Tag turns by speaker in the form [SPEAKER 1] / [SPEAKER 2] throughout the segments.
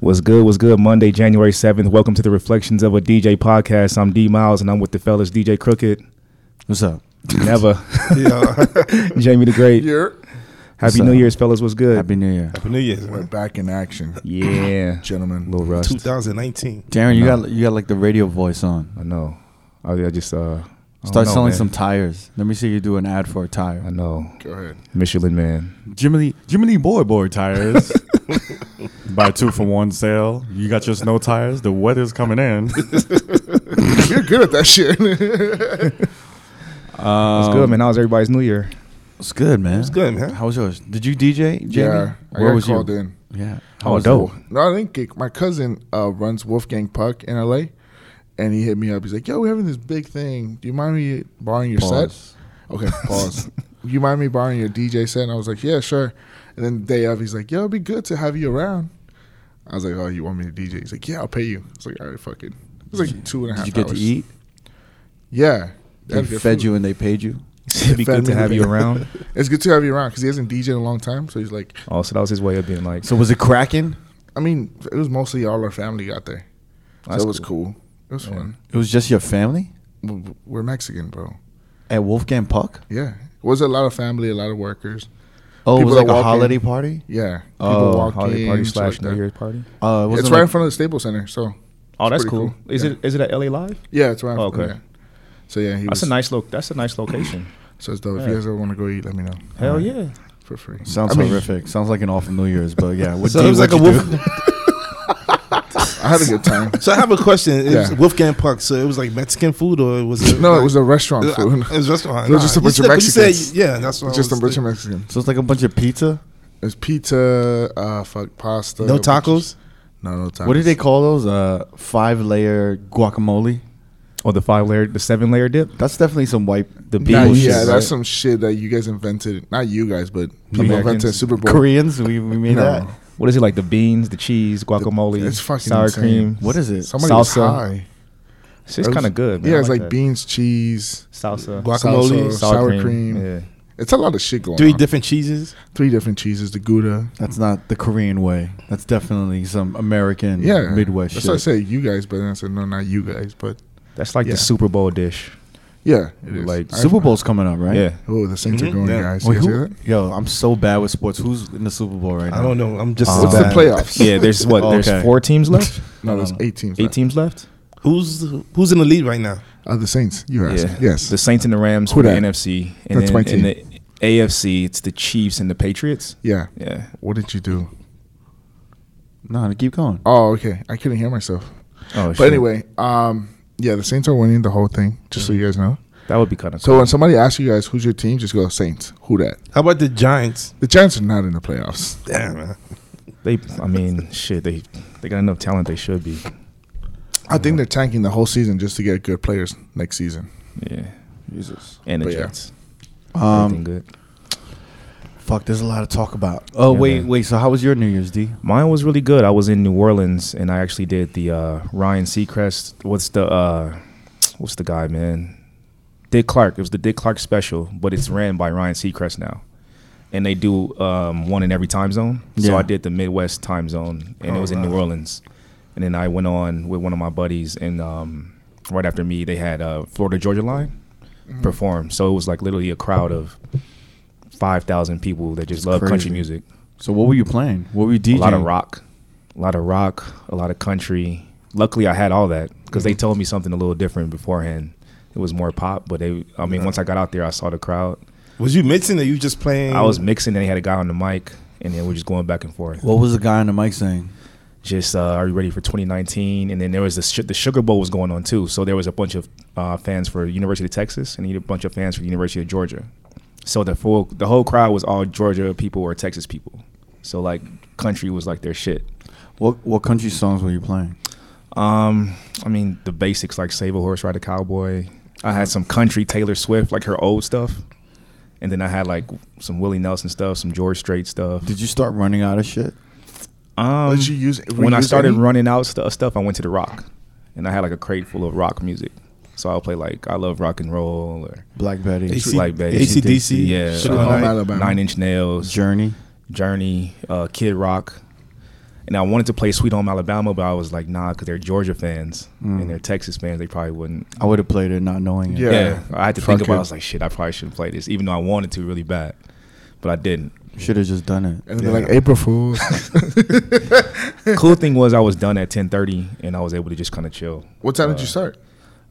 [SPEAKER 1] What's good? What's good? Monday, January 7th. Welcome to the Reflections of a DJ podcast. I'm D Miles and I'm with the fellas DJ Crooked.
[SPEAKER 2] What's up?
[SPEAKER 1] Never.
[SPEAKER 3] Yeah.
[SPEAKER 1] Jamie the Great.
[SPEAKER 3] Year.
[SPEAKER 1] Happy
[SPEAKER 2] up?
[SPEAKER 1] New Year's, fellas. What's good?
[SPEAKER 2] Happy New Year,
[SPEAKER 3] Happy New Year's,
[SPEAKER 4] We're
[SPEAKER 3] man.
[SPEAKER 4] back in action,
[SPEAKER 1] yeah.
[SPEAKER 4] gentlemen.
[SPEAKER 1] Little rust.
[SPEAKER 3] 2019.
[SPEAKER 2] Darren. You got you got like the radio voice on.
[SPEAKER 1] I know. I, I just, uh, I don't
[SPEAKER 2] Start
[SPEAKER 1] know,
[SPEAKER 2] selling
[SPEAKER 1] man.
[SPEAKER 2] some tires. Let me see you do an ad for a
[SPEAKER 1] I
[SPEAKER 2] tire.
[SPEAKER 1] know.
[SPEAKER 4] Go ahead.
[SPEAKER 1] Michelin man.
[SPEAKER 2] Jimmy Lee- Jimmy Lee Boy Boy tires. Buy two for one sale. You got your snow tires. The weather's coming in.
[SPEAKER 4] You're good at that shit.
[SPEAKER 2] Um,
[SPEAKER 1] What's good, man? How's everybody's New Year?
[SPEAKER 2] It's good, man. It's
[SPEAKER 3] good, man.
[SPEAKER 2] How was yours? Did you DJ, Jamie?
[SPEAKER 4] yeah, I
[SPEAKER 2] Where
[SPEAKER 4] got
[SPEAKER 2] was you?
[SPEAKER 4] called in.
[SPEAKER 2] Yeah.
[SPEAKER 1] Oh,
[SPEAKER 2] was
[SPEAKER 1] dope.
[SPEAKER 2] it?
[SPEAKER 4] No, I didn't kick. My cousin uh, runs Wolfgang Puck in LA, and he hit me up. He's like, "Yo, we're having this big thing. Do you mind me borrowing your set?"
[SPEAKER 2] Pause.
[SPEAKER 4] Okay, pause. you mind me borrowing your DJ set? And I was like, "Yeah, sure." And then the day of, he's like, "Yo, it'd be good to have you around." I was like, "Oh, you want me to DJ?" He's like, "Yeah, I'll pay you." I was like, "All right, fuck it." It was like two and a half.
[SPEAKER 2] Did you get to
[SPEAKER 4] hours.
[SPEAKER 2] eat?
[SPEAKER 4] Yeah.
[SPEAKER 2] They fed you and they paid you.
[SPEAKER 1] It'd be good
[SPEAKER 4] Family
[SPEAKER 1] to have you
[SPEAKER 4] event.
[SPEAKER 1] around.
[SPEAKER 4] It's good to have you around because he hasn't DJed in a long time. So he's like,
[SPEAKER 1] Oh, so that was his way of being like,
[SPEAKER 2] So was it cracking?
[SPEAKER 4] I mean, it was mostly all our family got there. So
[SPEAKER 1] That's
[SPEAKER 4] it was cool. It was fun.
[SPEAKER 2] It was just your family
[SPEAKER 4] W- w- We're Mexican, bro.
[SPEAKER 2] at Wolfgang Puck.
[SPEAKER 4] Yeah. It was a lot of family, a lot of workers.
[SPEAKER 2] Oh, it
[SPEAKER 4] People
[SPEAKER 2] was
[SPEAKER 4] that
[SPEAKER 2] like a
[SPEAKER 4] walk in.
[SPEAKER 2] holiday party.
[SPEAKER 4] Yeah. People
[SPEAKER 2] Oh,
[SPEAKER 4] walk
[SPEAKER 1] holiday
[SPEAKER 4] in,
[SPEAKER 1] party
[SPEAKER 4] shit
[SPEAKER 1] slash
[SPEAKER 4] like
[SPEAKER 1] New
[SPEAKER 4] that.
[SPEAKER 1] Year's party.
[SPEAKER 2] Uh, it
[SPEAKER 4] It's
[SPEAKER 2] wasn't
[SPEAKER 4] right
[SPEAKER 2] like-
[SPEAKER 4] in front of the Staples Center. So,
[SPEAKER 1] Oh, that's
[SPEAKER 4] pretty
[SPEAKER 1] cool.
[SPEAKER 4] cool.
[SPEAKER 1] Is
[SPEAKER 4] Yeah.
[SPEAKER 1] it is it at LA Live?
[SPEAKER 4] yeah, it's around.
[SPEAKER 1] Oh, okay.
[SPEAKER 4] yeah. So, yeah, he
[SPEAKER 1] That's a
[SPEAKER 4] was.
[SPEAKER 1] nice look. That's a nice location.
[SPEAKER 4] so, it's dope. If
[SPEAKER 1] yeah.
[SPEAKER 4] you guys ever want to go eat, let me know
[SPEAKER 1] Hell yeah.
[SPEAKER 4] for free.
[SPEAKER 2] Sounds
[SPEAKER 4] I mean,
[SPEAKER 2] horrific. Sounds like an awful New Year's, but yeah. What
[SPEAKER 3] So
[SPEAKER 2] D,
[SPEAKER 3] it was
[SPEAKER 2] what'd
[SPEAKER 3] like a
[SPEAKER 2] you do?
[SPEAKER 3] Wolf.
[SPEAKER 4] I had a good time.
[SPEAKER 3] So I have a question. It was
[SPEAKER 4] Yeah.
[SPEAKER 3] Wolfgang Puck. So it was like Mexican food, or was it?
[SPEAKER 4] no, it was a restaurant
[SPEAKER 3] It
[SPEAKER 4] food.
[SPEAKER 3] was restaurant.
[SPEAKER 4] It was just a
[SPEAKER 3] You
[SPEAKER 4] bunch
[SPEAKER 3] said-
[SPEAKER 4] of
[SPEAKER 3] but you said-
[SPEAKER 4] Mexicans.
[SPEAKER 3] Yeah, that's what I
[SPEAKER 4] Just a
[SPEAKER 3] was
[SPEAKER 4] bunch of
[SPEAKER 3] thinking.
[SPEAKER 4] Mexican.
[SPEAKER 2] So it's like a bunch of pizza.
[SPEAKER 4] There's pizza, uh, fuck, pasta.
[SPEAKER 3] No tacos.
[SPEAKER 4] No, no tacos.
[SPEAKER 2] What do they call those? Uh, five layer guacamole.
[SPEAKER 1] Or Oh, the five layer, the seven layer dip.
[SPEAKER 2] That's definitely some white
[SPEAKER 1] The
[SPEAKER 4] Nah,
[SPEAKER 1] people
[SPEAKER 2] bullshit,
[SPEAKER 4] yeah,
[SPEAKER 2] right?
[SPEAKER 4] that's some shit that you guys invented. Not you guys, but people
[SPEAKER 1] Americans.
[SPEAKER 4] invented Super Bowl.
[SPEAKER 2] Koreans. We, we made
[SPEAKER 4] No.
[SPEAKER 2] that.
[SPEAKER 1] What is it like? The beans, the cheese, guacamole,
[SPEAKER 4] It's fucking
[SPEAKER 1] sour
[SPEAKER 4] insane.
[SPEAKER 1] cream.
[SPEAKER 2] What is it?
[SPEAKER 4] Somebody was
[SPEAKER 1] Salsa.
[SPEAKER 4] high.
[SPEAKER 1] It's just kind of good. Man.
[SPEAKER 4] Yeah,
[SPEAKER 1] I
[SPEAKER 4] it's like,
[SPEAKER 1] that.
[SPEAKER 4] beans, cheese,
[SPEAKER 1] salsa,
[SPEAKER 3] Guacamole,
[SPEAKER 4] salsa,
[SPEAKER 1] sour,
[SPEAKER 4] sour
[SPEAKER 1] cream.
[SPEAKER 4] cream.
[SPEAKER 1] Yeah.
[SPEAKER 4] It's a lot of shit going
[SPEAKER 3] Three
[SPEAKER 4] on.
[SPEAKER 3] different cheeses.
[SPEAKER 4] Three different cheeses, the Gouda.
[SPEAKER 2] That's not the Korean way. That's definitely some American
[SPEAKER 4] Yeah,
[SPEAKER 2] Midwest
[SPEAKER 4] That's
[SPEAKER 2] shit.
[SPEAKER 4] why I said you guys, but then I said no, not you guys, but
[SPEAKER 1] That's like
[SPEAKER 4] Yeah.
[SPEAKER 1] the Super Bowl dish.
[SPEAKER 4] yeah, it is.
[SPEAKER 1] Like,
[SPEAKER 4] I-
[SPEAKER 2] Super Bowl's coming up, right?
[SPEAKER 1] Yeah.
[SPEAKER 4] Oh, the Saints
[SPEAKER 3] Mhm,
[SPEAKER 4] are going,
[SPEAKER 3] yeah.
[SPEAKER 4] guys. You
[SPEAKER 2] Wait,
[SPEAKER 4] guys
[SPEAKER 2] who-
[SPEAKER 4] hear that?
[SPEAKER 2] yo, I'm so bad with sports. Who's in the Super Bowl right now?
[SPEAKER 3] I don't know. I'm just.
[SPEAKER 2] Uh,
[SPEAKER 4] What's
[SPEAKER 2] bad.
[SPEAKER 4] the playoffs?
[SPEAKER 1] Um, Yeah. There's what?
[SPEAKER 2] Oh,
[SPEAKER 1] There's
[SPEAKER 2] okay.
[SPEAKER 1] four teams left.
[SPEAKER 4] No,
[SPEAKER 2] No,
[SPEAKER 4] there's
[SPEAKER 2] no, no.
[SPEAKER 4] eight teams.
[SPEAKER 1] Eight
[SPEAKER 4] left.
[SPEAKER 1] teams left.
[SPEAKER 3] Who's who's in the lead right now?
[SPEAKER 4] Uh, the Saints. You asked.
[SPEAKER 1] Yeah.
[SPEAKER 4] Yes.
[SPEAKER 1] The Saints and the Rams
[SPEAKER 4] Who
[SPEAKER 1] for the
[SPEAKER 4] dat?
[SPEAKER 1] NFC, and
[SPEAKER 4] That's
[SPEAKER 1] then
[SPEAKER 4] my
[SPEAKER 1] in the AFC, it's the Chiefs and the Patriots.
[SPEAKER 4] yeah.
[SPEAKER 1] Yeah.
[SPEAKER 4] What did you do?
[SPEAKER 2] No, keep going.
[SPEAKER 4] Oh, okay. I couldn't hear myself.
[SPEAKER 1] Oh,
[SPEAKER 4] But anyway, um, yeah, the Saints are winning the whole thing. Just
[SPEAKER 1] Mm-hmm.
[SPEAKER 4] so you guys know.
[SPEAKER 1] that would be kind of
[SPEAKER 4] So
[SPEAKER 1] cool.
[SPEAKER 4] when somebody asks you guys who's your team, just go Saints. Who that?
[SPEAKER 3] How about the Giants?
[SPEAKER 4] The Giants are not in the playoffs.
[SPEAKER 3] Damn, man.
[SPEAKER 1] They, I mean, shit. They, they got enough talent. They should be.
[SPEAKER 4] I think they're tanking the whole season just to get good players next season.
[SPEAKER 1] Yeah.
[SPEAKER 2] Jesus.
[SPEAKER 1] And the
[SPEAKER 4] But yeah.
[SPEAKER 1] Jets. Everything
[SPEAKER 2] Um,
[SPEAKER 1] good.
[SPEAKER 2] fuck. There's a lot to talk about. Oh
[SPEAKER 1] Yeah,
[SPEAKER 2] wait,
[SPEAKER 1] man.
[SPEAKER 2] wait. So how was your New Year's, D?
[SPEAKER 1] Mine was really good. I was in New Orleans and I actually did the uh, Ryan Seacrest. What's the uh, what's the guy, man? Dick Clark. It was the Dick Clark special, but it's ran by Ryan Seacrest now, and they do um, one in every time zone. So
[SPEAKER 2] Yeah.
[SPEAKER 1] I did the Midwest time zone, and it
[SPEAKER 3] Oh,
[SPEAKER 1] was in New
[SPEAKER 3] nice.
[SPEAKER 1] Orleans. And then I went on with one of my buddies, and um, right after me, they had uh, Florida Georgia Line
[SPEAKER 2] Mm-hmm.
[SPEAKER 1] perform. So it was like literally a crowd of five thousand people that just
[SPEAKER 2] It's
[SPEAKER 1] love country
[SPEAKER 2] crazy.
[SPEAKER 1] music
[SPEAKER 2] So what were you playing? What were you DJing?
[SPEAKER 1] a lot of rock, a lot of rock, a lot of country. Luckily, I had all that because they told me something a little different beforehand. It was more pop, but they. I mean, once I got out there, I saw the crowd.
[SPEAKER 3] Was you mixing or you just playing?
[SPEAKER 1] I was mixing, and they had a guy on the mic, and then we're just going back and forth.
[SPEAKER 2] What was the guy on the mic saying?
[SPEAKER 1] Just, uh, are you ready for 2019? And then there was the sh- the Sugar Bowl was going on too, so there was a bunch of uh, fans for University of Texas, and a bunch of fans for University of Georgia. So the full the whole crowd was all Georgia people or Texas people. So like country was like their shit.
[SPEAKER 2] What what country songs were you playing?
[SPEAKER 1] Um, I mean the basics like Save a Horse, Ride a Cowboy. I had some country Taylor Swift, like her old stuff, and then I had like some Willie Nelson stuff, some George Strait stuff.
[SPEAKER 2] Did you start running out of shit?
[SPEAKER 1] Um,
[SPEAKER 4] Did you use
[SPEAKER 1] when I
[SPEAKER 4] reuse
[SPEAKER 1] started
[SPEAKER 4] any?
[SPEAKER 1] running out stu- stuff, I went to the rock, and I had like a crate full of rock music. So I'll play like I love rock and roll or
[SPEAKER 2] Black Betty,
[SPEAKER 3] AC
[SPEAKER 1] like Betty.
[SPEAKER 3] AC/DC,
[SPEAKER 1] yeah,
[SPEAKER 3] Sugar
[SPEAKER 1] uh,
[SPEAKER 4] Home
[SPEAKER 3] High.
[SPEAKER 4] Alabama.
[SPEAKER 1] Nine Inch Nails,
[SPEAKER 2] Journey.
[SPEAKER 1] Journey, uh, Kid Rock, And I wanted to play Sweet Home Alabama, but I was like, nah, because they're Georgia fans and they're Texas fans. They probably wouldn't.
[SPEAKER 2] I would have played it not knowing it.
[SPEAKER 4] Yeah.
[SPEAKER 1] Yeah, I had to think
[SPEAKER 4] Fuck
[SPEAKER 1] about. it.
[SPEAKER 4] it.
[SPEAKER 1] I was like, shit, I probably shouldn't play this, even though I wanted to really bad, but I didn't.
[SPEAKER 2] Should have just done it.
[SPEAKER 4] And then they're like April Fools.
[SPEAKER 1] cool thing was I was done at ten thirty, and I was able to just kind of chill Uh,
[SPEAKER 4] what time did you start?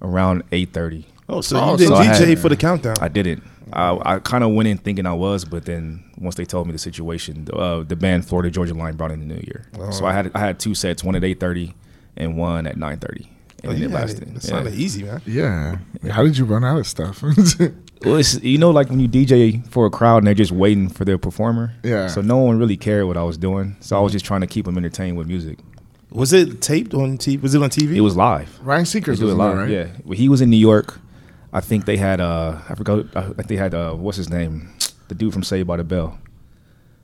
[SPEAKER 1] around eight thirty.
[SPEAKER 3] Oh, so
[SPEAKER 4] Oh,
[SPEAKER 3] you did
[SPEAKER 1] so I had-
[SPEAKER 3] DJ for the countdown.
[SPEAKER 1] I didn't. I, I kind of went in thinking I was, but then once they told me the situation, the, uh, the band Florida Georgia Line brought in the New Year, so I had I had two sets, one at eight thirty and one at nine thirty, and
[SPEAKER 3] Oh,
[SPEAKER 1] then
[SPEAKER 3] you
[SPEAKER 1] it
[SPEAKER 3] had
[SPEAKER 1] lasted.
[SPEAKER 3] it. That
[SPEAKER 1] Yeah.
[SPEAKER 3] sounded easy, man.
[SPEAKER 4] Yeah. How did you run out of stuff?
[SPEAKER 1] Well, it's, you know, like when you DJ for a crowd and they're just waiting for their performer.
[SPEAKER 4] Yeah.
[SPEAKER 1] So no one really cared what I was doing. So I was just trying to keep them entertained with music.
[SPEAKER 3] Was it taped on TV? Was it on TV?
[SPEAKER 1] It was live.
[SPEAKER 4] Ryan
[SPEAKER 1] They
[SPEAKER 4] Seacrest
[SPEAKER 1] do
[SPEAKER 4] was
[SPEAKER 1] it
[SPEAKER 4] in there,
[SPEAKER 1] live.
[SPEAKER 4] right?
[SPEAKER 1] Yeah. Well, he was in New York. I think they had uh I forgot I think they had uh what's his name? The dude from Saved by the Bell.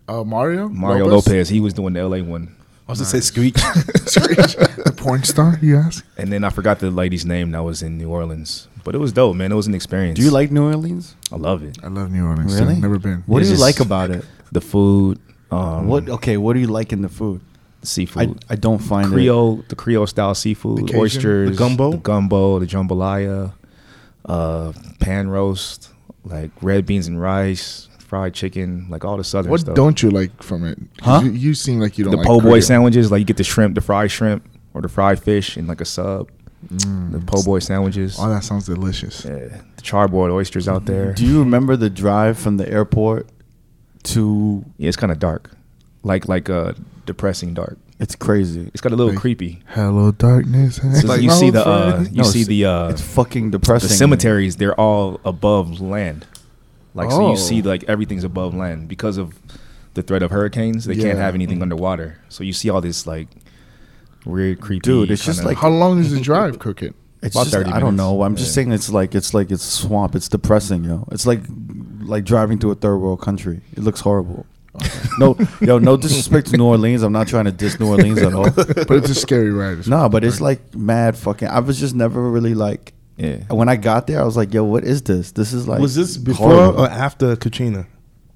[SPEAKER 4] Uh, Mario.
[SPEAKER 1] Mario Lopez. He was doing the LA one.
[SPEAKER 3] I was gonna say Screech.
[SPEAKER 4] the porn star. You ask.
[SPEAKER 1] And then I forgot the lady's name that was in New Orleans. But it was dope, man. It was an experience.
[SPEAKER 2] Do you like New Orleans?
[SPEAKER 1] I love it.
[SPEAKER 4] I love New Orleans.
[SPEAKER 2] Really?
[SPEAKER 4] Really? Never been.
[SPEAKER 2] What
[SPEAKER 1] It's
[SPEAKER 2] do you
[SPEAKER 1] just-
[SPEAKER 2] like about it?
[SPEAKER 1] The food, um
[SPEAKER 2] What okay? What do you like in the food? I,
[SPEAKER 1] seafood.
[SPEAKER 2] I don't find it.
[SPEAKER 1] Creole, the Creole style seafood,
[SPEAKER 4] The Cajun,
[SPEAKER 1] oysters,
[SPEAKER 3] the gumbo?
[SPEAKER 1] the gumbo, the jambalaya, uh, pan roast, like red beans and rice, fried chicken, like all the southern
[SPEAKER 4] What
[SPEAKER 1] stuff.
[SPEAKER 4] don't you like from it? 'Cause
[SPEAKER 2] Huh?
[SPEAKER 4] You, you seem like you don't
[SPEAKER 1] the
[SPEAKER 4] like
[SPEAKER 1] po' boy
[SPEAKER 4] Korea.
[SPEAKER 1] sandwiches, like you get the shrimp, the fried shrimp, or the fried fish, and like a sub.
[SPEAKER 4] Mm.
[SPEAKER 1] The po' boy sandwiches,
[SPEAKER 4] Oh, that sounds delicious.
[SPEAKER 1] yeah, the charboiled oysters out there.
[SPEAKER 2] Do you remember the drive from the airport to?
[SPEAKER 1] Yeah, it's kind of dark, like like uh, depressing dark.
[SPEAKER 2] It's crazy.
[SPEAKER 1] It's got a little
[SPEAKER 4] Like-
[SPEAKER 1] creepy.
[SPEAKER 4] Hello, darkness.
[SPEAKER 1] So you see the uh, you
[SPEAKER 2] No,
[SPEAKER 1] see
[SPEAKER 2] it's-
[SPEAKER 1] the uh,
[SPEAKER 2] It's fucking depressing.
[SPEAKER 1] the cemeteries they're all above land like so
[SPEAKER 4] Oh.
[SPEAKER 1] you see like everything's above land because of the threat of hurricanes they can't
[SPEAKER 4] Yeah.
[SPEAKER 1] have anything underwater so you see all this like weird creepy
[SPEAKER 2] Dude, it's just
[SPEAKER 1] kinda-
[SPEAKER 4] How long is the drive, Crooked?
[SPEAKER 2] It's
[SPEAKER 1] About
[SPEAKER 2] just,
[SPEAKER 1] 30
[SPEAKER 2] I don't
[SPEAKER 1] minutes.
[SPEAKER 2] know. I'm just
[SPEAKER 1] Yeah.
[SPEAKER 2] saying it's like it's like it's swamp. It's depressing, yo. It's like like driving to a third world country. It looks horrible. no, yo, no disrespect to New Orleans. I'm not trying to diss New Orleans at all.
[SPEAKER 4] But it's a scary ride. It's-
[SPEAKER 2] No, but it's like mad fucking. I was just never really like.
[SPEAKER 1] yeah
[SPEAKER 2] When I got there, I was like, yo, what is this? This is like.
[SPEAKER 3] was this before
[SPEAKER 2] horrible.
[SPEAKER 3] or after Katrina?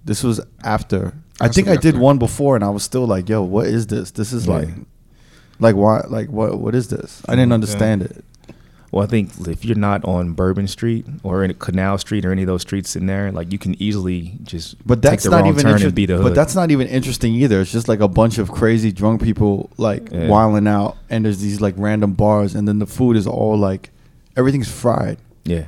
[SPEAKER 2] This was after. I
[SPEAKER 4] That's
[SPEAKER 2] think I
[SPEAKER 4] what
[SPEAKER 2] did
[SPEAKER 4] after.
[SPEAKER 2] one before, and I was still like, "Yo, what is this? This is
[SPEAKER 1] Yeah.
[SPEAKER 2] like, like why? Like what? What is this? I didn't
[SPEAKER 3] Yeah.
[SPEAKER 2] understand it."
[SPEAKER 1] well i think if you're not on bourbon street or in canal street or any of those streets in there like you can easily just
[SPEAKER 2] But
[SPEAKER 1] take
[SPEAKER 2] that's
[SPEAKER 1] the
[SPEAKER 2] not
[SPEAKER 1] wrong
[SPEAKER 2] even.
[SPEAKER 1] turn
[SPEAKER 2] Inter-
[SPEAKER 1] and be the hood.
[SPEAKER 2] but that's not even interesting either. It's just like a bunch of crazy drunk people like
[SPEAKER 1] Yeah.
[SPEAKER 2] wilding out, and there's these like random bars, and then the food is all like, everything's fried.
[SPEAKER 1] yeah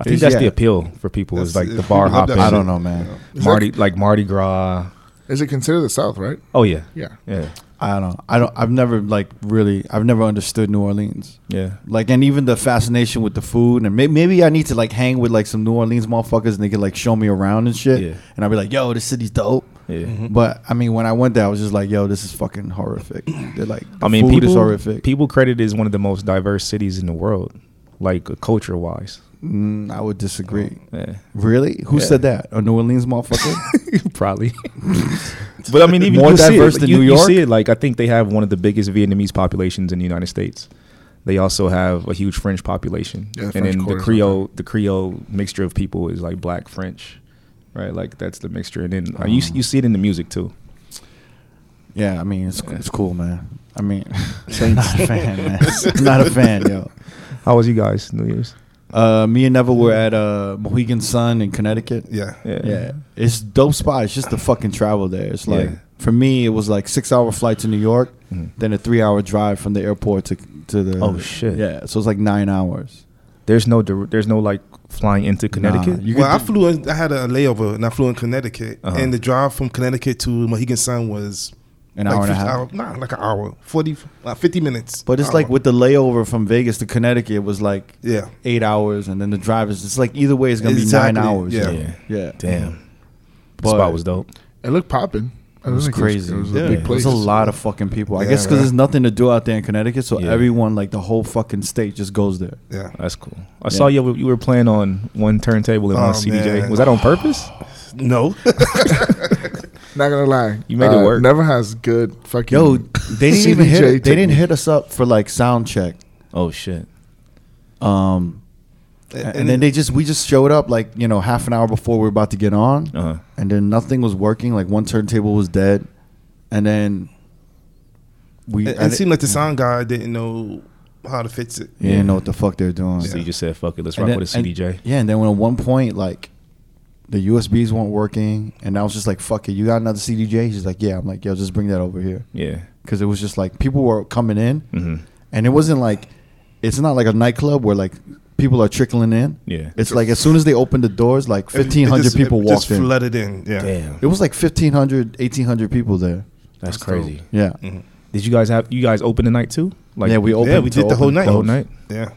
[SPEAKER 1] i think
[SPEAKER 2] It's-
[SPEAKER 1] that's
[SPEAKER 2] yeah.
[SPEAKER 1] the appeal for people is
[SPEAKER 3] That's-
[SPEAKER 1] like the
[SPEAKER 3] if
[SPEAKER 1] bar
[SPEAKER 3] people love
[SPEAKER 1] hopping
[SPEAKER 3] that
[SPEAKER 2] I don't know, man.
[SPEAKER 1] mardi like mardi gras
[SPEAKER 4] Is it considered the South, right?
[SPEAKER 1] oh yeah
[SPEAKER 4] Yeah.
[SPEAKER 1] yeah
[SPEAKER 2] I don't. I don't. I've never like really. I've never understood New Orleans.
[SPEAKER 1] yeah
[SPEAKER 2] Like and even the fascination with the food and may- maybe I need to like hang with like some New Orleans motherfuckers and they can like show me around and shit
[SPEAKER 1] Yeah. Mm-hmm.
[SPEAKER 2] and I'll be like yo this city's dope
[SPEAKER 1] yeah
[SPEAKER 2] but I mean when I went there I was just like yo this is fucking horrific they're like the
[SPEAKER 1] I mean,
[SPEAKER 2] food
[SPEAKER 1] people,
[SPEAKER 2] is horrific
[SPEAKER 1] people credit it as one of the most diverse cities in the world, like culture wise.
[SPEAKER 2] mm, I would disagree
[SPEAKER 1] Yeah,
[SPEAKER 2] really who
[SPEAKER 1] Oh. Yeah.
[SPEAKER 2] said that a New Orleans motherfucker
[SPEAKER 1] probably. but I mean, even
[SPEAKER 2] More
[SPEAKER 1] you see
[SPEAKER 2] diverse
[SPEAKER 1] it,
[SPEAKER 2] than
[SPEAKER 1] you,
[SPEAKER 2] New
[SPEAKER 1] you
[SPEAKER 2] York?
[SPEAKER 1] see it. Like I think they have one of the biggest Vietnamese populations in the United States. They also have a huge French population,
[SPEAKER 4] Yeah,
[SPEAKER 1] and
[SPEAKER 4] French
[SPEAKER 1] then the
[SPEAKER 4] Quarter's
[SPEAKER 1] Creole, the Creole mixture of people is like Black French, right? Like that's the mixture, and then uh, you
[SPEAKER 2] Oh.
[SPEAKER 1] you see it in the music too.
[SPEAKER 2] yeah I mean it's it's cool man I mean not a fan man not a fan yo
[SPEAKER 1] How was you guys New Year's?
[SPEAKER 2] uh, me and Neville were at uh, Mohegan Sun in Connecticut
[SPEAKER 3] Yeah.
[SPEAKER 2] Yeah, it's dope spot. It's just the fucking travel there. It's like
[SPEAKER 1] Yeah.
[SPEAKER 2] for me, it was like six hour flight to New York,
[SPEAKER 1] Mhm.
[SPEAKER 2] then a three hour drive from the airport to to the.
[SPEAKER 1] Oh, shit.
[SPEAKER 2] Yeah, so it's like nine hours.
[SPEAKER 1] There's no dir- there's no like flying into Connecticut.
[SPEAKER 2] you
[SPEAKER 3] well, I
[SPEAKER 2] could do-
[SPEAKER 3] flew in. I had a layover, and I flew in Connecticut.
[SPEAKER 1] Uh-huh.
[SPEAKER 3] And the drive from Connecticut to Mohegan Sun was
[SPEAKER 2] An
[SPEAKER 3] like
[SPEAKER 2] hour and a
[SPEAKER 3] 50
[SPEAKER 2] half.
[SPEAKER 3] hour- nah, like an hour, forty, uh, fifty minutes.
[SPEAKER 2] But it's
[SPEAKER 3] Hour.
[SPEAKER 2] like with the layover from Vegas to Connecticut it was like
[SPEAKER 3] yeah,
[SPEAKER 2] eight hours, and then the drive is. It's like either way, it's gonna be
[SPEAKER 3] Exactly,
[SPEAKER 2] nine hours.
[SPEAKER 3] yeah.
[SPEAKER 2] yeah.
[SPEAKER 1] Damn.
[SPEAKER 2] But-
[SPEAKER 1] Spot was dope.
[SPEAKER 4] It looked popping. I
[SPEAKER 2] It was
[SPEAKER 4] think
[SPEAKER 2] crazy.
[SPEAKER 4] It was,
[SPEAKER 3] Yeah.
[SPEAKER 4] a big
[SPEAKER 2] It was
[SPEAKER 4] place.
[SPEAKER 2] a lot of fucking people. I
[SPEAKER 3] Yeah,
[SPEAKER 2] guess because
[SPEAKER 3] right.
[SPEAKER 2] there's nothing to do out there in Connecticut, so
[SPEAKER 1] Yeah.
[SPEAKER 2] everyone, like the whole fucking state, just goes there.
[SPEAKER 3] yeah.
[SPEAKER 1] That's cool. I saw you. You were playing on one turntable and
[SPEAKER 3] Oh,
[SPEAKER 1] one CDJ.
[SPEAKER 3] man.
[SPEAKER 1] Was that on purpose?
[SPEAKER 3] No,
[SPEAKER 4] Not gonna lie, Uh,
[SPEAKER 1] You made it work.
[SPEAKER 4] Never has good fucking.
[SPEAKER 2] Yo, Oh, they didn't even hit.
[SPEAKER 4] CDJ
[SPEAKER 2] They didn't
[SPEAKER 4] technique.
[SPEAKER 2] hit us up for like sound check.
[SPEAKER 1] Oh shit!
[SPEAKER 2] Um,
[SPEAKER 3] and,
[SPEAKER 2] and, then they just we just showed up like you know half an hour before we were about to get on,
[SPEAKER 1] Uh huh.
[SPEAKER 2] and then nothing was working. Like one turntable was dead, and then we
[SPEAKER 3] It,
[SPEAKER 2] I
[SPEAKER 3] it
[SPEAKER 2] di-
[SPEAKER 3] seemed like the sound guy didn't know how to fix it.
[SPEAKER 2] you didn't know what the fuck they're doing.
[SPEAKER 1] So you just said, "Fuck it, let's
[SPEAKER 2] And
[SPEAKER 1] rock
[SPEAKER 2] then-
[SPEAKER 1] with a
[SPEAKER 2] and-
[SPEAKER 1] CDJ."
[SPEAKER 2] Yeah, and then when at one point like the USBs weren't working, and I was just like, "Fuck it, you got another CDJ?" She's like, "Yeah." I'm like, "Yo, just bring that over here,"
[SPEAKER 1] Yeah.
[SPEAKER 2] because it was just like people were coming in,
[SPEAKER 1] Mm-hmm.
[SPEAKER 2] and it wasn't like it's not like a nightclub where like people are trickling in.
[SPEAKER 1] Yeah.
[SPEAKER 2] It's like as soon as they opened the doors, like
[SPEAKER 3] It- it
[SPEAKER 2] fifteen hundred
[SPEAKER 3] just-
[SPEAKER 2] people
[SPEAKER 3] it
[SPEAKER 2] walked
[SPEAKER 3] just
[SPEAKER 2] in.
[SPEAKER 3] flooded in. Yeah.
[SPEAKER 1] Damn,
[SPEAKER 2] It was like 1,500, 1,800 people there.
[SPEAKER 1] that's
[SPEAKER 3] That's
[SPEAKER 1] crazy.
[SPEAKER 2] Yeah,
[SPEAKER 3] Mhm.
[SPEAKER 1] Did you guys have you guys open the night too? Like
[SPEAKER 2] yeah, we opened.
[SPEAKER 3] yeah, we
[SPEAKER 2] to
[SPEAKER 3] did the whole
[SPEAKER 2] open
[SPEAKER 3] night.
[SPEAKER 1] the whole
[SPEAKER 2] close.
[SPEAKER 1] night.
[SPEAKER 3] Yeah.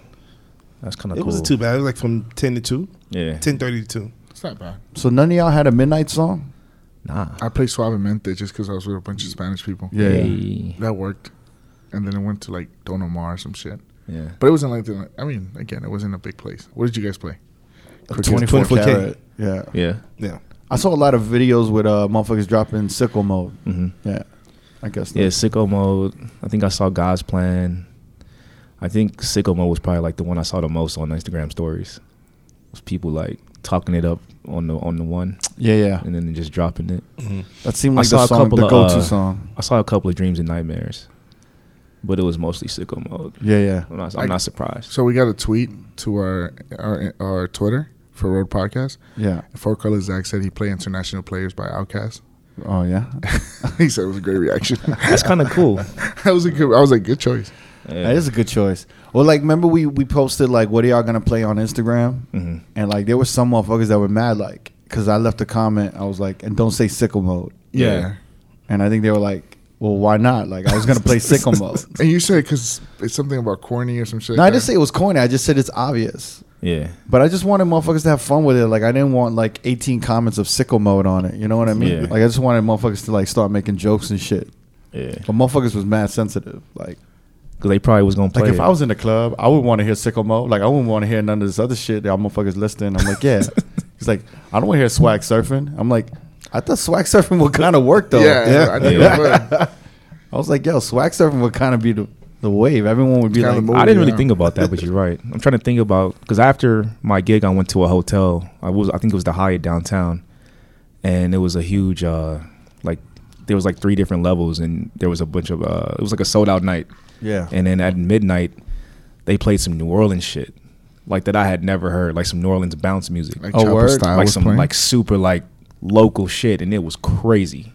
[SPEAKER 1] That's kind of
[SPEAKER 3] It
[SPEAKER 1] cool.
[SPEAKER 3] wasn't too bad. It was like from 10 to 2,
[SPEAKER 1] Yeah.
[SPEAKER 3] 10.30 to 2.
[SPEAKER 4] It's not bad.
[SPEAKER 2] So none of y'all had a midnight song.
[SPEAKER 1] Nah.
[SPEAKER 4] I played Suavemente just because I was with a bunch of Spanish people.
[SPEAKER 2] Yeah.
[SPEAKER 1] Hey.
[SPEAKER 4] That worked. And then it went to like Don Omar or some shit.
[SPEAKER 1] Yeah.
[SPEAKER 4] But it wasn't like, the, I mean, again, it wasn't a big place. What did you guys play? Cricket.
[SPEAKER 2] 24
[SPEAKER 3] 24K.
[SPEAKER 2] karat. Yeah,
[SPEAKER 1] Yeah.
[SPEAKER 3] Yeah.
[SPEAKER 2] I saw a lot of videos with uh motherfuckers dropping sickle mode.
[SPEAKER 1] Mm-hmm.
[SPEAKER 2] Yeah, I guess.
[SPEAKER 1] Yeah,
[SPEAKER 2] Yes.
[SPEAKER 1] sicko mode. I think I saw God's plan. I think sicko mode was probably like the one I saw the most on Instagram stories. It was people like talking it up on the on the one
[SPEAKER 2] Yeah, yeah.
[SPEAKER 1] and then just dropping it.
[SPEAKER 3] Mhm.
[SPEAKER 2] That seemed
[SPEAKER 1] I
[SPEAKER 2] like
[SPEAKER 1] saw
[SPEAKER 2] the
[SPEAKER 1] a
[SPEAKER 2] song,
[SPEAKER 1] couple
[SPEAKER 2] the
[SPEAKER 1] of,
[SPEAKER 2] go-to
[SPEAKER 1] uh,
[SPEAKER 2] song.
[SPEAKER 1] I saw a couple of dreams and nightmares, but it was mostly sicko mode.
[SPEAKER 2] Yeah, yeah.
[SPEAKER 1] I'm not, I'm not surprised.
[SPEAKER 4] So we got a tweet to our our, our Twitter for Road Podcast.
[SPEAKER 2] Yeah.
[SPEAKER 4] Four Color Zach said he played International Players by Outkast.
[SPEAKER 2] Oh yeah.
[SPEAKER 4] he said it was a great reaction.
[SPEAKER 1] That's kind of cool.
[SPEAKER 4] that was a good. I was like, good choice.
[SPEAKER 2] That is a good choice. Well, like remember we we posted like what are y'all gonna play on Instagram,
[SPEAKER 1] hmm
[SPEAKER 2] and like there were some motherfuckers that were mad like because I left a comment. I was like, and don't say sickle mode.
[SPEAKER 1] Yeah.
[SPEAKER 2] And I think they were like, well, why not? Like I was gonna play sickle mode.
[SPEAKER 4] And you said because it's something about corny or some shit.
[SPEAKER 2] No, I
[SPEAKER 4] like
[SPEAKER 2] didn't say
[SPEAKER 4] that.
[SPEAKER 2] it was corny. I just said it's obvious.
[SPEAKER 1] Yeah.
[SPEAKER 2] But I just wanted motherfuckers to have fun with it. Like I didn't want like 18 comments of sickle mode on it. You know what I mean?
[SPEAKER 1] Yeah.
[SPEAKER 2] Like I just wanted motherfuckers to like start making jokes and shit.
[SPEAKER 1] Yeah.
[SPEAKER 2] But motherfuckers was mad sensitive. Like
[SPEAKER 1] Because they probably was going to play
[SPEAKER 2] Like if
[SPEAKER 1] it.
[SPEAKER 2] I was in the club, I would want to hear Sicko Mode. Like I wouldn't want to hear none of this other shit that y'all motherfuckers listening. I'm like, yeah. He's like, I don't want to hear swag surfing. I'm like, I thought swag surfing would kind of work though.
[SPEAKER 4] Yeah,
[SPEAKER 3] Yeah.
[SPEAKER 4] I knew
[SPEAKER 1] Yeah.
[SPEAKER 4] it would.
[SPEAKER 2] I was like, yo, swag surfing would kind of be the, the wave. Everyone would be
[SPEAKER 4] Kinda
[SPEAKER 2] like,
[SPEAKER 4] move.
[SPEAKER 1] I didn't really
[SPEAKER 4] Oh, yeah.
[SPEAKER 1] think about that, but you're right. I'm trying to think about because after my gig, I went to a hotel. I was, I think it was the Hyatt downtown, and it was a huge, uh, like there was like three different levels, and there was a bunch of, uh, it was like a sold out night.
[SPEAKER 2] yeah,
[SPEAKER 1] And then at midnight, they played some New Orleans shit, like that I had never heard, like some New Orleans bounce music,
[SPEAKER 4] Like
[SPEAKER 2] Oh,
[SPEAKER 4] Chopper
[SPEAKER 2] word?
[SPEAKER 4] Style
[SPEAKER 1] like
[SPEAKER 4] was
[SPEAKER 1] some
[SPEAKER 4] playing.
[SPEAKER 1] like super like local shit, and it was crazy.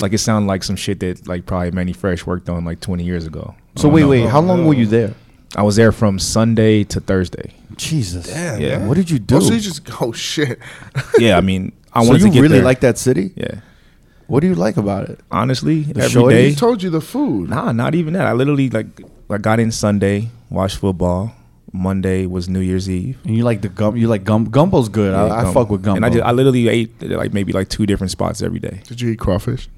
[SPEAKER 1] Like it sounded like some shit that like probably Manny Fresh worked on like 20 years ago. I
[SPEAKER 2] So
[SPEAKER 1] don't
[SPEAKER 2] wait,
[SPEAKER 1] know.
[SPEAKER 2] wait,
[SPEAKER 3] Oh,
[SPEAKER 2] how long
[SPEAKER 3] no.
[SPEAKER 2] were you there?
[SPEAKER 1] I was there from Sunday to Thursday.
[SPEAKER 2] Jesus,
[SPEAKER 3] Damn,
[SPEAKER 1] Yeah.
[SPEAKER 3] man.
[SPEAKER 2] What did you do?
[SPEAKER 4] Oh, so you just oh shit.
[SPEAKER 1] yeah, I mean, I
[SPEAKER 2] so
[SPEAKER 1] wanted
[SPEAKER 2] you
[SPEAKER 1] to get
[SPEAKER 2] really
[SPEAKER 1] there.
[SPEAKER 2] like that city?
[SPEAKER 1] yeah.
[SPEAKER 2] What do you like about it?
[SPEAKER 1] Honestly, every
[SPEAKER 2] shorties?
[SPEAKER 1] day.
[SPEAKER 4] He told you the food.
[SPEAKER 1] Nah, not even that. I literally like I got in Sunday, watched football. Monday was New Year's Eve.
[SPEAKER 2] And you like the gum? You like gum? Gumbo's good. I, I
[SPEAKER 1] Gumbo.
[SPEAKER 2] fuck with gumbo.
[SPEAKER 1] And I just I literally ate at, like maybe like two different spots every day.
[SPEAKER 4] Did you eat crawfish?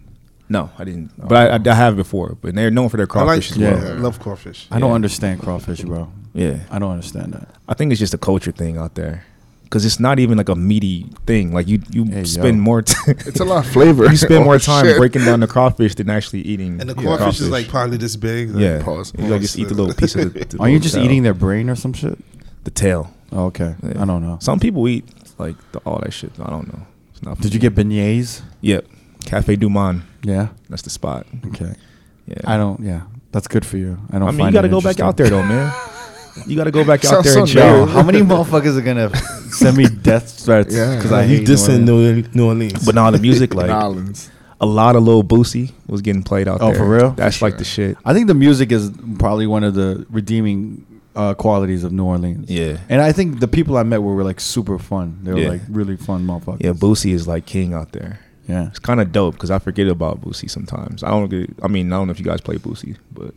[SPEAKER 1] No, I didn't. But I, I have before. But they're known for their
[SPEAKER 3] I like,
[SPEAKER 1] crawfish as
[SPEAKER 3] yeah.
[SPEAKER 1] well.
[SPEAKER 3] I love crawfish.
[SPEAKER 2] I don't
[SPEAKER 1] Yeah.
[SPEAKER 2] understand crawfish, bro.
[SPEAKER 1] Yeah,
[SPEAKER 2] I don't understand that.
[SPEAKER 1] I think it's just a culture thing out there. Cause it's not even like a meaty thing. Like you, you
[SPEAKER 2] Hey,
[SPEAKER 1] spend
[SPEAKER 2] yo.
[SPEAKER 1] more. T-
[SPEAKER 4] It's a lot of flavor.
[SPEAKER 1] you spend
[SPEAKER 4] Oh,
[SPEAKER 1] more time
[SPEAKER 4] shit.
[SPEAKER 1] breaking down the crawfish than actually eating.
[SPEAKER 3] And the
[SPEAKER 1] the
[SPEAKER 3] crawfish, is like probably this big. Like,
[SPEAKER 1] Yeah.
[SPEAKER 4] Pause.
[SPEAKER 1] You like just eat the little piece of the. the
[SPEAKER 2] Are you
[SPEAKER 1] little
[SPEAKER 2] just
[SPEAKER 1] tail.
[SPEAKER 2] eating their brain or some shit?
[SPEAKER 1] the tail?
[SPEAKER 2] Oh, okay.
[SPEAKER 1] Yeah.
[SPEAKER 2] I don't know.
[SPEAKER 1] Some people eat like the, all that shit. I don't know. It's not. for
[SPEAKER 2] Did you
[SPEAKER 1] me.
[SPEAKER 2] get beignets?
[SPEAKER 1] Yep. Cafe Du Monde.
[SPEAKER 2] Yeah.
[SPEAKER 1] That's the spot.
[SPEAKER 2] Okay.
[SPEAKER 1] Yeah.
[SPEAKER 2] I don't. Yeah. That's good for you. I don't.
[SPEAKER 1] I mean,
[SPEAKER 2] find
[SPEAKER 1] you got to
[SPEAKER 2] it
[SPEAKER 1] go back
[SPEAKER 2] interesting.
[SPEAKER 1] out there though, man. You got to go back out
[SPEAKER 4] Sounds
[SPEAKER 1] there
[SPEAKER 4] so
[SPEAKER 1] and
[SPEAKER 2] Yo,
[SPEAKER 1] chill.
[SPEAKER 4] negative.
[SPEAKER 2] how many motherfuckers are gonna send me death threats?
[SPEAKER 4] Yeah.
[SPEAKER 2] Because I
[SPEAKER 4] You
[SPEAKER 2] hate
[SPEAKER 3] you dissing
[SPEAKER 2] New Orleans?
[SPEAKER 3] New, New Orleans.
[SPEAKER 1] But now the music, like
[SPEAKER 4] Nolans.
[SPEAKER 1] a lot of little Boosie was getting played out
[SPEAKER 2] Oh,
[SPEAKER 1] there.
[SPEAKER 2] for real?
[SPEAKER 1] That's like the shit.
[SPEAKER 2] I think the music is probably one of the redeeming uh, qualities of New Orleans.
[SPEAKER 1] Yeah.
[SPEAKER 2] And I think the people I met were, were like super fun. They were
[SPEAKER 1] Yeah.
[SPEAKER 2] like really fun motherfuckers.
[SPEAKER 1] Yeah, Boosie is like king out there.
[SPEAKER 2] yeah.
[SPEAKER 1] It's kind of dope because I forget about Boosie sometimes. I don't get. I mean, I don't know if you guys play Boosie, but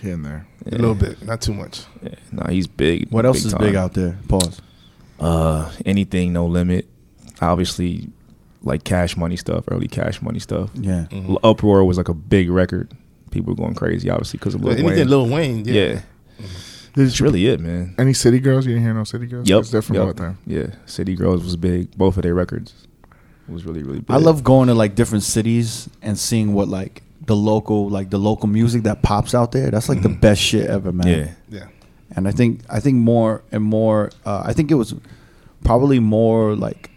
[SPEAKER 4] Here and there.
[SPEAKER 1] yeah,
[SPEAKER 3] a little bit, not too much.
[SPEAKER 1] Yeah. Nah, he's big.
[SPEAKER 2] What else is big
[SPEAKER 1] time.
[SPEAKER 2] out there? Pause.
[SPEAKER 1] Uh, anything, no limit. Obviously, like cash money stuff, early cash money stuff.
[SPEAKER 2] Yeah.
[SPEAKER 3] Mm-hmm.
[SPEAKER 1] L- Uproar was like a big record. People were going crazy, obviously, because of Lil
[SPEAKER 3] But
[SPEAKER 1] Wayne.
[SPEAKER 3] anything Lil Wayne,
[SPEAKER 1] yeah,
[SPEAKER 3] yeah.
[SPEAKER 1] it's really it, man.
[SPEAKER 4] Any city girls? You didn't hear no city girls?
[SPEAKER 1] Yep,
[SPEAKER 4] It's different
[SPEAKER 1] yep.
[SPEAKER 4] out there.
[SPEAKER 1] Yeah, City Girls was big. Both of their records was really, really big.
[SPEAKER 2] I love going to like different cities and seeing what like the local like the local music that pops out there. That's like the best shit ever, man.
[SPEAKER 1] Yeah,
[SPEAKER 3] Yeah.
[SPEAKER 2] And I think I think more and more uh, I think it was probably more like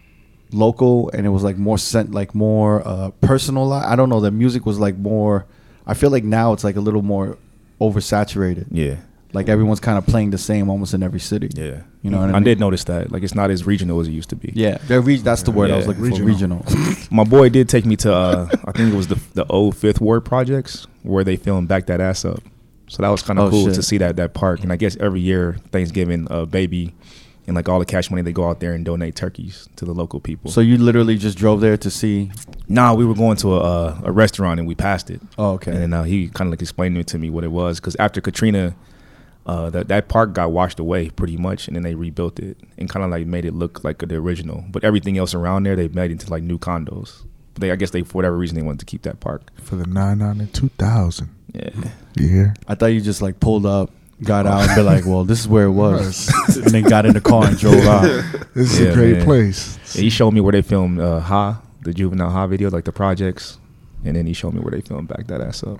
[SPEAKER 2] local and it was like more sent like more uh, personal. I don't know. The music was like more I feel like now it's like a little more oversaturated.
[SPEAKER 1] Yeah.
[SPEAKER 2] Like everyone's kind of playing the same almost in every city.
[SPEAKER 1] Yeah.
[SPEAKER 2] You know what Mm-hmm. I
[SPEAKER 1] I
[SPEAKER 2] mean?
[SPEAKER 1] did notice that. Like it's not as regional as it used to be.
[SPEAKER 2] Yeah, they're re- that's the word I was
[SPEAKER 1] Yeah.
[SPEAKER 2] looking regional. for. Regional.
[SPEAKER 1] My boy did take me to uh, I think it was the the old Fifth Ward projects where they filmed back that ass up. So that was kind of
[SPEAKER 2] Oh,
[SPEAKER 1] cool
[SPEAKER 2] shit.
[SPEAKER 1] to see that that park. And I guess every year Thanksgiving, uh, baby, and like all the cash money, they go out there and donate turkeys to the local people.
[SPEAKER 2] so you literally just drove there to see.
[SPEAKER 1] nah, we were going to a, uh, a restaurant and we passed it.
[SPEAKER 2] Oh, okay.
[SPEAKER 1] And then uh, he kind of like explained it to me what it was because after Katrina, uh, that that park got washed away pretty much, and then they rebuilt it and kind of like made it look like the original. But everything else around there, they made into like new condos. But they, I guess they for whatever reason they wanted to keep that park.
[SPEAKER 4] for the nine nine and two thousand.
[SPEAKER 1] Yeah,
[SPEAKER 4] You hear?
[SPEAKER 2] I thought you just like pulled up, got out, and be like, "Well, this is where it was,"
[SPEAKER 4] Yes.
[SPEAKER 2] and then got in the car and drove out.
[SPEAKER 4] This is
[SPEAKER 1] Yeah,
[SPEAKER 4] a great
[SPEAKER 1] man.
[SPEAKER 4] place.
[SPEAKER 1] And he showed me where they filmed uh, Ha, the juvenile Ha video, like the projects, and then he showed me where they filmed back that ass up.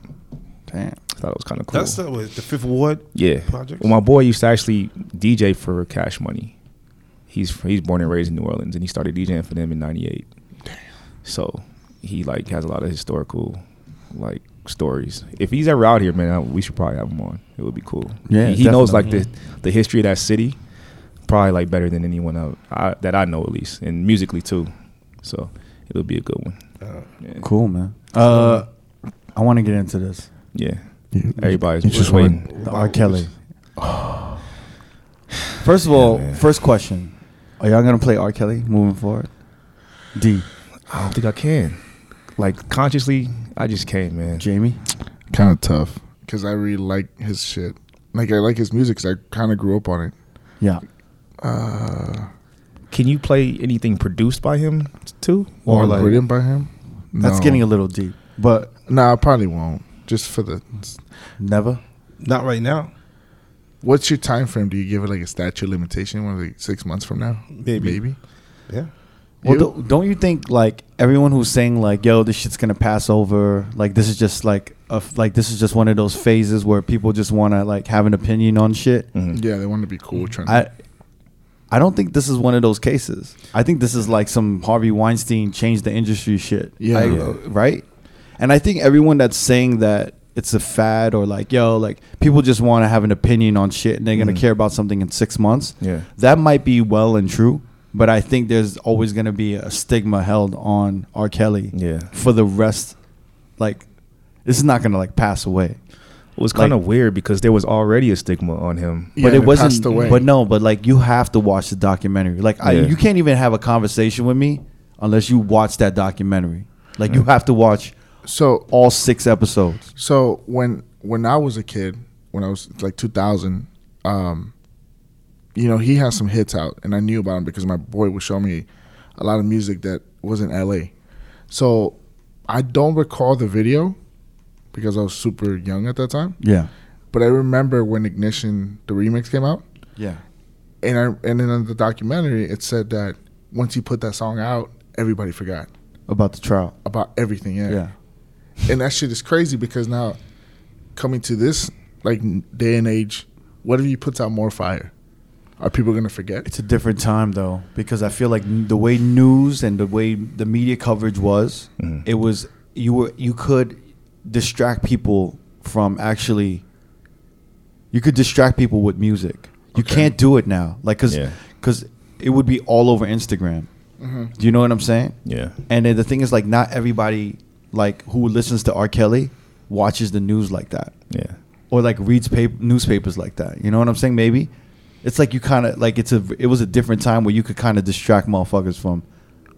[SPEAKER 2] Damn.
[SPEAKER 1] I thought it was kind of cool.
[SPEAKER 3] That's the what, the Fifth Ward.
[SPEAKER 1] Yeah.
[SPEAKER 3] Projects?
[SPEAKER 1] Well, my boy used to actually DJ for Cash Money. He's he's born and raised in New Orleans, and he started DJing for them in '98. So he like has a lot of historical like stories. If he's ever out here, man, I, we should probably have him on. It would be cool.
[SPEAKER 2] Yeah,
[SPEAKER 1] he, he knows like
[SPEAKER 2] definitely.
[SPEAKER 1] the the history of that city, probably like better than anyone out, I, that I know at least, and musically too. So it'll be a good one.
[SPEAKER 3] Uh,
[SPEAKER 1] Yeah,
[SPEAKER 2] Cool, man. Uh, I want to get into this.
[SPEAKER 1] yeah.
[SPEAKER 4] You-
[SPEAKER 1] everybody's
[SPEAKER 4] you
[SPEAKER 1] just
[SPEAKER 4] just
[SPEAKER 1] waiting.
[SPEAKER 2] The R. Kelly. First of all,
[SPEAKER 1] man.
[SPEAKER 2] first question: Are y'all gonna play R. Kelly moving forward? D.
[SPEAKER 1] I don't think I can. Like consciously, I just can't, man.
[SPEAKER 2] Jamie.
[SPEAKER 4] kind of tough because I really like his shit. Like I like his music because I kind of grew up on it.
[SPEAKER 2] Yeah.
[SPEAKER 4] Uh,
[SPEAKER 1] Can you play anything produced by him too?
[SPEAKER 4] or
[SPEAKER 2] like-
[SPEAKER 4] written by him.
[SPEAKER 2] That's getting a little deep, but
[SPEAKER 4] Nah, I probably won't. Just for the.
[SPEAKER 2] never.
[SPEAKER 3] not right now.
[SPEAKER 4] What's your time frame? Do you give it like a statute of limitation? What, like six months from now?
[SPEAKER 3] Maybe.
[SPEAKER 4] Maybe.
[SPEAKER 3] Yeah.
[SPEAKER 2] Well,
[SPEAKER 4] You?
[SPEAKER 2] don't- don't you think like everyone who's saying like, "Yo, this shit's gonna pass over," like this is just like a f- like this is just one of those phases where people just want to like have an opinion on shit.
[SPEAKER 1] mm-hmm.
[SPEAKER 4] Yeah, they want to be cool. Trying.
[SPEAKER 2] Mm. I I don't think this is one of those cases. I think this is like some Harvey Weinstein changed the industry shit.
[SPEAKER 4] Yeah.
[SPEAKER 2] Like,
[SPEAKER 4] Yeah.
[SPEAKER 2] right. And I think everyone that's saying that it's a fad or like, yo, like people just want to have an opinion on shit and they're gonna
[SPEAKER 1] Mhm.
[SPEAKER 2] care about something in six months.
[SPEAKER 1] Yeah.
[SPEAKER 2] that might be well and true, but I think there's always gonna be a stigma held on R. Kelly.
[SPEAKER 1] Yeah.
[SPEAKER 2] for the rest, like. This is not gonna like pass away,
[SPEAKER 1] It was kind of
[SPEAKER 2] Like-
[SPEAKER 1] weird because there was already a stigma on him.
[SPEAKER 4] Yeah,
[SPEAKER 2] but
[SPEAKER 4] and
[SPEAKER 2] it
[SPEAKER 4] it
[SPEAKER 2] wasn't.
[SPEAKER 4] passed away.
[SPEAKER 2] But no, but like you have to watch the documentary. Like I,
[SPEAKER 1] Yeah.
[SPEAKER 2] you can't even have a conversation with me unless you watch that documentary. Like you have to watch
[SPEAKER 4] so
[SPEAKER 2] all six episodes.
[SPEAKER 4] So when when I was a kid, when I was like 2000, um, you know, he had some hits out, and I knew about him because my boy would show me a lot of music that was in LA. So I don't recall the video because I was super young at that time,
[SPEAKER 2] Yeah,
[SPEAKER 4] but I remember when Ignition the remix came out,
[SPEAKER 2] yeah,
[SPEAKER 4] and I and then in the documentary it said that once he put that song out, everybody forgot
[SPEAKER 2] about the trial.
[SPEAKER 4] about everything.
[SPEAKER 2] Yeah,
[SPEAKER 4] and that shit is crazy because now coming to this like n- day and age whatever you puts out more fire are people gonna forget
[SPEAKER 2] it's a different time though because I feel like n- the way news and the way the media coverage was, it was you were you could distract people from actually. You could distract people with music. You
[SPEAKER 4] Okay.
[SPEAKER 2] can't do it now, like because
[SPEAKER 1] Yeah.
[SPEAKER 2] it would be all over Instagram. Do you know what I'm saying?
[SPEAKER 1] Yeah.
[SPEAKER 2] And then the thing is, like, not everybody like who listens to R. Kelly watches the news like that,
[SPEAKER 1] Yeah.
[SPEAKER 2] or like reads pap- newspapers like that. You know what I'm saying? Maybe it's like you kind of like it's a it was a different time where you could kind of distract motherfuckers from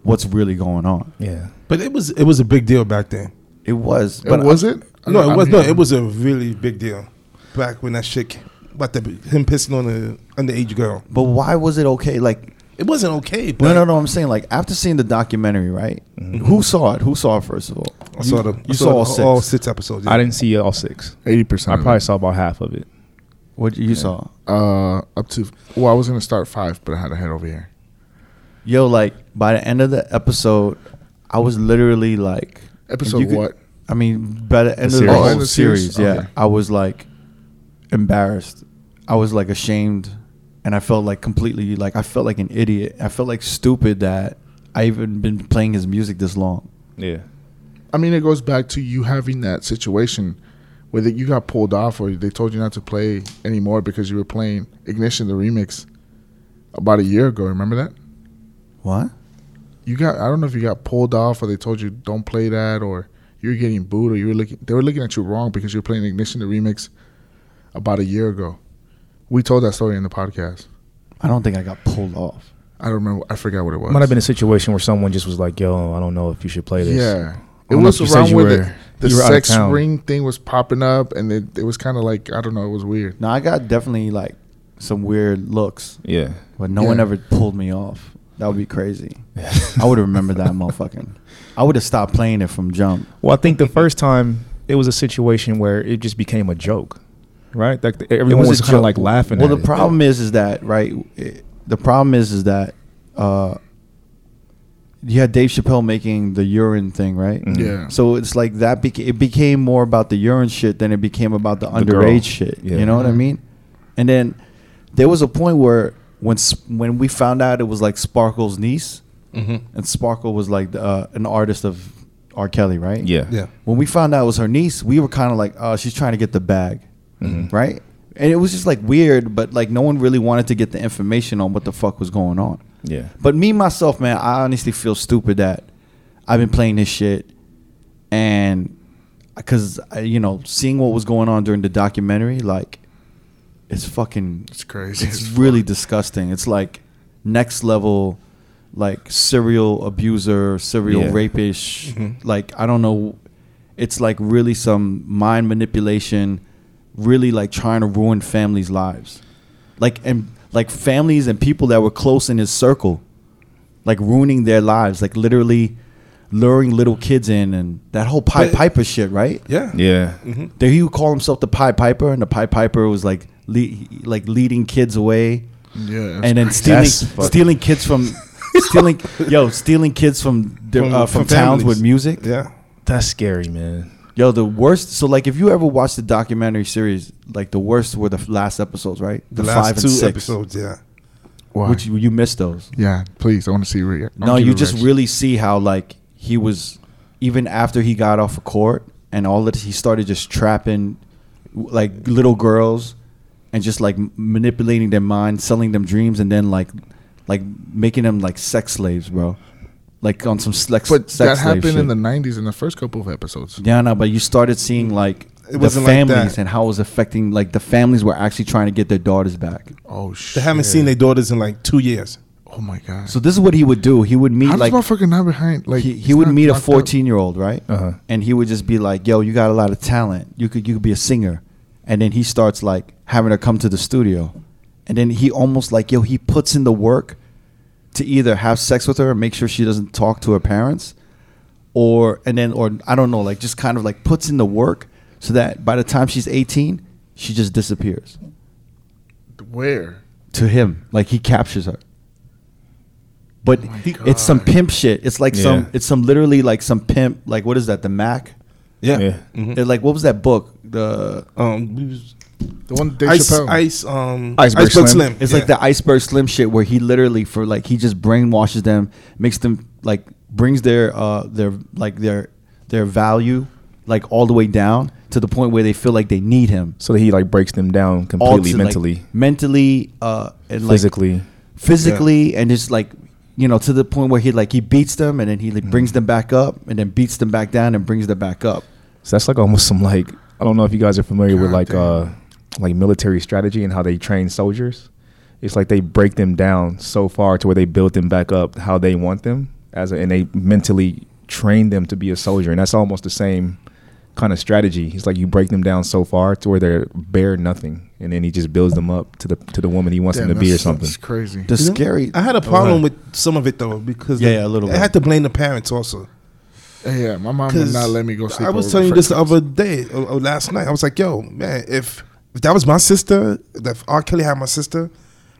[SPEAKER 2] what's really going on.
[SPEAKER 1] Yeah.
[SPEAKER 3] But it was it was a big deal back then.
[SPEAKER 2] It was,
[SPEAKER 4] it was it I
[SPEAKER 3] No,
[SPEAKER 4] don't-
[SPEAKER 3] it
[SPEAKER 4] I
[SPEAKER 3] was no,
[SPEAKER 4] mean-
[SPEAKER 3] it was a really big deal back when that shit. Came, about the, him pissing on an underage girl.
[SPEAKER 2] But why was it okay? Like,
[SPEAKER 3] It wasn't okay. But
[SPEAKER 2] no, no, no. I'm saying like after seeing the documentary, right? Who saw it? Who saw it first of all?
[SPEAKER 3] I saw the
[SPEAKER 2] You,
[SPEAKER 3] I
[SPEAKER 2] saw,
[SPEAKER 3] the-
[SPEAKER 2] all six.
[SPEAKER 3] all six episodes. yeah.
[SPEAKER 1] I didn't see all six.
[SPEAKER 4] 80%
[SPEAKER 1] I
[SPEAKER 4] of
[SPEAKER 1] probably
[SPEAKER 4] it.
[SPEAKER 1] saw about half of it.
[SPEAKER 2] What you saw?
[SPEAKER 4] uh up to well i was gonna start five but i had to head over here
[SPEAKER 2] Yo, like by the end of the episode, I was literally like,
[SPEAKER 4] Episode
[SPEAKER 2] you could-
[SPEAKER 4] what?
[SPEAKER 2] I mean, by the end of
[SPEAKER 1] series.
[SPEAKER 2] the
[SPEAKER 1] Oh,
[SPEAKER 2] whole
[SPEAKER 4] end of the
[SPEAKER 2] series,
[SPEAKER 4] series?
[SPEAKER 2] yeah,
[SPEAKER 4] Okay.
[SPEAKER 2] I was like embarrassed. I was like ashamed, and I felt like completely like I felt like an idiot. I felt like stupid that I even been playing his music this long.
[SPEAKER 1] Yeah.
[SPEAKER 4] I mean, it goes back to you having that situation where that you got pulled off or they told you not to play anymore because you were playing Ignition the remix about a year ago. Remember that?
[SPEAKER 2] What?
[SPEAKER 4] You got I don't know if you got pulled off or they told you don't play that or you were getting booed or you were looking they were looking at you wrong because you were playing Ignition the remix about a year ago. We told that story in the podcast.
[SPEAKER 2] I don't think I got pulled off.
[SPEAKER 4] I don't remember. I forgot what it was.
[SPEAKER 1] Might have been a situation where someone just was like, "Yo, I don't know if you should play this."
[SPEAKER 4] Yeah. It
[SPEAKER 1] don't know
[SPEAKER 4] was
[SPEAKER 1] if you said
[SPEAKER 4] around
[SPEAKER 1] you
[SPEAKER 4] where
[SPEAKER 1] were-
[SPEAKER 4] the, the
[SPEAKER 1] you were out of
[SPEAKER 4] sex
[SPEAKER 1] town.
[SPEAKER 4] ring thing was popping up, and it, it was kind of like, I don't know, it was weird.
[SPEAKER 2] No, I got definitely like some weird looks,
[SPEAKER 1] Yeah.
[SPEAKER 2] but no one
[SPEAKER 4] Yeah.
[SPEAKER 2] ever pulled me off. That would be crazy. I would remember that motherfucking. I would have stopped playing it from jump.
[SPEAKER 1] Well, I think the first time it was a situation where it just became a joke, right? Like the- everyone
[SPEAKER 2] a
[SPEAKER 1] was, kind
[SPEAKER 2] joke.
[SPEAKER 1] of like laughing.
[SPEAKER 2] Well,
[SPEAKER 1] at
[SPEAKER 2] the
[SPEAKER 1] it.
[SPEAKER 2] problem is, is that right? it- the problem is, is that uh, you had Dave Chappelle making the urine thing, right?
[SPEAKER 1] Mhm.
[SPEAKER 4] Yeah.
[SPEAKER 2] So it's like that. Beca- it became more about the urine shit than it became about the,
[SPEAKER 1] The girl.
[SPEAKER 2] underage shit.
[SPEAKER 1] Yeah.
[SPEAKER 2] You know what I mean? And then there was a point where when s- when we found out it was like Sparkle's niece,
[SPEAKER 3] Mm-hmm.
[SPEAKER 2] and Sparkle was like the, uh, an artist of R. Kelly, right?
[SPEAKER 1] Yeah.
[SPEAKER 3] Yeah.
[SPEAKER 2] When we found out it was her niece, we were kind of like, "Oh, she's trying to get the bag,"
[SPEAKER 1] Mm-hmm.
[SPEAKER 2] right? And it was just like weird, but like no one really wanted to get the information on what the fuck was going on.
[SPEAKER 1] Yeah.
[SPEAKER 2] But me myself, man, I honestly feel stupid that I've been playing this shit, and because you know, seeing what was going on during the documentary, like, it's fucking,
[SPEAKER 4] It's crazy.
[SPEAKER 2] it's really disgusting. It's like next level, like serial abuser, serial
[SPEAKER 1] Yeah.
[SPEAKER 2] rapish.
[SPEAKER 4] Mm-hmm.
[SPEAKER 2] Like I don't know, it's like really some mind manipulation, really like trying to ruin families' lives, like and like families and people that were close in his circle like ruining their lives, like literally luring little kids in and that whole Pied
[SPEAKER 3] But-
[SPEAKER 2] Piper shit, right?
[SPEAKER 3] Yeah.
[SPEAKER 1] Yeah.
[SPEAKER 3] Mm-hmm.
[SPEAKER 2] Did he call himself the Pied Piper, and the Pied Piper was like le- like leading kids away,
[SPEAKER 4] Yeah.
[SPEAKER 2] and then
[SPEAKER 4] it's
[SPEAKER 2] stealing
[SPEAKER 1] That's fuck-
[SPEAKER 2] stealing kids from stealing yo stealing kids from their,
[SPEAKER 3] From-
[SPEAKER 2] uh,
[SPEAKER 3] from
[SPEAKER 2] from, towns
[SPEAKER 3] families.
[SPEAKER 2] with music.
[SPEAKER 3] Yeah.
[SPEAKER 1] That's scary, man.
[SPEAKER 2] Yo, the worst. So like, if you ever watched the documentary series, like the worst were the last episodes, right?
[SPEAKER 3] The, last two episodes. Yeah.
[SPEAKER 4] Why?
[SPEAKER 2] which you, you missed those.
[SPEAKER 4] yeah, please. I want to see Rick.
[SPEAKER 2] No, you just really see how like he was even after he got off of court and all that he started just trapping like little girls and just like m- manipulating their minds, selling them dreams and then like like making them like sex slaves, bro. Like on some sex
[SPEAKER 4] But
[SPEAKER 2] sex
[SPEAKER 4] that
[SPEAKER 2] slave
[SPEAKER 4] happened
[SPEAKER 2] shit.
[SPEAKER 4] in the 90s in the first couple of episodes.
[SPEAKER 2] Yeah, no, but you started seeing like
[SPEAKER 3] It
[SPEAKER 2] the
[SPEAKER 3] wasn't like
[SPEAKER 2] families
[SPEAKER 3] that.
[SPEAKER 2] and how it was affecting like the families were actually trying to get their daughters back.
[SPEAKER 4] Oh, shit.
[SPEAKER 3] They haven't seen their daughters in like two years.
[SPEAKER 4] Oh, my God.
[SPEAKER 2] So this is what he would do. He would meet
[SPEAKER 4] How
[SPEAKER 2] like
[SPEAKER 4] does motherfucker not behind? Like,
[SPEAKER 2] he, he
[SPEAKER 4] he's
[SPEAKER 2] would
[SPEAKER 4] not
[SPEAKER 2] meet a
[SPEAKER 4] locked up?
[SPEAKER 2] 14 year old right
[SPEAKER 1] Uh-huh.
[SPEAKER 2] and he would just be like yo you got a lot of talent you could you could be a singer and then he starts like having her come to the studio and then he almost like yo he puts in the work to either have sex with her and make sure she doesn't talk to her parents or and then or i don't know like just kind of like puts in the work so that by the time she's 18 she just disappears
[SPEAKER 4] Where?
[SPEAKER 2] to him like he captures her but
[SPEAKER 4] Oh my
[SPEAKER 2] he- it's some
[SPEAKER 4] God.
[SPEAKER 2] pimp shit it's like
[SPEAKER 1] Yeah.
[SPEAKER 2] some it's some literally like some pimp like what is that the mac
[SPEAKER 3] Yeah.
[SPEAKER 1] Yeah.
[SPEAKER 3] Mhm.
[SPEAKER 2] They're like what was that book the
[SPEAKER 3] Um, we was-
[SPEAKER 4] The one Dave
[SPEAKER 3] ice,
[SPEAKER 4] Chappelle.
[SPEAKER 3] ice, um,
[SPEAKER 1] Iceberg Slim.
[SPEAKER 3] iceberg slim.
[SPEAKER 2] it's
[SPEAKER 3] Yeah.
[SPEAKER 2] like the iceberg slim shit where he literally for like he just brainwashes them makes them like brings their uh their like their their value like all the way down to the point where they feel like they need him
[SPEAKER 1] So he like breaks them down
[SPEAKER 2] All
[SPEAKER 1] completely,
[SPEAKER 2] to, like,
[SPEAKER 1] mentally,
[SPEAKER 2] mentally uh and like
[SPEAKER 1] physically.
[SPEAKER 2] physically and just like you know to the point where he like he beats them and then he like
[SPEAKER 1] Mm-hmm.
[SPEAKER 2] brings them back up and then beats them back down and brings them back up
[SPEAKER 1] So that's like almost some like I don't know if you guys are familiar with
[SPEAKER 4] God
[SPEAKER 1] like
[SPEAKER 4] damn.
[SPEAKER 1] uh like military strategy and how they train soldiers. It's like they break them down so far to where they build them back up how they want them as a, and they mentally train them to be a soldier and that's almost the same kind of strategy. It's like you break them down so far to where they're bare nothing and then he just builds them up to the to the woman he wants
[SPEAKER 4] Damn,
[SPEAKER 1] them to be or
[SPEAKER 4] that's-
[SPEAKER 1] something.
[SPEAKER 4] That's crazy.
[SPEAKER 2] the scary
[SPEAKER 3] I had a problem with some of it though because
[SPEAKER 2] Yeah, yeah, a little
[SPEAKER 3] I
[SPEAKER 2] bit.
[SPEAKER 3] had to blame the parents also.
[SPEAKER 4] yeah, my mom would
[SPEAKER 3] 'Cause
[SPEAKER 4] not let me go sleep.
[SPEAKER 3] I was
[SPEAKER 4] over
[SPEAKER 3] telling you
[SPEAKER 4] friend's
[SPEAKER 3] this the other day, or, or last night. I was like, "Yo, man, if if that was my sister, if R. Kelly had my sister,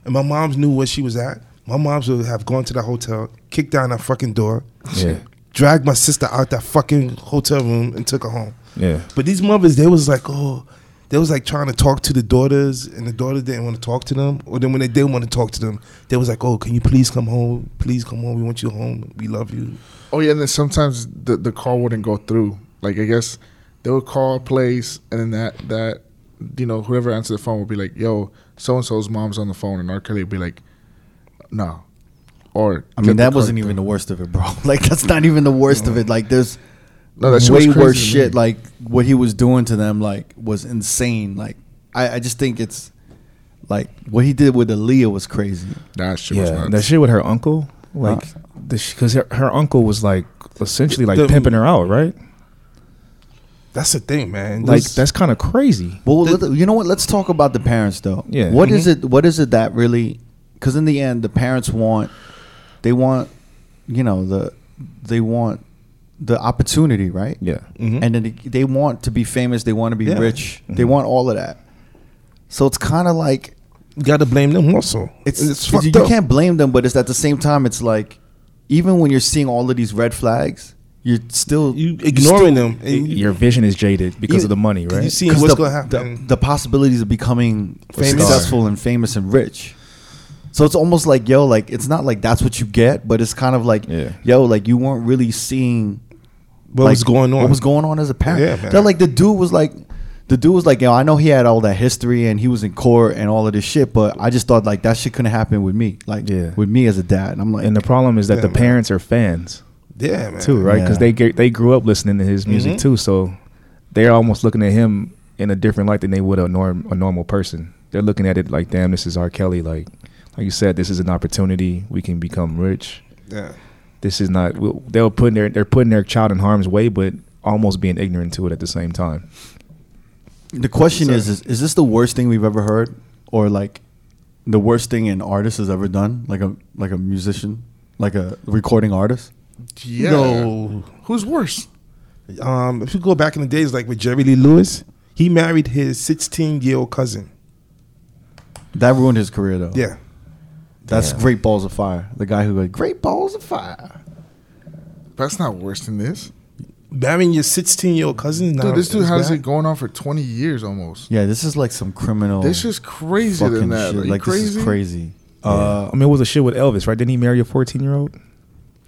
[SPEAKER 3] and my mom's knew where she was at, my mom's would have gone to that hotel, kicked down that fucking door,
[SPEAKER 1] Yeah.
[SPEAKER 3] dragged my sister out that fucking hotel room, and took her home."
[SPEAKER 1] Yeah.
[SPEAKER 3] But these mothers, they was like, "Oh, They was like trying to talk to the daughters, and the daughters didn't want to talk to them. Or then when they did want to talk to them, they was like, "Oh, can you please come home? Please come home. We want you home. We love you."
[SPEAKER 4] Oh yeah, and then sometimes the the call wouldn't go through. Like I guess they would call a place, and then that that you know whoever answered the phone would be like, "Yo, so and so's mom's on the phone," and R. Kelly would be like, "No." Or
[SPEAKER 2] I
[SPEAKER 4] get
[SPEAKER 2] mean,
[SPEAKER 4] the
[SPEAKER 2] that
[SPEAKER 4] card
[SPEAKER 2] wasn't
[SPEAKER 4] through.
[SPEAKER 2] even the worst of it, bro. Like that's not even the worst of it. Like there's
[SPEAKER 4] No, that shit was
[SPEAKER 2] way
[SPEAKER 4] crazy
[SPEAKER 2] worse
[SPEAKER 4] to me.
[SPEAKER 2] shit. Like what he was doing to them, like was insane. Like I, I just think it's like what he did with Aaliyah was crazy.
[SPEAKER 4] That shit was
[SPEAKER 1] Yeah,
[SPEAKER 4] nuts.
[SPEAKER 1] that shit with her uncle, like,
[SPEAKER 2] Huh?
[SPEAKER 1] because her, her uncle was like essentially like
[SPEAKER 3] The-
[SPEAKER 1] pimping her out, right?
[SPEAKER 3] That's the thing, man.
[SPEAKER 1] Like
[SPEAKER 3] This-
[SPEAKER 1] that's kind of crazy.
[SPEAKER 2] Well, let- you know what? Let's talk about the parents, though.
[SPEAKER 1] Yeah.
[SPEAKER 2] What is
[SPEAKER 4] Mm-hmm.
[SPEAKER 2] it? What is it that really? Because in the end, the parents want, they want, you know, the they want the opportunity, right?
[SPEAKER 1] Yeah,
[SPEAKER 3] Mhm.
[SPEAKER 2] And then they- they want to be famous. They want to be
[SPEAKER 3] Yeah. Mm-hmm.
[SPEAKER 2] rich. They want all of that. So it's kind of like
[SPEAKER 3] you gotta blame them also.
[SPEAKER 2] it's,
[SPEAKER 3] And
[SPEAKER 2] it's-
[SPEAKER 3] fucked
[SPEAKER 2] you
[SPEAKER 3] up.
[SPEAKER 2] can't blame them, but it's at the same time, it's like even when you're seeing all of these red flags, you're still
[SPEAKER 3] you
[SPEAKER 2] you're still-
[SPEAKER 3] ignoring them. And you,
[SPEAKER 1] your vision is jaded because of the money,
[SPEAKER 3] you
[SPEAKER 1] right?
[SPEAKER 3] see
[SPEAKER 2] 'Cause
[SPEAKER 3] what's
[SPEAKER 2] the,
[SPEAKER 3] gonna
[SPEAKER 2] the-
[SPEAKER 3] happen.
[SPEAKER 2] The, possibilities of becoming
[SPEAKER 3] Famous.
[SPEAKER 2] successful and famous and rich. So it's almost like yo, like it's not like that's what you get, but it's kind of like
[SPEAKER 1] Yeah.
[SPEAKER 2] yo, like you weren't really seeing
[SPEAKER 3] what
[SPEAKER 2] like,
[SPEAKER 3] was going on?
[SPEAKER 2] What was going on as a parent?
[SPEAKER 3] Yeah,
[SPEAKER 2] They're
[SPEAKER 3] man.
[SPEAKER 2] like the dude was like, the dude was like, yo, I know he had all that history and he was in court and all of this shit, but I just thought like that shit couldn't happen with me, like
[SPEAKER 1] Yeah.
[SPEAKER 2] with me as a dad. And I'm like,
[SPEAKER 1] and the problem is that
[SPEAKER 3] Yeah,
[SPEAKER 1] the
[SPEAKER 3] man.
[SPEAKER 1] parents are fans
[SPEAKER 3] Yeah, man.
[SPEAKER 1] too, right? Because
[SPEAKER 2] Yeah.
[SPEAKER 1] they get, they grew up listening to his music
[SPEAKER 3] Mhm.
[SPEAKER 1] too, so they're almost looking at him in a different light than they would a norm a normal person. They're looking at it like, damn, this is R. Kelly. Like, like you said, this is an opportunity. We can become rich.
[SPEAKER 3] Yeah.
[SPEAKER 1] This is not. w- They're putting their they're putting their child in harm's way, but almost being ignorant to it at the same time.
[SPEAKER 2] the question
[SPEAKER 3] So-
[SPEAKER 2] is, is, is this the worst thing we've ever heard, or like the worst thing an artist has ever done, like a like a musician, like a recording artist?
[SPEAKER 4] yeah.
[SPEAKER 3] No.
[SPEAKER 4] Who's worse?
[SPEAKER 3] Um, if you go back in the days, like with Jerry Lee Lewis, he married his 16 year old cousin.
[SPEAKER 2] That ruined his career though.
[SPEAKER 3] Yeah.
[SPEAKER 2] that's
[SPEAKER 1] Damn.
[SPEAKER 2] Great Balls of Fire. The guy who like Great Balls of Fire.
[SPEAKER 4] That's not worse than this.
[SPEAKER 3] Marrying your 16 year old cousin? Nah,
[SPEAKER 4] Dude, this dude
[SPEAKER 3] it's
[SPEAKER 4] has
[SPEAKER 3] bad.
[SPEAKER 4] it going on for 20 years almost.
[SPEAKER 2] Yeah, this is like some criminal.
[SPEAKER 4] This is crazier
[SPEAKER 2] fucking
[SPEAKER 4] than that. Are
[SPEAKER 2] shit.
[SPEAKER 4] you
[SPEAKER 2] Like
[SPEAKER 4] crazy?
[SPEAKER 2] this is crazy.
[SPEAKER 1] Uh, I mean, it was a shit with Elvis, right? Didn't he marry a fourteen year old?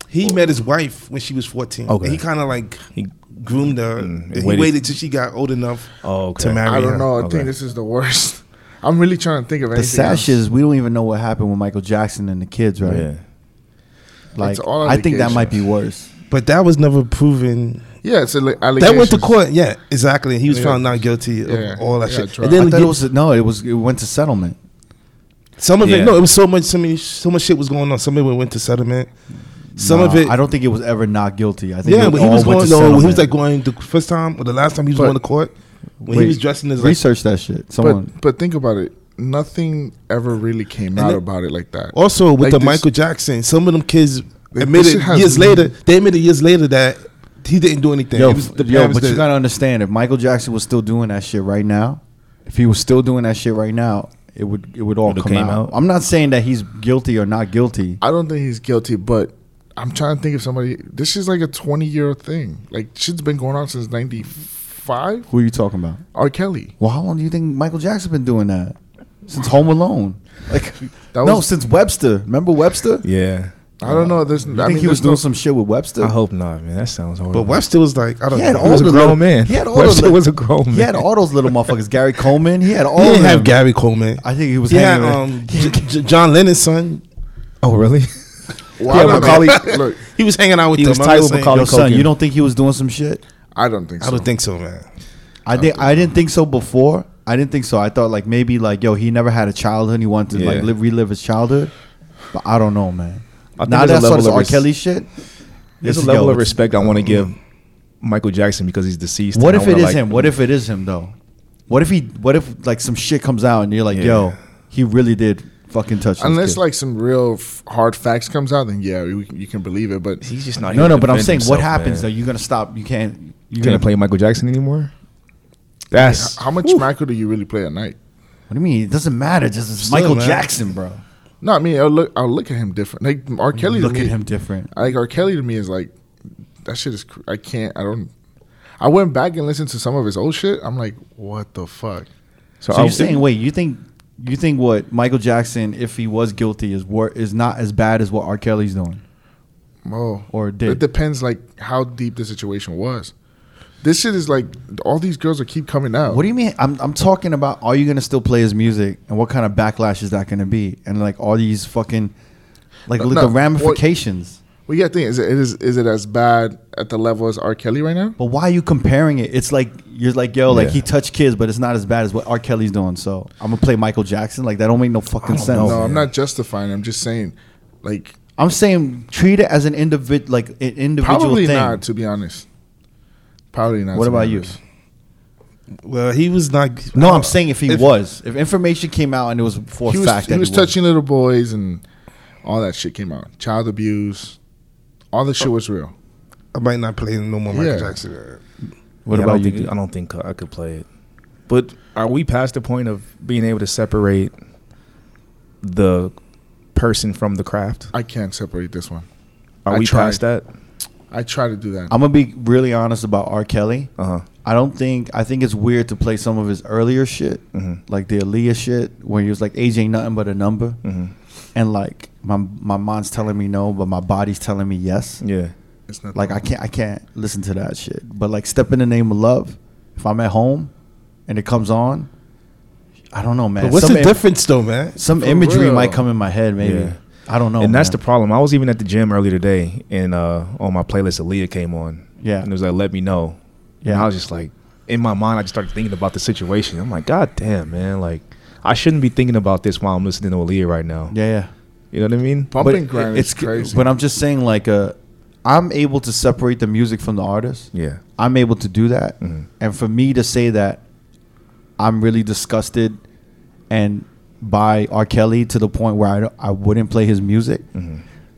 [SPEAKER 3] He met his wife when she was 14.
[SPEAKER 1] Okay.
[SPEAKER 3] And he kind of like
[SPEAKER 1] He-
[SPEAKER 3] groomed her.
[SPEAKER 1] Mm,
[SPEAKER 3] he
[SPEAKER 1] waited-
[SPEAKER 3] waited. till she got old enough
[SPEAKER 1] Oh,
[SPEAKER 3] to marry
[SPEAKER 4] I
[SPEAKER 3] her.
[SPEAKER 4] don't know. I
[SPEAKER 1] Okay.
[SPEAKER 4] think this is the worst. I'm really trying to think of
[SPEAKER 2] The
[SPEAKER 4] anything.
[SPEAKER 2] sash
[SPEAKER 4] else.
[SPEAKER 2] is we don't even know what happened with Michael Jackson and the kids, right?
[SPEAKER 1] Yeah.
[SPEAKER 2] Like
[SPEAKER 4] It's all
[SPEAKER 2] I think that
[SPEAKER 4] allegations.
[SPEAKER 2] might be worse.
[SPEAKER 3] But that was never proven.
[SPEAKER 4] yeah, it's a like
[SPEAKER 3] That went to
[SPEAKER 4] allegations.
[SPEAKER 3] court. Yeah, exactly. He was
[SPEAKER 4] Yeah.
[SPEAKER 3] found not guilty of
[SPEAKER 4] Yeah.
[SPEAKER 3] all that
[SPEAKER 4] Yeah,
[SPEAKER 3] shit.
[SPEAKER 4] trial.
[SPEAKER 3] And
[SPEAKER 2] I
[SPEAKER 3] then
[SPEAKER 2] thought
[SPEAKER 3] get-
[SPEAKER 2] it was no, it was it went to settlement.
[SPEAKER 3] some of
[SPEAKER 1] Yeah.
[SPEAKER 3] it, no, it was so much, so many, so much shit was going on. Some of it went to settlement. Some of
[SPEAKER 2] Nah,
[SPEAKER 3] it,
[SPEAKER 2] I don't think it was ever not guilty. I think
[SPEAKER 3] Yeah,
[SPEAKER 2] it
[SPEAKER 3] but he
[SPEAKER 2] all
[SPEAKER 3] was
[SPEAKER 2] went
[SPEAKER 3] going.
[SPEAKER 2] to
[SPEAKER 3] No, he was
[SPEAKER 2] settlement.
[SPEAKER 3] like going the first time or the last time he was
[SPEAKER 4] But-
[SPEAKER 3] going to court when
[SPEAKER 2] Wait,
[SPEAKER 3] he was dressing as like.
[SPEAKER 2] research that shit. Someone
[SPEAKER 4] But but think about it. Nothing ever really came out
[SPEAKER 3] it-
[SPEAKER 4] about it like
[SPEAKER 2] Oh.
[SPEAKER 4] that.
[SPEAKER 3] Also with
[SPEAKER 4] Like
[SPEAKER 3] the
[SPEAKER 4] this-
[SPEAKER 3] Michael Jackson, some of them kids
[SPEAKER 4] Like,
[SPEAKER 3] admitted
[SPEAKER 4] this shit has
[SPEAKER 3] years
[SPEAKER 4] no-
[SPEAKER 3] later. They admitted years later that he didn't do anything.
[SPEAKER 2] Yo,
[SPEAKER 3] It was the
[SPEAKER 2] yo
[SPEAKER 3] parents
[SPEAKER 2] but you
[SPEAKER 3] that-
[SPEAKER 2] gotta understand if Michael Jackson was still doing that shit right now, if he was still doing that shit right now, it would it would all
[SPEAKER 1] Would've
[SPEAKER 2] come
[SPEAKER 1] came
[SPEAKER 2] out.
[SPEAKER 1] out.
[SPEAKER 2] I'm not saying that he's guilty or not guilty.
[SPEAKER 4] I don't think he's guilty, but I'm trying to think of somebody. This is like a 20 year thing. Like shit's been going on since 95.
[SPEAKER 2] Who are you talking about?
[SPEAKER 4] R. Kelly.
[SPEAKER 2] Well, how long do you think Michael Jackson's been doing that? Since Home Alone, like
[SPEAKER 4] That
[SPEAKER 2] no,
[SPEAKER 4] was-
[SPEAKER 2] since Webster. Remember Webster?
[SPEAKER 1] Yeah.
[SPEAKER 4] I don't know. There's,
[SPEAKER 2] I
[SPEAKER 4] I
[SPEAKER 2] think
[SPEAKER 4] mean,
[SPEAKER 2] he was
[SPEAKER 4] there's no-
[SPEAKER 2] doing some shit with Webster.
[SPEAKER 1] I hope not, man. That sounds horrible.
[SPEAKER 3] But Webster was like, I don't
[SPEAKER 2] He had
[SPEAKER 3] know.
[SPEAKER 1] He was
[SPEAKER 2] all
[SPEAKER 1] a
[SPEAKER 2] the
[SPEAKER 1] grown
[SPEAKER 2] little-
[SPEAKER 1] man.
[SPEAKER 2] He had all
[SPEAKER 1] Webster
[SPEAKER 2] the li-
[SPEAKER 1] was a grown
[SPEAKER 2] He
[SPEAKER 1] man.
[SPEAKER 2] had all those little motherfuckers. Gary Coleman. He had all.
[SPEAKER 3] He
[SPEAKER 2] of
[SPEAKER 3] didn't have
[SPEAKER 2] them.
[SPEAKER 3] Gary Coleman.
[SPEAKER 2] I think he was.
[SPEAKER 3] He had
[SPEAKER 2] hanging with-
[SPEAKER 3] um, J- J- John Lennon's son.
[SPEAKER 1] Oh, really?
[SPEAKER 4] Well,
[SPEAKER 2] Yeah,
[SPEAKER 4] I don't know.
[SPEAKER 2] Macaulay-
[SPEAKER 4] Look,
[SPEAKER 3] He was hanging out with
[SPEAKER 1] He
[SPEAKER 3] them.
[SPEAKER 1] was
[SPEAKER 3] I'm
[SPEAKER 1] tied
[SPEAKER 3] just
[SPEAKER 1] with
[SPEAKER 3] saying.
[SPEAKER 1] Macaulay.
[SPEAKER 2] Yo, son,
[SPEAKER 1] Culkin.
[SPEAKER 2] you don't think he was doing some shit?
[SPEAKER 4] I don't think so.
[SPEAKER 3] I don't think so, man.
[SPEAKER 2] I think I didn't think so before. I didn't think so. I thought like maybe like yo, he never had a childhood. He wanted to like
[SPEAKER 1] Yeah.
[SPEAKER 2] live, relive his childhood, but I don't know, man.
[SPEAKER 1] I think
[SPEAKER 2] now
[SPEAKER 1] there's a
[SPEAKER 2] that I saw
[SPEAKER 1] level
[SPEAKER 2] this
[SPEAKER 1] of
[SPEAKER 2] R.
[SPEAKER 1] res-
[SPEAKER 2] Kelly shit,
[SPEAKER 1] There's
[SPEAKER 2] it's-
[SPEAKER 1] a level
[SPEAKER 2] yo,
[SPEAKER 1] of
[SPEAKER 2] it's-
[SPEAKER 1] respect I want to give Michael Jackson because he's deceased.
[SPEAKER 2] What
[SPEAKER 1] and
[SPEAKER 2] if
[SPEAKER 1] I
[SPEAKER 2] it
[SPEAKER 1] wanna,
[SPEAKER 2] is
[SPEAKER 1] like-
[SPEAKER 2] him? What if it is him though? What if he? What if like some shit comes out and you're like,
[SPEAKER 1] Yeah.
[SPEAKER 2] yo, he really did fucking touch. this
[SPEAKER 4] Unless
[SPEAKER 2] kid.
[SPEAKER 4] like some real f- hard facts comes out, then yeah, you, you can believe it. But
[SPEAKER 1] He's just not.
[SPEAKER 2] no,
[SPEAKER 1] here
[SPEAKER 2] no,
[SPEAKER 1] to
[SPEAKER 2] but I'm
[SPEAKER 1] defend
[SPEAKER 2] saying what
[SPEAKER 1] himself, man.
[SPEAKER 2] happens though? You're gonna stop. You can't.
[SPEAKER 1] You gonna play Michael Jackson anymore? That's
[SPEAKER 4] how much Michael do you really play at night?
[SPEAKER 2] What do you mean? It doesn't matter. Just it's
[SPEAKER 3] Still,
[SPEAKER 2] Michael
[SPEAKER 3] man.
[SPEAKER 2] Jackson, bro.
[SPEAKER 4] No, I mean I'll look. I'll look at him different. Like R. Kelly.
[SPEAKER 2] Look
[SPEAKER 4] to
[SPEAKER 2] at
[SPEAKER 4] me,
[SPEAKER 2] him different.
[SPEAKER 4] Like R. Kelly to me is like that shit is. cr- I can't. I don't. I went back and listened to some of his old shit. I'm like, what the fuck?
[SPEAKER 1] So,
[SPEAKER 2] So
[SPEAKER 1] I-
[SPEAKER 2] you're saying, wait, you think you think what Michael Jackson, if he was guilty, is wor- is not as bad as what R. Kelly's doing?
[SPEAKER 4] Oh,
[SPEAKER 2] Or did.
[SPEAKER 4] it depends like how deep the situation was. This shit is like all these girls will keep coming out.
[SPEAKER 2] What do you mean? I'm I'm talking about. Are you gonna still play his music, and what kind of backlash is that gonna be? And like all these fucking, like
[SPEAKER 4] No,
[SPEAKER 2] look,
[SPEAKER 4] no,
[SPEAKER 2] the
[SPEAKER 4] what-
[SPEAKER 2] ramifications.
[SPEAKER 4] well, yeah, thing is, it is is it as bad at the level as R. Kelly right now?
[SPEAKER 2] But why are you comparing it? It's like you're like yo, like
[SPEAKER 1] Yeah.
[SPEAKER 2] he touched kids, but it's not as bad as what R. Kelly's doing. So I'm gonna play Michael Jackson. Like that don't make Oh, no fucking sense.
[SPEAKER 4] no, I'm not justifying. I'm just saying, like,
[SPEAKER 2] I'm saying treat it as an individual, like an individual
[SPEAKER 4] probably
[SPEAKER 2] thing.
[SPEAKER 4] not. To be honest, probably not.
[SPEAKER 2] What
[SPEAKER 4] to be
[SPEAKER 2] about you?
[SPEAKER 4] honest.
[SPEAKER 3] Well, he was not. uh,
[SPEAKER 2] No, I'm saying if he
[SPEAKER 3] If-
[SPEAKER 2] was, if information came out and it was for
[SPEAKER 4] He
[SPEAKER 2] a
[SPEAKER 4] was,
[SPEAKER 2] fact
[SPEAKER 4] he
[SPEAKER 2] that
[SPEAKER 4] was touching little boys and all that shit came out. Child abuse, all the shit was real.
[SPEAKER 3] I might not play no more Michael
[SPEAKER 4] Yeah.
[SPEAKER 3] Jackson.
[SPEAKER 2] What
[SPEAKER 1] Yeah, I
[SPEAKER 2] about
[SPEAKER 1] don't
[SPEAKER 2] you?
[SPEAKER 1] think-
[SPEAKER 2] dude?
[SPEAKER 1] I don't think I could play it. But are we past the point of being able to separate the person from the craft?
[SPEAKER 4] I can't separate this one.
[SPEAKER 1] Are
[SPEAKER 4] I
[SPEAKER 1] we
[SPEAKER 4] tried.
[SPEAKER 1] past that?
[SPEAKER 4] I try to do that.
[SPEAKER 2] I'm gonna be really honest about R. Kelly.
[SPEAKER 1] Uh huh.
[SPEAKER 2] I don't think I think it's weird to play some of his earlier shit,
[SPEAKER 4] Mm-hmm.
[SPEAKER 2] like the Aaliyah shit, where he was like age ain't nothing but a number,
[SPEAKER 4] Mm-hmm.
[SPEAKER 2] and like my my mind's telling me no, but my body's telling me yes.
[SPEAKER 1] Yeah.
[SPEAKER 4] It's not
[SPEAKER 2] Like I can't I can't listen to that shit. But like step in the name of love. If I'm at home and it comes on, I don't know, man.
[SPEAKER 3] But what's
[SPEAKER 2] some
[SPEAKER 3] the
[SPEAKER 2] im-
[SPEAKER 3] difference though, man?
[SPEAKER 2] Some
[SPEAKER 4] For
[SPEAKER 2] imagery
[SPEAKER 4] real.
[SPEAKER 2] might come in my head, maybe.
[SPEAKER 1] Yeah.
[SPEAKER 2] I don't know.
[SPEAKER 1] and that's the
[SPEAKER 2] man.
[SPEAKER 1] problem. I was even at the gym earlier today, and uh, on my playlist, Aaliyah came on.
[SPEAKER 2] Yeah.
[SPEAKER 1] And it was like, "Let me know." Yeah. And
[SPEAKER 2] Yeah.
[SPEAKER 1] I was just like, in my mind, I just started thinking about the situation. I'm like, "God damn, man! Like, I shouldn't be thinking about this while I'm listening to Aaliyah right now."
[SPEAKER 2] yeah, yeah.
[SPEAKER 1] You know what I mean?
[SPEAKER 4] bumping
[SPEAKER 2] it-
[SPEAKER 4] grind. It's crazy.
[SPEAKER 2] But I'm just saying, like, uh, I'm able to separate the music from the artist.
[SPEAKER 1] Yeah.
[SPEAKER 2] I'm able to do that,
[SPEAKER 1] Mhm.
[SPEAKER 2] and for me to say that I'm really disgusted and by R. Kelly to the point where I don't- I wouldn't play his music,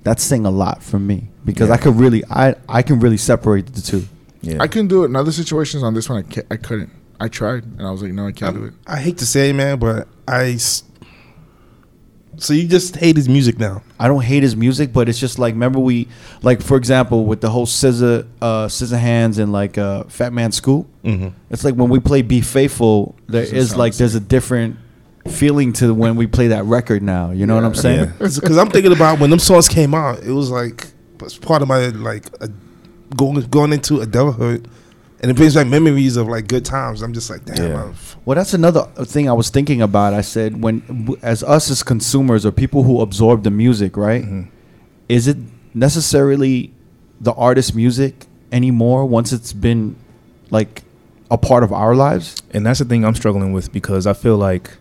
[SPEAKER 2] that's saying a lot for me because
[SPEAKER 1] Yeah.
[SPEAKER 2] I could really I I can really separate the two.
[SPEAKER 1] Yeah.
[SPEAKER 4] I couldn't do it in other situations. On this one, I, ca- I couldn't. I tried, and I was like, no, I can't do it.
[SPEAKER 3] I hate to say, it, man, but I. s- So you just hate his music now?
[SPEAKER 2] I don't hate his music, but it's just like remember we like for example with the whole scissor uh scissor hands and like uh Fat Man Scoop.
[SPEAKER 3] Mm-hmm.
[SPEAKER 2] It's like when we play Be Faithful, there
[SPEAKER 4] Doesn't
[SPEAKER 2] is
[SPEAKER 4] sound
[SPEAKER 2] like
[SPEAKER 4] the
[SPEAKER 2] there's a different feeling to when we play that record now. You know what I'm
[SPEAKER 4] Yeah.
[SPEAKER 2] saying?
[SPEAKER 1] Yeah.
[SPEAKER 3] Because I'm thinking about when them songs came out, it was like it's part of my like a, going going into adulthood, and it brings back memories of like good times. I'm just like, damn,
[SPEAKER 1] Yeah.
[SPEAKER 3] I'm f-
[SPEAKER 2] Well, that's another thing I was thinking about. I said when as us as consumers or people who absorb the music, right?
[SPEAKER 1] Mm-hmm.
[SPEAKER 2] Is it necessarily the artist's music anymore once it's been like a part of our lives?
[SPEAKER 1] And that's the thing I'm struggling with because I feel like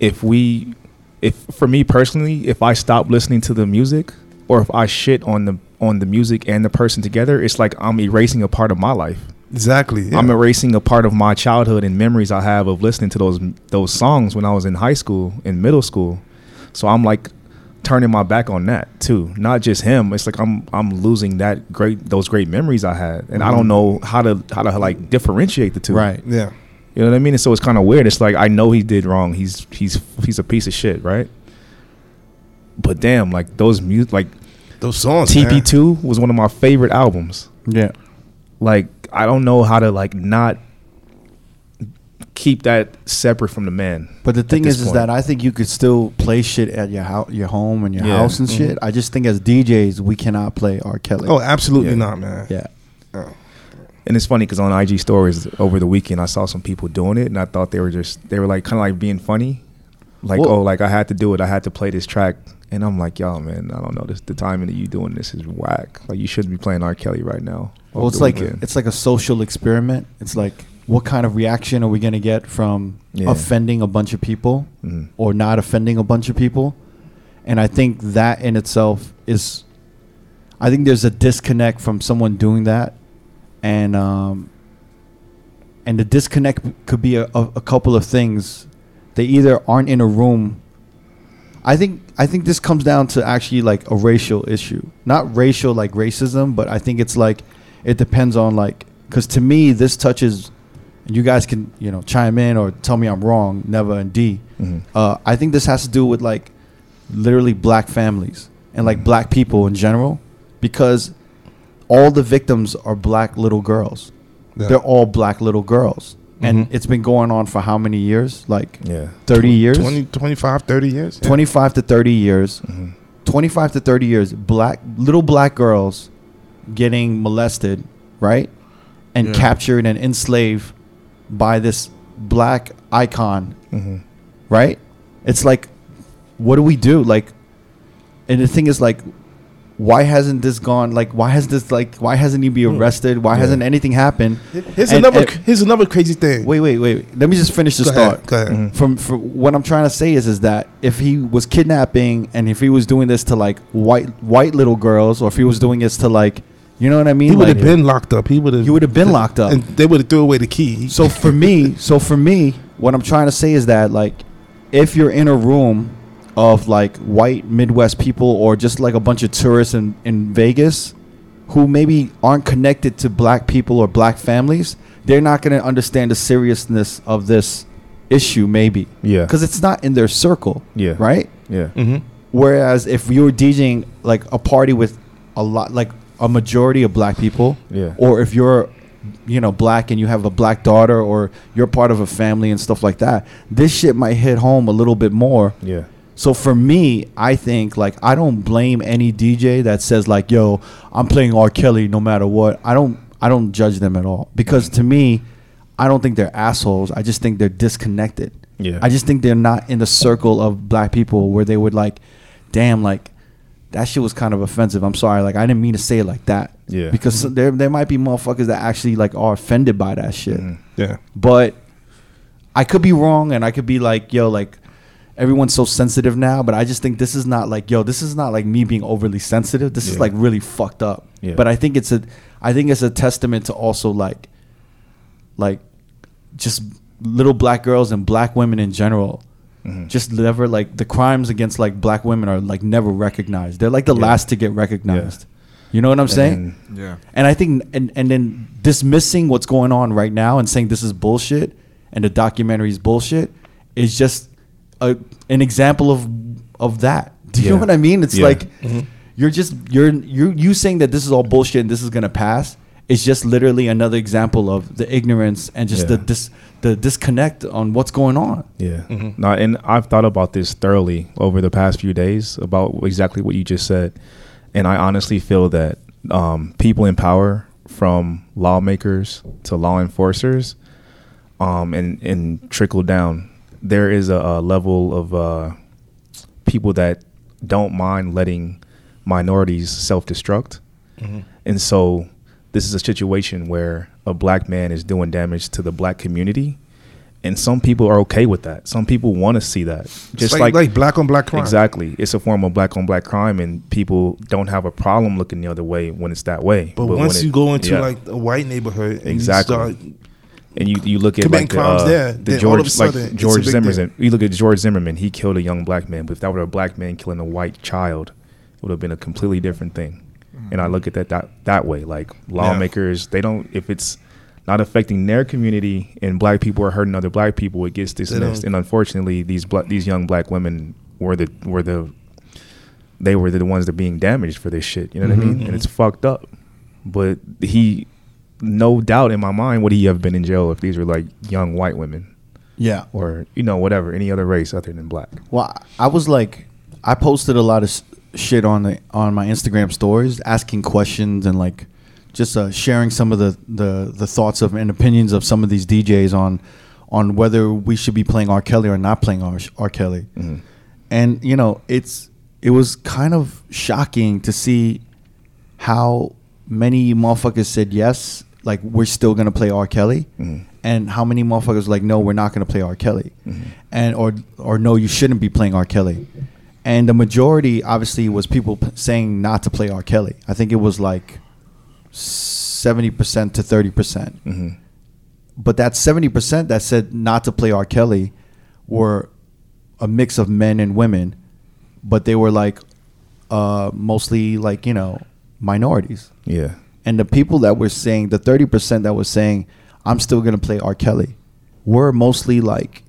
[SPEAKER 1] if we, if for me personally, if I stop listening to the music or if I shit on the on the music and the person together, it's like I'm erasing a part of my life.
[SPEAKER 3] exactly. yeah.
[SPEAKER 1] I'm erasing a part of my childhood and memories I have of listening to those those songs when I was in high school and middle school. So I'm like turning my back on that too. Not just him. It's like I'm I'm losing that great those great memories I had, and I don't know how to how to like differentiate the two.
[SPEAKER 3] yeah.
[SPEAKER 1] You know what I mean? And so it's kind of weird. It's like I know he did wrong. He's he's he's a piece of shit, right? But damn, like those music, like
[SPEAKER 3] Those songs. man.
[SPEAKER 1] TP Two was one of my favorite albums.
[SPEAKER 2] Yeah.
[SPEAKER 1] Like I don't know how to like not keep that separate from the man.
[SPEAKER 2] But the thing
[SPEAKER 1] this
[SPEAKER 2] is, is
[SPEAKER 1] point.
[SPEAKER 2] that I think you could still play shit at your house, your home, and your
[SPEAKER 1] Yeah. Mm-hmm.
[SPEAKER 2] house and shit. I just think as DJs, we cannot play R. Kelly.
[SPEAKER 3] Oh, absolutely
[SPEAKER 1] Yeah.
[SPEAKER 3] not, man.
[SPEAKER 2] yeah.
[SPEAKER 3] Oh.
[SPEAKER 1] And it's funny because on IG stories over the weekend, I saw some people doing it, and I thought they were just they were like kind of like being funny, like
[SPEAKER 2] Well-
[SPEAKER 1] oh, like I had to do it, I had to play this track, and I'm like, y'all, man, I don't know, this the timing that you doing this is whack. Like you shouldn't be playing R. Kelly right now.
[SPEAKER 2] Well,
[SPEAKER 1] over
[SPEAKER 2] it's
[SPEAKER 1] the
[SPEAKER 2] like
[SPEAKER 1] weekend.
[SPEAKER 2] it's like a social experiment. It's like what kind of reaction are we gonna get from
[SPEAKER 1] Yeah.
[SPEAKER 2] offending a bunch of people
[SPEAKER 1] Mhm.
[SPEAKER 2] or not offending a bunch of people? And I think that in itself is, I think there's a disconnect from someone doing that, and um, and the disconnect could be a, a, a couple of things. They either aren't in a room. I think I think this comes down to actually like a racial issue, not racial like racism, but I think it's like it depends on like because to me this touches, and you guys can you know chime in or tell me I'm wrong. Never and D.
[SPEAKER 1] Mhm.
[SPEAKER 2] Uh, I think this has to do with like literally black families and
[SPEAKER 3] Mm-hmm.
[SPEAKER 2] like black people in general because all the victims are black little girls
[SPEAKER 3] Yeah. Mm-hmm.
[SPEAKER 2] they're all black little girls, and it's been going on for how many years? Like
[SPEAKER 1] Yeah.
[SPEAKER 2] thirty years,
[SPEAKER 3] 20, 25, 30 years. Yeah.
[SPEAKER 2] 25 to 30 years
[SPEAKER 1] Mm-hmm.
[SPEAKER 2] 25 to 30 years black little black girls getting molested right and
[SPEAKER 4] Yeah.
[SPEAKER 2] captured and enslaved by this black icon
[SPEAKER 1] Mm-hmm.
[SPEAKER 2] right it's like what do we do like and the thing is like why hasn't this gone like why has this like why hasn't he
[SPEAKER 3] Hmm.
[SPEAKER 2] been arrested why hasn't anything happened
[SPEAKER 3] Here's
[SPEAKER 2] And-
[SPEAKER 3] another.
[SPEAKER 2] and-
[SPEAKER 3] here's another crazy thing.
[SPEAKER 2] wait wait wait let me just finish the
[SPEAKER 3] go
[SPEAKER 2] thought
[SPEAKER 3] ahead. Go ahead.
[SPEAKER 2] from, from what I'm trying to say is is that if he was kidnapping and if he was doing this to like white white little girls or if he was doing this to like you know what I mean
[SPEAKER 3] He would have
[SPEAKER 2] Like,
[SPEAKER 3] been locked up. He would have.
[SPEAKER 2] he would have been locked up
[SPEAKER 3] And they would have threw away the key.
[SPEAKER 2] so for me so for me what I'm trying to say is that like if you're in a room of like white Midwest people or just like a bunch of tourists in, in Vegas who maybe aren't connected to black people or black families they're not going to understand the seriousness of this issue maybe
[SPEAKER 1] Yeah.
[SPEAKER 2] because it's not in their circle.
[SPEAKER 1] Yeah.
[SPEAKER 2] Right.
[SPEAKER 1] Yeah.
[SPEAKER 3] Mm-hmm.
[SPEAKER 2] Whereas if you were DJing like a party with a lot, like a majority of black people,
[SPEAKER 1] Yeah.
[SPEAKER 2] or if you're, you know, black and you have a black daughter, or you're part of a family and stuff like that, this shit might hit home a little bit more.
[SPEAKER 1] Yeah.
[SPEAKER 2] So for me, I think like I don't blame any DJ that says like, "Yo, I'm playing R. Kelly no matter what." I don't I don't judge them at all because to me, I don't think they're assholes. I just think they're disconnected.
[SPEAKER 1] Yeah.
[SPEAKER 2] I just think they're not in the circle of black people where they would like, damn, like that shit was kind of offensive. I'm sorry, like I didn't mean to say it like that.
[SPEAKER 1] Yeah.
[SPEAKER 2] Because there there might be motherfuckers that actually like are offended by that shit
[SPEAKER 1] Mm. Mm-hmm.
[SPEAKER 3] Yeah.
[SPEAKER 2] but I could be wrong and I could be like, yo, like everyone's so sensitive now, but I just think this is not like, yo, this is not like me being overly sensitive. This is
[SPEAKER 1] Yeah.
[SPEAKER 2] like really fucked up.
[SPEAKER 1] Yeah.
[SPEAKER 2] But I think it's a I think it's a testament to also like like just little black girls and black women in general.
[SPEAKER 1] Mm-hmm.
[SPEAKER 2] Just never like the crimes against like black women are like never recognized. They're like the last to get recognized. You know what I'm saying?
[SPEAKER 4] Yeah.
[SPEAKER 2] And I think and and then dismissing what's going on right now and saying this is bullshit and the documentary is bullshit is just a, an example of of that. Do you know
[SPEAKER 1] Yeah.
[SPEAKER 2] what I mean? It's
[SPEAKER 1] Yeah.
[SPEAKER 2] like you're just you're you you saying that this is all bullshit and this is gonna pass. It's just literally another example of the ignorance and just the
[SPEAKER 1] Yeah.
[SPEAKER 2] dis, the disconnect on what's going on.
[SPEAKER 1] Yeah. No, and I've thought about this thoroughly over the past few days about exactly what you just said. And I honestly feel that um, people in power, from lawmakers to law enforcers, um, and, and trickle down, there is a, a level of uh, people that don't mind letting minorities self destruct.
[SPEAKER 3] Mm-hmm.
[SPEAKER 1] And so this is a situation where a black man is doing damage to the black community. And some people are okay with that. Some people want to see that.
[SPEAKER 3] Just like, like, black on black crime.
[SPEAKER 1] Exactly. It's a form of black on black crime, and people don't have a problem looking the other way when it's that way.
[SPEAKER 3] But,
[SPEAKER 1] when
[SPEAKER 3] once
[SPEAKER 1] it-
[SPEAKER 3] you go into
[SPEAKER 1] yeah.
[SPEAKER 3] like a white neighborhood, and
[SPEAKER 1] Exactly.
[SPEAKER 3] You start,
[SPEAKER 1] and you, you look at
[SPEAKER 3] committing
[SPEAKER 1] like the,
[SPEAKER 3] crimes
[SPEAKER 1] uh,
[SPEAKER 3] there,
[SPEAKER 1] the
[SPEAKER 3] then all of
[SPEAKER 1] George
[SPEAKER 3] a sudden, it's
[SPEAKER 1] like
[SPEAKER 3] a
[SPEAKER 1] George
[SPEAKER 3] big deal.
[SPEAKER 1] Zimmerman. You look at George Zimmerman. He killed a young black man, but if that were a black man killing a white child, it would have been a completely different thing.
[SPEAKER 3] Mm-hmm.
[SPEAKER 1] And I look at that that that way. Like lawmakers, they don't if it's not affecting their community and black people are hurting other black people, it gets dismissed.
[SPEAKER 3] don't-
[SPEAKER 1] And unfortunately, these bla- these young black women were the were the they were the ones that being damaged for this shit. You know what I mean? And it's fucked up. But he, no doubt in my mind, would he have been in jail if these were like young white women
[SPEAKER 2] Yeah.
[SPEAKER 1] or you know whatever any other race other than black?
[SPEAKER 2] Well, I was like, I posted a lot of s- shit on the on my Instagram stories, asking questions and like just uh, sharing some of the, the the thoughts of and opinions of some of these DJs on on whether we should be playing R. Kelly or not playing R. R. Kelly. And you know, it's it was kind of shocking to see how many motherfuckers said yes, like we're still gonna play R. Kelly, and how many motherfuckers like no, we're not gonna play R. Kelly, and or or no, you shouldn't be playing R. Kelly, and the majority obviously was people p- saying not to play R. Kelly. I think it was like seventy percent to thirty percent, but that seventy percent that said not to play R. Kelly were a mix of men and women, but they were like uh, mostly like you know minorities.
[SPEAKER 1] Yeah,
[SPEAKER 2] And the people that were saying the thirty percent that was saying I'm still gonna play R. Kelly were mostly like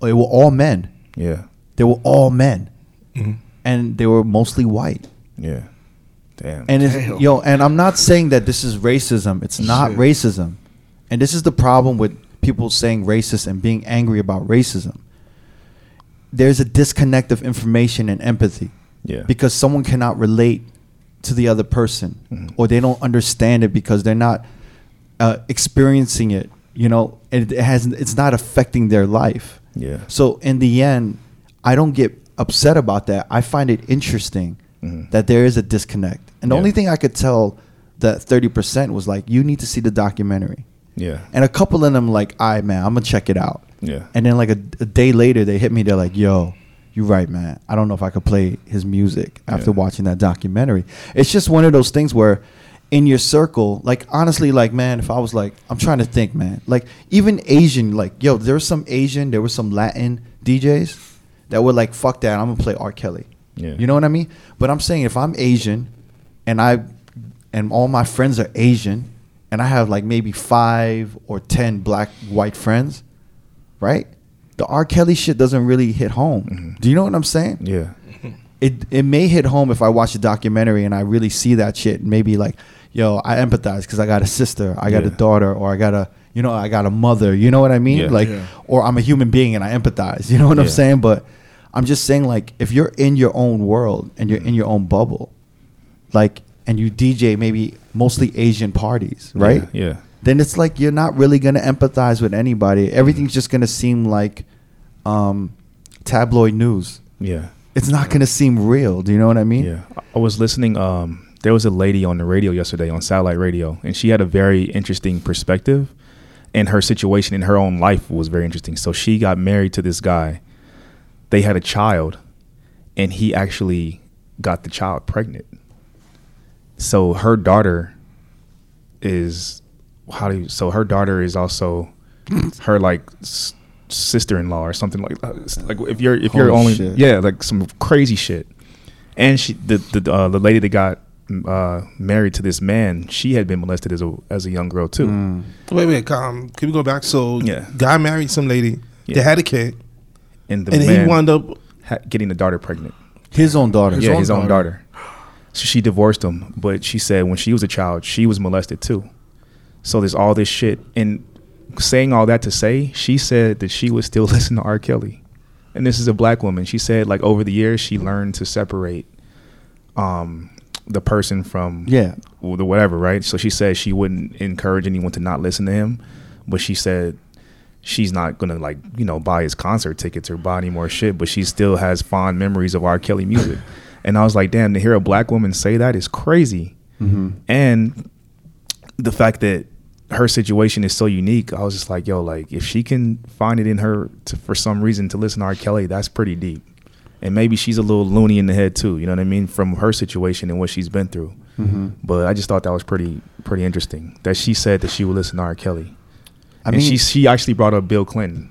[SPEAKER 2] they were all men.
[SPEAKER 1] yeah,
[SPEAKER 2] They were all men,
[SPEAKER 4] Mm-hmm.
[SPEAKER 2] and they were mostly white.
[SPEAKER 1] yeah. Damn.
[SPEAKER 2] And it's,
[SPEAKER 4] Damn.
[SPEAKER 2] yo, and I'm not saying that this is racism. It's not
[SPEAKER 4] Shit.
[SPEAKER 2] racism. And this is the problem with people saying racist and being angry about racism. There's a disconnect of information and empathy.
[SPEAKER 1] Yeah.
[SPEAKER 2] Because someone cannot relate to the other person
[SPEAKER 1] Mm-hmm.
[SPEAKER 2] or they don't understand it because they're not uh, experiencing it, you know, and it has it's not affecting their life.
[SPEAKER 1] Yeah.
[SPEAKER 2] So in the end, I don't get upset about that. I find it interesting
[SPEAKER 1] Mhm.
[SPEAKER 2] that there is a disconnect. And the
[SPEAKER 1] Yeah.
[SPEAKER 2] only thing I could tell that 30% was like, you need to see the documentary.
[SPEAKER 1] Yeah.
[SPEAKER 2] And a couple of them like, all right, man, I'm going to check it out.
[SPEAKER 1] Yeah.
[SPEAKER 2] And then like a, a day later, they hit me. They're like, yo, you're right, man. I don't know if I could play his music after
[SPEAKER 1] Yeah.
[SPEAKER 2] watching that documentary. It's just one of those things where in your circle, like honestly, like, man, if I was like, I'm trying to think, man, like even Asian, like, yo, there was some Asian, there was some Latin DJs that were like, fuck that, I'm going to play R. Kelly.
[SPEAKER 1] Yeah.
[SPEAKER 2] You know what I mean? But I'm saying if I'm Asian and I and all my friends are Asian and I have like maybe five or ten black white friends, right? The R. Kelly shit doesn't really hit home. Do you know what I'm saying?
[SPEAKER 1] Mm-hmm. yeah.
[SPEAKER 2] It it may hit home if I watch a documentary and I really see that shit. and Maybe like, yo, I empathize because I got a sister, I got a
[SPEAKER 1] Yeah.
[SPEAKER 2] daughter, or I got a you know I got a mother. You know what I mean?
[SPEAKER 1] Yeah.
[SPEAKER 2] Like,
[SPEAKER 4] Yeah.
[SPEAKER 2] or I'm a human being and I empathize. You know what I'm
[SPEAKER 1] Yeah.
[SPEAKER 2] saying? But I'm just saying like, if you're in your own world
[SPEAKER 1] Mm-hmm.
[SPEAKER 2] and you're in your own bubble, like, and you DJ maybe mostly Asian parties, right?
[SPEAKER 1] Yeah.
[SPEAKER 2] then it's like you're not really going to empathize with anybody. Everything's just going to seem like um, tabloid news.
[SPEAKER 1] Yeah.
[SPEAKER 2] It's not going to seem real. Do you know what I mean?
[SPEAKER 1] Yeah. I- I was listening. Um, there was a lady on the radio yesterday on satellite radio, and she had a very interesting perspective, and her situation in her own life was very interesting. So she got married to this guy. They had a child, and he actually got the child pregnant. So her daughter is how do you? So her daughter is also her like. S- sister-in-law or something like that. like if you're if you're only
[SPEAKER 2] Holy shit.
[SPEAKER 1] yeah like some crazy shit and she the the, uh, the lady that got uh, married to this man, she had been molested as a as a young girl too.
[SPEAKER 3] Mm. Wait, wait, calm. Can we go back? So,
[SPEAKER 1] Yeah.
[SPEAKER 3] guy married some lady. They
[SPEAKER 1] Yeah.
[SPEAKER 3] had a kid,
[SPEAKER 1] And the
[SPEAKER 3] and
[SPEAKER 1] man
[SPEAKER 3] he wound up.
[SPEAKER 1] ha- getting the daughter pregnant.
[SPEAKER 2] His own daughter.
[SPEAKER 4] His
[SPEAKER 1] yeah,
[SPEAKER 4] own
[SPEAKER 1] his own
[SPEAKER 4] daughter.
[SPEAKER 1] daughter. So she divorced him, but she said when she was a child, she was molested too. So there's all this shit, and saying all that to say, she said that she would still listen to R. Kelly, and this is a black woman. She said like over the years she learned to separate, um, the person from
[SPEAKER 2] Yeah.
[SPEAKER 1] or the whatever, right? So she said she wouldn't encourage anyone to not listen to him, but she said she's not gonna like you know buy his concert tickets or buy any more shit. But she still has fond memories of R. Kelly music, and I was like, damn, to hear a black woman say that is crazy. And the fact that her situation is so unique, I was just like, yo, like if she can find it in her to, for some reason to listen to R. Kelly, that's pretty deep. And maybe she's a little loony in the head too. You know what I mean from her situation and what she's been through. But I just thought that was pretty pretty interesting that she said that she would listen to R. Kelly.
[SPEAKER 2] I
[SPEAKER 1] and
[SPEAKER 2] mean,
[SPEAKER 1] she she actually brought up Bill Clinton,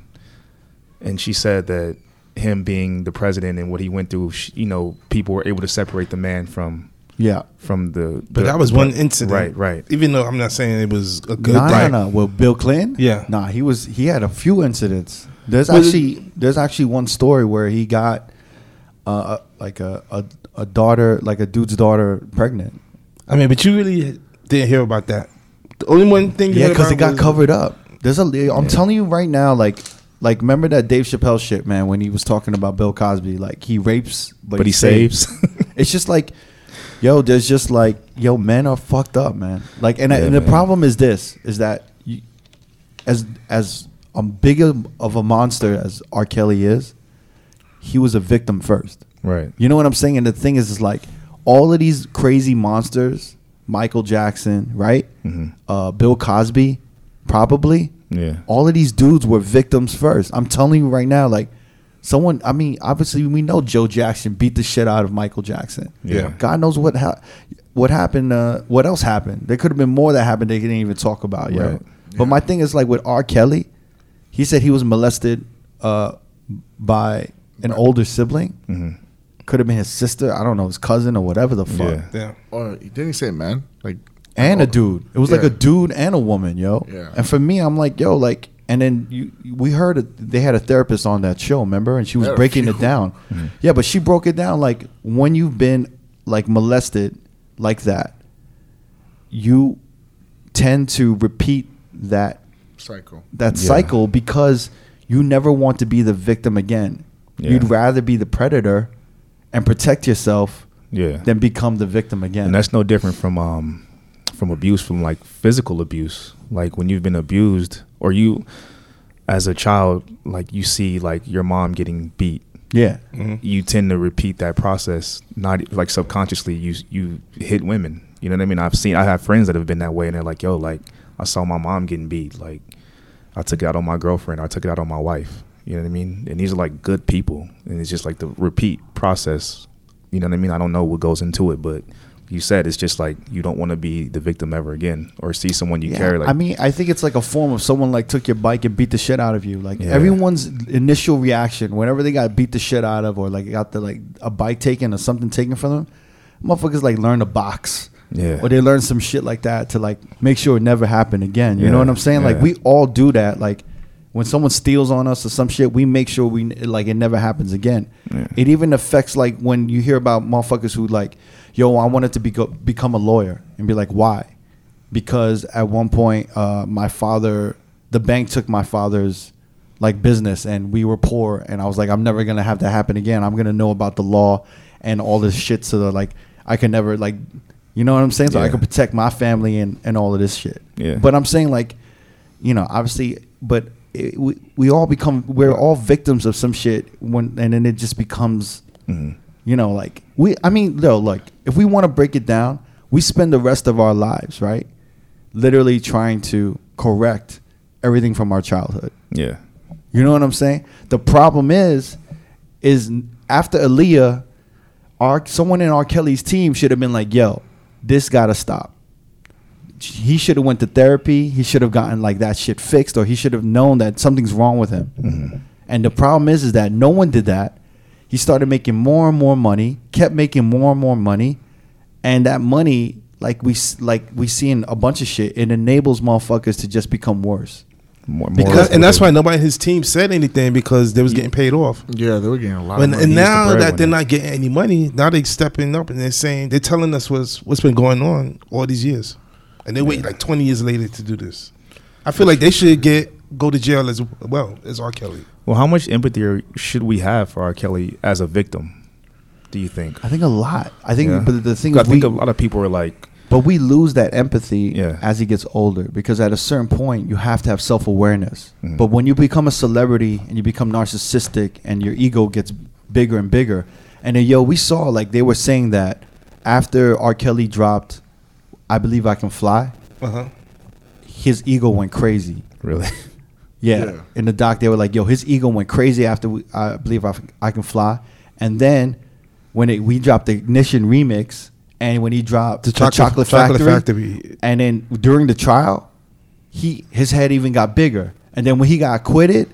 [SPEAKER 1] and she said that him being the president and what he went through, sh you know, people were able to separate the man from
[SPEAKER 2] yeah.
[SPEAKER 1] from the.
[SPEAKER 3] But that was one incident,
[SPEAKER 1] Right, right.
[SPEAKER 3] Even though I'm not saying it was a good
[SPEAKER 2] Nah,
[SPEAKER 3] thing.
[SPEAKER 2] nah, nah. Well, Bill Clinton.
[SPEAKER 3] Yeah.
[SPEAKER 2] Nah, he was. He had a few incidents. There's
[SPEAKER 3] Well,
[SPEAKER 2] actually there's actually one story where he got uh, a- like a, a a daughter like a dude's daughter pregnant.
[SPEAKER 3] I mean, but you really didn't hear about that. The only one thing you
[SPEAKER 2] Yeah,
[SPEAKER 3] heard
[SPEAKER 2] because it
[SPEAKER 3] about
[SPEAKER 2] got
[SPEAKER 3] was-
[SPEAKER 2] covered up. There's a. I'm telling you right now, like, like remember that Dave Chappelle shit, man, when he was talking about Bill Cosby, like he rapes, but,
[SPEAKER 1] But he saves.
[SPEAKER 2] it's just like, yo, there's just like, yo, men are fucked up, man. Like, and, I,
[SPEAKER 1] Yeah,
[SPEAKER 2] and the
[SPEAKER 1] man.
[SPEAKER 2] problem is this: is that you, as as um, big of, of a monster as R. Kelly is, he was a victim first.
[SPEAKER 1] right.
[SPEAKER 2] You know what I'm saying? And the thing is, is like all of these crazy monsters, Michael Jackson, right? Uh, Bill Cosby, probably.
[SPEAKER 1] Mm-hmm. Yeah.
[SPEAKER 2] All of these dudes were victims first. I'm telling you right now, like someone. I mean, obviously we know Joe Jackson beat the shit out of Michael Jackson.
[SPEAKER 1] Yeah.
[SPEAKER 2] God knows what ha- what happened. Uh, what else happened? There could have been more that happened. They didn't even talk about. Yo.
[SPEAKER 1] Right.
[SPEAKER 2] But my thing is like with R. Kelly, he said he was molested uh, by an older sibling
[SPEAKER 1] Mm-hmm.
[SPEAKER 2] could have been his sister. I don't know, his cousin or whatever the fuck.
[SPEAKER 1] Yeah.
[SPEAKER 3] Yeah.
[SPEAKER 4] Or didn't he say man? Like
[SPEAKER 2] And
[SPEAKER 4] oh,
[SPEAKER 2] a dude. It was like
[SPEAKER 4] Yeah.
[SPEAKER 2] a dude and a woman, yo.
[SPEAKER 4] Yeah.
[SPEAKER 2] And for me, I'm like, yo, like, and then you, we heard it, they had a therapist on that show, remember? And she was
[SPEAKER 4] Had a
[SPEAKER 2] breaking
[SPEAKER 4] few.
[SPEAKER 2] it down. Yeah, but she broke it down like when you've been like molested like that, you tend to repeat that
[SPEAKER 4] cycle.
[SPEAKER 2] that
[SPEAKER 1] Yeah.
[SPEAKER 2] cycle because you never want to be the victim again. You'd
[SPEAKER 1] Yeah.
[SPEAKER 2] rather be the predator and protect yourself
[SPEAKER 1] Yeah.
[SPEAKER 2] than become the victim again.
[SPEAKER 1] And that's no different from um from abuse from like physical abuse. Like when you've been abused or you as a child like you see like your mom getting beat.
[SPEAKER 2] yeah.
[SPEAKER 1] You tend to repeat that process not like subconsciously you you hit women. You know what I mean? I've seen I have friends that have been that way and they're like, "Yo, like I saw my mom getting beat. Like I took it out on my girlfriend. I took it out on my wife." You know what I mean? And these are like good people. And it's just like the repeat process you know what I mean? I don't know what goes into it, but you said it's just like you don't want to be the victim ever again or see someone you
[SPEAKER 2] Yeah,
[SPEAKER 1] care like
[SPEAKER 2] I mean, I think it's like a form of someone like took your bike and beat the shit out of you. Like
[SPEAKER 1] Yeah.
[SPEAKER 2] everyone's initial reaction whenever they got beat the shit out of or like got the like a bike taken or something taken from them, motherfuckers like learn to box.
[SPEAKER 1] Yeah.
[SPEAKER 2] Or they learn some shit like that to like make sure it never happened again. You know
[SPEAKER 1] Yeah,
[SPEAKER 2] what I'm saying? Like
[SPEAKER 1] yeah.
[SPEAKER 2] we all do that. Like when someone steals on us or some shit, we make sure we like it never happens again.
[SPEAKER 1] Yeah.
[SPEAKER 2] It even affects like when you hear about motherfuckers who like, yo, I wanted to be become a lawyer and be like, why? Because at one point, uh, my father, the bank took my father's like business and we were poor, and I was like, I'm never gonna have that happen again. I'm gonna know about the law and all this shit, so that like I can never like, you know what I'm saying? So I
[SPEAKER 1] Yeah.
[SPEAKER 2] can protect my family and and all of this shit.
[SPEAKER 1] Yeah.
[SPEAKER 2] But I'm saying like, you know, obviously, but it, we we all become we're all victims of some shit when and then it just becomes, you know, like we. I mean, no, look, if we want to break it down, we spend the rest of our lives, right, literally trying to correct everything from our childhood.
[SPEAKER 1] yeah.
[SPEAKER 2] You know what I'm saying? The problem is, is after Aaliyah, our someone in R. Kelly's team should have been like, "Yo, this gotta stop." He should have went to therapy. He should have gotten like that shit fixed, or he should have known that something's wrong with him. And the problem is, is that no one did that. He started making more and more money, kept making more and more money, and that money, like we s- like we seeing a bunch of shit, it enables motherfuckers to just become worse.
[SPEAKER 1] More, more
[SPEAKER 3] And, that- and that's why nobody in his team said anything because they was getting paid off.
[SPEAKER 4] Yeah, they were getting a lot.
[SPEAKER 3] When,
[SPEAKER 4] of money.
[SPEAKER 3] and now
[SPEAKER 1] breadwinner.
[SPEAKER 3] that they're not getting any money, now they're stepping up and they're saying they're telling us what's what's been going on all these years, and they wait like twenty years later to do this. I feel like they should get go to jail as well as R. Kelly.
[SPEAKER 1] Well, how much empathy are, should we have for R. Kelly as a victim? Do you think?
[SPEAKER 2] I think a lot. I think,
[SPEAKER 1] Yeah.
[SPEAKER 2] but the thing
[SPEAKER 1] I
[SPEAKER 2] is, we,
[SPEAKER 1] think a lot of people are like,
[SPEAKER 2] but we lose that empathy
[SPEAKER 1] Yeah.
[SPEAKER 2] as he gets older because at a certain point you have to have self awareness.
[SPEAKER 1] Mhm.
[SPEAKER 2] But when you become a celebrity and you become narcissistic and your ego gets bigger and bigger, and then yo, we saw like they were saying that after R. Kelly dropped, I believe I can fly.
[SPEAKER 3] Uh huh.
[SPEAKER 2] His ego went crazy.
[SPEAKER 1] really?
[SPEAKER 2] Yeah.
[SPEAKER 4] Yeah.
[SPEAKER 2] In the doc, they were like, "Yo, his ego went crazy after we, I believe I, I can fly." And then when it, we dropped the ignition remix, and when he dropped the chocolate,
[SPEAKER 3] Chocolate
[SPEAKER 2] factory,
[SPEAKER 3] Factory.
[SPEAKER 2] and then during the trial, he his head even got bigger. And then when he got acquitted,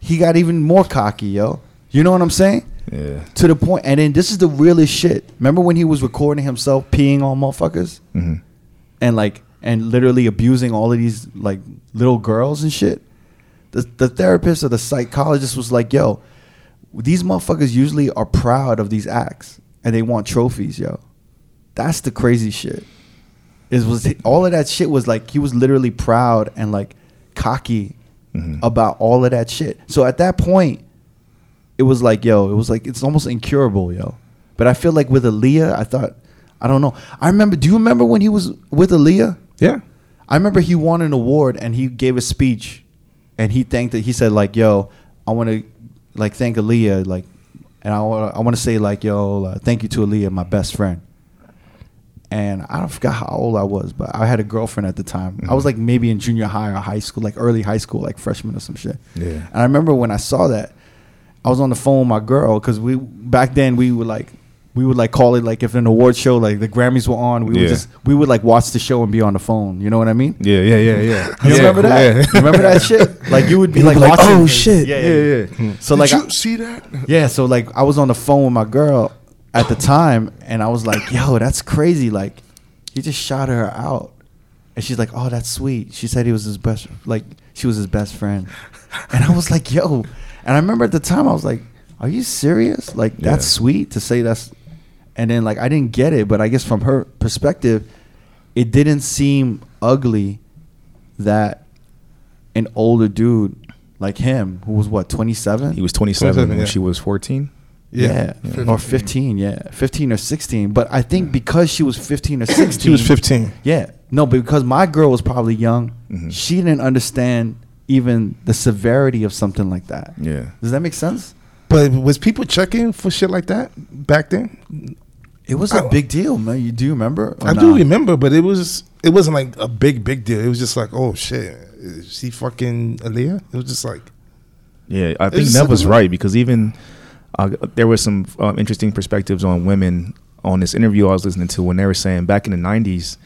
[SPEAKER 2] he got even more cocky, yo. You know what I'm saying?
[SPEAKER 1] Yeah.
[SPEAKER 2] To the point, and then this is the realest shit. Remember when he was recording himself peeing on motherfuckers?
[SPEAKER 1] hmm
[SPEAKER 2] and like and literally abusing all of these like little girls and shit. The the therapist or the psychologist was like, "Yo, these motherfuckers usually are proud of these acts and they want trophies, yo." That's the crazy shit. It was all of that shit was like he was literally proud and like cocky about all of that shit. So at that point, it was like, yo, it was like it's almost incurable, yo. But I feel like with Aaliyah, I thought, I don't know. I remember. Do you remember when he was with Aaliyah?
[SPEAKER 3] Yeah.
[SPEAKER 2] I remember he won an award and he gave a speech, and he thanked it. He said like, yo, I want to like thank Aaliyah, like, and I want I want to say like, yo, uh, thank you to Aaliyah, my best friend. And I don't forgot how old I was, but I had a girlfriend at the time. I
[SPEAKER 1] Mm-hmm.
[SPEAKER 2] was like maybe in junior high or high school, like early high school, like freshman or some shit.
[SPEAKER 1] Yeah.
[SPEAKER 2] And I remember when I saw that, I was on the phone with my girl because we back then we would like we would like call it like if an award show like the Grammys were on, we
[SPEAKER 1] Yeah.
[SPEAKER 2] would just we would like watch the show and be on the phone. You know what I mean?
[SPEAKER 1] Yeah, yeah, yeah, yeah.
[SPEAKER 2] You
[SPEAKER 1] yeah,
[SPEAKER 2] remember that?
[SPEAKER 1] yeah.
[SPEAKER 2] Remember that shit? Like you would be like, watching.
[SPEAKER 1] oh
[SPEAKER 2] things.
[SPEAKER 1] shit.
[SPEAKER 2] Yeah, yeah.
[SPEAKER 1] yeah, yeah.
[SPEAKER 2] So
[SPEAKER 4] Did
[SPEAKER 2] like,
[SPEAKER 4] you
[SPEAKER 2] I-
[SPEAKER 4] see that?
[SPEAKER 2] yeah. So like, I was on the phone with my girl at the time, and I was like, "Yo, that's crazy!" Like, he just shot her out, and she's like, "Oh, that's sweet." She said he was his best, like she was his best friend, and I was like, "Yo," and I remember at the time I was like, "Are you serious? Like, that's
[SPEAKER 1] Yeah.
[SPEAKER 2] sweet to say that's," and then like I didn't get it, but I guess from her perspective, it didn't seem ugly that an older dude like him who was what 27
[SPEAKER 1] He was 27,
[SPEAKER 3] 27,
[SPEAKER 1] when
[SPEAKER 3] yeah.
[SPEAKER 1] she was 14.
[SPEAKER 2] yeah, or 15 yeah 15 or 16 but i think because she was 15 or 16
[SPEAKER 3] She was 15.
[SPEAKER 2] yeah no but because my girl was probably young
[SPEAKER 1] Mhm.
[SPEAKER 2] she didn't understand even the severity of something like that
[SPEAKER 1] Yeah.
[SPEAKER 2] does that make sense
[SPEAKER 3] But was people checking for shit like that back then?
[SPEAKER 2] it was a
[SPEAKER 3] Oh.
[SPEAKER 2] big deal man you do you remember or
[SPEAKER 3] I
[SPEAKER 2] Oh, nah?
[SPEAKER 3] do remember, but it was it wasn't like a big big deal. It was just like, oh shit, is she fucking Aaliyah? It was just like,
[SPEAKER 1] Yeah, I think
[SPEAKER 3] just
[SPEAKER 1] Nev
[SPEAKER 3] like
[SPEAKER 1] was
[SPEAKER 3] a-
[SPEAKER 1] right because even uh, there were some um, interesting perspectives on women on this interview I was listening to when they were saying back in the 90s,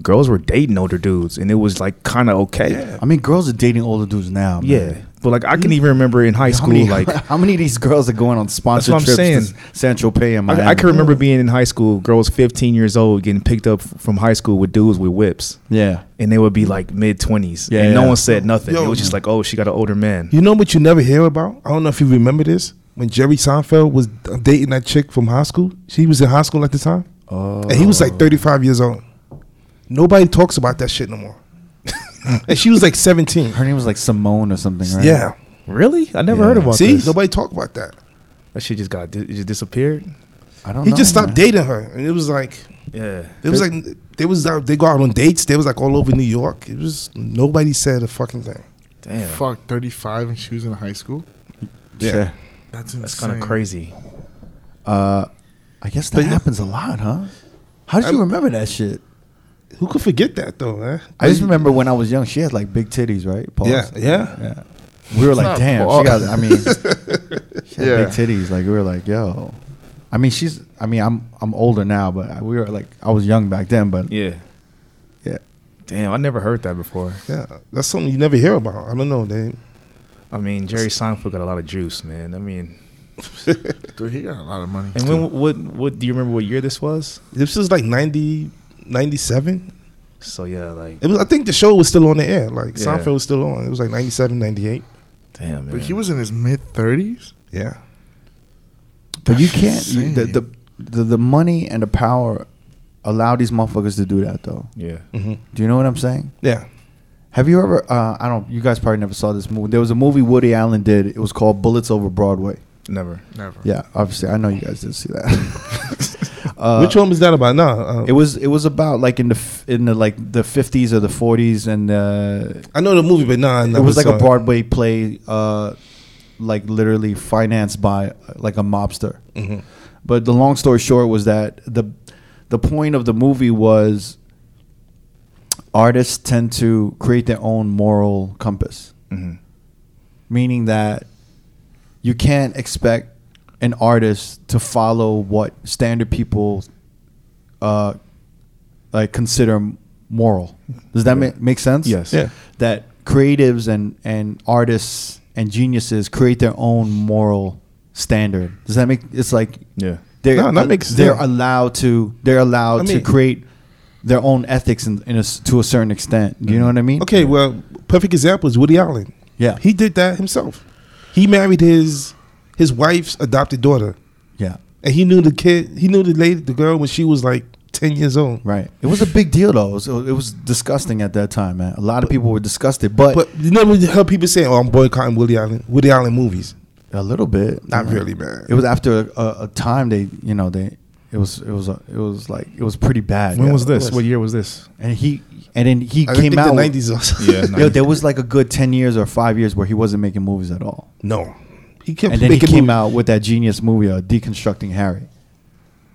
[SPEAKER 1] girls were dating older dudes and it was like kind of okay. Yeah.
[SPEAKER 2] i mean girls are dating older dudes now man.
[SPEAKER 1] But like I can even remember in high
[SPEAKER 2] How
[SPEAKER 1] school,
[SPEAKER 2] many,
[SPEAKER 1] like
[SPEAKER 2] how many of these girls are going on sponsored
[SPEAKER 1] what I'm
[SPEAKER 2] trips
[SPEAKER 1] saying.
[SPEAKER 2] to Sancho Pay and Miami?
[SPEAKER 1] I, I can remember being in high school, girls 15 years old getting picked up f- from high school with dudes with whips.
[SPEAKER 2] Yeah.
[SPEAKER 1] And they would be like mid 20s.
[SPEAKER 2] Yeah,
[SPEAKER 1] and no
[SPEAKER 2] yeah.
[SPEAKER 1] one said nothing.
[SPEAKER 3] Yo.
[SPEAKER 1] it was just like, oh, she got an older man.
[SPEAKER 3] you know what you never hear about? I don't know if you remember this when Jerry Seinfeld was dating that chick from high school. She was in high school at the time,
[SPEAKER 1] Oh.
[SPEAKER 3] and he was like thirty five years old. Nobody talks about that shit no more. and she was like seventeen.
[SPEAKER 2] Her name was like Simone or something, right?
[SPEAKER 3] Yeah.
[SPEAKER 1] Really? I never
[SPEAKER 2] Yeah.
[SPEAKER 1] heard about
[SPEAKER 3] See,
[SPEAKER 1] this.
[SPEAKER 3] nobody talk about that.
[SPEAKER 1] that shit just got it just disappeared.
[SPEAKER 2] I don't
[SPEAKER 3] He
[SPEAKER 2] know.
[SPEAKER 3] just stopped
[SPEAKER 2] man.
[SPEAKER 3] dating her, and it was like
[SPEAKER 1] Yeah.
[SPEAKER 3] it was like they was out, they go out on dates. They was like all over New York. It was nobody said a fucking thing.
[SPEAKER 1] Damn.
[SPEAKER 4] Fuck, 35 and she was in high school?
[SPEAKER 2] Yeah.
[SPEAKER 4] That's
[SPEAKER 1] That's kind of crazy.
[SPEAKER 2] Uh, I guess that
[SPEAKER 3] But-
[SPEAKER 2] happens a lot, huh? How did you remember that shit?
[SPEAKER 3] Who could forget that though, man?
[SPEAKER 2] I just remember when I was young, she had like big titties, right? Pause.
[SPEAKER 3] Yeah, yeah.
[SPEAKER 2] Yeah. We were like,
[SPEAKER 4] not
[SPEAKER 2] damn, she
[SPEAKER 4] pause.
[SPEAKER 2] got, I mean, she had
[SPEAKER 4] Yeah.
[SPEAKER 2] big titties. Like, we were like, yo. I mean, she's, I mean, I'm I'm older now, but I- we were like, I was young back then, but
[SPEAKER 1] Yeah.
[SPEAKER 2] Yeah.
[SPEAKER 1] Damn, I never heard that before.
[SPEAKER 3] Yeah, that's something you never hear about. I don't know. They
[SPEAKER 1] I mean, Jerry Seinfeld got a lot of juice, man. I mean,
[SPEAKER 4] Dude, he got a lot of money.
[SPEAKER 1] and when what what do you remember what year this was?
[SPEAKER 3] this was like 90, 97.
[SPEAKER 1] So yeah, like
[SPEAKER 3] It was. I think the show was still on the air. Like
[SPEAKER 1] Yeah.
[SPEAKER 3] Seinfeld was still on. It was like 97, 98.
[SPEAKER 1] damn, man.
[SPEAKER 4] But he was in his mid 30s?
[SPEAKER 3] Yeah,
[SPEAKER 2] But you
[SPEAKER 4] That's
[SPEAKER 2] can't. you- the,
[SPEAKER 4] insane.
[SPEAKER 2] the the the money and the power allow these motherfuckers to do that, though.
[SPEAKER 1] yeah.
[SPEAKER 3] hmm
[SPEAKER 2] Do you know what I'm saying?
[SPEAKER 3] yeah.
[SPEAKER 2] Have you ever? Uh, I don't. You guys probably never saw this movie. There was a movie Woody Allen did. It was called Bullets Over Broadway.
[SPEAKER 1] Never.
[SPEAKER 4] Never.
[SPEAKER 2] Yeah, obviously, I know you guys didn't see that. uh,
[SPEAKER 3] Which one was that about? No, uh,
[SPEAKER 2] It was. It was about like in the f- in the like the 50s or the 40s, and uh,
[SPEAKER 3] I know the movie, but nah, I
[SPEAKER 2] it
[SPEAKER 3] never
[SPEAKER 2] was like
[SPEAKER 3] saw
[SPEAKER 2] a Broadway play, uh, like literally financed by uh, like a mobster.
[SPEAKER 3] Mhm.
[SPEAKER 2] But the long story short was that the the point of the movie was artists tend to create their own moral compass,
[SPEAKER 1] Mhm.
[SPEAKER 2] meaning that you can't expect an artist to follow what standard people uh, like consider moral. Does that ma- make sense?
[SPEAKER 1] Yes.
[SPEAKER 3] Yeah.
[SPEAKER 2] That creatives and and artists and geniuses create their own moral standard. Does that make it's like
[SPEAKER 1] Yeah.
[SPEAKER 2] they're
[SPEAKER 3] No, that makes-
[SPEAKER 2] they're
[SPEAKER 3] yeah.
[SPEAKER 2] allowed to they're allowed
[SPEAKER 3] I
[SPEAKER 2] to
[SPEAKER 3] mean-
[SPEAKER 2] create their own ethics in, in a s to a certain extent. Do you know what I mean?
[SPEAKER 3] Mm-hmm. Okay, well, perfect example is Woody Allen.
[SPEAKER 2] Yeah.
[SPEAKER 3] He did that himself. He married his his wife's adopted daughter,
[SPEAKER 2] Yeah.
[SPEAKER 3] and he knew the kid. He knew the lady, the girl, when she was like ten years old.
[SPEAKER 2] Right. It was a big deal though. It was, it was disgusting at that time, man. A lot of people were disgusted, but,
[SPEAKER 3] But you never heard people saying, "Oh, I'm boycotting Woody Allen, Woody Allen movies."
[SPEAKER 2] a little bit.
[SPEAKER 3] Not
[SPEAKER 2] you know.
[SPEAKER 3] really, man.
[SPEAKER 2] It was after a, a, a time they, you know, they it was it was a, it was like it was pretty bad.
[SPEAKER 1] When
[SPEAKER 2] Yeah.
[SPEAKER 1] was this?
[SPEAKER 3] was.
[SPEAKER 1] What year was this?
[SPEAKER 2] And he and then he
[SPEAKER 3] I
[SPEAKER 2] came
[SPEAKER 3] think
[SPEAKER 2] out
[SPEAKER 3] the
[SPEAKER 2] with-
[SPEAKER 3] nineties also.
[SPEAKER 1] Yeah.
[SPEAKER 2] Yo, there was like a good ten years or five years where he wasn't making movies at all,
[SPEAKER 3] no, he kept
[SPEAKER 2] and then he
[SPEAKER 3] making
[SPEAKER 2] came
[SPEAKER 3] movies.
[SPEAKER 2] out with that genius movie, uh, Deconstructing Harry.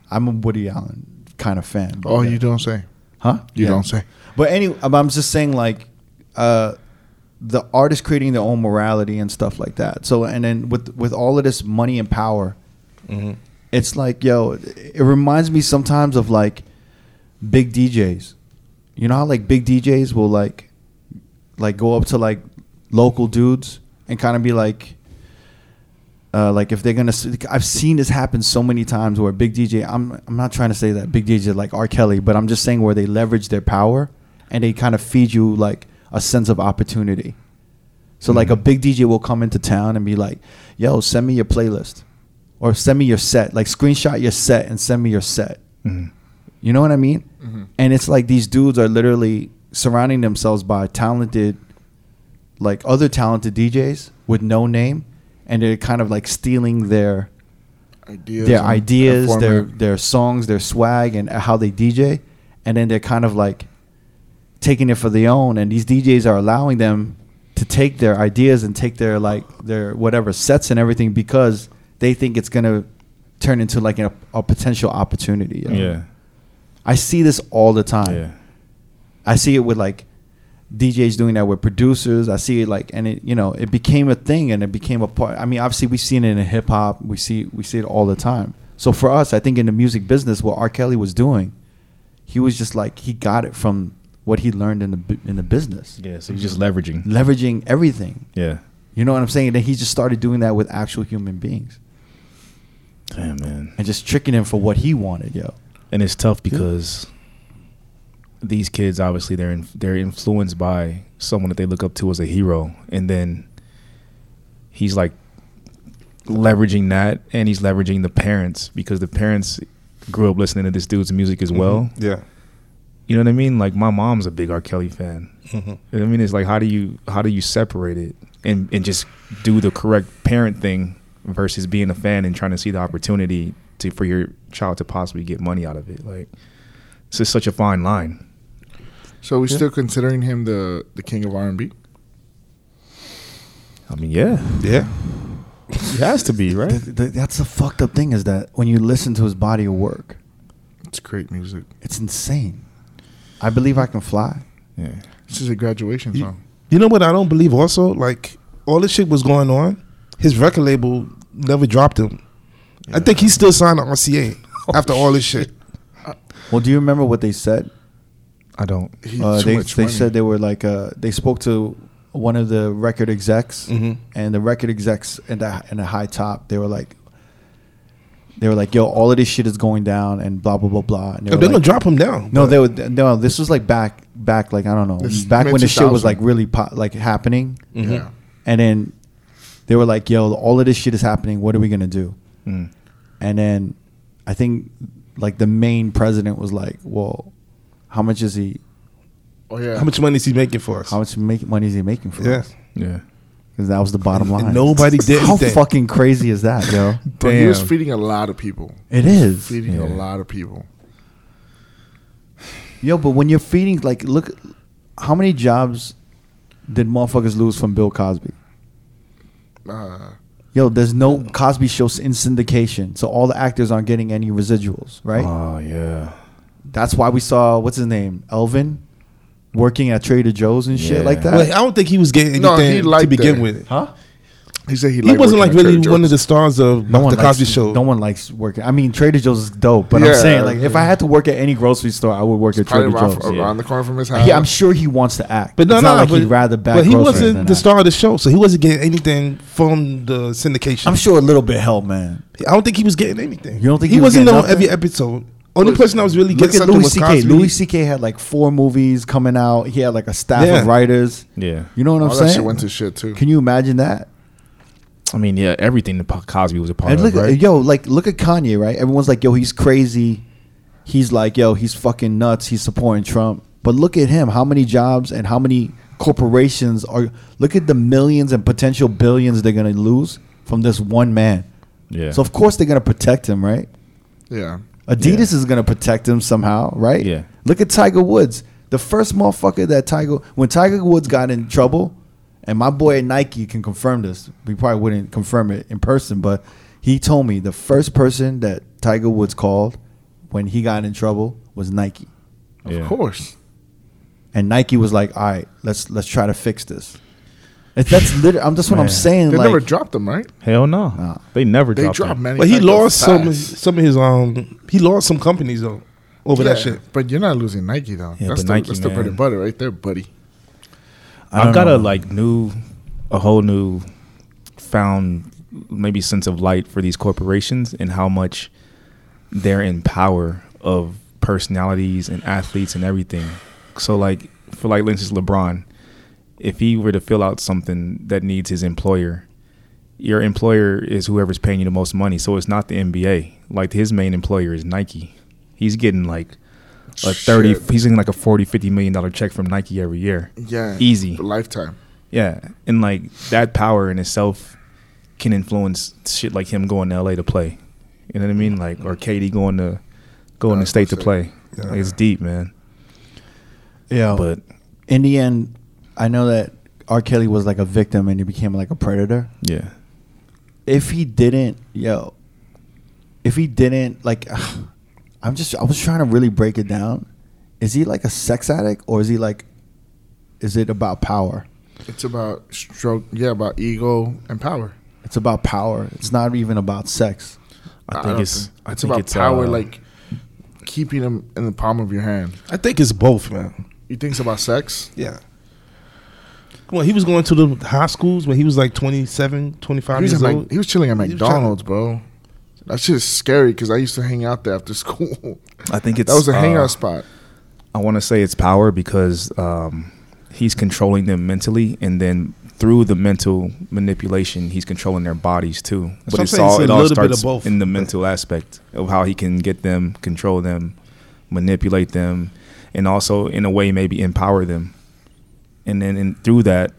[SPEAKER 2] I'm a Woody Allen kind of fan. but
[SPEAKER 4] Oh,
[SPEAKER 2] yeah.
[SPEAKER 4] you don't say.
[SPEAKER 2] huh?
[SPEAKER 4] You
[SPEAKER 2] Yeah.
[SPEAKER 4] don't say.
[SPEAKER 2] But anyway, I'm- I'm just saying like uh, the artists creating their own morality and stuff like that. So and then with with all of this money and power, it's like yo, it reminds me sometimes of like big DJs. You know how like big DJs will like like go up to like local dudes and kind of be like. Uh, like if they're gonna, s- I've seen this happen so many times where big DJ. I'm I'm not trying to say that big DJ is like R. Kelly, but I'm just saying where they leverage their power and they kind of feed you like a sense of opportunity. So like a big DJ will come into town and be like, "Yo, send me your playlist, or send me your set. Like screenshot your set and send me your set." You know what I mean? And it's like these dudes are literally surrounding themselves by talented like other talented DJs with no name, and they're kind of like stealing their
[SPEAKER 4] Ideas.
[SPEAKER 2] their
[SPEAKER 4] and-
[SPEAKER 2] ideas,
[SPEAKER 4] and
[SPEAKER 2] their
[SPEAKER 4] format.
[SPEAKER 2] their songs, their swag, and how they DJ, and then they're kind of like taking it for their own. And these DJs are allowing them to take their ideas and take their like their whatever sets and everything because they think it's gonna turn into like a, a potential opportunity. yo.
[SPEAKER 1] Yeah.
[SPEAKER 2] I see this all the time.
[SPEAKER 1] Yeah.
[SPEAKER 2] I see it with like DJs doing that with producers. I see it like, and it you know it became a thing and it became a part. I mean, obviously we've seen it in hip hop. We see we see it all the time. So for us, I think in the music business, what R. Kelly was doing, he was just like he got it from what he learned in the bu- in the business,
[SPEAKER 1] Yeah. So you're just leveraging.
[SPEAKER 2] leveraging everything.
[SPEAKER 1] Yeah.
[SPEAKER 2] You know what I'm saying? And then he just started doing that with actual human beings
[SPEAKER 1] Damn man.
[SPEAKER 2] and just tricking them for what he wanted, yo.
[SPEAKER 1] and it's tough because these kids obviously they're in, they're influenced by someone that they look up to as a hero and then he's like leveraging that and he's leveraging the parents because the parents grew up listening to this dude's music
[SPEAKER 3] Mm-hmm.
[SPEAKER 1] as well
[SPEAKER 4] Mm-hmm.
[SPEAKER 3] yeah.
[SPEAKER 1] you know what i mean like my mom's a big r kelly fan
[SPEAKER 2] Mm-hmm.
[SPEAKER 1] You know what i mean it's like how do you how do you separate it and and just do the correct parent thing versus being a fan and trying to see the opportunity to for your child to possibly get money out of it like it's just such a fine line
[SPEAKER 4] So we still considering him the the king of R and B.
[SPEAKER 1] i mean yeah
[SPEAKER 3] Yeah.
[SPEAKER 1] it has to be right
[SPEAKER 2] Th- th- that's the fucked up thing is that when you listen to his body of work,
[SPEAKER 4] It's great music.
[SPEAKER 2] It's insane. I believe I can fly.
[SPEAKER 1] yeah
[SPEAKER 4] This is a graduation
[SPEAKER 3] You-
[SPEAKER 4] song.
[SPEAKER 3] You know what I don't believe also? Like all this shit was going on, his record label never dropped him. I think he still signed to RCA
[SPEAKER 2] Oh,
[SPEAKER 3] after all this shit.
[SPEAKER 2] Well, do you remember what they said?
[SPEAKER 1] i don't
[SPEAKER 4] He's
[SPEAKER 2] Uh,
[SPEAKER 4] too
[SPEAKER 2] they
[SPEAKER 4] much
[SPEAKER 2] they
[SPEAKER 4] money.
[SPEAKER 2] said they were like uh, they spoke to one of the record execs,
[SPEAKER 4] Mm-hmm.
[SPEAKER 3] Mhm.
[SPEAKER 2] and the record execs and the and the high top. They were like, they were like, "Yo, all of this shit is going down," and blah blah blah blah.
[SPEAKER 4] Oh,
[SPEAKER 2] And they
[SPEAKER 3] They're
[SPEAKER 2] were
[SPEAKER 3] gonna
[SPEAKER 2] like-
[SPEAKER 3] drop him down.
[SPEAKER 2] No, they would. No, this was like back back like I don't know
[SPEAKER 4] This- Mm.
[SPEAKER 2] back when the shit was
[SPEAKER 4] 2000.
[SPEAKER 2] like really po- like happening,
[SPEAKER 4] Yeah.
[SPEAKER 2] and then they were like, "Yo, all of this shit is happening. What are we gonna do?"
[SPEAKER 1] mm.
[SPEAKER 2] And then I think like the main president was like, "Well, how much is he?
[SPEAKER 4] Oh yeah.
[SPEAKER 3] How much money is he making for us?
[SPEAKER 2] How much make, money is he making for
[SPEAKER 3] Yeah.
[SPEAKER 2] us?"
[SPEAKER 1] yeah
[SPEAKER 2] Because that was the bottom
[SPEAKER 3] And
[SPEAKER 2] line.
[SPEAKER 3] nobody did
[SPEAKER 2] How
[SPEAKER 3] anything.
[SPEAKER 2] fucking crazy is that, yo?
[SPEAKER 4] But he was
[SPEAKER 1] Damn.
[SPEAKER 4] feeding a lot of people.
[SPEAKER 2] It is,
[SPEAKER 4] Feeding a
[SPEAKER 1] Yeah.
[SPEAKER 4] lot of people.
[SPEAKER 2] yo. But when you're feeding, like, look, how many jobs did motherfuckers lose from Bill Cosby?
[SPEAKER 4] Uh,
[SPEAKER 2] Yo, there's no Cosby shows in syndication, so all the actors aren't getting any residuals, right?
[SPEAKER 1] oh yeah
[SPEAKER 2] That's why we saw what's his name, Elvin, working at Trader Joe's and shit
[SPEAKER 1] Yeah.
[SPEAKER 2] like that.
[SPEAKER 3] Well, I don't think he was getting anything
[SPEAKER 4] No, he
[SPEAKER 3] to
[SPEAKER 4] liked
[SPEAKER 3] begin
[SPEAKER 4] that.
[SPEAKER 3] with.
[SPEAKER 2] huh?
[SPEAKER 4] he said he.
[SPEAKER 3] He
[SPEAKER 4] liked
[SPEAKER 3] wasn't like
[SPEAKER 4] working at
[SPEAKER 3] really
[SPEAKER 4] Trader
[SPEAKER 3] one of
[SPEAKER 4] Joe's.
[SPEAKER 3] the stars of
[SPEAKER 2] No one
[SPEAKER 3] the
[SPEAKER 2] likes,
[SPEAKER 3] Cosby Show.
[SPEAKER 2] No one likes working. I mean, Trader Joe's is dope, but I'm
[SPEAKER 4] Yeah.
[SPEAKER 2] saying like if I had to work at any grocery store, I would work at
[SPEAKER 4] Probably
[SPEAKER 2] Trader
[SPEAKER 4] around,
[SPEAKER 2] Joe's.
[SPEAKER 1] yeah.
[SPEAKER 4] around the corner from his house.
[SPEAKER 2] Yeah, I'm sure he wants to act,
[SPEAKER 3] Uh-huh. but no,
[SPEAKER 2] it's
[SPEAKER 3] no,
[SPEAKER 2] not like
[SPEAKER 3] but,
[SPEAKER 2] he'd rather back.
[SPEAKER 3] but he
[SPEAKER 2] groceries
[SPEAKER 3] wasn't
[SPEAKER 2] than
[SPEAKER 3] the
[SPEAKER 2] act.
[SPEAKER 3] star of the show, so he wasn't getting anything from the syndication.
[SPEAKER 2] I'm sure a little bit helped, man.
[SPEAKER 3] I don't think he was getting anything.
[SPEAKER 2] You don't think
[SPEAKER 3] he,
[SPEAKER 2] he was
[SPEAKER 3] wasn't
[SPEAKER 2] getting
[SPEAKER 3] on
[SPEAKER 2] nothing?
[SPEAKER 3] every episode? Only
[SPEAKER 4] Look-
[SPEAKER 3] person I was really
[SPEAKER 2] Look
[SPEAKER 3] getting
[SPEAKER 2] at
[SPEAKER 3] something
[SPEAKER 2] Louis
[SPEAKER 3] was
[SPEAKER 2] C.K.
[SPEAKER 3] Cosby.
[SPEAKER 2] Louis C.K. had like four movies coming out. He had like a staff
[SPEAKER 3] Yeah.
[SPEAKER 2] of writers.
[SPEAKER 1] yeah
[SPEAKER 2] You know what
[SPEAKER 4] All
[SPEAKER 2] I'm
[SPEAKER 4] that
[SPEAKER 2] saying?
[SPEAKER 4] shit went to shit too.
[SPEAKER 2] Can you imagine that?
[SPEAKER 1] i mean yeah everything that cosby was a part
[SPEAKER 2] and
[SPEAKER 1] of
[SPEAKER 2] look,
[SPEAKER 1] right?
[SPEAKER 2] yo, like look at Kanye, right? Everyone's like, yo, he's crazy. He's like, yo, he's fucking nuts. He's supporting Trump. But look at him. How many jobs and how many corporations are? Look at the millions and potential billions they're gonna lose from this one man.
[SPEAKER 1] yeah
[SPEAKER 2] So of course they're gonna protect him, right?
[SPEAKER 4] yeah.
[SPEAKER 2] Adidas is gonna protect him somehow, right?
[SPEAKER 1] Yeah.
[SPEAKER 2] Look at Tiger Woods. The first motherfucker that Tiger when Tiger Woods got in trouble, and my boy at Nike can confirm this. We probably wouldn't confirm it in person, but he told me the first person that Tiger Woods called when he got in trouble was Nike.
[SPEAKER 1] yeah.
[SPEAKER 4] Of course.
[SPEAKER 2] And Nike was like, All right, let's let's try to fix this. If that's literally I'm just what I'm
[SPEAKER 1] Man.
[SPEAKER 2] saying.
[SPEAKER 4] They
[SPEAKER 2] like,
[SPEAKER 4] never dropped him, right?
[SPEAKER 1] hell no
[SPEAKER 2] Nah.
[SPEAKER 1] they never
[SPEAKER 4] They
[SPEAKER 1] dropped,
[SPEAKER 4] dropped
[SPEAKER 1] him.
[SPEAKER 4] many.
[SPEAKER 3] But he
[SPEAKER 4] like,
[SPEAKER 3] lost some of,
[SPEAKER 4] fast.
[SPEAKER 3] some of his um he lost some companies though over that
[SPEAKER 4] Yeah,
[SPEAKER 3] shit.
[SPEAKER 4] But you're not losing Nike though.
[SPEAKER 1] Yeah,
[SPEAKER 4] that's
[SPEAKER 1] but
[SPEAKER 4] the,
[SPEAKER 1] Nike,
[SPEAKER 4] that's the bread
[SPEAKER 1] man.
[SPEAKER 4] and butter right there, buddy.
[SPEAKER 2] I don't
[SPEAKER 1] I've got
[SPEAKER 2] know.
[SPEAKER 1] a like new, a whole new, found maybe sense of light for these corporations and how much they're in power of personalities and athletes and everything. So like for like Lindsay's LeBron, if he were to fill out something that needs his employer, your employer is whoever's paying you the most money. So it's not the NBA. Like his main employer is Nike. He's getting like a 30
[SPEAKER 4] Shit.
[SPEAKER 1] he's getting like a 40 50 million dollar check from Nike every year.
[SPEAKER 4] Yeah.
[SPEAKER 1] Easy.
[SPEAKER 4] Lifetime.
[SPEAKER 1] Yeah, and like that power in itself can influence shit like him going to LA to play. You know what I mean? Like or Katie going to going
[SPEAKER 4] Yeah,
[SPEAKER 1] to state to
[SPEAKER 4] so-
[SPEAKER 1] play.
[SPEAKER 3] yeah.
[SPEAKER 1] Like, it's deep, man.
[SPEAKER 2] Yeah.
[SPEAKER 1] But
[SPEAKER 2] in the end, I know that R. Kelly was like a victim and he became like a predator.
[SPEAKER 1] yeah,
[SPEAKER 2] If he didn't, yo, if he didn't, like, I'm just, I was trying to really break it down. Is he like a sex addict or is he like, is it about power?
[SPEAKER 4] It's about stroke. Yeah, about ego and power.
[SPEAKER 2] It's about power. It's not even about sex.
[SPEAKER 1] I
[SPEAKER 4] don't
[SPEAKER 1] think it's
[SPEAKER 4] think-
[SPEAKER 1] I
[SPEAKER 4] it's
[SPEAKER 1] think
[SPEAKER 4] about
[SPEAKER 1] it's
[SPEAKER 4] power,
[SPEAKER 1] uh,
[SPEAKER 4] like keeping them in the palm of your hand.
[SPEAKER 3] I think it's both, man.
[SPEAKER 4] You think it's about sex?
[SPEAKER 3] Yeah. Come on, he was going to the high schools when he was like 27, 25
[SPEAKER 4] He was,
[SPEAKER 3] years
[SPEAKER 4] in
[SPEAKER 3] old.
[SPEAKER 4] Mac- he was chilling at
[SPEAKER 3] He was trying-
[SPEAKER 4] McDonald's, bro. That shit is scary because I used to hang out there after school.
[SPEAKER 1] I think it's
[SPEAKER 4] that was a
[SPEAKER 1] uh,
[SPEAKER 4] hangout spot.
[SPEAKER 1] I want to say it's power because um, he's controlling them mentally, and then through the mental manipulation, he's controlling their bodies too.
[SPEAKER 3] what I'm
[SPEAKER 1] it's
[SPEAKER 3] saying,
[SPEAKER 1] all
[SPEAKER 3] it's a
[SPEAKER 1] it all
[SPEAKER 3] little bit
[SPEAKER 1] starts
[SPEAKER 3] of both.
[SPEAKER 1] in the mental aspect of how he can get them, control them, manipulate them, and also in a way maybe empower them. And then and through that,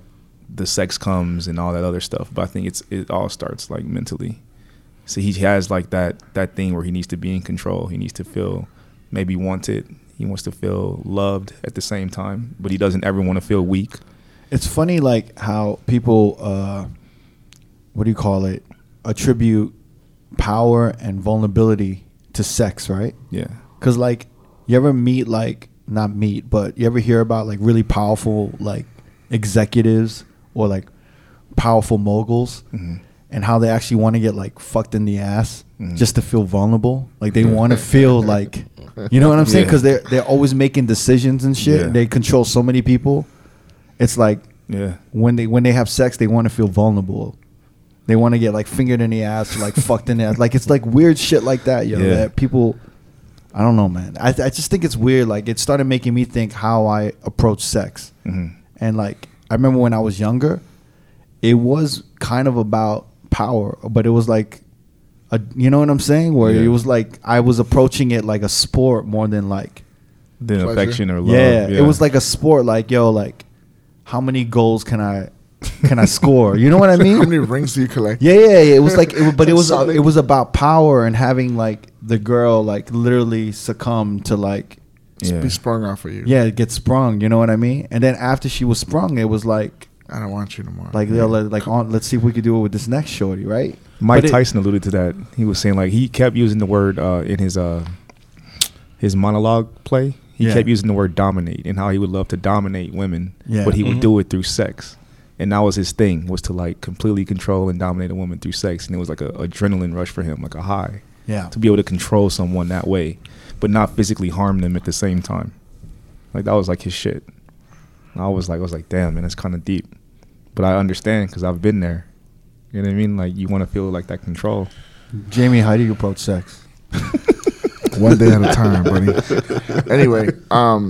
[SPEAKER 1] the sex comes and all that other stuff. But I think it's it all starts like mentally. So he has like that that thing where he needs to be in control. He needs to feel maybe wanted. He wants to feel loved at the same time, but he doesn't ever want to feel weak.
[SPEAKER 2] It's funny, like, how people, uh, what do you call it, attribute power and vulnerability to sex, right?
[SPEAKER 1] Yeah.
[SPEAKER 2] Cause like you ever meet like not meet, but you ever hear about like really powerful like executives or like powerful moguls
[SPEAKER 1] Mm-hmm.
[SPEAKER 2] and how they actually want to get like fucked in the ass just to feel vulnerable. Like they want to feel like you know what I'm saying?
[SPEAKER 1] Yeah.
[SPEAKER 2] Cause they're they're always making decisions and shit.
[SPEAKER 1] Yeah.
[SPEAKER 2] They control so many people. It's like
[SPEAKER 1] Yeah.
[SPEAKER 2] when they when they have sex, they want to feel vulnerable. They want to get like fingered in the ass, like fucked in the ass. Like it's like weird shit like that, yo.
[SPEAKER 1] Yeah.
[SPEAKER 2] That people, I don't know, man. I I just think it's weird. Like it started making me think how I approach sex,
[SPEAKER 1] Mm-hmm.
[SPEAKER 2] and like I remember when I was younger, it was kind of about power, but it was like. A, you know what I'm saying? Where
[SPEAKER 1] Yeah.
[SPEAKER 2] it was like I was approaching it like a sport more than like
[SPEAKER 1] Then
[SPEAKER 4] Pleasure.
[SPEAKER 1] affection or love.
[SPEAKER 2] yeah, it was like a sport. Like yo, like how many goals can I can I score? You know what I
[SPEAKER 4] How many
[SPEAKER 2] mean?
[SPEAKER 4] rings do you collect?
[SPEAKER 2] Yeah, yeah, yeah. It was like, it, was- but it was
[SPEAKER 4] So they-
[SPEAKER 2] it was about power and having like the girl like literally succumb to like
[SPEAKER 1] Yeah.
[SPEAKER 4] Be sprung off of you.
[SPEAKER 2] yeah get sprung. You know what I mean? And then after she was sprung, it was like
[SPEAKER 4] I don't want you no more.
[SPEAKER 2] like yo, let, like on. Let's see if we could do it with this next shorty, right?
[SPEAKER 1] Mike
[SPEAKER 2] But it-
[SPEAKER 1] Tyson alluded to that. He was saying like he kept using the word uh, in his uh, his monologue play. He
[SPEAKER 2] Yeah.
[SPEAKER 1] kept using the word dominate and how he would love to dominate women,
[SPEAKER 2] Yeah.
[SPEAKER 1] but he would
[SPEAKER 3] Mhm.
[SPEAKER 1] do it through sex. And that was his thing was to like completely control and dominate a woman through sex, and it was like a adrenaline rush for him, like a high.
[SPEAKER 2] Yeah,
[SPEAKER 1] to be able to control someone that way, but not physically harm them at the same time. Like that was like his shit. And I was like, I was like, damn, man, it's kind of deep, but I understand because I've been there. You know what I mean? Like you want to feel like that control.
[SPEAKER 2] Jamie, how do you approach sex?
[SPEAKER 4] One day at a time, buddy. Anyway, um,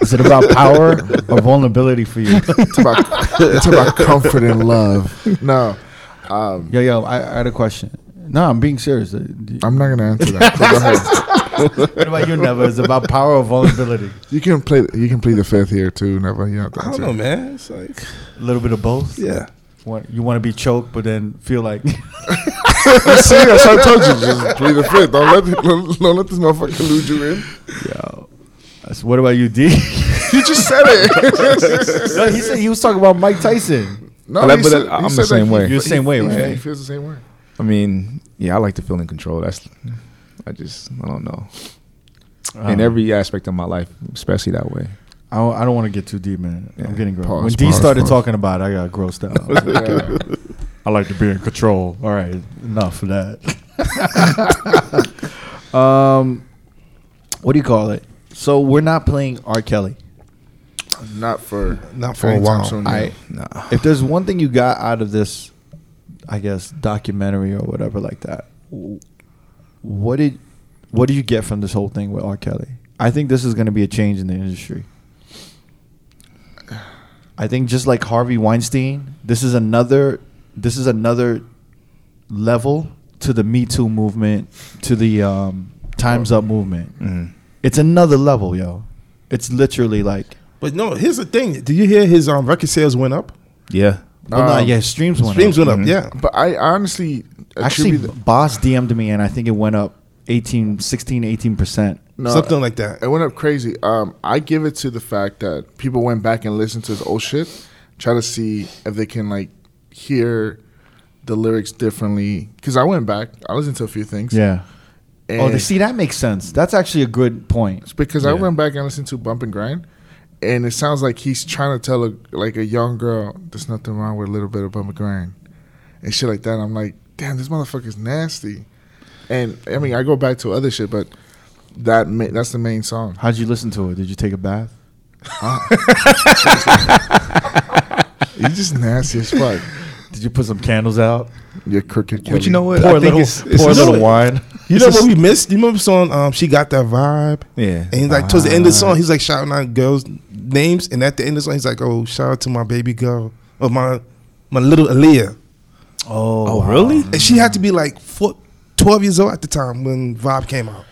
[SPEAKER 2] Is it about power or vulnerability for you?
[SPEAKER 4] it's about it's about comfort and love. No, um,
[SPEAKER 2] Yo, yo, I, I had a question. No, I'm being serious. Uh, do-
[SPEAKER 4] I'm not gonna answer that. So go ahead.
[SPEAKER 2] What about you, Never? It's about power or vulnerability.
[SPEAKER 4] You can play. You can plead the fifth here too. Never. You don't have to
[SPEAKER 3] I don't
[SPEAKER 4] answer.
[SPEAKER 3] know, man. It's like,
[SPEAKER 2] A little bit of both.
[SPEAKER 3] yeah.
[SPEAKER 2] Want- you want to be choked, but then feel like
[SPEAKER 4] I'm serious. I told you, just plead the fifth. Don't let the- don't, don't let this motherfucker lead you in.
[SPEAKER 2] yo. I said, what about you, D?
[SPEAKER 4] You just said it.
[SPEAKER 2] no, he said he was talking about Mike Tyson.
[SPEAKER 4] no,
[SPEAKER 1] But I-
[SPEAKER 4] he
[SPEAKER 1] but
[SPEAKER 4] said-
[SPEAKER 1] I-
[SPEAKER 4] he
[SPEAKER 1] I'm the
[SPEAKER 4] said that
[SPEAKER 1] same
[SPEAKER 4] he-
[SPEAKER 1] way.
[SPEAKER 2] You're the
[SPEAKER 4] he-
[SPEAKER 2] same way,
[SPEAKER 4] he-
[SPEAKER 2] right?
[SPEAKER 4] He feels the same way.
[SPEAKER 1] I mean, yeah, I like to feel in control. That's, I just, I don't know.
[SPEAKER 2] Um,
[SPEAKER 1] in every aspect of my life, especially that way.
[SPEAKER 2] Uh-huh. I don't, I don't want to get too deep, man.
[SPEAKER 1] Yeah.
[SPEAKER 2] I'm getting gross.
[SPEAKER 4] Pause,
[SPEAKER 2] when D
[SPEAKER 4] pause,
[SPEAKER 2] started
[SPEAKER 4] pause.
[SPEAKER 2] talking about it, I got grossed out.
[SPEAKER 4] Yeah.
[SPEAKER 2] I like to be in control. All right, enough of that. um, what do you call it? So we're not playing R. Kelly.
[SPEAKER 4] Not for
[SPEAKER 3] Not for a
[SPEAKER 4] anytime
[SPEAKER 3] while.
[SPEAKER 4] soon,
[SPEAKER 2] I
[SPEAKER 4] no.
[SPEAKER 1] Nah.
[SPEAKER 2] if there's one thing you got out of this, I guess documentary or whatever like that, w- what did what did you get from this whole thing with R. Kelly? I think this is going to be a change in the industry. I think just like Harvey Weinstein, this is another this is another level to the Me Too movement, to the um, Times Up movement.
[SPEAKER 1] Mhm.
[SPEAKER 2] It's another level, yo. It's literally like
[SPEAKER 3] But no, here's the thing. Did you hear his um, record sales went up?
[SPEAKER 1] Yeah.
[SPEAKER 2] Well, no,
[SPEAKER 4] Um,
[SPEAKER 2] yeah, streams went
[SPEAKER 3] Streams
[SPEAKER 2] up. Mm-hmm.
[SPEAKER 3] went up. Yeah.
[SPEAKER 4] But I honestly
[SPEAKER 2] Actually,
[SPEAKER 4] attribute the-
[SPEAKER 2] Boss DM'd me, and I think it went up 18, 16, 18 percent.
[SPEAKER 4] no,
[SPEAKER 3] Something like that.
[SPEAKER 4] It went up crazy. Um, I give it to the fact that people went back and listened to his old shit, try to see if they can like hear the lyrics differently. Because I went back, I listened to a few things.
[SPEAKER 2] Yeah.
[SPEAKER 4] and
[SPEAKER 2] oh, they, see, that makes sense. That's actually a good point.
[SPEAKER 4] It's because I
[SPEAKER 1] Yeah.
[SPEAKER 4] went back and listened to Bump and Grind, and it sounds like he's trying to tell a, like a young girl there's nothing wrong with a little bit of Bump and Grind, and shit like that. I'm like, damn, this motherfucker's nasty. And I mean, I go back to other shit, but that ma- that's the main song.
[SPEAKER 2] How'd you listen to it? Did you take a bath?
[SPEAKER 4] He's just nasty as fuck.
[SPEAKER 2] Did you put some candles out?
[SPEAKER 4] Your crooked.
[SPEAKER 1] But you know what?
[SPEAKER 2] Pour
[SPEAKER 1] I
[SPEAKER 2] a
[SPEAKER 1] think
[SPEAKER 2] little,
[SPEAKER 1] it's- it's
[SPEAKER 2] pour a
[SPEAKER 1] just-
[SPEAKER 2] little wine.
[SPEAKER 3] You know what we missed? You remember the song? Um, she got that vibe.
[SPEAKER 1] Yeah.
[SPEAKER 3] And he's like towards the end of the song, he's like shouting out girls' names, and at the end of the song, he's like, "Oh, shout out to my baby girl or my my little Aaliyah."
[SPEAKER 2] Oh, wow.
[SPEAKER 3] And she had to be like four, 12 years old at the time when Vibe came out.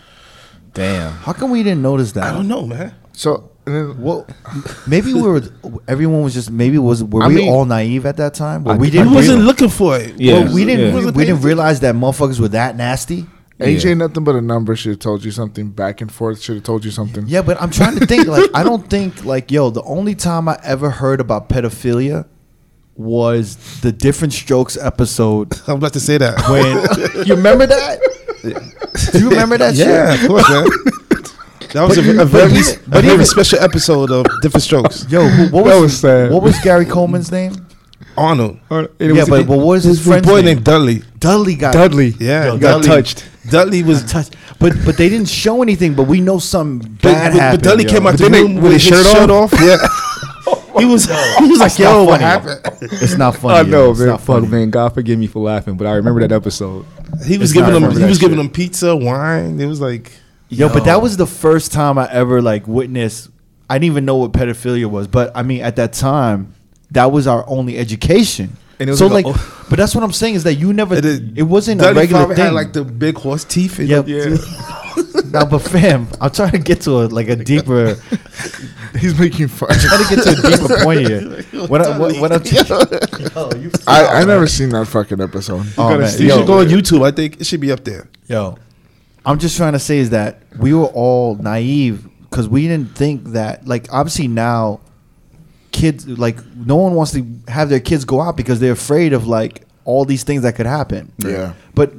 [SPEAKER 1] Damn.
[SPEAKER 2] How come we didn't notice that?
[SPEAKER 3] I don't know, man.
[SPEAKER 4] So and then,
[SPEAKER 2] Well, maybe we were. Everyone was just maybe was were
[SPEAKER 4] I
[SPEAKER 2] we
[SPEAKER 4] mean-
[SPEAKER 2] all naive at that time? Were
[SPEAKER 1] I-
[SPEAKER 2] we
[SPEAKER 1] I
[SPEAKER 2] didn't.
[SPEAKER 3] we wasn't
[SPEAKER 2] real-
[SPEAKER 3] looking for it.
[SPEAKER 1] Yeah.
[SPEAKER 2] well, we didn't.
[SPEAKER 1] Yeah.
[SPEAKER 2] We, we didn't realize that motherfuckers were that nasty.
[SPEAKER 4] AJ
[SPEAKER 1] Yeah.
[SPEAKER 4] nothing but a number should have told you something. Back and forth should have told you something.
[SPEAKER 2] Yeah, but I'm trying to think. Like, I don't think like yo. The only time I ever heard about pedophilia was the Different Strokes episode
[SPEAKER 3] I was about to say that.
[SPEAKER 2] when you remember that. Do you remember that?
[SPEAKER 3] yeah,
[SPEAKER 2] shit?
[SPEAKER 3] of course, man. That was a, a
[SPEAKER 2] even-
[SPEAKER 3] very,
[SPEAKER 2] but
[SPEAKER 3] a
[SPEAKER 2] even- but
[SPEAKER 3] very
[SPEAKER 2] even-
[SPEAKER 3] special episode of Different Strokes.
[SPEAKER 2] Yo, who- what was,
[SPEAKER 4] That was sad.
[SPEAKER 2] what was Gary Coleman's name?
[SPEAKER 3] Arnold.
[SPEAKER 2] yeah, but, but what was his
[SPEAKER 3] This boy
[SPEAKER 2] friend's name?
[SPEAKER 3] named Dudley.
[SPEAKER 2] Dudley got
[SPEAKER 4] Dudley.
[SPEAKER 3] Yeah,
[SPEAKER 2] Yo,
[SPEAKER 3] Dudley-
[SPEAKER 2] touched.
[SPEAKER 3] Dudley was
[SPEAKER 2] touched. But but they didn't show anything. But we know something
[SPEAKER 3] But,
[SPEAKER 2] bad
[SPEAKER 3] but- but
[SPEAKER 2] happened.
[SPEAKER 3] Dudley
[SPEAKER 2] yo.
[SPEAKER 3] came out
[SPEAKER 2] But
[SPEAKER 3] the
[SPEAKER 2] then they-
[SPEAKER 3] room with his shirt, off. Yeah, he was. He was like,
[SPEAKER 2] It's not
[SPEAKER 3] "Yo, what
[SPEAKER 2] funny.
[SPEAKER 3] happened?"
[SPEAKER 2] It's not funny.
[SPEAKER 1] I
[SPEAKER 2] yo.
[SPEAKER 1] know,
[SPEAKER 2] It's
[SPEAKER 1] man.
[SPEAKER 2] not
[SPEAKER 1] Fuck,
[SPEAKER 2] funny.
[SPEAKER 1] man. God forgive me for laughing, but I remember that episode.
[SPEAKER 3] He was
[SPEAKER 1] It's
[SPEAKER 3] giving
[SPEAKER 1] not
[SPEAKER 3] them.
[SPEAKER 1] funny.
[SPEAKER 3] He was
[SPEAKER 1] That
[SPEAKER 3] giving
[SPEAKER 1] shit.
[SPEAKER 3] them pizza, wine. It was like,
[SPEAKER 2] Yo, but that was the first time I ever like witnessed. I didn't even know what pedophilia was, but I mean, at that time, that was our only education.
[SPEAKER 1] And it was
[SPEAKER 2] so
[SPEAKER 1] like
[SPEAKER 2] like,
[SPEAKER 1] a-
[SPEAKER 2] but that's what I'm saying is that you never.
[SPEAKER 3] It
[SPEAKER 2] It,
[SPEAKER 3] is-
[SPEAKER 2] wasn't a
[SPEAKER 3] Dudley
[SPEAKER 2] regular
[SPEAKER 3] probably
[SPEAKER 2] thing.
[SPEAKER 3] had like the big horse teeth. in
[SPEAKER 2] Yep.
[SPEAKER 3] it.
[SPEAKER 2] now, but fam, I'm trying to get to a, like a deeper.
[SPEAKER 4] he's making fun.
[SPEAKER 2] trying to get to a deeper point here. What, I, what, what I'm.
[SPEAKER 4] I, I never seen that fucking episode.
[SPEAKER 2] Oh,
[SPEAKER 1] gotta
[SPEAKER 2] man.
[SPEAKER 1] see-
[SPEAKER 3] You
[SPEAKER 2] Yo,
[SPEAKER 3] should go on YouTube. I think it should be up there.
[SPEAKER 2] Yo, I'm just trying to say is that we were all naive because we didn't think that. Like, obviously now, kids like no one wants to have their kids go out because they're afraid of like all these things that could happen.
[SPEAKER 4] Yeah.
[SPEAKER 2] but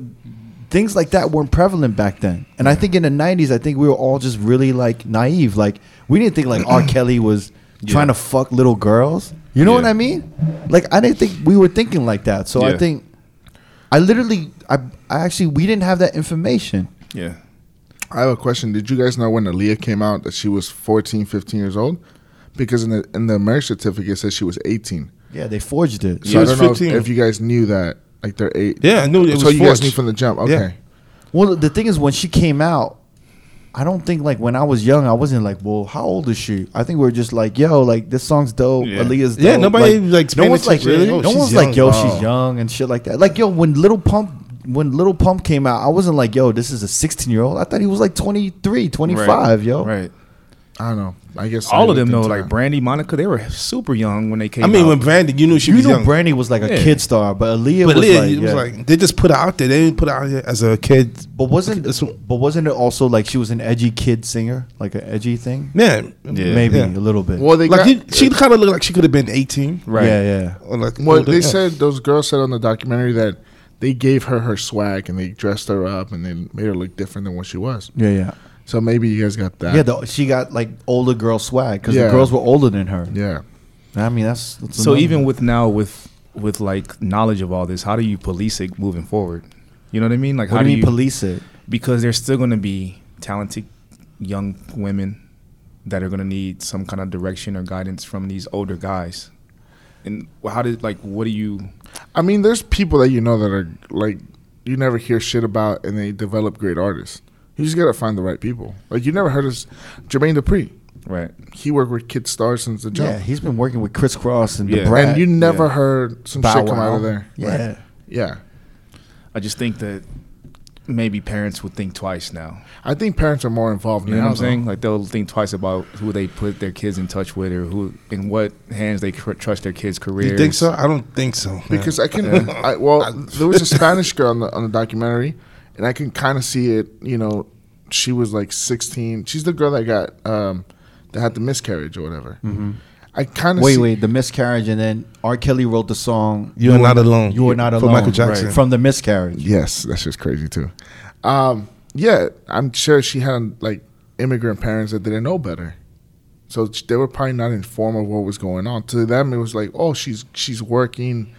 [SPEAKER 2] things like that weren't prevalent back then. And I think in the '90s, I think we were all just really like naive. Like, we didn't think like R. Kelly was. Trying to fuck little girls, you know what
[SPEAKER 1] Yeah.
[SPEAKER 2] I mean? Like I didn't think we were thinking like that. So I
[SPEAKER 1] Yeah.
[SPEAKER 2] think I literally, I, I actually, we didn't have that information.
[SPEAKER 1] Yeah.
[SPEAKER 4] I have a question. Did you guys know when Aaliyah came out that she was 14, 15 years old? Because in the in the marriage certificate it says she was 18.
[SPEAKER 2] Yeah, they forged it.
[SPEAKER 4] So
[SPEAKER 3] She
[SPEAKER 4] I
[SPEAKER 3] was
[SPEAKER 4] don't know if,
[SPEAKER 3] 15.
[SPEAKER 4] if you guys knew that. Like they're eight.
[SPEAKER 3] Yeah, I knew it
[SPEAKER 4] so
[SPEAKER 3] was
[SPEAKER 4] you guys
[SPEAKER 3] forged.
[SPEAKER 4] knew from the jump. Okay.
[SPEAKER 3] Yeah.
[SPEAKER 2] Well, the thing is, when she came out, I don't think like when I was young, I wasn't like, well, how old is she? I think we were just like, yo, like this song's dope.
[SPEAKER 1] Yeah.
[SPEAKER 2] Aaliyah's dope.
[SPEAKER 3] Yeah, nobody, like,
[SPEAKER 2] no
[SPEAKER 3] paying
[SPEAKER 2] one's like,
[SPEAKER 3] attention, really? Oh,
[SPEAKER 2] no
[SPEAKER 3] she's
[SPEAKER 2] one's like, yo,
[SPEAKER 3] young.
[SPEAKER 2] she's young and shit like that. Like yo, when Little Pump. When Little Pump came out, I wasn't like, yo, this is a 16 year old. I thought he was like 23, 25, yo.
[SPEAKER 1] Right.
[SPEAKER 4] I don't know. I guess
[SPEAKER 1] All
[SPEAKER 4] I
[SPEAKER 1] of them
[SPEAKER 4] didn't
[SPEAKER 1] though,
[SPEAKER 4] think
[SPEAKER 1] like
[SPEAKER 4] so.
[SPEAKER 1] Brandy, Monica, they were super young when they came.
[SPEAKER 3] I mean,
[SPEAKER 1] out.
[SPEAKER 3] when Brandon, you knew she
[SPEAKER 2] You
[SPEAKER 3] was
[SPEAKER 2] know,
[SPEAKER 3] young.
[SPEAKER 2] Brandy was like a
[SPEAKER 1] Yeah.
[SPEAKER 2] kid star, but Aaliyah
[SPEAKER 3] but
[SPEAKER 2] was,
[SPEAKER 3] Leah,
[SPEAKER 2] like,
[SPEAKER 3] it was
[SPEAKER 2] yeah.
[SPEAKER 3] like they just put it out there. They didn't put it out there as a kid.
[SPEAKER 2] But wasn't
[SPEAKER 3] This one-
[SPEAKER 2] but wasn't it also like she was an edgy kid singer, like an edgy thing?
[SPEAKER 3] Man,
[SPEAKER 1] Yeah.
[SPEAKER 2] Maybe
[SPEAKER 3] Yeah.
[SPEAKER 2] a little bit.
[SPEAKER 4] Well, they
[SPEAKER 3] like
[SPEAKER 4] got,
[SPEAKER 3] he, she kind of looked like she could have been eighteen.
[SPEAKER 1] right.
[SPEAKER 2] Yeah, yeah.
[SPEAKER 3] Or like,
[SPEAKER 4] Well,
[SPEAKER 3] older,
[SPEAKER 4] they
[SPEAKER 3] yeah.
[SPEAKER 4] said those girls said on the documentary that they gave her her swag and they dressed her up and they made her look different than what she was.
[SPEAKER 2] Yeah, yeah.
[SPEAKER 4] So maybe you guys got that.
[SPEAKER 2] Yeah, the, she got like older girl swag because the
[SPEAKER 4] Yeah.
[SPEAKER 2] girls were older than her.
[SPEAKER 4] yeah.
[SPEAKER 2] I mean, that's, that's
[SPEAKER 1] So
[SPEAKER 2] another-
[SPEAKER 1] even with now with with like knowledge of all this, how do you police it moving forward? You know what I mean? Like
[SPEAKER 2] what
[SPEAKER 1] how
[SPEAKER 2] do you mean
[SPEAKER 1] you
[SPEAKER 2] police it?
[SPEAKER 1] because there's still going to be talented young women that are going to need some kind of direction or guidance from these older guys. And how did like what do you?
[SPEAKER 4] I mean, there's people that you know that are like you never hear shit about, and they develop great artists. You just gotta find the right people. Like you never heard of Jermaine Dupri.
[SPEAKER 1] Right.
[SPEAKER 4] He worked with Kid Stars since the jump,
[SPEAKER 2] Yeah, he's been working with Chris Cross and
[SPEAKER 1] Yeah.
[SPEAKER 2] the Brat.
[SPEAKER 4] and you never
[SPEAKER 1] yeah.
[SPEAKER 4] heard some
[SPEAKER 2] Bow
[SPEAKER 4] shit come out
[SPEAKER 2] Wow.
[SPEAKER 4] of there.
[SPEAKER 2] Yeah,
[SPEAKER 4] Right. yeah.
[SPEAKER 1] I just think that maybe parents would think twice now.
[SPEAKER 4] I think parents are more involved
[SPEAKER 1] You
[SPEAKER 4] now.
[SPEAKER 1] know what I'm
[SPEAKER 4] though.
[SPEAKER 1] saying? Like they'll think twice about who they put their kids in touch with or who in what hands they cr- trust their kids' careers.
[SPEAKER 3] You think so? I don't think so. man.
[SPEAKER 4] because I can. I, well, there was a Spanish girl on the on the documentary, and I can kind of see it. You know, she was like 16. She's the girl that got um, that had the miscarriage or whatever. I kind
[SPEAKER 2] Mm-hmm.
[SPEAKER 4] of
[SPEAKER 2] Wait, wait, the miscarriage, and then R. Kelly wrote the song
[SPEAKER 3] You Are Not Alone
[SPEAKER 2] You Are Not
[SPEAKER 3] for
[SPEAKER 2] Alone"
[SPEAKER 3] Michael Jackson.
[SPEAKER 2] from the miscarriage.
[SPEAKER 4] Yes, that's just crazy too. Um, yeah, I'm sure she had like immigrant parents that didn't know better, so sh- they were probably not informed of what was going on. To them, it was like, oh, she's she's working,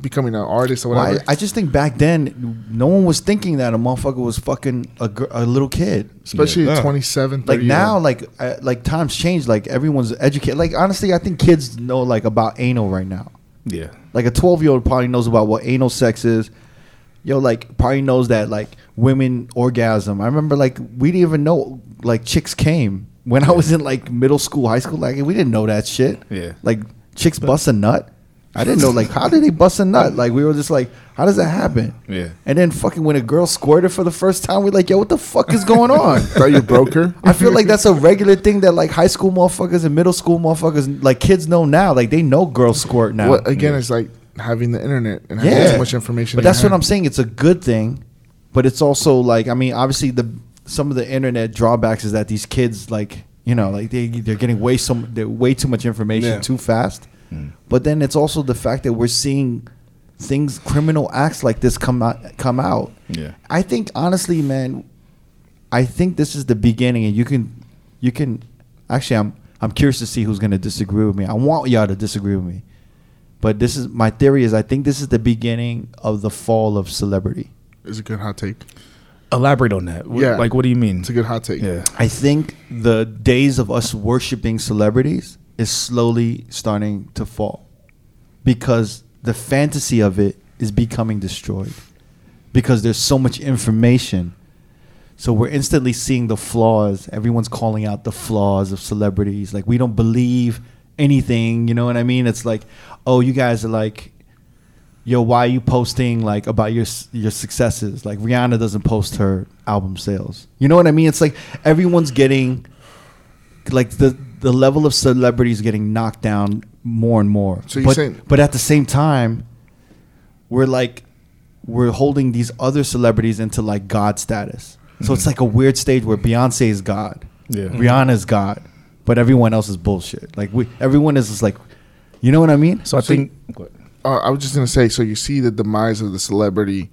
[SPEAKER 4] becoming an artist or
[SPEAKER 2] Well,
[SPEAKER 4] whatever.
[SPEAKER 2] I, I just think back then, no one was thinking that a motherfucker was fucking a, gr- a little kid.
[SPEAKER 4] Especially
[SPEAKER 3] Yeah.
[SPEAKER 4] at 27,
[SPEAKER 2] Like
[SPEAKER 4] 30
[SPEAKER 2] now, like uh, like times change. Like everyone's educated. Like honestly, I think kids know like about anal right now.
[SPEAKER 1] Yeah.
[SPEAKER 2] Like a twelve year old probably knows about what anal sex is. Yo, like probably knows that like women orgasm. I remember like we didn't even know like chicks came when I was in like middle school, high school. Like we didn't know that shit.
[SPEAKER 1] Yeah.
[SPEAKER 2] Like chicks bust a nut. I didn't know like how did they bust a nut? Like we were just like, how does that happen?
[SPEAKER 1] Yeah.
[SPEAKER 2] And then fucking when a girl squirted for the first time, we're like, yo, what the fuck is going on?
[SPEAKER 4] thought you broke her?
[SPEAKER 2] I feel like that's a regular thing that like high school motherfuckers and middle school motherfuckers like kids know now. Like they know girls squirt now.
[SPEAKER 4] What, again, it's like having the internet and having
[SPEAKER 2] yeah,
[SPEAKER 4] so much information.
[SPEAKER 2] But
[SPEAKER 4] in your
[SPEAKER 2] that's what
[SPEAKER 4] hand.
[SPEAKER 2] I'm saying. It's a good thing, but it's also like I mean, obviously the some of the internet drawbacks is that these kids like you know like they they're getting way so they're way too much information
[SPEAKER 3] Yeah.
[SPEAKER 2] too fast. But then it's also the fact that we're seeing things criminal acts like this come out come out.
[SPEAKER 1] Yeah.
[SPEAKER 2] I think honestly, man, I think this is the beginning, and you can, you can. Actually, I'm I'm curious to see who's going to disagree with me. I want y'all to disagree with me, but this is my theory. Is I think this is the beginning of the fall of celebrity.
[SPEAKER 4] It's a good hot take.
[SPEAKER 1] Elaborate on that. What-
[SPEAKER 4] Yeah.
[SPEAKER 1] Like, what do you mean?
[SPEAKER 4] It's a good hot take.
[SPEAKER 1] Yeah.
[SPEAKER 2] I think the days of us worshiping celebrities is slowly starting to fall because the fantasy of it is becoming destroyed because there's so much information. So we're instantly seeing the flaws. Everyone's calling out the flaws of celebrities. Like we don't believe anything, you know what I mean? It's like, "Oh, you guys are like yo, why are you posting like about your your successes? Like Rihanna doesn't post her album sales. You know what I mean? It's like everyone's getting like the the level of celebrity is getting knocked down more and more.
[SPEAKER 4] So you're
[SPEAKER 2] but,
[SPEAKER 4] saying-
[SPEAKER 2] but at the same time, we're like we're holding these other celebrities into like God status. So it's like a weird stage where Beyonce is God,
[SPEAKER 1] Yeah.
[SPEAKER 4] Mm-hmm.
[SPEAKER 2] Rihanna is God, but everyone else is bullshit. Like we, everyone is just like, you know what I mean?
[SPEAKER 1] So I think.
[SPEAKER 4] Uh, I was just gonna say, so you see the demise of the celebrity,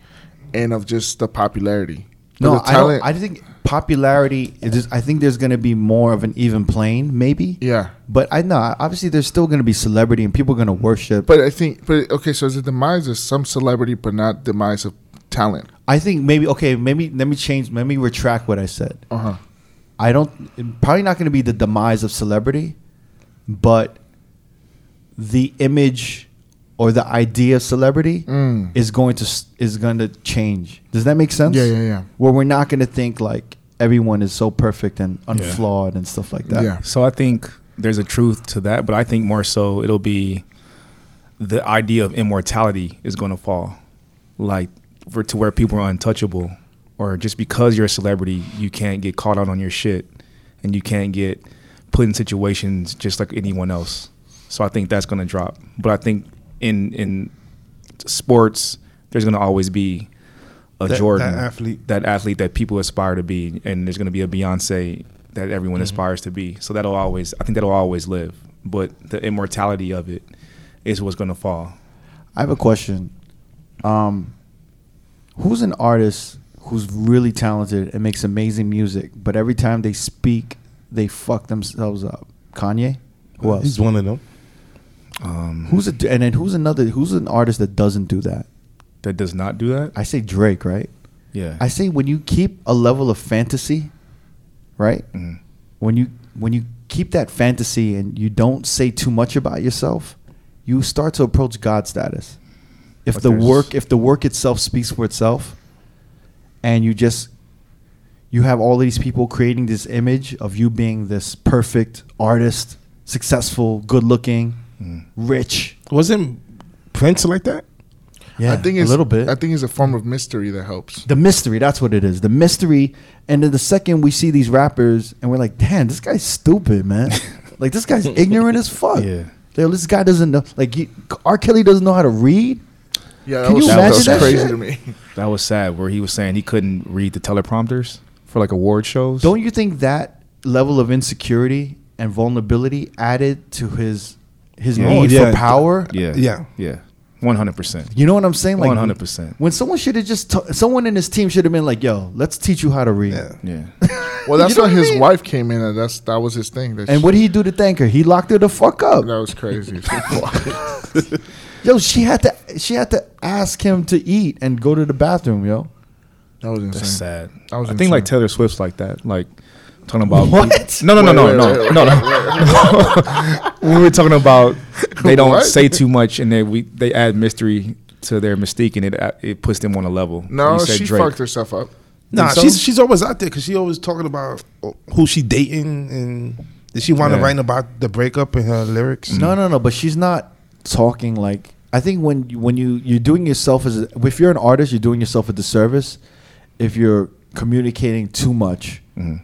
[SPEAKER 4] and of just the popularity. But
[SPEAKER 2] No,
[SPEAKER 4] the
[SPEAKER 2] I,
[SPEAKER 4] talent-
[SPEAKER 2] don't, I think popularity. Is just, I think there's going to be more of an even plane, maybe.
[SPEAKER 4] yeah.
[SPEAKER 2] But I know obviously there's still going to be celebrity and people are going to worship. But
[SPEAKER 4] But I think, but okay, so is it demise of some celebrity, but not demise of talent?
[SPEAKER 2] I think maybe okay, maybe let me change, let me retract what I said.
[SPEAKER 4] Uh huh.
[SPEAKER 2] I don't probably not going to be the demise of celebrity, but the image or the idea of celebrity
[SPEAKER 4] Mm.
[SPEAKER 2] is going to s- is going to change. Does that make sense?
[SPEAKER 4] Yeah, yeah, yeah.
[SPEAKER 2] Where we're not going to think like everyone is so perfect and unflawed and stuff like that.
[SPEAKER 4] Yeah.
[SPEAKER 1] So I think there's a truth to that, but I think more so it'll be the idea of immortality is going to fall, like for to where people are untouchable, or just because you're a celebrity, you can't get caught out on your shit, and you can't get put in situations just like anyone else. So I think that's going to drop. But I think in in sports, there's going to always be a
[SPEAKER 3] That-
[SPEAKER 1] Jordan,
[SPEAKER 3] that athlete.
[SPEAKER 1] that athlete that people aspire to be, and there's going to be a Beyonce that everyone
[SPEAKER 3] Mm-hmm.
[SPEAKER 1] aspires to be. So that'll always, I think that'll always live. But the immortality of it is what's going to fall.
[SPEAKER 2] I have a question. Um, who's an artist who's really talented and makes amazing music, but every time they speak, they fuck themselves up? Kanye.
[SPEAKER 4] Uh,
[SPEAKER 2] Who else?
[SPEAKER 3] He's one of them.
[SPEAKER 2] who's a, and then who's another? Who's an artist that doesn't do that?
[SPEAKER 1] That does not do that.
[SPEAKER 2] I say Drake, right?
[SPEAKER 1] Yeah,
[SPEAKER 2] I say when you keep a level of fantasy, right?
[SPEAKER 4] Mm.
[SPEAKER 1] Mhm.
[SPEAKER 2] When you when you keep that fantasy and you don't say too much about yourself, you start to approach God status. If
[SPEAKER 1] But
[SPEAKER 2] the
[SPEAKER 1] there's-
[SPEAKER 2] work if the work itself speaks for itself and you just you have all these people creating this image of you being this perfect artist,
[SPEAKER 4] Mm.
[SPEAKER 2] successful, good-looking, rich.
[SPEAKER 3] Wasn't Prince like that?
[SPEAKER 2] Yeah,
[SPEAKER 4] I think
[SPEAKER 2] a
[SPEAKER 4] it's
[SPEAKER 2] little bit.
[SPEAKER 4] I think it's a form of mystery that helps.
[SPEAKER 2] The mystery, that's what it is. The mystery. And then the second we see these rappers and we're like, damn, this guy's stupid, man. like this guy's ignorant as fuck.
[SPEAKER 1] Yeah.
[SPEAKER 2] Yo, this guy doesn't know. Like you, R. Kelly doesn't know how to read.
[SPEAKER 4] Yeah, that
[SPEAKER 2] Can
[SPEAKER 4] was,
[SPEAKER 2] you
[SPEAKER 4] that
[SPEAKER 1] imagine
[SPEAKER 4] was
[SPEAKER 1] that
[SPEAKER 4] crazy
[SPEAKER 2] shit?
[SPEAKER 4] to me.
[SPEAKER 1] That was sad. Where he was saying he couldn't read the teleprompters for like award shows.
[SPEAKER 2] Don't you think that level of insecurity and vulnerability added to his his
[SPEAKER 1] Yeah.
[SPEAKER 2] need
[SPEAKER 3] Oh, yeah.
[SPEAKER 2] for power?
[SPEAKER 1] Yeah.
[SPEAKER 3] Yeah.
[SPEAKER 1] Yeah. One hundred percent.
[SPEAKER 2] You know what I'm saying? Like
[SPEAKER 1] 100%.
[SPEAKER 2] When someone should have just t- someone in his team should have been like, "Yo, let's teach you how to read."
[SPEAKER 3] Yeah.
[SPEAKER 1] Yeah.
[SPEAKER 4] Well, that's
[SPEAKER 2] know
[SPEAKER 4] why
[SPEAKER 2] what I
[SPEAKER 4] his
[SPEAKER 2] mean?
[SPEAKER 4] wife came in, and that's that was his thing. That
[SPEAKER 2] And
[SPEAKER 4] she-
[SPEAKER 2] what did he do to thank her? He locked her the fuck up.
[SPEAKER 4] that was crazy.
[SPEAKER 2] Yo, she had to she had to ask him to eat and go to the bathroom, yo.
[SPEAKER 4] That was
[SPEAKER 1] That's
[SPEAKER 4] insane.
[SPEAKER 1] sad.
[SPEAKER 4] That
[SPEAKER 1] I
[SPEAKER 4] was
[SPEAKER 1] think like
[SPEAKER 4] insane.
[SPEAKER 1] Taylor Swift's like that. Like talking about
[SPEAKER 2] What?
[SPEAKER 1] No, no, no, no,
[SPEAKER 4] Wait, wait,
[SPEAKER 1] no,
[SPEAKER 4] wait, wait,
[SPEAKER 1] no, no. we were talking about they don't
[SPEAKER 4] What?
[SPEAKER 1] say too much, and they we they add mystery to their mystique, and it uh, it puts them on a level.
[SPEAKER 4] No,
[SPEAKER 1] You said
[SPEAKER 4] she
[SPEAKER 1] Drake.
[SPEAKER 4] fucked herself up.
[SPEAKER 3] Nah,
[SPEAKER 1] Think so?
[SPEAKER 3] she's she's always out there because she always talking about who she dating and did she want to
[SPEAKER 1] Yeah.
[SPEAKER 3] write about the breakup in her lyrics?
[SPEAKER 2] No, no, no. But she's not talking like. I think when you, when you you're doing yourself as a, if you're an artist, you're doing yourself a disservice if you're communicating too much
[SPEAKER 1] Mhm.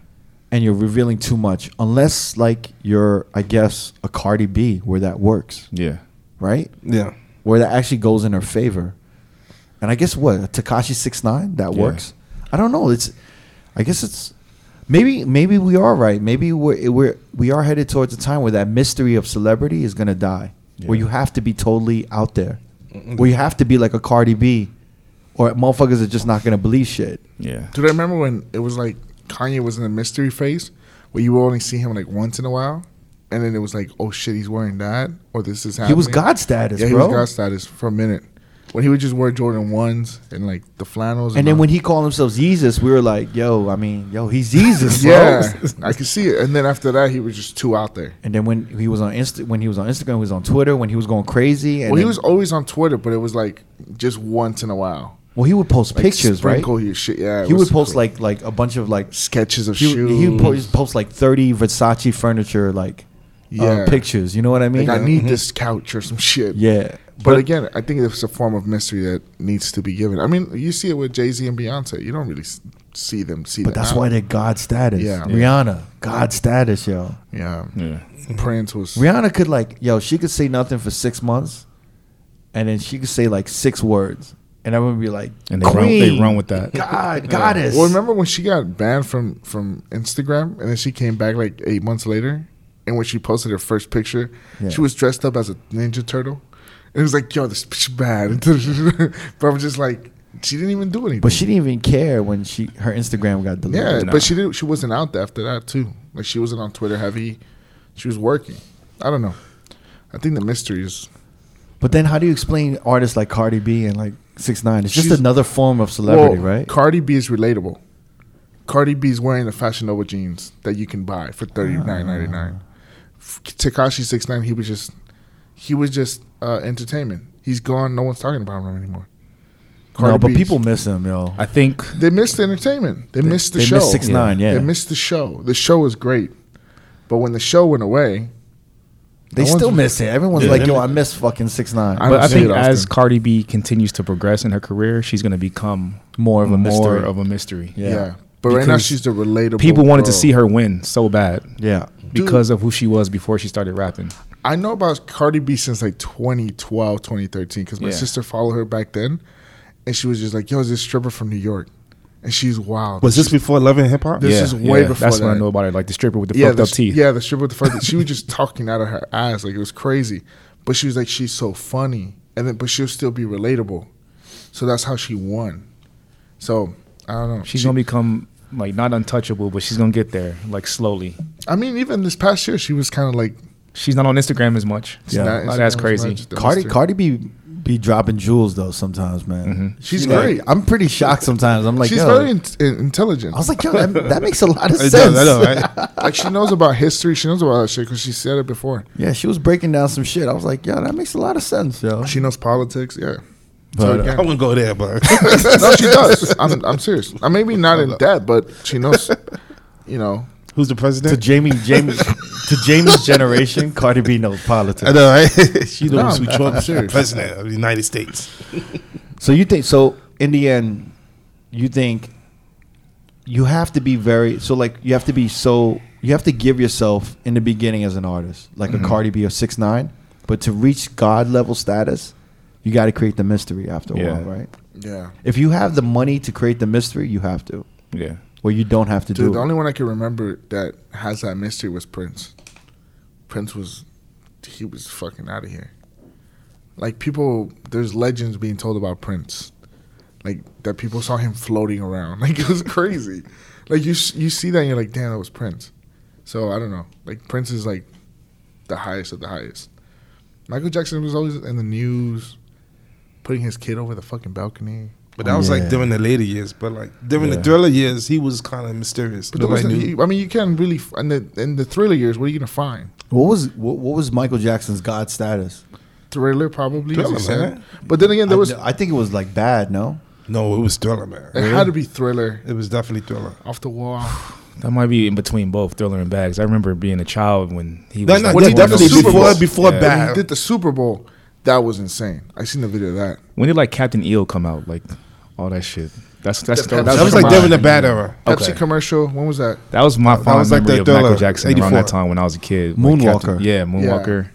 [SPEAKER 2] and you're revealing too much. Unless like you're, I guess, a Cardi B, where that works,
[SPEAKER 1] Yeah.
[SPEAKER 2] right?
[SPEAKER 3] Yeah.
[SPEAKER 2] Where that actually goes in her favor. And I guess what Takashi Six Nine that
[SPEAKER 1] Yeah.
[SPEAKER 2] works. I don't know. It's, I guess it's. Maybe maybe we are right. Maybe we're we're we are headed towards a time where that mystery of celebrity is gonna die. Where
[SPEAKER 1] Yeah.
[SPEAKER 2] you have to be totally out there. Where you have to be like a Cardi B, or motherfuckers are just not gonna believe shit.
[SPEAKER 1] Yeah.
[SPEAKER 4] Do I remember when it was like Kanye was in the mystery phase where you would only see him like once in a while? And then it was like, oh shit, he's wearing that or this is
[SPEAKER 2] He
[SPEAKER 4] happening.
[SPEAKER 2] was God status,
[SPEAKER 4] Yeah, he
[SPEAKER 2] bro.
[SPEAKER 4] was God status for a minute. When he would just wear Jordan 1s and like the flannels.
[SPEAKER 2] and then
[SPEAKER 4] all-
[SPEAKER 2] when he called himself Jesus, we were like, "Yo, I mean, yo, he's Jesus, bro."
[SPEAKER 4] Yeah, I could see it. And then after that, he was just too out there.
[SPEAKER 2] And then when he was on Insta, when he was on Instagram, he was on Twitter. When he was going crazy, and
[SPEAKER 4] well, he
[SPEAKER 2] then-
[SPEAKER 4] was always on Twitter, but it was like just once in a while.
[SPEAKER 2] well, he would post
[SPEAKER 4] Like,
[SPEAKER 2] pictures, right?
[SPEAKER 4] sprinkle His shit. Yeah, it
[SPEAKER 2] He
[SPEAKER 4] was
[SPEAKER 2] would post
[SPEAKER 4] cool.
[SPEAKER 2] like like a bunch of like
[SPEAKER 4] sketches of
[SPEAKER 2] he,
[SPEAKER 4] shoes.
[SPEAKER 2] he would post, post like 30 Versace furniture like
[SPEAKER 4] Yeah.
[SPEAKER 2] uh, pictures. You know what I mean?
[SPEAKER 4] like, I need this couch or some shit.
[SPEAKER 2] yeah.
[SPEAKER 4] But, again, I think it's a form of mystery that needs to be given. I mean, you see it with Jay Z and Beyonce. You don't really s- see them see
[SPEAKER 2] But
[SPEAKER 4] that.
[SPEAKER 2] that's
[SPEAKER 4] out.
[SPEAKER 2] why they're God status.
[SPEAKER 4] Yeah.
[SPEAKER 2] Rihanna, God status, yo.
[SPEAKER 4] Yeah.
[SPEAKER 1] Yeah.
[SPEAKER 4] Prince was.
[SPEAKER 2] Mm-hmm. Rihanna could like, yo, she could say nothing for six months, and then she could say like six words, and I would be like,
[SPEAKER 1] And they run- they
[SPEAKER 2] "Queen,
[SPEAKER 1] run with that."
[SPEAKER 2] God, goddess.
[SPEAKER 4] Well, remember when she got banned from from Instagram, and then she came back like eight months later, and when she posted her first picture,
[SPEAKER 2] Yeah.
[SPEAKER 4] she was dressed up as a Ninja Turtle. And it was like, yo, this bitch bad. but I'm just like, she didn't even do anything.
[SPEAKER 2] But she didn't even care when she her Instagram got deleted.
[SPEAKER 4] Yeah,
[SPEAKER 1] Nah.
[SPEAKER 4] but she didn't. She wasn't out there after that too. Like she wasn't on Twitter heavy. She was working. I don't know. I think the mystery is
[SPEAKER 2] But then how do you explain artists like Cardi B and like Six Nine? It's just
[SPEAKER 4] She's-
[SPEAKER 2] another form of celebrity,
[SPEAKER 4] Well,
[SPEAKER 2] right?
[SPEAKER 4] Cardi B is relatable. Cardi B is wearing the Fashion Nova jeans that you can buy for thirty nine ninety nine. Takashi six nine. He was just he was just uh, entertainment. He's gone. No one's talking about him anymore.
[SPEAKER 2] no, but
[SPEAKER 4] B's-
[SPEAKER 2] people miss him, yo.
[SPEAKER 1] I think
[SPEAKER 4] they missed the entertainment. They, missed the
[SPEAKER 2] they
[SPEAKER 4] show.
[SPEAKER 2] missed 6ix9ine, yeah.
[SPEAKER 4] they missed the show. The show was great, but when the show went away,
[SPEAKER 2] They
[SPEAKER 4] I
[SPEAKER 2] still
[SPEAKER 4] wonder-
[SPEAKER 2] miss it. Everyone's
[SPEAKER 1] Yeah,
[SPEAKER 2] like,
[SPEAKER 1] they
[SPEAKER 2] yo,
[SPEAKER 1] mi-
[SPEAKER 2] I miss fucking Six Nine.
[SPEAKER 4] I
[SPEAKER 1] but
[SPEAKER 4] don't
[SPEAKER 1] I
[SPEAKER 4] see
[SPEAKER 1] think
[SPEAKER 4] it
[SPEAKER 1] as
[SPEAKER 4] often.
[SPEAKER 1] Cardi B continues to progress in her career, she's going to become
[SPEAKER 2] More of a
[SPEAKER 1] more
[SPEAKER 2] mystery.
[SPEAKER 1] of a mystery.
[SPEAKER 4] yeah.
[SPEAKER 2] Yeah.
[SPEAKER 4] But right now
[SPEAKER 1] Because
[SPEAKER 4] she's the relatable.
[SPEAKER 1] People wanted to
[SPEAKER 4] girl.
[SPEAKER 1] see her win so bad
[SPEAKER 2] yeah.
[SPEAKER 1] because of who she was before she started rapping.
[SPEAKER 4] I know about Cardi B since like 2012, 2013, because my
[SPEAKER 1] Yeah.
[SPEAKER 4] sister followed her back then, and she was just like, "Yo, is this stripper from New York?" And she's wild.
[SPEAKER 3] Was this before Love and Hip Hop?
[SPEAKER 4] This
[SPEAKER 1] yeah,
[SPEAKER 4] is way
[SPEAKER 1] yeah,
[SPEAKER 4] before
[SPEAKER 1] That's what I
[SPEAKER 4] that.
[SPEAKER 1] know about it. Like the stripper with the
[SPEAKER 4] yeah,
[SPEAKER 1] fucked
[SPEAKER 4] the,
[SPEAKER 1] up teeth.
[SPEAKER 4] yeah, the stripper with the fucked. she was just talking out of her eyes, like it was crazy. But she was like, "She's so funny," and then but she'll still be relatable. So that's how she won. So I don't know.
[SPEAKER 1] She's
[SPEAKER 4] She-
[SPEAKER 1] gonna become like not untouchable, but she's gonna get there like slowly.
[SPEAKER 4] I mean, even this past year, she was kind of like
[SPEAKER 1] She's not on Instagram as much.
[SPEAKER 4] she's
[SPEAKER 2] Yeah.
[SPEAKER 4] not-
[SPEAKER 1] Oh, that's
[SPEAKER 4] she's
[SPEAKER 1] crazy.
[SPEAKER 4] not just a
[SPEAKER 2] Cardi
[SPEAKER 4] mystery.
[SPEAKER 2] Cardi B be dropping jewels though sometimes, man.
[SPEAKER 4] Mm-hmm. She's
[SPEAKER 2] like-
[SPEAKER 4] great.
[SPEAKER 2] I'm pretty shocked sometimes. I'm like,
[SPEAKER 4] she's
[SPEAKER 2] yo.
[SPEAKER 4] very in- in- intelligent.
[SPEAKER 2] I was like, yo, that, that makes a lot of
[SPEAKER 3] I
[SPEAKER 2] sense.
[SPEAKER 3] know, I know, right?
[SPEAKER 4] like she knows about history. She knows about that shit because she said it before.
[SPEAKER 2] yeah, she was breaking down some shit. I was like, yo, that makes a lot of sense, yo.
[SPEAKER 4] She knows politics. Yeah.
[SPEAKER 2] But,
[SPEAKER 4] so
[SPEAKER 2] uh,
[SPEAKER 4] again,
[SPEAKER 3] I wouldn't go there, but
[SPEAKER 4] no, she does. I'm, I'm serious. I maybe not in that, but she knows. You know,
[SPEAKER 3] who's the
[SPEAKER 2] to
[SPEAKER 3] president?
[SPEAKER 2] Jamie, Jamie, to Jamie's generation, Cardi B knows politics.
[SPEAKER 3] I know, right? She's the
[SPEAKER 4] No,
[SPEAKER 3] one who
[SPEAKER 4] I'm- I'm
[SPEAKER 3] Trump
[SPEAKER 4] serious.
[SPEAKER 3] president of the United States.
[SPEAKER 2] So you think so in the end, you think you have to be very so like you have to be so you have to give yourself in the beginning as an artist, like a Cardi B or six nine, but to reach God level status, you got to create the mystery after a
[SPEAKER 1] Yeah.
[SPEAKER 2] while, right?
[SPEAKER 4] Yeah.
[SPEAKER 2] If you have the money to create the mystery, you have to,
[SPEAKER 1] Yeah.
[SPEAKER 2] or you don't have to
[SPEAKER 4] Dude,
[SPEAKER 2] do
[SPEAKER 4] the
[SPEAKER 2] it.
[SPEAKER 4] only one I can remember that has that mystery was Prince. Prince was, he was fucking out of here. Like people, there's legends being told about Prince, like that people saw him floating around. Like it was crazy. like you, s- you see that and you're like, damn, that was Prince. So I don't know. Like Prince is like the highest of the highest. Michael Jackson was always in the news, putting his kid over the fucking balcony.
[SPEAKER 3] But that was
[SPEAKER 2] Yeah.
[SPEAKER 3] like during the later years. But like during
[SPEAKER 1] Yeah.
[SPEAKER 3] the thriller years, he was kind of mysterious.
[SPEAKER 4] But there
[SPEAKER 3] Nobody
[SPEAKER 4] was,
[SPEAKER 3] knew.
[SPEAKER 4] I mean, you can't really. f- In the in the thriller years, what are you gonna find?
[SPEAKER 2] What was what, what was Michael Jackson's God status?
[SPEAKER 4] Thriller, probably. as you
[SPEAKER 3] Thriller,
[SPEAKER 4] said.
[SPEAKER 3] man.
[SPEAKER 4] But then again, there was.
[SPEAKER 2] I, I think it was like bad, no?
[SPEAKER 3] no, it was thriller, man.
[SPEAKER 4] it had to be thriller.
[SPEAKER 3] It was definitely thriller.
[SPEAKER 4] Off the wall.
[SPEAKER 1] That might be in between both Thriller and Bags. I remember being a child when he
[SPEAKER 3] No,
[SPEAKER 1] was.
[SPEAKER 3] no,
[SPEAKER 1] like
[SPEAKER 4] When he
[SPEAKER 1] going
[SPEAKER 4] definitely
[SPEAKER 1] on
[SPEAKER 4] Super
[SPEAKER 1] Super
[SPEAKER 4] Bowl.
[SPEAKER 1] Bowl.
[SPEAKER 3] before
[SPEAKER 1] Yeah.
[SPEAKER 3] Bad.
[SPEAKER 4] When he did the Super Bowl. That was insane. I seen the video of that.
[SPEAKER 1] When did like Captain Eel come out? Like all that shit. That's that's that,
[SPEAKER 4] That
[SPEAKER 3] That
[SPEAKER 4] was
[SPEAKER 1] was
[SPEAKER 3] was like
[SPEAKER 1] my,
[SPEAKER 4] During
[SPEAKER 3] during the bad era.
[SPEAKER 1] Okay.
[SPEAKER 4] Pepsi commercial. When was that?
[SPEAKER 1] that was my fond
[SPEAKER 3] was like
[SPEAKER 1] memory
[SPEAKER 3] the
[SPEAKER 1] of Michael
[SPEAKER 3] Thriller,
[SPEAKER 1] Jackson around
[SPEAKER 3] 84.
[SPEAKER 1] that time when I was a kid. Like
[SPEAKER 2] Moonwalker.
[SPEAKER 1] Captain- yeah, Moonwalker.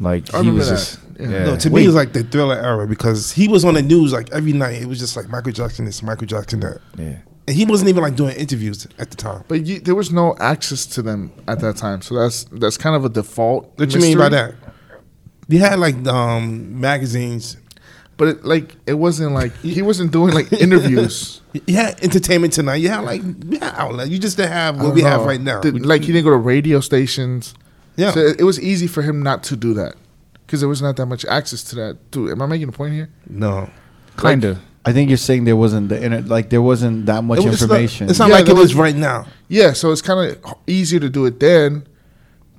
[SPEAKER 1] Like
[SPEAKER 4] I
[SPEAKER 1] he
[SPEAKER 4] remember
[SPEAKER 1] was
[SPEAKER 4] that.
[SPEAKER 1] just
[SPEAKER 4] Yeah.
[SPEAKER 1] yeah.
[SPEAKER 3] No, to me, it was like the thriller era because he was on the news like every night. It was just like Michael Jackson this, Michael Jackson that.
[SPEAKER 1] yeah.
[SPEAKER 3] And he wasn't even like doing interviews at the time.
[SPEAKER 4] But you, there was no access to them at that time, so that's that's kind of a default.
[SPEAKER 3] What you mean by
[SPEAKER 4] mystery.
[SPEAKER 3] that? They had like um, magazines.
[SPEAKER 4] But it, like, it wasn't like he wasn't doing like interviews.
[SPEAKER 3] Yeah, Entertainment Tonight. Yeah, like yeah, outlet. You just didn't have
[SPEAKER 4] I
[SPEAKER 3] what
[SPEAKER 4] don't
[SPEAKER 3] we have
[SPEAKER 4] know.
[SPEAKER 3] right now.
[SPEAKER 4] Did- like he didn't go to radio stations.
[SPEAKER 3] Yeah.
[SPEAKER 4] so it, it was easy for him not to do that because there was not that much access to that. Dude, am I making a point here?
[SPEAKER 3] no,
[SPEAKER 1] Kinda.
[SPEAKER 2] I think you're saying there wasn't the internet, like there wasn't that much
[SPEAKER 3] It was- it's not-
[SPEAKER 2] information.
[SPEAKER 3] It's not,
[SPEAKER 4] Yeah,
[SPEAKER 3] like
[SPEAKER 4] there
[SPEAKER 3] it
[SPEAKER 4] was-
[SPEAKER 3] is right now.
[SPEAKER 4] Yeah, so it's kind of easier to do it then,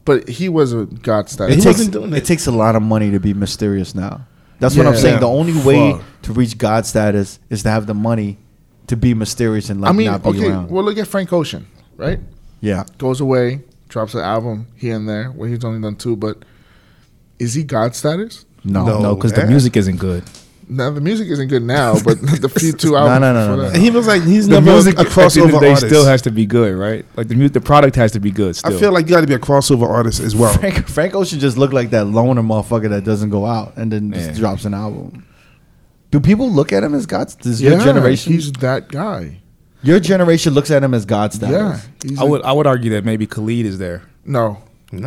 [SPEAKER 4] but he was a god status.
[SPEAKER 3] He
[SPEAKER 2] it
[SPEAKER 3] wasn't
[SPEAKER 2] takes,
[SPEAKER 3] doing
[SPEAKER 2] it.
[SPEAKER 3] it.
[SPEAKER 2] takes a lot of money to be mysterious now. That's what I'm
[SPEAKER 4] Yeah.
[SPEAKER 2] saying. The
[SPEAKER 3] Yeah.
[SPEAKER 2] only way
[SPEAKER 4] Fuck.
[SPEAKER 2] to reach God status is to have the money to be mysterious and like
[SPEAKER 4] I mean,
[SPEAKER 2] not be
[SPEAKER 4] okay,
[SPEAKER 2] around.
[SPEAKER 4] well, look at Frank Ocean, right?
[SPEAKER 2] yeah,
[SPEAKER 4] Goes away, drops an album here and there, where he's only done two, but is he god status?
[SPEAKER 2] no,
[SPEAKER 3] No. eh.
[SPEAKER 2] no,
[SPEAKER 1] No, because the
[SPEAKER 3] man.
[SPEAKER 1] music isn't good.
[SPEAKER 4] Now, the music isn't good now, but the few two
[SPEAKER 2] No,
[SPEAKER 4] albums.
[SPEAKER 2] no, no,
[SPEAKER 4] before
[SPEAKER 2] no,
[SPEAKER 4] that-
[SPEAKER 3] And he was like he's
[SPEAKER 1] The
[SPEAKER 3] never
[SPEAKER 1] music
[SPEAKER 3] a crossover
[SPEAKER 1] They
[SPEAKER 3] artist.
[SPEAKER 1] still has to be good, right? Like the mu- the product has to be good. Still.
[SPEAKER 3] I feel like you got to be a crossover artist as well.
[SPEAKER 2] Frank, Frank Ocean just looked like that loner motherfucker that doesn't go out and then
[SPEAKER 1] Yeah.
[SPEAKER 2] just drops an album. Do people look at him as God? Does
[SPEAKER 4] yeah,
[SPEAKER 2] your generation?
[SPEAKER 4] He's that guy.
[SPEAKER 2] your generation looks at him as God
[SPEAKER 4] Yeah.
[SPEAKER 2] status.
[SPEAKER 4] he's
[SPEAKER 1] I
[SPEAKER 4] a-
[SPEAKER 1] would I would argue that maybe Khalid is there.
[SPEAKER 4] no.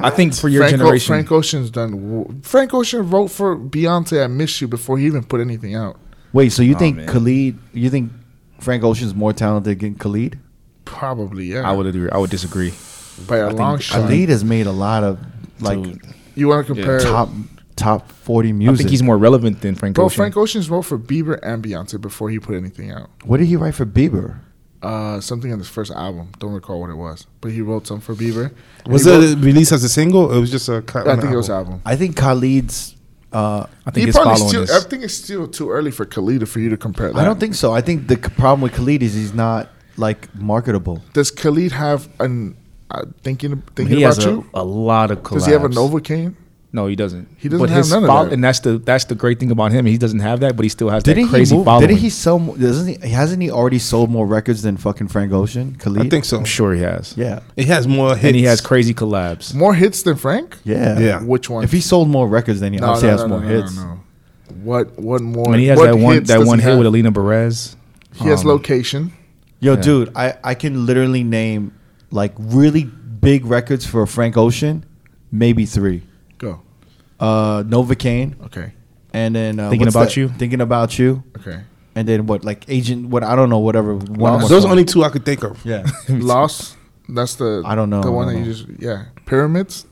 [SPEAKER 1] I think for your
[SPEAKER 4] Frank, O-
[SPEAKER 1] generation,
[SPEAKER 4] Frank Ocean's done. w- Frank Ocean wrote for Beyonce "I Miss You" before he even put anything out.
[SPEAKER 2] Wait, so you think
[SPEAKER 1] man.
[SPEAKER 2] Khalid? You think Frank Ocean's more talented than Khalid?
[SPEAKER 4] Probably, yeah.
[SPEAKER 1] I would agree. I would disagree.
[SPEAKER 4] by a long shot.
[SPEAKER 2] Khalid has made a lot of like
[SPEAKER 1] Dude.
[SPEAKER 4] You want to compare?
[SPEAKER 2] top top forty music.
[SPEAKER 1] I think he's more relevant than Frank
[SPEAKER 4] Bro,
[SPEAKER 1] Ocean.
[SPEAKER 4] Frank Ocean's wrote for Bieber and Beyonce before he put anything out.
[SPEAKER 2] What did he write for Bieber?
[SPEAKER 4] Uh, something on his first album. Don't recall what it was, but he wrote some for Bieber. And
[SPEAKER 3] Was
[SPEAKER 4] he wrote-
[SPEAKER 3] it released as a single? Or it was just a cut.
[SPEAKER 4] I
[SPEAKER 3] on the
[SPEAKER 4] think it was
[SPEAKER 3] album?
[SPEAKER 4] album.
[SPEAKER 2] I think Khalid's. Uh,
[SPEAKER 1] I think
[SPEAKER 4] He
[SPEAKER 1] it's
[SPEAKER 4] probably
[SPEAKER 1] following
[SPEAKER 4] still. I
[SPEAKER 1] this.
[SPEAKER 4] think it's still too early for Khalid for you to compare. That.
[SPEAKER 2] I don't think so. I think the c- problem with Khalid is he's not like marketable.
[SPEAKER 4] Does Khalid have an uh, thinking thinking
[SPEAKER 1] He
[SPEAKER 4] about
[SPEAKER 1] has a,
[SPEAKER 4] you?
[SPEAKER 1] a lot of collabs.
[SPEAKER 4] Does he have a Novocaine?
[SPEAKER 1] No, he doesn't.
[SPEAKER 4] He doesn't have none of that.
[SPEAKER 1] And that's the that's the great thing about him. He doesn't have that, but he still has
[SPEAKER 2] Didn't
[SPEAKER 1] that crazy
[SPEAKER 2] he? Move,
[SPEAKER 1] following.
[SPEAKER 2] didn't he sell? mo- Doesn't he? Hasn't he already sold more records than fucking Frank Ocean? Khalid.
[SPEAKER 3] I think so.
[SPEAKER 1] I'm sure he has.
[SPEAKER 2] Yeah.
[SPEAKER 3] It has more hits.
[SPEAKER 1] And he has crazy collabs.
[SPEAKER 4] More hits than Frank?
[SPEAKER 2] Yeah.
[SPEAKER 3] Yeah.
[SPEAKER 4] Which one?
[SPEAKER 2] If he sold more records, then he
[SPEAKER 4] No,
[SPEAKER 2] obviously
[SPEAKER 4] no,
[SPEAKER 2] has
[SPEAKER 4] no,
[SPEAKER 2] more
[SPEAKER 4] no, no,
[SPEAKER 2] hits.
[SPEAKER 4] no, no. What? What more?
[SPEAKER 1] I mean, he has
[SPEAKER 4] what
[SPEAKER 1] that one
[SPEAKER 4] hits
[SPEAKER 1] that
[SPEAKER 4] does
[SPEAKER 1] one
[SPEAKER 4] he
[SPEAKER 1] hit
[SPEAKER 4] have?
[SPEAKER 1] with Alina Perez.
[SPEAKER 4] He has
[SPEAKER 1] Um,
[SPEAKER 4] location.
[SPEAKER 2] Yo,
[SPEAKER 1] Yeah.
[SPEAKER 2] dude, I, I can literally name like really big records for Frank Ocean, maybe three.
[SPEAKER 4] Go.
[SPEAKER 2] Uh, Novocaine,
[SPEAKER 4] Okay.
[SPEAKER 2] and then uh,
[SPEAKER 1] Thinking
[SPEAKER 2] what's
[SPEAKER 1] About
[SPEAKER 2] that?
[SPEAKER 1] You?
[SPEAKER 2] thinking about you,
[SPEAKER 4] Okay.
[SPEAKER 2] and then what like Agent, what I don't know, whatever. One
[SPEAKER 4] Lost.
[SPEAKER 2] more
[SPEAKER 3] Those are
[SPEAKER 2] song.
[SPEAKER 3] only two I could think of.
[SPEAKER 2] yeah,
[SPEAKER 4] Lost. That's the
[SPEAKER 2] I don't know,
[SPEAKER 4] the
[SPEAKER 2] I
[SPEAKER 4] one that
[SPEAKER 2] don't
[SPEAKER 4] you just yeah pyramids.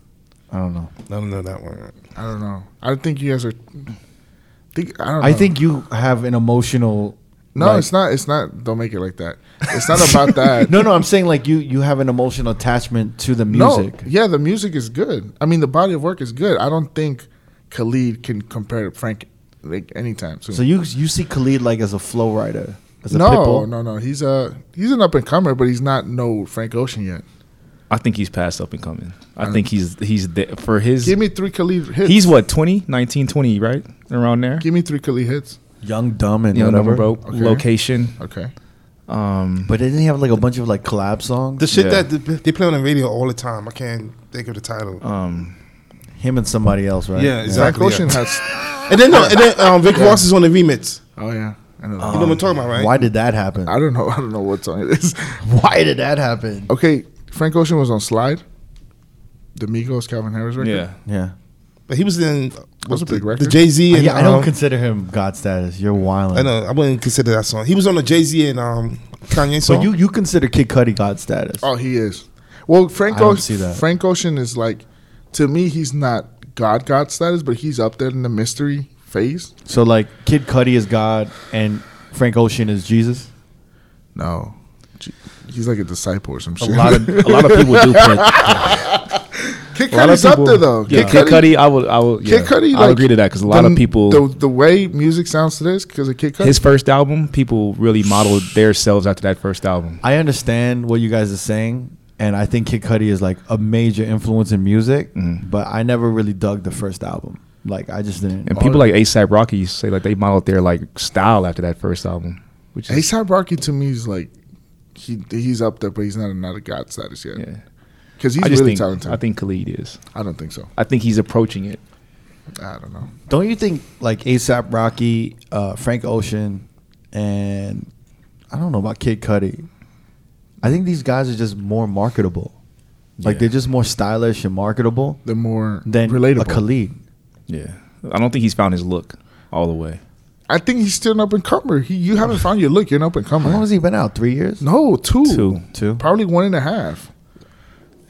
[SPEAKER 2] I don't know.
[SPEAKER 3] I don't know that one.
[SPEAKER 4] I don't know. I don't think you guys are. Think I don't.
[SPEAKER 2] I
[SPEAKER 4] know.
[SPEAKER 2] think you have an emotional.
[SPEAKER 4] no.
[SPEAKER 2] like-
[SPEAKER 4] it's not. It's not. Don't make it like that. It's not about that.
[SPEAKER 2] No, no, I'm saying like you you have an emotional attachment to the
[SPEAKER 4] No.
[SPEAKER 2] music.
[SPEAKER 4] Yeah, the music is good. I mean, the body of work is good. I don't think Khalid can compare to Frank like anytime soon.
[SPEAKER 2] So you you see Khalid like as a flow rider, as a pit
[SPEAKER 4] no,
[SPEAKER 2] bull.
[SPEAKER 4] no, no. He's a he's an up and comer, but he's not no Frank Ocean yet.
[SPEAKER 1] I think he's past up and coming. I think he's he's there for his.
[SPEAKER 4] Give me three Khalid hits.
[SPEAKER 1] He's what 20, 19, 20, right around there.
[SPEAKER 4] Give me three Khalid hits.
[SPEAKER 2] Young, dumb, and
[SPEAKER 1] You know, number
[SPEAKER 2] whatever.
[SPEAKER 1] broke
[SPEAKER 4] Okay.
[SPEAKER 1] location.
[SPEAKER 4] Okay.
[SPEAKER 1] Um,
[SPEAKER 2] But didn't he have like a bunch of like collab songs?
[SPEAKER 3] The shit
[SPEAKER 1] Yeah.
[SPEAKER 3] that th- they play on the radio all the time. I can't think of the title.
[SPEAKER 4] Uh,
[SPEAKER 1] um,
[SPEAKER 2] Him and somebody else, right?
[SPEAKER 3] Yeah,
[SPEAKER 4] Zach
[SPEAKER 3] exactly.
[SPEAKER 4] Ocean
[SPEAKER 3] yeah.
[SPEAKER 4] has.
[SPEAKER 3] And then no, and then
[SPEAKER 4] uh,
[SPEAKER 3] um, Vic Ross is on the remix.
[SPEAKER 4] Oh yeah, I
[SPEAKER 3] You
[SPEAKER 4] know. that.
[SPEAKER 3] know what I'm talking about, right?
[SPEAKER 2] Why did that happen?
[SPEAKER 4] I don't know. I don't know what song it is.
[SPEAKER 2] Why did that happen?
[SPEAKER 4] Okay, Frank Ocean was on Slide. The Migos, Calvin Harris record.
[SPEAKER 1] yeah.
[SPEAKER 2] Yeah.
[SPEAKER 3] But he was in
[SPEAKER 4] was a big
[SPEAKER 3] the,
[SPEAKER 4] record.
[SPEAKER 3] Jay Z and
[SPEAKER 2] yeah I don't
[SPEAKER 3] um,
[SPEAKER 2] consider him God status. You're wild.
[SPEAKER 3] I know I wouldn't consider that song. He was on the Jay Z and um, Kanye
[SPEAKER 2] So
[SPEAKER 3] song.
[SPEAKER 2] you, you consider Kid Cudi God status?
[SPEAKER 4] Oh, he is. Well, Frank
[SPEAKER 2] I don't
[SPEAKER 4] Ocean.
[SPEAKER 2] see that.
[SPEAKER 4] Frank Ocean is like, to me, he's not God God status, but he's up there in the mystery phase.
[SPEAKER 2] So like Kid Cudi is God and Frank Ocean is Jesus.
[SPEAKER 4] No, Gee, he's like a disciple or some
[SPEAKER 1] A
[SPEAKER 4] shit.
[SPEAKER 1] lot of a lot of people do put
[SPEAKER 4] Kid
[SPEAKER 1] a lot of
[SPEAKER 4] Cudi's up
[SPEAKER 1] people-
[SPEAKER 4] there though.
[SPEAKER 1] Yeah. Kid Cudi, I will, I will, yeah.
[SPEAKER 4] Kid Cudi,
[SPEAKER 1] I
[SPEAKER 4] like,
[SPEAKER 1] agree to that because a lot
[SPEAKER 4] the-
[SPEAKER 1] of people,
[SPEAKER 4] The, the way music sounds today is because of Kid Cudi.
[SPEAKER 1] his first album, people really modeled themselves after that first album.
[SPEAKER 2] I understand what you guys are saying, and I think Kid Cudi is like a major influence in music, but I never really dug the first album. Like I just didn't.
[SPEAKER 1] And people like ASAP Rocky say like they modeled their like style after that first album, which is
[SPEAKER 4] ASAP Rocky to me is like, he he's up there, but he's not another God status yet.
[SPEAKER 1] yeah.
[SPEAKER 4] Because
[SPEAKER 1] I
[SPEAKER 4] he's
[SPEAKER 1] just
[SPEAKER 4] really
[SPEAKER 1] think
[SPEAKER 4] talented.
[SPEAKER 1] I think Khalid is.
[SPEAKER 4] I don't think so.
[SPEAKER 1] I think he's approaching it.
[SPEAKER 4] I don't know.
[SPEAKER 2] don't you think like ASAP Rocky, uh, Frank Ocean, and I don't know about Kid Cudi. I think these guys are just more marketable. Like
[SPEAKER 1] Yeah.
[SPEAKER 2] they're just more stylish and marketable
[SPEAKER 4] They're more
[SPEAKER 2] than
[SPEAKER 4] relatable.
[SPEAKER 2] a Khalid.
[SPEAKER 1] Yeah, I don't think he's found his look all the way.
[SPEAKER 4] I think he's still an up and comer. He, you haven't found your look. You're an up and
[SPEAKER 2] How long
[SPEAKER 4] comer.
[SPEAKER 2] has he been out? Three years?
[SPEAKER 4] No, two.
[SPEAKER 1] Two.
[SPEAKER 2] Two.
[SPEAKER 4] Probably one and a half.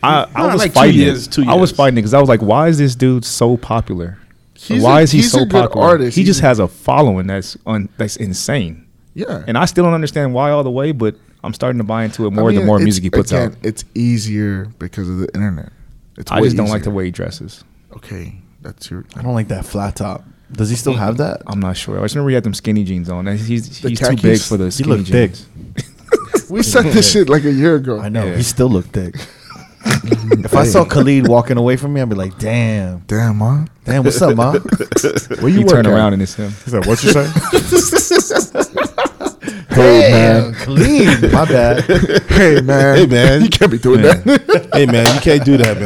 [SPEAKER 1] I,
[SPEAKER 3] Nah,
[SPEAKER 1] I was
[SPEAKER 3] like two
[SPEAKER 1] fighting
[SPEAKER 3] years,
[SPEAKER 1] it.
[SPEAKER 3] two
[SPEAKER 1] I was
[SPEAKER 3] years.
[SPEAKER 1] fighting it because I was like, why is this dude so popular?
[SPEAKER 4] He's
[SPEAKER 1] why
[SPEAKER 4] a-
[SPEAKER 1] is he
[SPEAKER 4] he's
[SPEAKER 1] so
[SPEAKER 4] a good
[SPEAKER 1] popular?
[SPEAKER 4] artist.
[SPEAKER 1] He
[SPEAKER 4] He's-
[SPEAKER 1] just has a following that's un, that's insane.
[SPEAKER 4] Yeah.
[SPEAKER 1] And I still don't understand why all the way, but I'm starting to buy into it
[SPEAKER 4] I
[SPEAKER 1] more the
[SPEAKER 4] mean,
[SPEAKER 1] more
[SPEAKER 4] it's-
[SPEAKER 1] music he puts
[SPEAKER 4] again,
[SPEAKER 1] out.
[SPEAKER 4] It's easier because of the internet. It's
[SPEAKER 1] I
[SPEAKER 4] way
[SPEAKER 1] just don't like the
[SPEAKER 4] easier.
[SPEAKER 1] way he dresses.
[SPEAKER 4] Okay, that's your.
[SPEAKER 2] I don't like that flat top. Does he still have that?
[SPEAKER 1] I'm not sure. I just remember he had them skinny jeans on. and He's
[SPEAKER 4] The
[SPEAKER 1] he's too
[SPEAKER 4] khakis?
[SPEAKER 1] big for the
[SPEAKER 2] He
[SPEAKER 1] skinny
[SPEAKER 2] looked thick.
[SPEAKER 1] jeans.
[SPEAKER 4] We said this shit like a year ago.
[SPEAKER 2] I know.
[SPEAKER 1] Yeah.
[SPEAKER 2] He still looked thick. if I saw Khalid walking away from me, I'd be like, damn.
[SPEAKER 4] Damn, ma.
[SPEAKER 2] Damn, what's up, ma?
[SPEAKER 4] Where you
[SPEAKER 1] You turn
[SPEAKER 4] work
[SPEAKER 1] around
[SPEAKER 4] At?
[SPEAKER 1] and it's him.
[SPEAKER 5] Is that what you say?
[SPEAKER 4] Hey,
[SPEAKER 2] Damn,
[SPEAKER 4] man.
[SPEAKER 2] Khalid. My bad.
[SPEAKER 4] Hey, man.
[SPEAKER 3] Hey, man.
[SPEAKER 4] You can't be doing that.
[SPEAKER 3] hey man, you can't do that,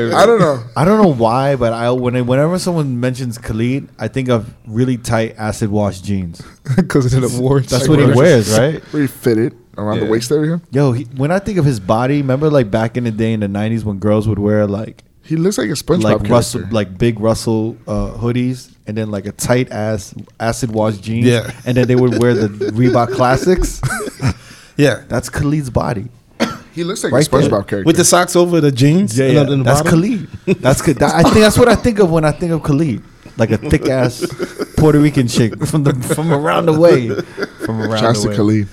[SPEAKER 3] man.
[SPEAKER 4] I don't know.
[SPEAKER 2] I don't know why, but I when I- whenever someone mentions Khalid, I think of really tight acid wash jeans.
[SPEAKER 1] Because of the awards.
[SPEAKER 2] That's what he wears, right?
[SPEAKER 4] We fit it around the
[SPEAKER 1] Yeah.
[SPEAKER 4] waist area.
[SPEAKER 2] Yo, he, when I think of his body, remember like back in the day in the '90s when girls would wear like
[SPEAKER 4] He looks like a SpongeBob
[SPEAKER 2] like
[SPEAKER 4] character.
[SPEAKER 2] Russell, like big Russell uh, hoodies, and then like a tight ass acid wash jeans.
[SPEAKER 3] Yeah.
[SPEAKER 2] and then they would wear the Reebok classics.
[SPEAKER 3] Yeah,
[SPEAKER 2] That's Khalid's body.
[SPEAKER 4] he looks like
[SPEAKER 2] Right
[SPEAKER 4] a SpongeBob
[SPEAKER 2] there.
[SPEAKER 4] character.
[SPEAKER 3] with the socks over the jeans. and up in the
[SPEAKER 2] that's
[SPEAKER 3] bottom.
[SPEAKER 2] Khalid. That's Khalid. I think that's what I think of when I think of Khalid, like a thick ass Puerto Rican chick from the from around the way, from around the
[SPEAKER 4] Shouts to
[SPEAKER 2] way.
[SPEAKER 4] Khalid.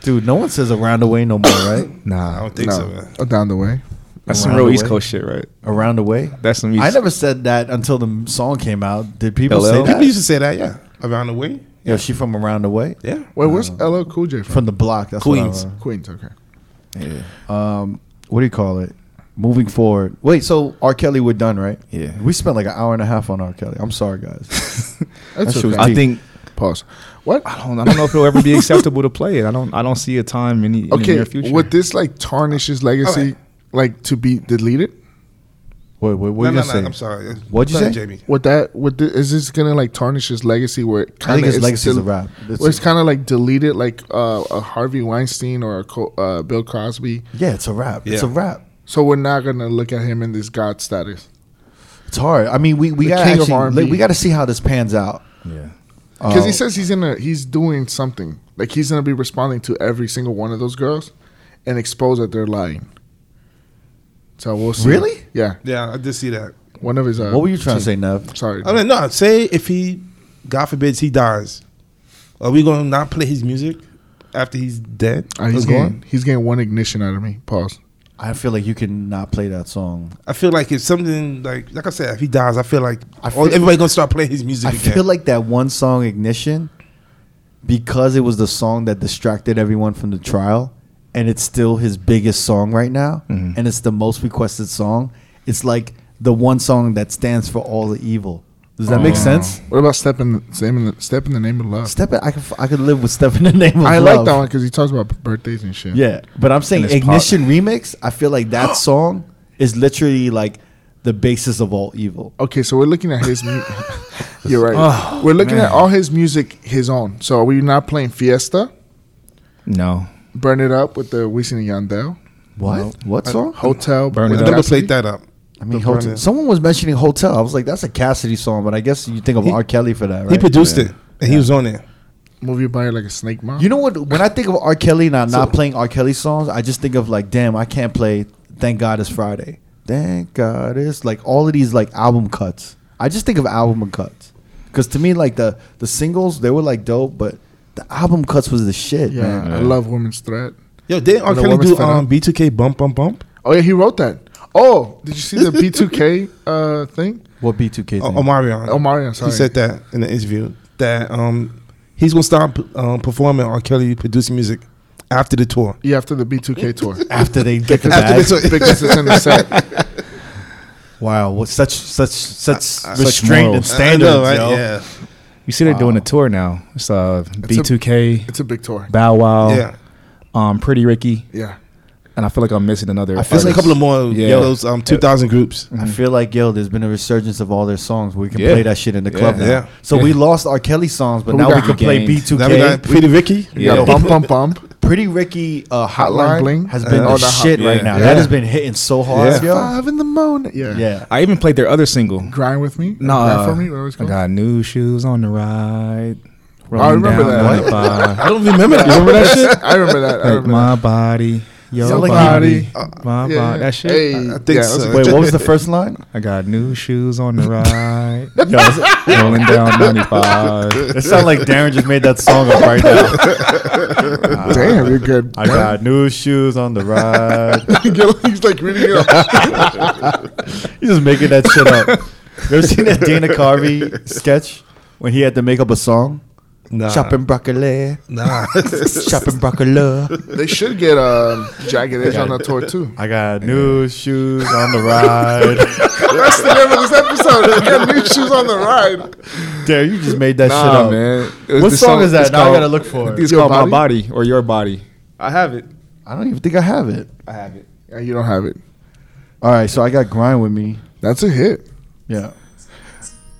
[SPEAKER 2] Dude, no one says around the way no more, right?
[SPEAKER 3] I
[SPEAKER 1] Nah,
[SPEAKER 3] don't think
[SPEAKER 4] no,
[SPEAKER 3] so, man.
[SPEAKER 4] uh, down the way.
[SPEAKER 1] that's some
[SPEAKER 2] Around
[SPEAKER 1] real
[SPEAKER 2] the
[SPEAKER 1] East
[SPEAKER 2] way.
[SPEAKER 1] Coast shit, right?
[SPEAKER 2] Around the way.
[SPEAKER 1] That's some. East
[SPEAKER 2] I never said that until the song came out. Did people
[SPEAKER 1] Hello?
[SPEAKER 2] say
[SPEAKER 3] People used
[SPEAKER 2] that?
[SPEAKER 3] to say that, yeah, around the way.
[SPEAKER 2] Yo, she from around the way,
[SPEAKER 3] Yeah,
[SPEAKER 4] Wait, where's LL Cool J from?
[SPEAKER 2] from the block. That's
[SPEAKER 3] Queens.
[SPEAKER 2] What I,
[SPEAKER 4] Queens. Okay.
[SPEAKER 1] Yeah.
[SPEAKER 2] um, what do you call it? Moving forward. Wait, so R. Kelly, we're done, right?
[SPEAKER 1] Yeah.
[SPEAKER 2] We spent like an hour and a half on R. Kelly. I'm sorry, guys.
[SPEAKER 4] That's
[SPEAKER 2] shit
[SPEAKER 4] okay.
[SPEAKER 2] was
[SPEAKER 1] I think
[SPEAKER 4] Pause. What?
[SPEAKER 1] I don't. I don't know if it'll ever be acceptable to play it. I don't. I don't see a time in the, in the
[SPEAKER 4] Okay.
[SPEAKER 1] near future.
[SPEAKER 4] Would this like tarnish his legacy?
[SPEAKER 3] Alright.
[SPEAKER 4] Like to be deleted?
[SPEAKER 2] Wait, wait, what
[SPEAKER 3] no,
[SPEAKER 2] are you
[SPEAKER 3] no,
[SPEAKER 2] gonna say?
[SPEAKER 3] no. I'm sorry.
[SPEAKER 2] What'd you
[SPEAKER 3] Sorry,
[SPEAKER 2] say?
[SPEAKER 3] Jamie?
[SPEAKER 4] Would that? Would this, is this gonna like tarnish his legacy? Where it
[SPEAKER 2] I
[SPEAKER 4] kind
[SPEAKER 2] think
[SPEAKER 4] of
[SPEAKER 2] his legacy is a wrap. It's-
[SPEAKER 4] Well, it's kind of like deleted, like uh, a Harvey Weinstein or a Co- uh, Bill Cosby.
[SPEAKER 2] yeah, it's a wrap. It's a
[SPEAKER 3] Yeah.
[SPEAKER 2] wrap.
[SPEAKER 4] So we're not gonna look at him in this god status.
[SPEAKER 2] It's hard. I mean, we we
[SPEAKER 4] The
[SPEAKER 2] got
[SPEAKER 4] king of
[SPEAKER 2] actually,
[SPEAKER 4] R&B.
[SPEAKER 2] like, we got to see how this pans out.
[SPEAKER 1] yeah.
[SPEAKER 4] because he
[SPEAKER 2] Uh,
[SPEAKER 4] says he's in a he's doing something like he's gonna be responding to every single one of those girls and expose that they're lying so we'll see
[SPEAKER 2] Really?
[SPEAKER 4] yeah
[SPEAKER 3] Yeah, I did see that.
[SPEAKER 4] one of his uh,
[SPEAKER 2] What were you trying to say,
[SPEAKER 4] team-
[SPEAKER 2] Nev?
[SPEAKER 4] sorry
[SPEAKER 3] I mean, no. Say if he, God forbids, he dies, are we going to not play his music after he's dead?
[SPEAKER 4] Uh, he's
[SPEAKER 3] Or
[SPEAKER 4] getting he's getting one ignition out of me pause
[SPEAKER 2] I feel like you can not play that song.
[SPEAKER 3] I feel like if something like like I said, if he dies, I feel like
[SPEAKER 2] I
[SPEAKER 3] I
[SPEAKER 2] feel-
[SPEAKER 3] everybody gonna start playing his music
[SPEAKER 2] I
[SPEAKER 3] again.
[SPEAKER 2] feel like that one song, Ignition, because it was the song that distracted everyone from the trial, and it's still his biggest song right now,
[SPEAKER 4] Mm-hmm.
[SPEAKER 2] and it's the most requested song. It's like the one song that stands for all the evil. Does that make
[SPEAKER 4] Oh.
[SPEAKER 2] sense?
[SPEAKER 4] What about step in the same in the, step in the name of love?
[SPEAKER 2] Step in, I could f- I could live with step in the name of
[SPEAKER 4] I
[SPEAKER 2] love.
[SPEAKER 4] like that one because he talks about birthdays and shit.
[SPEAKER 2] Yeah, but I'm saying
[SPEAKER 1] And it's pop.
[SPEAKER 2] ignition remix. I feel like that song is literally like the basis of all evil.
[SPEAKER 4] Okay, so we're looking at his. Mu- You're right.
[SPEAKER 2] Oh,
[SPEAKER 4] we're looking at all his music, his own. So are we not playing Fiesta?
[SPEAKER 1] No.
[SPEAKER 4] Burn it up with the Wisin and Yandel.
[SPEAKER 2] What? What song?
[SPEAKER 4] Hotel.
[SPEAKER 1] Burn
[SPEAKER 4] with
[SPEAKER 1] It
[SPEAKER 3] I
[SPEAKER 1] Up.
[SPEAKER 3] never
[SPEAKER 4] Cassidy.
[SPEAKER 3] played that up.
[SPEAKER 2] I mean,
[SPEAKER 3] The
[SPEAKER 2] hotel.
[SPEAKER 3] Burner.
[SPEAKER 2] Someone was mentioning hotel. I was like, that's a Cassidy song, but I guess you think of
[SPEAKER 3] He-
[SPEAKER 2] R. Kelly for that, right?
[SPEAKER 3] He produced
[SPEAKER 2] Yeah.
[SPEAKER 3] it, and he was on it.
[SPEAKER 4] Move your body like a snake, mom.
[SPEAKER 2] You know what? When I think of R. Kelly and I'm
[SPEAKER 3] So-
[SPEAKER 2] not playing R. Kelly songs, I just think of like, damn, I can't play Thank God It's Friday. Thank God It's like all of these like album cuts. I just think of album cuts. Because to me, like the, the singles, they were like dope, but the album cuts was the shit,
[SPEAKER 4] yeah,
[SPEAKER 2] man.
[SPEAKER 4] I love Women's Threat.
[SPEAKER 3] Yo, didn't R.
[SPEAKER 4] And the
[SPEAKER 3] Kelly
[SPEAKER 4] woman's
[SPEAKER 3] do
[SPEAKER 4] fed up.
[SPEAKER 3] um, B2K bump bump bump?
[SPEAKER 4] Oh yeah, he wrote that. Oh, did you see the B2K uh, thing?
[SPEAKER 2] What B2K thing?
[SPEAKER 3] O- Oh, Omarion.
[SPEAKER 4] Omarion, sorry.
[SPEAKER 3] He said that in the interview that um, he's gonna stop um, performing R. Kelly producing music after the tour.
[SPEAKER 4] Yeah, after the B2K tour.
[SPEAKER 2] After they get the
[SPEAKER 3] After
[SPEAKER 2] bag.
[SPEAKER 3] this one-
[SPEAKER 4] because it's in the set.
[SPEAKER 2] Wow, what such such
[SPEAKER 3] Uh,
[SPEAKER 2] such
[SPEAKER 1] I-
[SPEAKER 2] restraint and
[SPEAKER 1] morals.
[SPEAKER 2] standards,
[SPEAKER 3] I know, right?
[SPEAKER 2] yo.
[SPEAKER 3] Yeah,
[SPEAKER 1] You see, they're doing
[SPEAKER 2] Wow.
[SPEAKER 1] a tour now. It's uh, B2K,
[SPEAKER 4] It's a big tour.
[SPEAKER 1] Bow Wow,
[SPEAKER 3] yeah.
[SPEAKER 1] um, Pretty Ricky,
[SPEAKER 4] Yeah.
[SPEAKER 1] and I feel like I'm missing another.
[SPEAKER 2] I feel
[SPEAKER 3] There's
[SPEAKER 1] artist.
[SPEAKER 3] a couple of more
[SPEAKER 1] Yeah.
[SPEAKER 3] of those um, 2,000 groups.
[SPEAKER 2] I feel like yo, there's been a resurgence of all their songs. We can
[SPEAKER 1] Yeah.
[SPEAKER 2] play that shit in the
[SPEAKER 1] Yeah,
[SPEAKER 2] club now.
[SPEAKER 3] yeah.
[SPEAKER 2] So we lost our Kelly songs, but,
[SPEAKER 4] But we
[SPEAKER 2] now we,
[SPEAKER 4] got
[SPEAKER 2] can play
[SPEAKER 1] gained.
[SPEAKER 3] Now we
[SPEAKER 2] B2K.
[SPEAKER 3] got Pretty Ricky.
[SPEAKER 4] You got
[SPEAKER 1] Yeah.
[SPEAKER 4] bump, bump, bump.
[SPEAKER 2] Pretty Ricky uh, Hotline
[SPEAKER 4] Hotline Bling.
[SPEAKER 2] has been
[SPEAKER 4] Uh,
[SPEAKER 2] the
[SPEAKER 4] all that hot-
[SPEAKER 2] shit right
[SPEAKER 1] yeah.
[SPEAKER 2] now.
[SPEAKER 4] Yeah.
[SPEAKER 2] That has been hitting so hard, yo.
[SPEAKER 4] Five in the morning. Yeah.
[SPEAKER 2] Yeah.
[SPEAKER 1] I even played their other single.
[SPEAKER 4] Grind with me.
[SPEAKER 1] No,
[SPEAKER 4] Grind for
[SPEAKER 1] uh,
[SPEAKER 4] me. What was it
[SPEAKER 1] I
[SPEAKER 4] called?
[SPEAKER 1] got new shoes on the ride.
[SPEAKER 4] I remember that.
[SPEAKER 1] that.
[SPEAKER 3] I don't remember that.
[SPEAKER 4] Remember that shit? I remember that. I
[SPEAKER 1] Like
[SPEAKER 4] remember
[SPEAKER 1] my body, your
[SPEAKER 2] Sound like
[SPEAKER 1] body,
[SPEAKER 4] he-
[SPEAKER 1] my
[SPEAKER 4] that.
[SPEAKER 1] body. That shit.
[SPEAKER 4] Uh, Hey,
[SPEAKER 3] I think
[SPEAKER 4] yeah,
[SPEAKER 3] so.
[SPEAKER 4] that's a-
[SPEAKER 2] Wait, what was the first line?
[SPEAKER 1] I got new shoes on the ride. rolling down 95.
[SPEAKER 2] It sounded like Darren just made that song up right now.
[SPEAKER 4] Damn, you're good.
[SPEAKER 2] I got new shoes on the ride.
[SPEAKER 4] He's like reading it. off.
[SPEAKER 2] He's just making that shit up. You ever seen that Dana Carvey sketch when he had to make up a song?
[SPEAKER 3] Nah.
[SPEAKER 2] Chopping broccoli,
[SPEAKER 3] Nah.
[SPEAKER 2] chopping broccoli.
[SPEAKER 4] They should get um, Jagged Edge on that tour too.
[SPEAKER 2] I got new shoes on the ride.
[SPEAKER 4] That's the name of this episode. I got new shoes on the ride.
[SPEAKER 2] Damn, you just made that shit
[SPEAKER 4] Nah,
[SPEAKER 2] up,
[SPEAKER 1] man.
[SPEAKER 2] What song, is that? Now I gotta look for it.
[SPEAKER 1] It's
[SPEAKER 4] Your
[SPEAKER 1] called My Body or Your Body. I have it.
[SPEAKER 2] I don't even think I have it.
[SPEAKER 1] I have it.
[SPEAKER 4] Yeah, you don't have it.
[SPEAKER 2] All right, so I got grind with me.
[SPEAKER 4] That's a hit.
[SPEAKER 2] Yeah.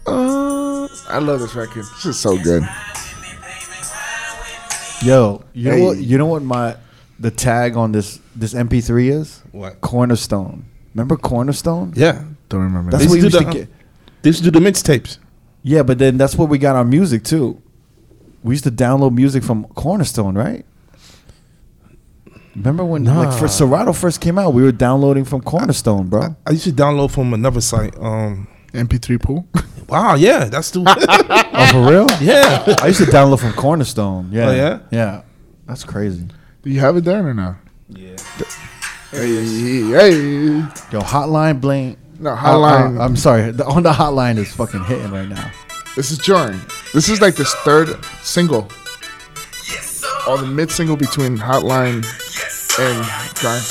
[SPEAKER 4] Uh, I love this record. This is so good.
[SPEAKER 2] Yo, you know what?
[SPEAKER 4] Hey.
[SPEAKER 2] You know what my the tag on this this MP3 is?
[SPEAKER 3] What?
[SPEAKER 2] Cornerstone. Remember Cornerstone?
[SPEAKER 3] Yeah.
[SPEAKER 4] Don't remember.
[SPEAKER 2] That's
[SPEAKER 3] They
[SPEAKER 2] what
[SPEAKER 3] used
[SPEAKER 2] you used to
[SPEAKER 3] to do the-
[SPEAKER 2] get.
[SPEAKER 3] They used to do the mixtapes.
[SPEAKER 2] Yeah, but then that's where we got our music too. We used to download music from Cornerstone, right? Remember when like for Serato first came out, we were downloading from Cornerstone, bro.
[SPEAKER 3] I used to download from another site. Um,
[SPEAKER 4] MP3 pool.
[SPEAKER 3] wow, yeah, that's the
[SPEAKER 2] oh, for real?
[SPEAKER 3] yeah.
[SPEAKER 2] I used to download from Cornerstone. Yeah.
[SPEAKER 3] Oh, yeah?
[SPEAKER 2] Yeah. That's crazy.
[SPEAKER 4] Do you have it there or no?
[SPEAKER 1] Yeah.
[SPEAKER 4] Hey, hey.
[SPEAKER 2] Yo, Hotline Bling.
[SPEAKER 4] No, Hotline.
[SPEAKER 2] Uh, uh, I'm sorry. The, on the Hotline is fucking hitting right now.
[SPEAKER 4] This is Jordan. This is like this third single. Or the mid single between Hotline and Grind.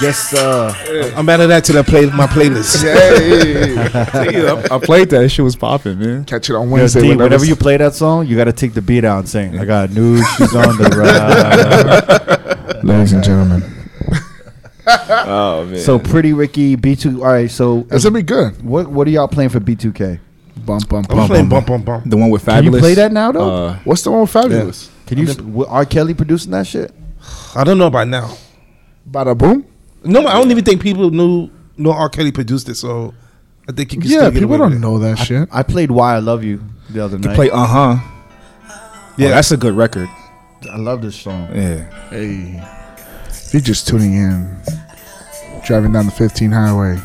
[SPEAKER 2] Yes, uh,
[SPEAKER 3] I'm mad at that till I play my playlist.
[SPEAKER 4] Yay!
[SPEAKER 1] I played that. That shit was popping, man.
[SPEAKER 4] Catch it on
[SPEAKER 2] yo,
[SPEAKER 4] Wednesday.
[SPEAKER 2] D, whenever
[SPEAKER 4] it's-
[SPEAKER 2] you play that song, you got to take the beat out and sing. I got new shoes on the ride.
[SPEAKER 4] Ladies and gentlemen.
[SPEAKER 1] Oh man.
[SPEAKER 2] So pretty Ricky B2. All right, so
[SPEAKER 4] It's gonna be good.
[SPEAKER 2] What What are y'all playing for B2K?
[SPEAKER 4] Bump, bump,
[SPEAKER 3] I'm
[SPEAKER 4] bump.
[SPEAKER 3] playing bump bump bump.
[SPEAKER 1] the one with
[SPEAKER 2] Can you
[SPEAKER 1] Fabulous.
[SPEAKER 2] play that now though?
[SPEAKER 1] Uh,
[SPEAKER 4] What's the one with Fabulous?
[SPEAKER 2] Can you? w- R. Kelly producing that shit?
[SPEAKER 3] I don't know about now.
[SPEAKER 4] Bada boom.
[SPEAKER 3] No, I don't even think people knew no R. Kelly produced it, so I think you can
[SPEAKER 4] Yeah,
[SPEAKER 3] still get
[SPEAKER 4] people
[SPEAKER 3] away with
[SPEAKER 4] don't
[SPEAKER 3] it.
[SPEAKER 4] know that shit.
[SPEAKER 2] I played Why I Love You the other night.
[SPEAKER 1] play Uh Huh. Yeah, Oh, that's a good record.
[SPEAKER 2] I love this song.
[SPEAKER 1] Yeah.
[SPEAKER 4] Hey, if you're just tuning in, driving down the 15 highway,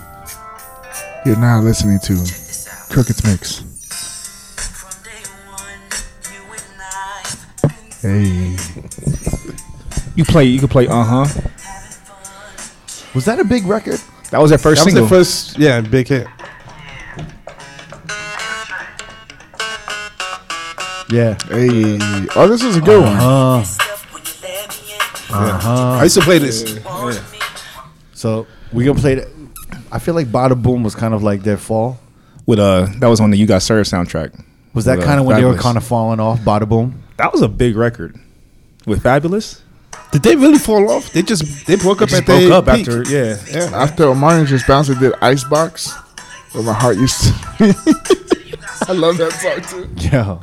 [SPEAKER 4] you're now listening to Crooked's Mix. Hey,
[SPEAKER 1] You play. You can play Uh Huh.
[SPEAKER 2] Was that a big record?
[SPEAKER 1] That was their first
[SPEAKER 3] That was
[SPEAKER 1] single.
[SPEAKER 3] the first, yeah, big hit.
[SPEAKER 2] Yeah.
[SPEAKER 4] hey. Oh, this
[SPEAKER 2] Uh-huh.
[SPEAKER 4] is a good one.
[SPEAKER 2] Uh,
[SPEAKER 3] I used to play this.
[SPEAKER 2] So we gonna play. The, I feel like Bada Boom was kind of like their fall.
[SPEAKER 1] With uh, that was on the You Got Served soundtrack.
[SPEAKER 2] Was that
[SPEAKER 1] With, uh,
[SPEAKER 2] kind of when they were
[SPEAKER 1] Fabulous.
[SPEAKER 2] kind of falling off? Bada Boom.
[SPEAKER 1] That was a big record with Fabulous.
[SPEAKER 3] Did they really fall off? They just they broke up
[SPEAKER 1] Just
[SPEAKER 3] at
[SPEAKER 1] broke
[SPEAKER 3] their
[SPEAKER 1] up
[SPEAKER 3] peak.
[SPEAKER 1] after, yeah.
[SPEAKER 3] Yeah.
[SPEAKER 4] After Omarion just bounced and did Icebox, where my heart used to. I love that song too.
[SPEAKER 2] Yeah.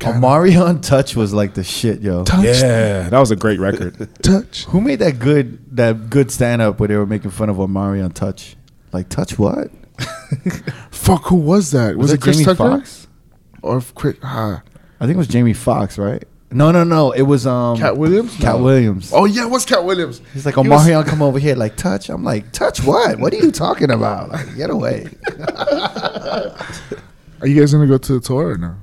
[SPEAKER 2] Omarion Touch was like the shit, yo.
[SPEAKER 4] Touch,
[SPEAKER 1] Yeah, that was a great record.
[SPEAKER 4] touch.
[SPEAKER 2] Who made that good that good stand up where they were making fun of Omarion Touch? Like Touch what?
[SPEAKER 4] Fuck, who was that? Was,
[SPEAKER 2] that
[SPEAKER 4] it Chris
[SPEAKER 2] Jamie
[SPEAKER 4] Tucker?
[SPEAKER 2] Foxx?
[SPEAKER 4] Or if Chris, ah.
[SPEAKER 2] I think it was Jamie Foxx, right? No, no, no. It was um
[SPEAKER 4] Cat Williams?
[SPEAKER 2] Cat
[SPEAKER 4] No.
[SPEAKER 2] Williams.
[SPEAKER 4] Oh, yeah, what's Cat Williams?
[SPEAKER 2] He's like
[SPEAKER 4] He was-
[SPEAKER 2] Omarion, come over here, like touch. I'm like touch what? What are you talking about? Like get away.
[SPEAKER 4] Are you guys going to go to the tour or no?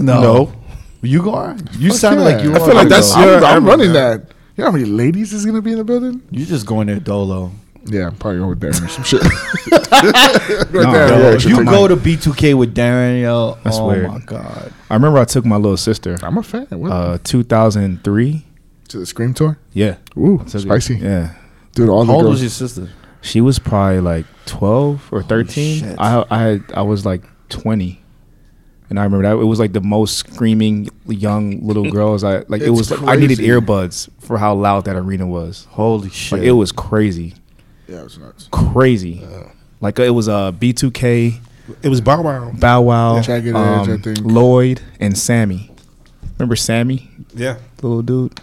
[SPEAKER 2] no.
[SPEAKER 1] No.
[SPEAKER 2] You going? You
[SPEAKER 4] Fuck
[SPEAKER 2] sounded
[SPEAKER 4] yeah.
[SPEAKER 2] like you.
[SPEAKER 4] I
[SPEAKER 2] were
[SPEAKER 4] feel
[SPEAKER 2] gonna
[SPEAKER 4] like that's
[SPEAKER 2] go.
[SPEAKER 4] I'm,
[SPEAKER 3] your
[SPEAKER 4] I'm
[SPEAKER 3] era,
[SPEAKER 4] running
[SPEAKER 3] man.
[SPEAKER 4] that. You know how many ladies is going to be in the building?
[SPEAKER 2] You just going there dolo.
[SPEAKER 4] Yeah, I'm probably over there or some shit. right
[SPEAKER 1] No,
[SPEAKER 4] there.
[SPEAKER 1] yo,
[SPEAKER 4] yeah,
[SPEAKER 2] If
[SPEAKER 4] extra
[SPEAKER 2] you
[SPEAKER 4] ticket.
[SPEAKER 2] go to B2K with Darren, yo.
[SPEAKER 1] That's
[SPEAKER 2] oh
[SPEAKER 1] weird.
[SPEAKER 2] my god.
[SPEAKER 1] I remember I took my little sister,
[SPEAKER 4] I'm a fan. What?
[SPEAKER 1] uh, 2003.
[SPEAKER 4] to the Scream tour?
[SPEAKER 1] Yeah,
[SPEAKER 4] Ooh,
[SPEAKER 1] Took it.
[SPEAKER 4] spicy.
[SPEAKER 1] Yeah,
[SPEAKER 4] Dude, all the
[SPEAKER 2] How old was
[SPEAKER 4] girls.
[SPEAKER 2] your sister?
[SPEAKER 1] she was probably like 12 or 13.
[SPEAKER 2] shit.
[SPEAKER 1] I I had, I was like 20. And I remember that it was like the most screaming young little girls. I like it
[SPEAKER 4] It's
[SPEAKER 1] was. Like, I needed
[SPEAKER 4] crazy.
[SPEAKER 1] earbuds for how loud that arena was.
[SPEAKER 2] Holy shit.
[SPEAKER 1] Like it was crazy,
[SPEAKER 4] Yeah, it was nuts.
[SPEAKER 1] crazy.
[SPEAKER 4] Uh,
[SPEAKER 1] Like it was uh, B2K,
[SPEAKER 3] It was Bow Wow.
[SPEAKER 1] Bow Wow,
[SPEAKER 4] Jagged Edge, I
[SPEAKER 1] um,
[SPEAKER 4] think.
[SPEAKER 1] Lloyd, and Sammy. Remember Sammy,
[SPEAKER 3] Yeah.
[SPEAKER 1] little dude?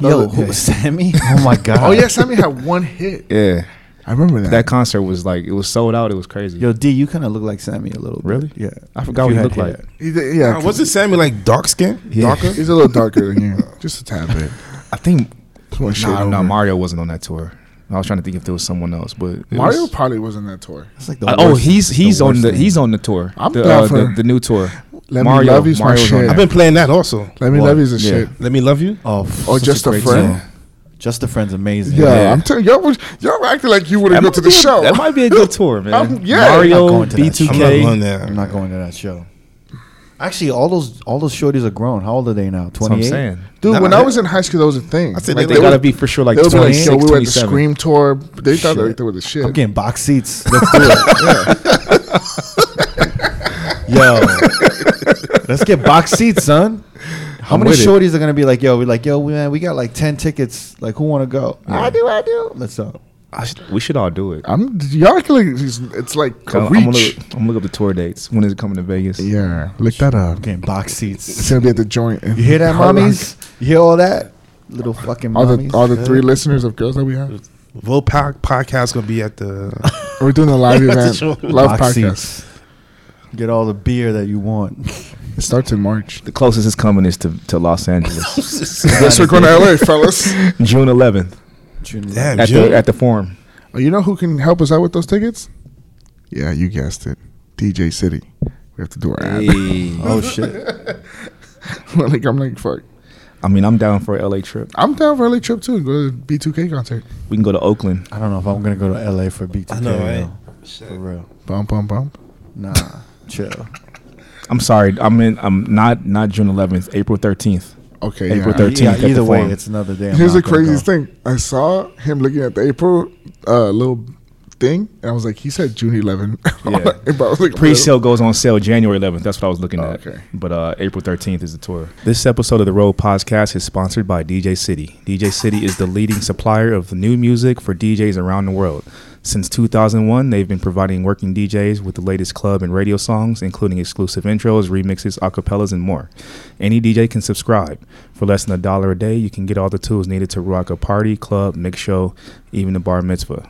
[SPEAKER 2] Yo, who was Sammy? Oh my god.
[SPEAKER 4] Oh, yeah, Sammy had one hit.
[SPEAKER 1] Yeah,
[SPEAKER 4] I remember that.
[SPEAKER 1] that concert was like it was sold out. It was crazy.
[SPEAKER 2] Yo, D, you kind of look like Sammy a little. bit.
[SPEAKER 1] Really?
[SPEAKER 2] Yeah.
[SPEAKER 1] I forgot
[SPEAKER 2] If
[SPEAKER 1] what
[SPEAKER 2] you
[SPEAKER 1] he
[SPEAKER 2] had
[SPEAKER 1] looked like.
[SPEAKER 2] hair.
[SPEAKER 4] He did- yeah,
[SPEAKER 3] Uh, wasn't Sammy like dark skin?
[SPEAKER 1] Yeah.
[SPEAKER 3] Darker?
[SPEAKER 4] he's a little darker than you. Just a tad bit.
[SPEAKER 1] I think
[SPEAKER 4] Just one shade
[SPEAKER 1] nah, nah,
[SPEAKER 4] over.
[SPEAKER 1] Mario wasn't on that tour. I was trying to think if there was someone else, but it
[SPEAKER 4] Mario
[SPEAKER 1] was-
[SPEAKER 4] probably wasn't that tour.
[SPEAKER 2] That's like the
[SPEAKER 1] Uh, oh,
[SPEAKER 2] worst-
[SPEAKER 1] he's he's on
[SPEAKER 2] worst
[SPEAKER 1] the
[SPEAKER 2] thing.
[SPEAKER 1] he's on the tour.
[SPEAKER 4] I'm
[SPEAKER 1] the,
[SPEAKER 4] down for-
[SPEAKER 1] the, the new tour.
[SPEAKER 4] Let Me Love You's my
[SPEAKER 1] Mario's on
[SPEAKER 4] shit.
[SPEAKER 1] that.
[SPEAKER 3] I've been playing that also.
[SPEAKER 4] Let me
[SPEAKER 1] Well,
[SPEAKER 4] love you's a
[SPEAKER 1] yeah.
[SPEAKER 4] shit.
[SPEAKER 3] Let me love you.
[SPEAKER 2] Oh, f-
[SPEAKER 4] Oh,
[SPEAKER 2] such
[SPEAKER 4] Just a
[SPEAKER 2] great song.
[SPEAKER 4] Friend?
[SPEAKER 2] Just a friend's amazing.
[SPEAKER 4] Yeah,
[SPEAKER 1] Yeah.
[SPEAKER 4] I'm telling y'all, was, y'all were acting like you wouldn't go
[SPEAKER 1] might
[SPEAKER 4] to the
[SPEAKER 1] be a-
[SPEAKER 4] show.
[SPEAKER 1] that might be a good tour, man.
[SPEAKER 4] I'm- yeah.
[SPEAKER 2] I'm not
[SPEAKER 1] Mario,
[SPEAKER 2] going to that
[SPEAKER 3] I'm not
[SPEAKER 1] B2K.
[SPEAKER 3] going there.
[SPEAKER 2] I'm not going to that show. Actually, all those all those shorties are grown. How old are they now?
[SPEAKER 1] That's what I'm
[SPEAKER 2] Twenty eight.
[SPEAKER 1] saying.
[SPEAKER 4] Dude,
[SPEAKER 3] Nah,
[SPEAKER 4] when I
[SPEAKER 3] they-
[SPEAKER 4] was in high school, that was a thing.
[SPEAKER 3] I said
[SPEAKER 1] Like,
[SPEAKER 3] They
[SPEAKER 1] they
[SPEAKER 4] would-
[SPEAKER 1] gotta be for sure like
[SPEAKER 4] they would be like,
[SPEAKER 1] 26,
[SPEAKER 4] yo, we were at the
[SPEAKER 1] 27.
[SPEAKER 4] Scream tour. They thought
[SPEAKER 2] Shit.
[SPEAKER 4] they were the shit.
[SPEAKER 2] I'm getting box seats. Let's do it. Yo, let's get box seats, son. How
[SPEAKER 1] I'm
[SPEAKER 2] many
[SPEAKER 1] with it.
[SPEAKER 2] shorties are gonna be like, yo? We're like, yo, man, we got like ten tickets. Like, who want to go? I do, I do. Let's go.
[SPEAKER 1] I should- we should all do it.
[SPEAKER 4] I'm y'all acting like it's, it's like a
[SPEAKER 1] I'm, I'm gonna
[SPEAKER 4] reach.
[SPEAKER 1] look, I'm gonna look up the tour dates. When is it coming to Vegas?
[SPEAKER 4] yeah, look that up.
[SPEAKER 2] I'm getting box
[SPEAKER 4] It's
[SPEAKER 2] seats.
[SPEAKER 4] gonna be at the joint. in
[SPEAKER 2] You hear that,
[SPEAKER 4] Hard Rock.
[SPEAKER 2] mommies? You hear all that? Little fucking
[SPEAKER 4] All
[SPEAKER 2] mommies.
[SPEAKER 4] the all the three listeners of girls that we have.
[SPEAKER 3] Will Pac podcast gonna be at the
[SPEAKER 4] We're doing a live event,
[SPEAKER 3] Sure.
[SPEAKER 4] live
[SPEAKER 2] Box
[SPEAKER 4] podcast.
[SPEAKER 2] seats. Get all the beer that you want.
[SPEAKER 4] It starts in March.
[SPEAKER 1] The closest it's coming is to, to Los Angeles,
[SPEAKER 4] Yes, we're going to LA, fellas.
[SPEAKER 1] June 11th
[SPEAKER 3] Damn,
[SPEAKER 1] at
[SPEAKER 3] June.
[SPEAKER 1] the at the Forum.
[SPEAKER 4] Oh, you know who can help us out with those tickets? Yeah, you guessed it. DJ City. We have to do our ad.
[SPEAKER 2] Oh shit!
[SPEAKER 4] like I'm like, fuck.
[SPEAKER 1] I mean, I'm down for a LA trip.
[SPEAKER 4] I'm down for LA trip too. Go to B2K concert.
[SPEAKER 1] We can go to Oakland.
[SPEAKER 2] I don't know if I'm gonna go to LA for B2K.
[SPEAKER 3] I know,
[SPEAKER 2] yo.
[SPEAKER 3] right?
[SPEAKER 2] For real.
[SPEAKER 4] Bum bum bum.
[SPEAKER 2] Nah, chill.
[SPEAKER 1] I'm sorry. I'm in. I'm not not June 11th. April 13th.
[SPEAKER 4] Okay.
[SPEAKER 1] April
[SPEAKER 4] yeah.
[SPEAKER 1] 13th.
[SPEAKER 2] Yeah,
[SPEAKER 1] at the
[SPEAKER 2] either way,
[SPEAKER 1] Forum.
[SPEAKER 2] it's another day. I'm
[SPEAKER 4] Here's the
[SPEAKER 2] not gonna
[SPEAKER 4] craziest
[SPEAKER 2] go.
[SPEAKER 4] thing. I saw him looking at the April uh, little thing, and I was like, he said June 11.
[SPEAKER 1] Yeah.
[SPEAKER 4] but I was like,
[SPEAKER 1] Pre-sale goes on sale January 11th. That's what I was looking
[SPEAKER 4] Oh,
[SPEAKER 1] at.
[SPEAKER 4] okay.
[SPEAKER 1] But uh, April 13th is the tour. This episode of the Road Podcast is sponsored by DJ City. DJ City is the leading supplier of new music for DJs around the world. Since 2001, they've been providing working DJs with the latest club and radio songs, including exclusive intros, remixes, acapellas, and more. Any DJ can subscribe. For less than a dollar a day, you can get all the tools needed to rock a party, club, mix show, even a bar mitzvah.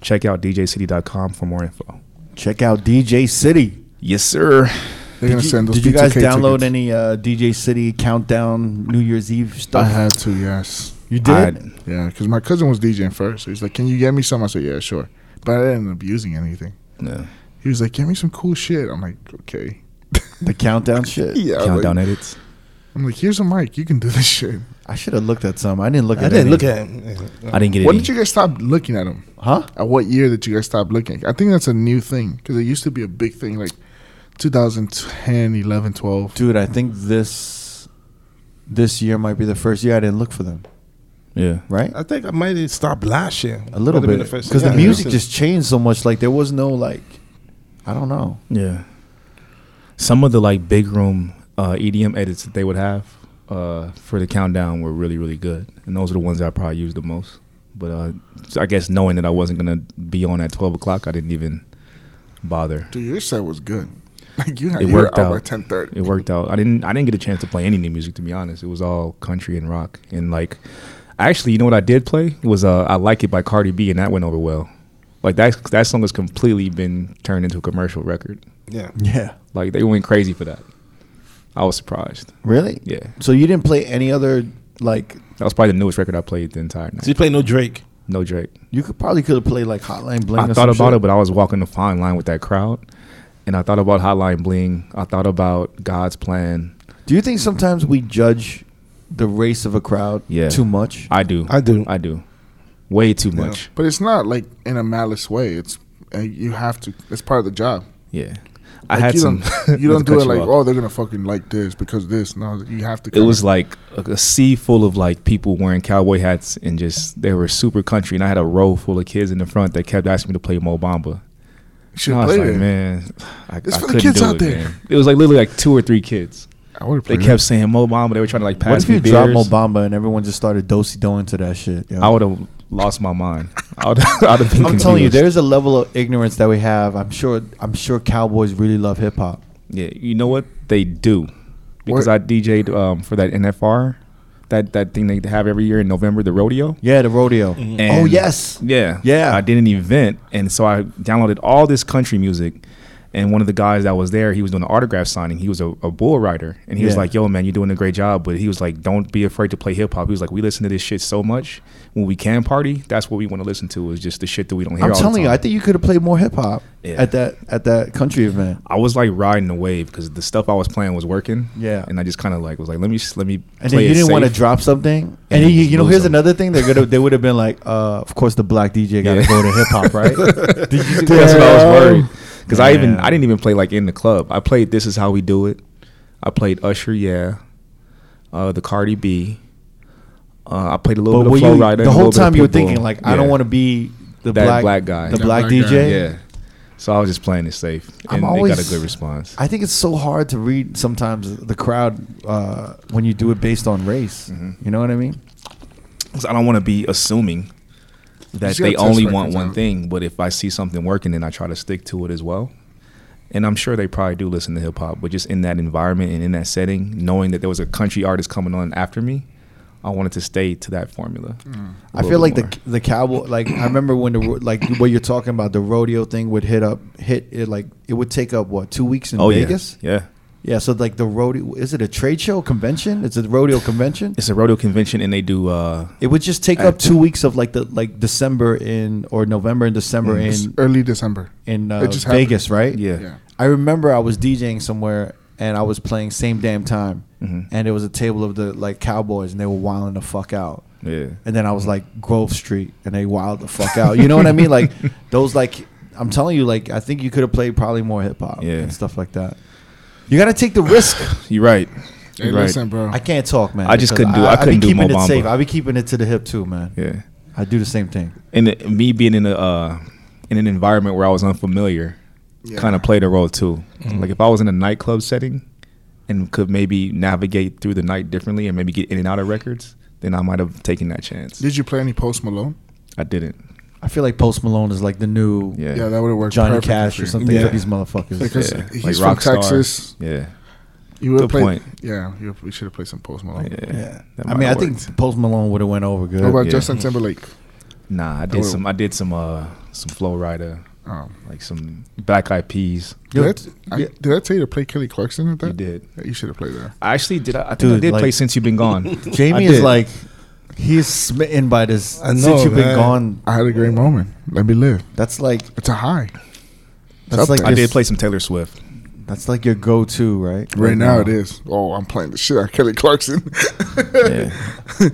[SPEAKER 1] Check out djcity.com for more info.
[SPEAKER 2] Check out DJ City.
[SPEAKER 1] Yes, sir.
[SPEAKER 4] They're gonna
[SPEAKER 2] Did you,
[SPEAKER 4] send those
[SPEAKER 2] did you guys
[SPEAKER 4] B2K
[SPEAKER 2] download
[SPEAKER 4] tickets.
[SPEAKER 2] any uh, DJ City countdown New Year's Eve
[SPEAKER 4] I
[SPEAKER 2] stuff?
[SPEAKER 4] had to, yes.
[SPEAKER 2] You
[SPEAKER 1] I-
[SPEAKER 2] did.
[SPEAKER 4] Yeah, because my cousin was DJing first. He was like, can you get me some? I said, yeah, sure. But I didn't end up using anything.
[SPEAKER 1] Yeah.
[SPEAKER 4] He was like, get me some cool shit. I'm like, okay.
[SPEAKER 2] the countdown shit.
[SPEAKER 4] Yeah. I'm
[SPEAKER 1] Countdown
[SPEAKER 4] like,
[SPEAKER 1] edits.
[SPEAKER 4] I'm like, here's a mic. You can do this shit.
[SPEAKER 2] I should have looked at some. I didn't look.
[SPEAKER 3] I
[SPEAKER 2] at
[SPEAKER 3] didn't
[SPEAKER 2] any.
[SPEAKER 3] look at him.
[SPEAKER 1] I didn't get it.
[SPEAKER 4] When did you guys stop looking at them?
[SPEAKER 2] Huh?
[SPEAKER 4] At what year did you guys stop looking? I think that's a new thing because it used to be a big thing like 2010, 11, 12.
[SPEAKER 2] Dude, I think this this year might be the first year I didn't look for them.
[SPEAKER 1] Yeah.
[SPEAKER 2] right?
[SPEAKER 3] I think I might have stopped last year.
[SPEAKER 2] A little
[SPEAKER 3] Might have been
[SPEAKER 2] bit
[SPEAKER 3] the first-
[SPEAKER 2] because the
[SPEAKER 3] yeah,
[SPEAKER 2] music
[SPEAKER 3] listen.
[SPEAKER 2] just changed so much. Like there was no like, I don't know.
[SPEAKER 1] Yeah. Some of the like big room uh, EDM edits that they would have uh, for the countdown were really really good, and those are the ones that I probably used the most. But uh, so I guess knowing that I wasn't gonna be on at twelve o'clock, I didn't even bother.
[SPEAKER 4] Dude, your set was good. Like you had
[SPEAKER 1] It
[SPEAKER 4] you were
[SPEAKER 1] worked
[SPEAKER 4] out by
[SPEAKER 1] out.
[SPEAKER 4] ten thirty.
[SPEAKER 1] It worked out. I didn't I didn't get a chance to play any new music to be honest. It was all country and rock and like actually you know what I did play was uh, I Like It by Cardi B and that went over well. Like that that song has completely been turned into a commercial record.
[SPEAKER 3] Yeah.
[SPEAKER 2] Yeah,
[SPEAKER 1] Like they went crazy for that. I was surprised.
[SPEAKER 2] really.
[SPEAKER 1] Yeah.
[SPEAKER 2] So you didn't play any other like
[SPEAKER 1] That was probably the newest record I played the entire
[SPEAKER 3] So
[SPEAKER 1] night.
[SPEAKER 3] you play no Drake.
[SPEAKER 1] No Drake.
[SPEAKER 2] you could probably could have played like Hotline Bling.
[SPEAKER 1] I
[SPEAKER 2] or
[SPEAKER 1] thought
[SPEAKER 2] some
[SPEAKER 1] about
[SPEAKER 2] shit.
[SPEAKER 1] it, but I was walking the fine line with that crowd. And I thought about Hotline Bling. I thought about God's Plan.
[SPEAKER 2] Do you think sometimes we judge the race of a crowd
[SPEAKER 1] Yeah.
[SPEAKER 2] too much?
[SPEAKER 1] I do.
[SPEAKER 3] I do.
[SPEAKER 1] I do. Way too much.
[SPEAKER 4] But it's not like in a malice way. It's uh, you have to. It's part of the job.
[SPEAKER 1] Yeah. I
[SPEAKER 4] Like,
[SPEAKER 1] had
[SPEAKER 4] you
[SPEAKER 1] some.
[SPEAKER 4] Don't, you
[SPEAKER 1] not to
[SPEAKER 4] don't do
[SPEAKER 1] cut
[SPEAKER 4] it like
[SPEAKER 1] off.
[SPEAKER 4] oh they're gonna fucking like this because this. No, you have to.
[SPEAKER 1] It
[SPEAKER 4] kinda-
[SPEAKER 1] was like a, a sea full of like people wearing cowboy hats and just they were super country. And I had a row full of kids in the front that kept asking me to play Mo Bamba.
[SPEAKER 4] You should
[SPEAKER 1] And I was
[SPEAKER 4] play
[SPEAKER 1] like,
[SPEAKER 4] it.
[SPEAKER 1] man, I,
[SPEAKER 4] It's
[SPEAKER 1] I
[SPEAKER 4] for the
[SPEAKER 1] couldn't
[SPEAKER 4] kids
[SPEAKER 1] do
[SPEAKER 4] out
[SPEAKER 1] it,
[SPEAKER 4] there.
[SPEAKER 1] man. It was like literally like two or three kids.
[SPEAKER 4] I would have
[SPEAKER 1] They
[SPEAKER 4] played.
[SPEAKER 1] kept saying Mo Bamba. They were trying to like pass
[SPEAKER 2] what if
[SPEAKER 1] me
[SPEAKER 2] you dropped
[SPEAKER 1] beers.
[SPEAKER 2] Mobamba and everyone just started dosey doing to that shit? yo?
[SPEAKER 1] I would have lost my mind. I would I'd have been
[SPEAKER 2] I'm telling you,
[SPEAKER 1] confused.
[SPEAKER 2] there's a level of ignorance that we have. I'm sure. I'm sure cowboys really love hip hop.
[SPEAKER 1] Yeah, you know what they do? Because
[SPEAKER 4] What?
[SPEAKER 1] I DJ'd um, for that NFR, that that thing they have every year in November, the rodeo.
[SPEAKER 2] Yeah, the rodeo. oh
[SPEAKER 1] Mm-hmm. And-
[SPEAKER 2] yes.
[SPEAKER 1] Yeah,
[SPEAKER 2] Yeah.
[SPEAKER 1] I did an event, and so I downloaded all this country music. And one of the guys that was there, he was doing an autograph signing. He was a, a bull rider, and he was
[SPEAKER 2] Yeah.
[SPEAKER 1] like, "Yo, man, you're doing a great job." But he was like, "Don't be afraid to play hip hop." He was like, "We listen to this shit so much when we can party. That's what we want to listen to is just the shit that we don't hear."
[SPEAKER 2] I'm
[SPEAKER 1] all the
[SPEAKER 2] telling you,
[SPEAKER 1] time."
[SPEAKER 2] I think you could have played more hip hop
[SPEAKER 1] Yeah.
[SPEAKER 2] at that at that country event.
[SPEAKER 1] I was like riding the wave because the stuff I was playing was working.
[SPEAKER 2] Yeah.
[SPEAKER 1] and I just kind of like was like, let me just let me. play
[SPEAKER 2] And then you
[SPEAKER 1] it
[SPEAKER 2] didn't want to
[SPEAKER 1] safe.
[SPEAKER 2] drop something. And you,
[SPEAKER 1] you
[SPEAKER 2] you know,
[SPEAKER 1] lose
[SPEAKER 2] here's
[SPEAKER 1] them.
[SPEAKER 2] another thing they could have they would have been like, uh, of course the black DJ got to
[SPEAKER 1] Yeah.
[SPEAKER 2] go to hip hop, right? Did you think
[SPEAKER 1] That's what I was
[SPEAKER 2] Yeah.
[SPEAKER 1] worried because I even
[SPEAKER 2] Damn.
[SPEAKER 1] I didn't even play like in the club. I played "This Is How We Do It." I played Usher, yeah, uh, the Cardi B. Uh, I played a little
[SPEAKER 2] But were
[SPEAKER 1] bit of Flow
[SPEAKER 2] you,
[SPEAKER 1] Rider.
[SPEAKER 2] the whole time you were thinking like, I don't want to be the
[SPEAKER 1] That
[SPEAKER 2] black,
[SPEAKER 1] black guy.
[SPEAKER 2] the
[SPEAKER 1] That
[SPEAKER 2] black,
[SPEAKER 4] black guy.
[SPEAKER 2] DJ.
[SPEAKER 1] Yeah, so I was just playing it safe,
[SPEAKER 2] I'm
[SPEAKER 1] and it got
[SPEAKER 2] always-
[SPEAKER 1] a good response.
[SPEAKER 2] I think it's so hard to read sometimes the crowd uh, when you do it based on race.
[SPEAKER 1] Mm-hmm.
[SPEAKER 2] You know what I mean?
[SPEAKER 1] 'Cause I don't want to be assuming that
[SPEAKER 4] Just get
[SPEAKER 1] they
[SPEAKER 4] a test
[SPEAKER 1] only
[SPEAKER 4] records
[SPEAKER 1] want one
[SPEAKER 4] out.
[SPEAKER 1] thing. But if I see something working, then I try to stick to it as well. And I'm sure they probably do listen to hip hop, but just in that environment and in that setting, knowing that there was a country artist coming on after me, I wanted to stay to that formula. a
[SPEAKER 4] Mm.
[SPEAKER 2] I
[SPEAKER 1] little
[SPEAKER 2] feel like
[SPEAKER 1] bit
[SPEAKER 2] the the cowboy. Like I remember when the ro- like what you're talking about the rodeo thing would hit up hit it like it would take up what two weeks in
[SPEAKER 1] more. oh
[SPEAKER 2] Vegas.
[SPEAKER 1] yeah, yeah.
[SPEAKER 2] Yeah, so like the rodeo is it a trade show convention? It's a rodeo convention.
[SPEAKER 1] It's a rodeo convention, and they do. uh
[SPEAKER 2] It would just take up two weeks of like the like December in or November and December
[SPEAKER 1] Mm.
[SPEAKER 4] It's
[SPEAKER 2] in
[SPEAKER 4] early December.
[SPEAKER 2] in uh,
[SPEAKER 4] It just happened.
[SPEAKER 2] Vegas, right?
[SPEAKER 1] Yeah.
[SPEAKER 4] Yeah.
[SPEAKER 2] I remember I was DJing somewhere and I was playing same damn time,
[SPEAKER 1] Mhm.
[SPEAKER 2] and it was a table of the like cowboys and they were wilding the fuck out.
[SPEAKER 1] Yeah.
[SPEAKER 2] And then I was like Grove Street and they wild the fuck out. You know what I mean? Like those like I'm telling you, like I think you could have played probably more hip hop
[SPEAKER 1] Yeah.
[SPEAKER 2] and stuff like that. You gotta take the risk.
[SPEAKER 1] You're right.
[SPEAKER 4] Hey,
[SPEAKER 1] You're right.
[SPEAKER 4] listen, bro.
[SPEAKER 2] I can't talk, man.
[SPEAKER 1] I just
[SPEAKER 2] because
[SPEAKER 1] couldn't do- I couldn't
[SPEAKER 2] be
[SPEAKER 1] do Mo
[SPEAKER 2] keeping it
[SPEAKER 1] Bamba.
[SPEAKER 2] safe. I be keeping it to the hip too, man.
[SPEAKER 1] Yeah.
[SPEAKER 2] I do the same thing.
[SPEAKER 1] and it- me being in a uh, in an environment where I was unfamiliar
[SPEAKER 4] Yeah.
[SPEAKER 1] kind of played a role too.
[SPEAKER 2] Mm-hmm.
[SPEAKER 1] Like if I was in a nightclub setting and could maybe navigate through the night differently and maybe get in and out of records, then I might have taken that chance.
[SPEAKER 4] Did you play any Post Malone?
[SPEAKER 1] I didn't.
[SPEAKER 2] I feel like Post Malone is like the new
[SPEAKER 1] Yeah.
[SPEAKER 4] Yeah, that would have worked.
[SPEAKER 2] Johnny
[SPEAKER 4] perfectly
[SPEAKER 2] Cash
[SPEAKER 4] for
[SPEAKER 2] or
[SPEAKER 4] you.
[SPEAKER 2] something
[SPEAKER 3] Yeah.
[SPEAKER 2] for these motherfuckers.
[SPEAKER 4] Because
[SPEAKER 1] Yeah,
[SPEAKER 4] he's
[SPEAKER 1] like
[SPEAKER 4] from
[SPEAKER 1] rock star.
[SPEAKER 4] Texas.
[SPEAKER 1] Yeah.
[SPEAKER 4] You would have
[SPEAKER 1] Good
[SPEAKER 4] played.
[SPEAKER 1] point.
[SPEAKER 4] Yeah, you we should have played some Post Malone.
[SPEAKER 1] Yeah.
[SPEAKER 2] Yeah.
[SPEAKER 1] That
[SPEAKER 2] I
[SPEAKER 1] might
[SPEAKER 2] mean, I
[SPEAKER 1] have
[SPEAKER 2] think
[SPEAKER 1] worked.
[SPEAKER 2] Post Malone would have went over good.
[SPEAKER 4] What about
[SPEAKER 1] Yeah.
[SPEAKER 4] Justin Timberlake?
[SPEAKER 1] Nah, I
[SPEAKER 4] would-
[SPEAKER 1] did some I did some uh some flow rider,
[SPEAKER 4] Um,
[SPEAKER 1] like some black eyed peas.
[SPEAKER 4] did,
[SPEAKER 2] Yeah.
[SPEAKER 4] I, I- did I tell you to play Kelly Clarkson at that?
[SPEAKER 1] You did.
[SPEAKER 4] Yeah, you should have played that.
[SPEAKER 1] I actually did I, I think I
[SPEAKER 2] Dude,
[SPEAKER 1] did
[SPEAKER 2] like-
[SPEAKER 1] play since you've been gone. I
[SPEAKER 2] Jamie
[SPEAKER 1] did.
[SPEAKER 2] is like, he's smitten by this.
[SPEAKER 3] I know,
[SPEAKER 2] Since you've been
[SPEAKER 3] man.
[SPEAKER 2] gone,
[SPEAKER 4] I had a great moment. Let me live.
[SPEAKER 2] that's like
[SPEAKER 4] It's a high.
[SPEAKER 2] that's like
[SPEAKER 1] I
[SPEAKER 2] your-
[SPEAKER 1] did play some Taylor Swift.
[SPEAKER 2] That's like your go-to, right?
[SPEAKER 4] Right, now, it is. Oh, I'm playing the shit out of Kelly Clarkson.
[SPEAKER 1] Yeah.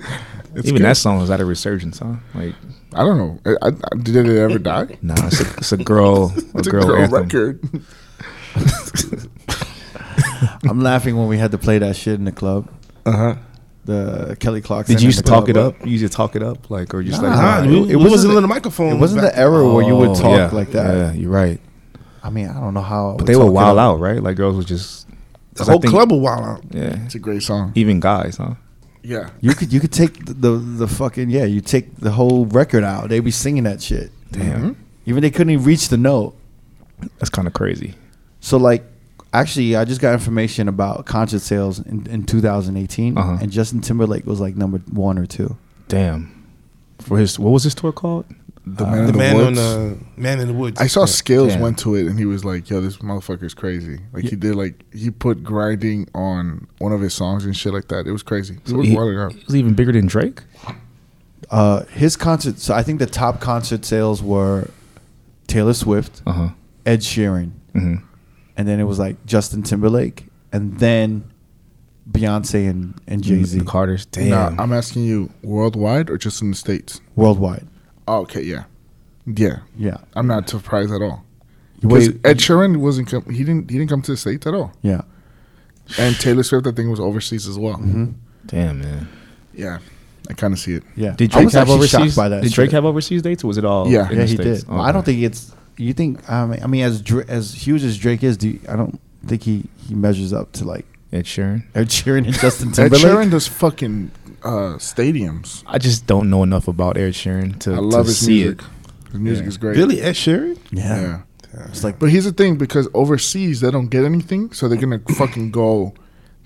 [SPEAKER 4] It's
[SPEAKER 1] Even
[SPEAKER 4] good.
[SPEAKER 1] that song was at a resurgence, huh? Like
[SPEAKER 4] I don't know. I, I, I- did it ever die?
[SPEAKER 1] Nah, it's a, it's a girl, a
[SPEAKER 4] It's a
[SPEAKER 1] girl,
[SPEAKER 4] girl
[SPEAKER 1] anthem.
[SPEAKER 4] record.
[SPEAKER 2] I'm laughing when we had to play that shit in the club.
[SPEAKER 3] Uh huh.
[SPEAKER 2] the Kelly Clarkson.
[SPEAKER 1] Did you
[SPEAKER 2] and
[SPEAKER 1] used to
[SPEAKER 2] the
[SPEAKER 1] talk it
[SPEAKER 2] club.
[SPEAKER 1] up? You used to talk it up, like, or just like,
[SPEAKER 2] Nah,
[SPEAKER 1] nah,
[SPEAKER 2] it- it
[SPEAKER 3] we, it
[SPEAKER 2] wasn't
[SPEAKER 3] wasn't
[SPEAKER 2] the-
[SPEAKER 3] on the microphone.
[SPEAKER 2] It wasn't
[SPEAKER 3] back-
[SPEAKER 2] the era where you would
[SPEAKER 1] oh,
[SPEAKER 2] talk
[SPEAKER 1] yeah,
[SPEAKER 2] like that.
[SPEAKER 1] Yeah, you're right.
[SPEAKER 2] I mean, I don't know how. I
[SPEAKER 1] But
[SPEAKER 2] would
[SPEAKER 1] they were
[SPEAKER 2] talk it
[SPEAKER 1] wild
[SPEAKER 2] up.
[SPEAKER 1] out, right? Like girls was just
[SPEAKER 3] the
[SPEAKER 1] 'cause I
[SPEAKER 3] whole
[SPEAKER 1] think-
[SPEAKER 3] club was wild out.
[SPEAKER 1] Yeah,
[SPEAKER 4] It's a great song.
[SPEAKER 1] even guys, huh?
[SPEAKER 4] Yeah.
[SPEAKER 2] You could you could take the, the the fucking yeah. You take the whole record out. They be singing that shit. Mm-hmm.
[SPEAKER 1] Damn,
[SPEAKER 2] Even they couldn't even reach the note.
[SPEAKER 1] that's kind of crazy.
[SPEAKER 2] So like, actually, I just got information about concert sales in, in 2018,
[SPEAKER 1] Uh-huh.
[SPEAKER 2] and Justin Timberlake was like number one or two.
[SPEAKER 1] Damn, for his what was his tour called?
[SPEAKER 4] The
[SPEAKER 1] Uh,
[SPEAKER 4] man, in
[SPEAKER 3] The
[SPEAKER 4] the
[SPEAKER 3] man on
[SPEAKER 4] woods.
[SPEAKER 3] the man in the woods.
[SPEAKER 4] I saw Skills
[SPEAKER 1] Damn.
[SPEAKER 4] went to it and he was like, "Yo, this motherfucker's crazy." Like he did, like he put grinding on one of his songs and shit like that. It was crazy. It was
[SPEAKER 1] he,
[SPEAKER 4] wilding out.
[SPEAKER 1] he was even bigger than Drake.
[SPEAKER 2] Uh, his concert. So I think the top concert sales were Taylor Swift,
[SPEAKER 1] Uh huh.
[SPEAKER 2] Ed Sheeran,
[SPEAKER 1] hmm
[SPEAKER 2] and then it was like Justin Timberlake, and then Beyonce and and Jay Z
[SPEAKER 1] the Carter's. Damn,
[SPEAKER 4] Nah, I'm asking you, worldwide or just in the states?
[SPEAKER 2] worldwide.
[SPEAKER 4] Oh, okay, yeah, yeah.
[SPEAKER 2] Yeah.
[SPEAKER 4] I'm not surprised at all. Because
[SPEAKER 2] Wait,
[SPEAKER 4] Ed Sheeran wasn't com- he didn't he didn't come to the states at all.
[SPEAKER 2] yeah.
[SPEAKER 4] And Taylor Swift, I think, was overseas as well.
[SPEAKER 1] Mm-hmm. damn man.
[SPEAKER 4] Yeah, I kind of see it.
[SPEAKER 2] Mm-hmm. Yeah.
[SPEAKER 1] Did
[SPEAKER 2] I
[SPEAKER 1] Drake
[SPEAKER 2] was
[SPEAKER 1] have
[SPEAKER 2] actually shocked
[SPEAKER 1] overseas?
[SPEAKER 2] by that
[SPEAKER 1] Did Drake
[SPEAKER 2] shit.
[SPEAKER 1] have overseas dates? Or was it all?
[SPEAKER 4] Yeah.
[SPEAKER 1] in
[SPEAKER 2] yeah,
[SPEAKER 1] the
[SPEAKER 2] he
[SPEAKER 1] States?
[SPEAKER 2] did. I don't
[SPEAKER 1] Okay.
[SPEAKER 2] think it's. You think? I mean, I mean, as Dra- as huge as Drake is, do you, I don't think he he measures up to like
[SPEAKER 1] Ed Sheeran.
[SPEAKER 2] Ed Sheeran and Justin
[SPEAKER 4] Ed
[SPEAKER 2] Timberlake.
[SPEAKER 4] Sheeran does fucking uh, stadiums.
[SPEAKER 1] I just don't know enough about Ed Sheeran to,
[SPEAKER 4] I love
[SPEAKER 1] to
[SPEAKER 4] his
[SPEAKER 1] see
[SPEAKER 4] music. His music
[SPEAKER 1] Yeah.
[SPEAKER 4] is great.
[SPEAKER 3] Really, Ed Sheeran.
[SPEAKER 2] Yeah.
[SPEAKER 4] Yeah.
[SPEAKER 2] it's like
[SPEAKER 4] But here's the thing, because overseas they don't get anything, so they're gonna fucking go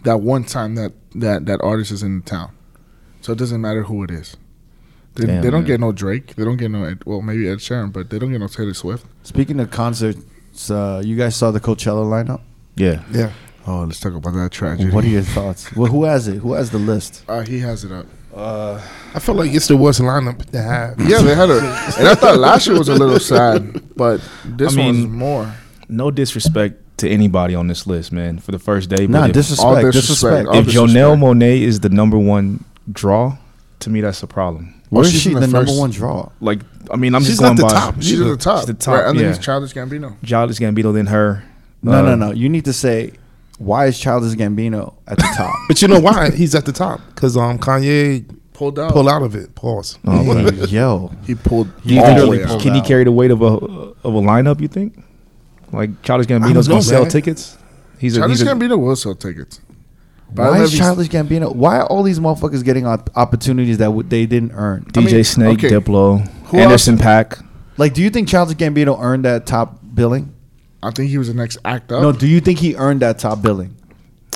[SPEAKER 4] that one time that that that artist is in the town. So it doesn't matter who it is. They,
[SPEAKER 1] Damn,
[SPEAKER 4] they don't
[SPEAKER 1] man.
[SPEAKER 4] get no Drake. They don't get no Ed, well maybe Ed Sheeran, but they don't get no Taylor Swift.
[SPEAKER 2] speaking of concerts. Uh, you guys saw the Coachella lineup.
[SPEAKER 1] it. Yeah,
[SPEAKER 3] Yeah,
[SPEAKER 4] Oh, let's talk about that tragedy.
[SPEAKER 2] What are your thoughts? Well, who has it? Who has the list?
[SPEAKER 4] uh, he has it up.
[SPEAKER 3] I feel like it's the worst lineup to have.
[SPEAKER 4] Yeah, they had a. and I thought last year was a little sad, but this
[SPEAKER 1] I
[SPEAKER 4] one's
[SPEAKER 1] mean,
[SPEAKER 4] more.
[SPEAKER 1] no disrespect to anybody on this list, man. For the first day,
[SPEAKER 2] Nah,
[SPEAKER 1] but if-
[SPEAKER 2] disrespect,
[SPEAKER 4] all
[SPEAKER 2] disrespect.
[SPEAKER 4] disrespect, all
[SPEAKER 1] if
[SPEAKER 4] disrespect.
[SPEAKER 1] Jonelle Monet is the number one draw, to me that's a problem.
[SPEAKER 2] Where is
[SPEAKER 4] she's
[SPEAKER 2] she
[SPEAKER 4] in
[SPEAKER 2] Oh, the,
[SPEAKER 4] the
[SPEAKER 2] number
[SPEAKER 4] first-
[SPEAKER 2] one draw?
[SPEAKER 1] Like, I mean, I'm
[SPEAKER 3] She's
[SPEAKER 1] just going
[SPEAKER 3] not the
[SPEAKER 1] by
[SPEAKER 3] top.
[SPEAKER 1] She's
[SPEAKER 4] She's at the top.
[SPEAKER 1] She's the top.
[SPEAKER 4] Right under
[SPEAKER 1] yeah.
[SPEAKER 4] this Childish Gambino.
[SPEAKER 1] Childish Gambino, then her.
[SPEAKER 2] No,
[SPEAKER 1] Uh,
[SPEAKER 2] no, no. You need to say why is Childish Gambino at the top?
[SPEAKER 3] But you know why he's at the top? Because um, Kanye
[SPEAKER 4] Pulled out.
[SPEAKER 3] pulled out of it. Pause.
[SPEAKER 1] Oh, okay.
[SPEAKER 2] Yo,
[SPEAKER 4] He pulled.
[SPEAKER 1] Do you
[SPEAKER 4] all
[SPEAKER 1] think
[SPEAKER 4] the
[SPEAKER 1] he-
[SPEAKER 4] way
[SPEAKER 2] literally
[SPEAKER 4] out.
[SPEAKER 1] can he carry the weight of a of a lineup? You think? Like Childish Gambino's
[SPEAKER 3] know,
[SPEAKER 1] gonna sell
[SPEAKER 3] man.
[SPEAKER 1] tickets. He's a,
[SPEAKER 4] Childish
[SPEAKER 1] he's a-
[SPEAKER 4] Gambino will sell tickets. But I don't
[SPEAKER 2] why
[SPEAKER 4] know
[SPEAKER 2] is
[SPEAKER 4] if he's-
[SPEAKER 2] Childish Gambino? Why are all these motherfuckers getting op- opportunities that w- they didn't earn?
[SPEAKER 1] DJ
[SPEAKER 4] mean,
[SPEAKER 1] Snake,
[SPEAKER 4] okay.
[SPEAKER 1] Diplo,
[SPEAKER 4] Who
[SPEAKER 1] Anderson Pack.
[SPEAKER 2] Like, do you think Childish Gambino earned that top billing?
[SPEAKER 4] I think he was the next act up.
[SPEAKER 2] No, do you think he earned that top billing?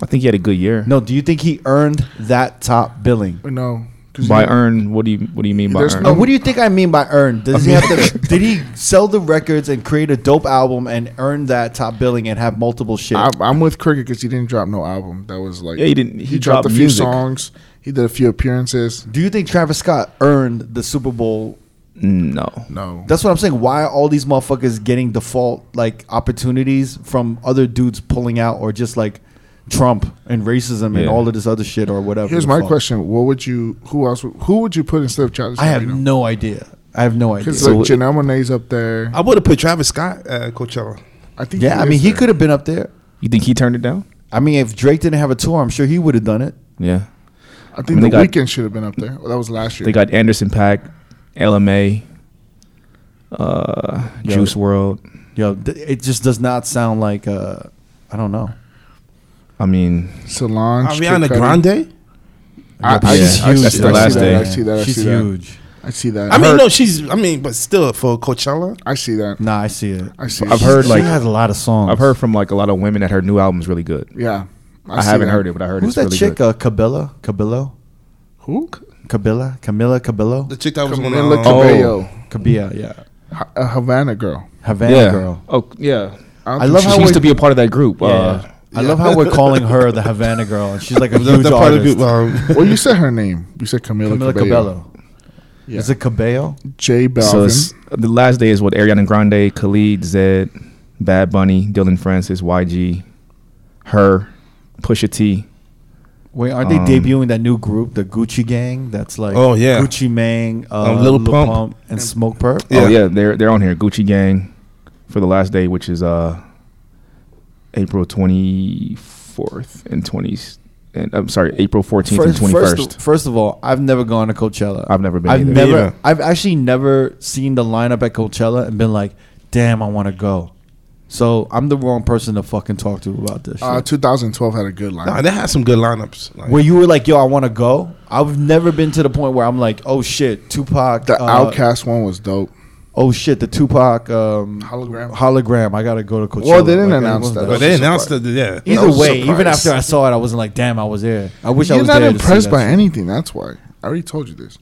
[SPEAKER 1] I think he had a good year.
[SPEAKER 2] No, do you think he earned that top billing?
[SPEAKER 4] no. 'cause
[SPEAKER 1] By
[SPEAKER 4] you-
[SPEAKER 1] earn, what do you what do you mean by
[SPEAKER 4] There's
[SPEAKER 1] earn?
[SPEAKER 4] no-
[SPEAKER 2] And Uh, what do you think I mean by earned? Does he have to? did he sell the records and create a dope album and earn that top billing and have multiple shit?
[SPEAKER 4] I'm, I'm with Cricket because he didn't drop no album. That was like
[SPEAKER 1] Yeah, he didn't- he dropped
[SPEAKER 4] a few
[SPEAKER 1] music.
[SPEAKER 4] songs. He did a few appearances.
[SPEAKER 2] do you think Travis Scott earned the Super Bowl?
[SPEAKER 1] no.
[SPEAKER 4] No,
[SPEAKER 2] That's what I'm saying. Why are all these motherfuckers getting default like opportunities from other dudes pulling out or just like Trump and racism and
[SPEAKER 1] Yeah.
[SPEAKER 2] all of this other shit or whatever?
[SPEAKER 4] here's
[SPEAKER 2] the
[SPEAKER 4] my
[SPEAKER 2] fuck?
[SPEAKER 4] question: What would you? Who else? would- Who would you put instead of Childish?
[SPEAKER 2] I have
[SPEAKER 4] Gambino?
[SPEAKER 2] no idea. I have no idea.
[SPEAKER 4] Because like Janelle Monae's up there.
[SPEAKER 3] I would have put Travis Scott at Coachella.
[SPEAKER 4] I think.
[SPEAKER 2] Uh, yeah, I
[SPEAKER 4] is
[SPEAKER 2] mean, he
[SPEAKER 4] there.
[SPEAKER 2] could have been up there.
[SPEAKER 1] You think he turned it down?
[SPEAKER 2] I mean, if Drake didn't have a tour, I'm sure he would have done it.
[SPEAKER 1] Yeah.
[SPEAKER 4] I
[SPEAKER 1] I mean,
[SPEAKER 4] think
[SPEAKER 1] they
[SPEAKER 4] the
[SPEAKER 1] got-
[SPEAKER 4] weekend should have been up there. Well, that was last year.
[SPEAKER 1] They got Anderson Pack, LMA, uh,
[SPEAKER 2] Yeah.
[SPEAKER 1] Juice World.
[SPEAKER 2] Yo, th- it just does not sound like uh, I don't know.
[SPEAKER 1] I mean,
[SPEAKER 4] Solange.
[SPEAKER 3] Ariana
[SPEAKER 4] Kid Cudi.
[SPEAKER 3] Grande.
[SPEAKER 4] I,
[SPEAKER 2] Yeah,
[SPEAKER 4] I,
[SPEAKER 2] she's
[SPEAKER 4] I,
[SPEAKER 2] huge.
[SPEAKER 4] I,
[SPEAKER 1] That's
[SPEAKER 4] see
[SPEAKER 1] the
[SPEAKER 4] that,
[SPEAKER 1] last day.
[SPEAKER 4] I see that. I
[SPEAKER 2] She's
[SPEAKER 4] see that.
[SPEAKER 2] huge.
[SPEAKER 4] I see that.
[SPEAKER 3] I mean,
[SPEAKER 4] Her-
[SPEAKER 3] no, she's. I mean, but still for Coachella,
[SPEAKER 4] I see that.
[SPEAKER 2] Nah, I see it.
[SPEAKER 4] I see.
[SPEAKER 1] I've
[SPEAKER 4] it.
[SPEAKER 1] heard,
[SPEAKER 2] she
[SPEAKER 1] like-
[SPEAKER 2] had a lot of songs.
[SPEAKER 1] I've heard from like a lot of women that her new album's really good.
[SPEAKER 4] Yeah,
[SPEAKER 1] I,
[SPEAKER 4] see
[SPEAKER 1] haven't
[SPEAKER 4] that.
[SPEAKER 1] heard it, but I heard
[SPEAKER 2] Who's
[SPEAKER 1] it's
[SPEAKER 2] that
[SPEAKER 1] really
[SPEAKER 2] chick?
[SPEAKER 1] good.
[SPEAKER 2] Uh, Cabela, Cabello,
[SPEAKER 4] Who?
[SPEAKER 2] Cabela, Camila, Cabello,
[SPEAKER 3] the chick that was um, going
[SPEAKER 4] Camila
[SPEAKER 3] to.
[SPEAKER 1] Cabello.
[SPEAKER 4] Cabello,
[SPEAKER 2] Cabilla, yeah,
[SPEAKER 4] Ha- a Havana girl.
[SPEAKER 2] Havana
[SPEAKER 1] yeah.
[SPEAKER 2] girl.
[SPEAKER 1] Oh yeah.
[SPEAKER 4] don't
[SPEAKER 2] I
[SPEAKER 4] think
[SPEAKER 2] love
[SPEAKER 1] She
[SPEAKER 2] how
[SPEAKER 1] used
[SPEAKER 2] we're,
[SPEAKER 1] to be a part of that group.
[SPEAKER 2] yeah,
[SPEAKER 1] uh,
[SPEAKER 2] yeah. I love how we're calling her the Havana girl, and she's like a huge artist.
[SPEAKER 3] um,
[SPEAKER 4] well, you said her name. You said Camila,
[SPEAKER 2] Camila
[SPEAKER 4] Cabello.
[SPEAKER 2] Cabello.
[SPEAKER 4] Yeah.
[SPEAKER 2] Is it Cabello?
[SPEAKER 4] J
[SPEAKER 1] So
[SPEAKER 4] Balvin.
[SPEAKER 1] it's, the last day is what Ariana Grande, Khalid, Zed, Bad Bunny, Dylan Francis, YG, her, Pusha T.
[SPEAKER 2] Wait, aren't they
[SPEAKER 1] Um,
[SPEAKER 2] debuting that new group, the Gucci Gang? That's like
[SPEAKER 3] Oh, yeah.
[SPEAKER 2] Gucci Mang, uh,
[SPEAKER 3] Um,
[SPEAKER 2] Lil,
[SPEAKER 3] Lil
[SPEAKER 2] Pump.
[SPEAKER 3] Pump.
[SPEAKER 2] and Smoke Perp.
[SPEAKER 1] Oh yeah, they're they're on here. Gucci Gang for the last day, which is uh April twenty fourth and twenty and I'm sorry, April 14th and
[SPEAKER 2] First,
[SPEAKER 1] 21st.
[SPEAKER 2] first, of, first of all, I've never gone to Coachella.
[SPEAKER 1] I've never been
[SPEAKER 2] I've
[SPEAKER 1] either.
[SPEAKER 2] never.
[SPEAKER 3] either.
[SPEAKER 2] I've actually never seen the lineup at Coachella and been like, "Damn, I want to go." So I'm the wrong person to fucking talk to about this.
[SPEAKER 4] Uh,
[SPEAKER 2] shit.
[SPEAKER 4] 2012 had a good line.
[SPEAKER 3] Nah, they had some good lineups. Like,
[SPEAKER 2] where you were like, "Yo, I want to go." I've never been to the point where I'm like, "Oh shit, Tupac."
[SPEAKER 4] the
[SPEAKER 2] uh,
[SPEAKER 4] Outcast one was dope.
[SPEAKER 2] Oh shit, the Tupac um,
[SPEAKER 4] Hologram.
[SPEAKER 2] hologram. I gotta go to Coachella.
[SPEAKER 4] Well, they didn't
[SPEAKER 2] Like, I
[SPEAKER 4] announce
[SPEAKER 2] was
[SPEAKER 4] that.
[SPEAKER 2] like-
[SPEAKER 3] but
[SPEAKER 4] That
[SPEAKER 3] they
[SPEAKER 4] was a
[SPEAKER 3] announced that,
[SPEAKER 4] surprise.
[SPEAKER 3] yeah.
[SPEAKER 4] That
[SPEAKER 2] Either
[SPEAKER 4] was a
[SPEAKER 2] way, even
[SPEAKER 4] surprise.
[SPEAKER 2] after I saw it, I wasn't like, "Damn, I was there." I wish I
[SPEAKER 4] You're
[SPEAKER 2] was
[SPEAKER 4] not
[SPEAKER 2] there.
[SPEAKER 4] impressed by
[SPEAKER 2] anything.
[SPEAKER 4] anything. That's why. I already told you this.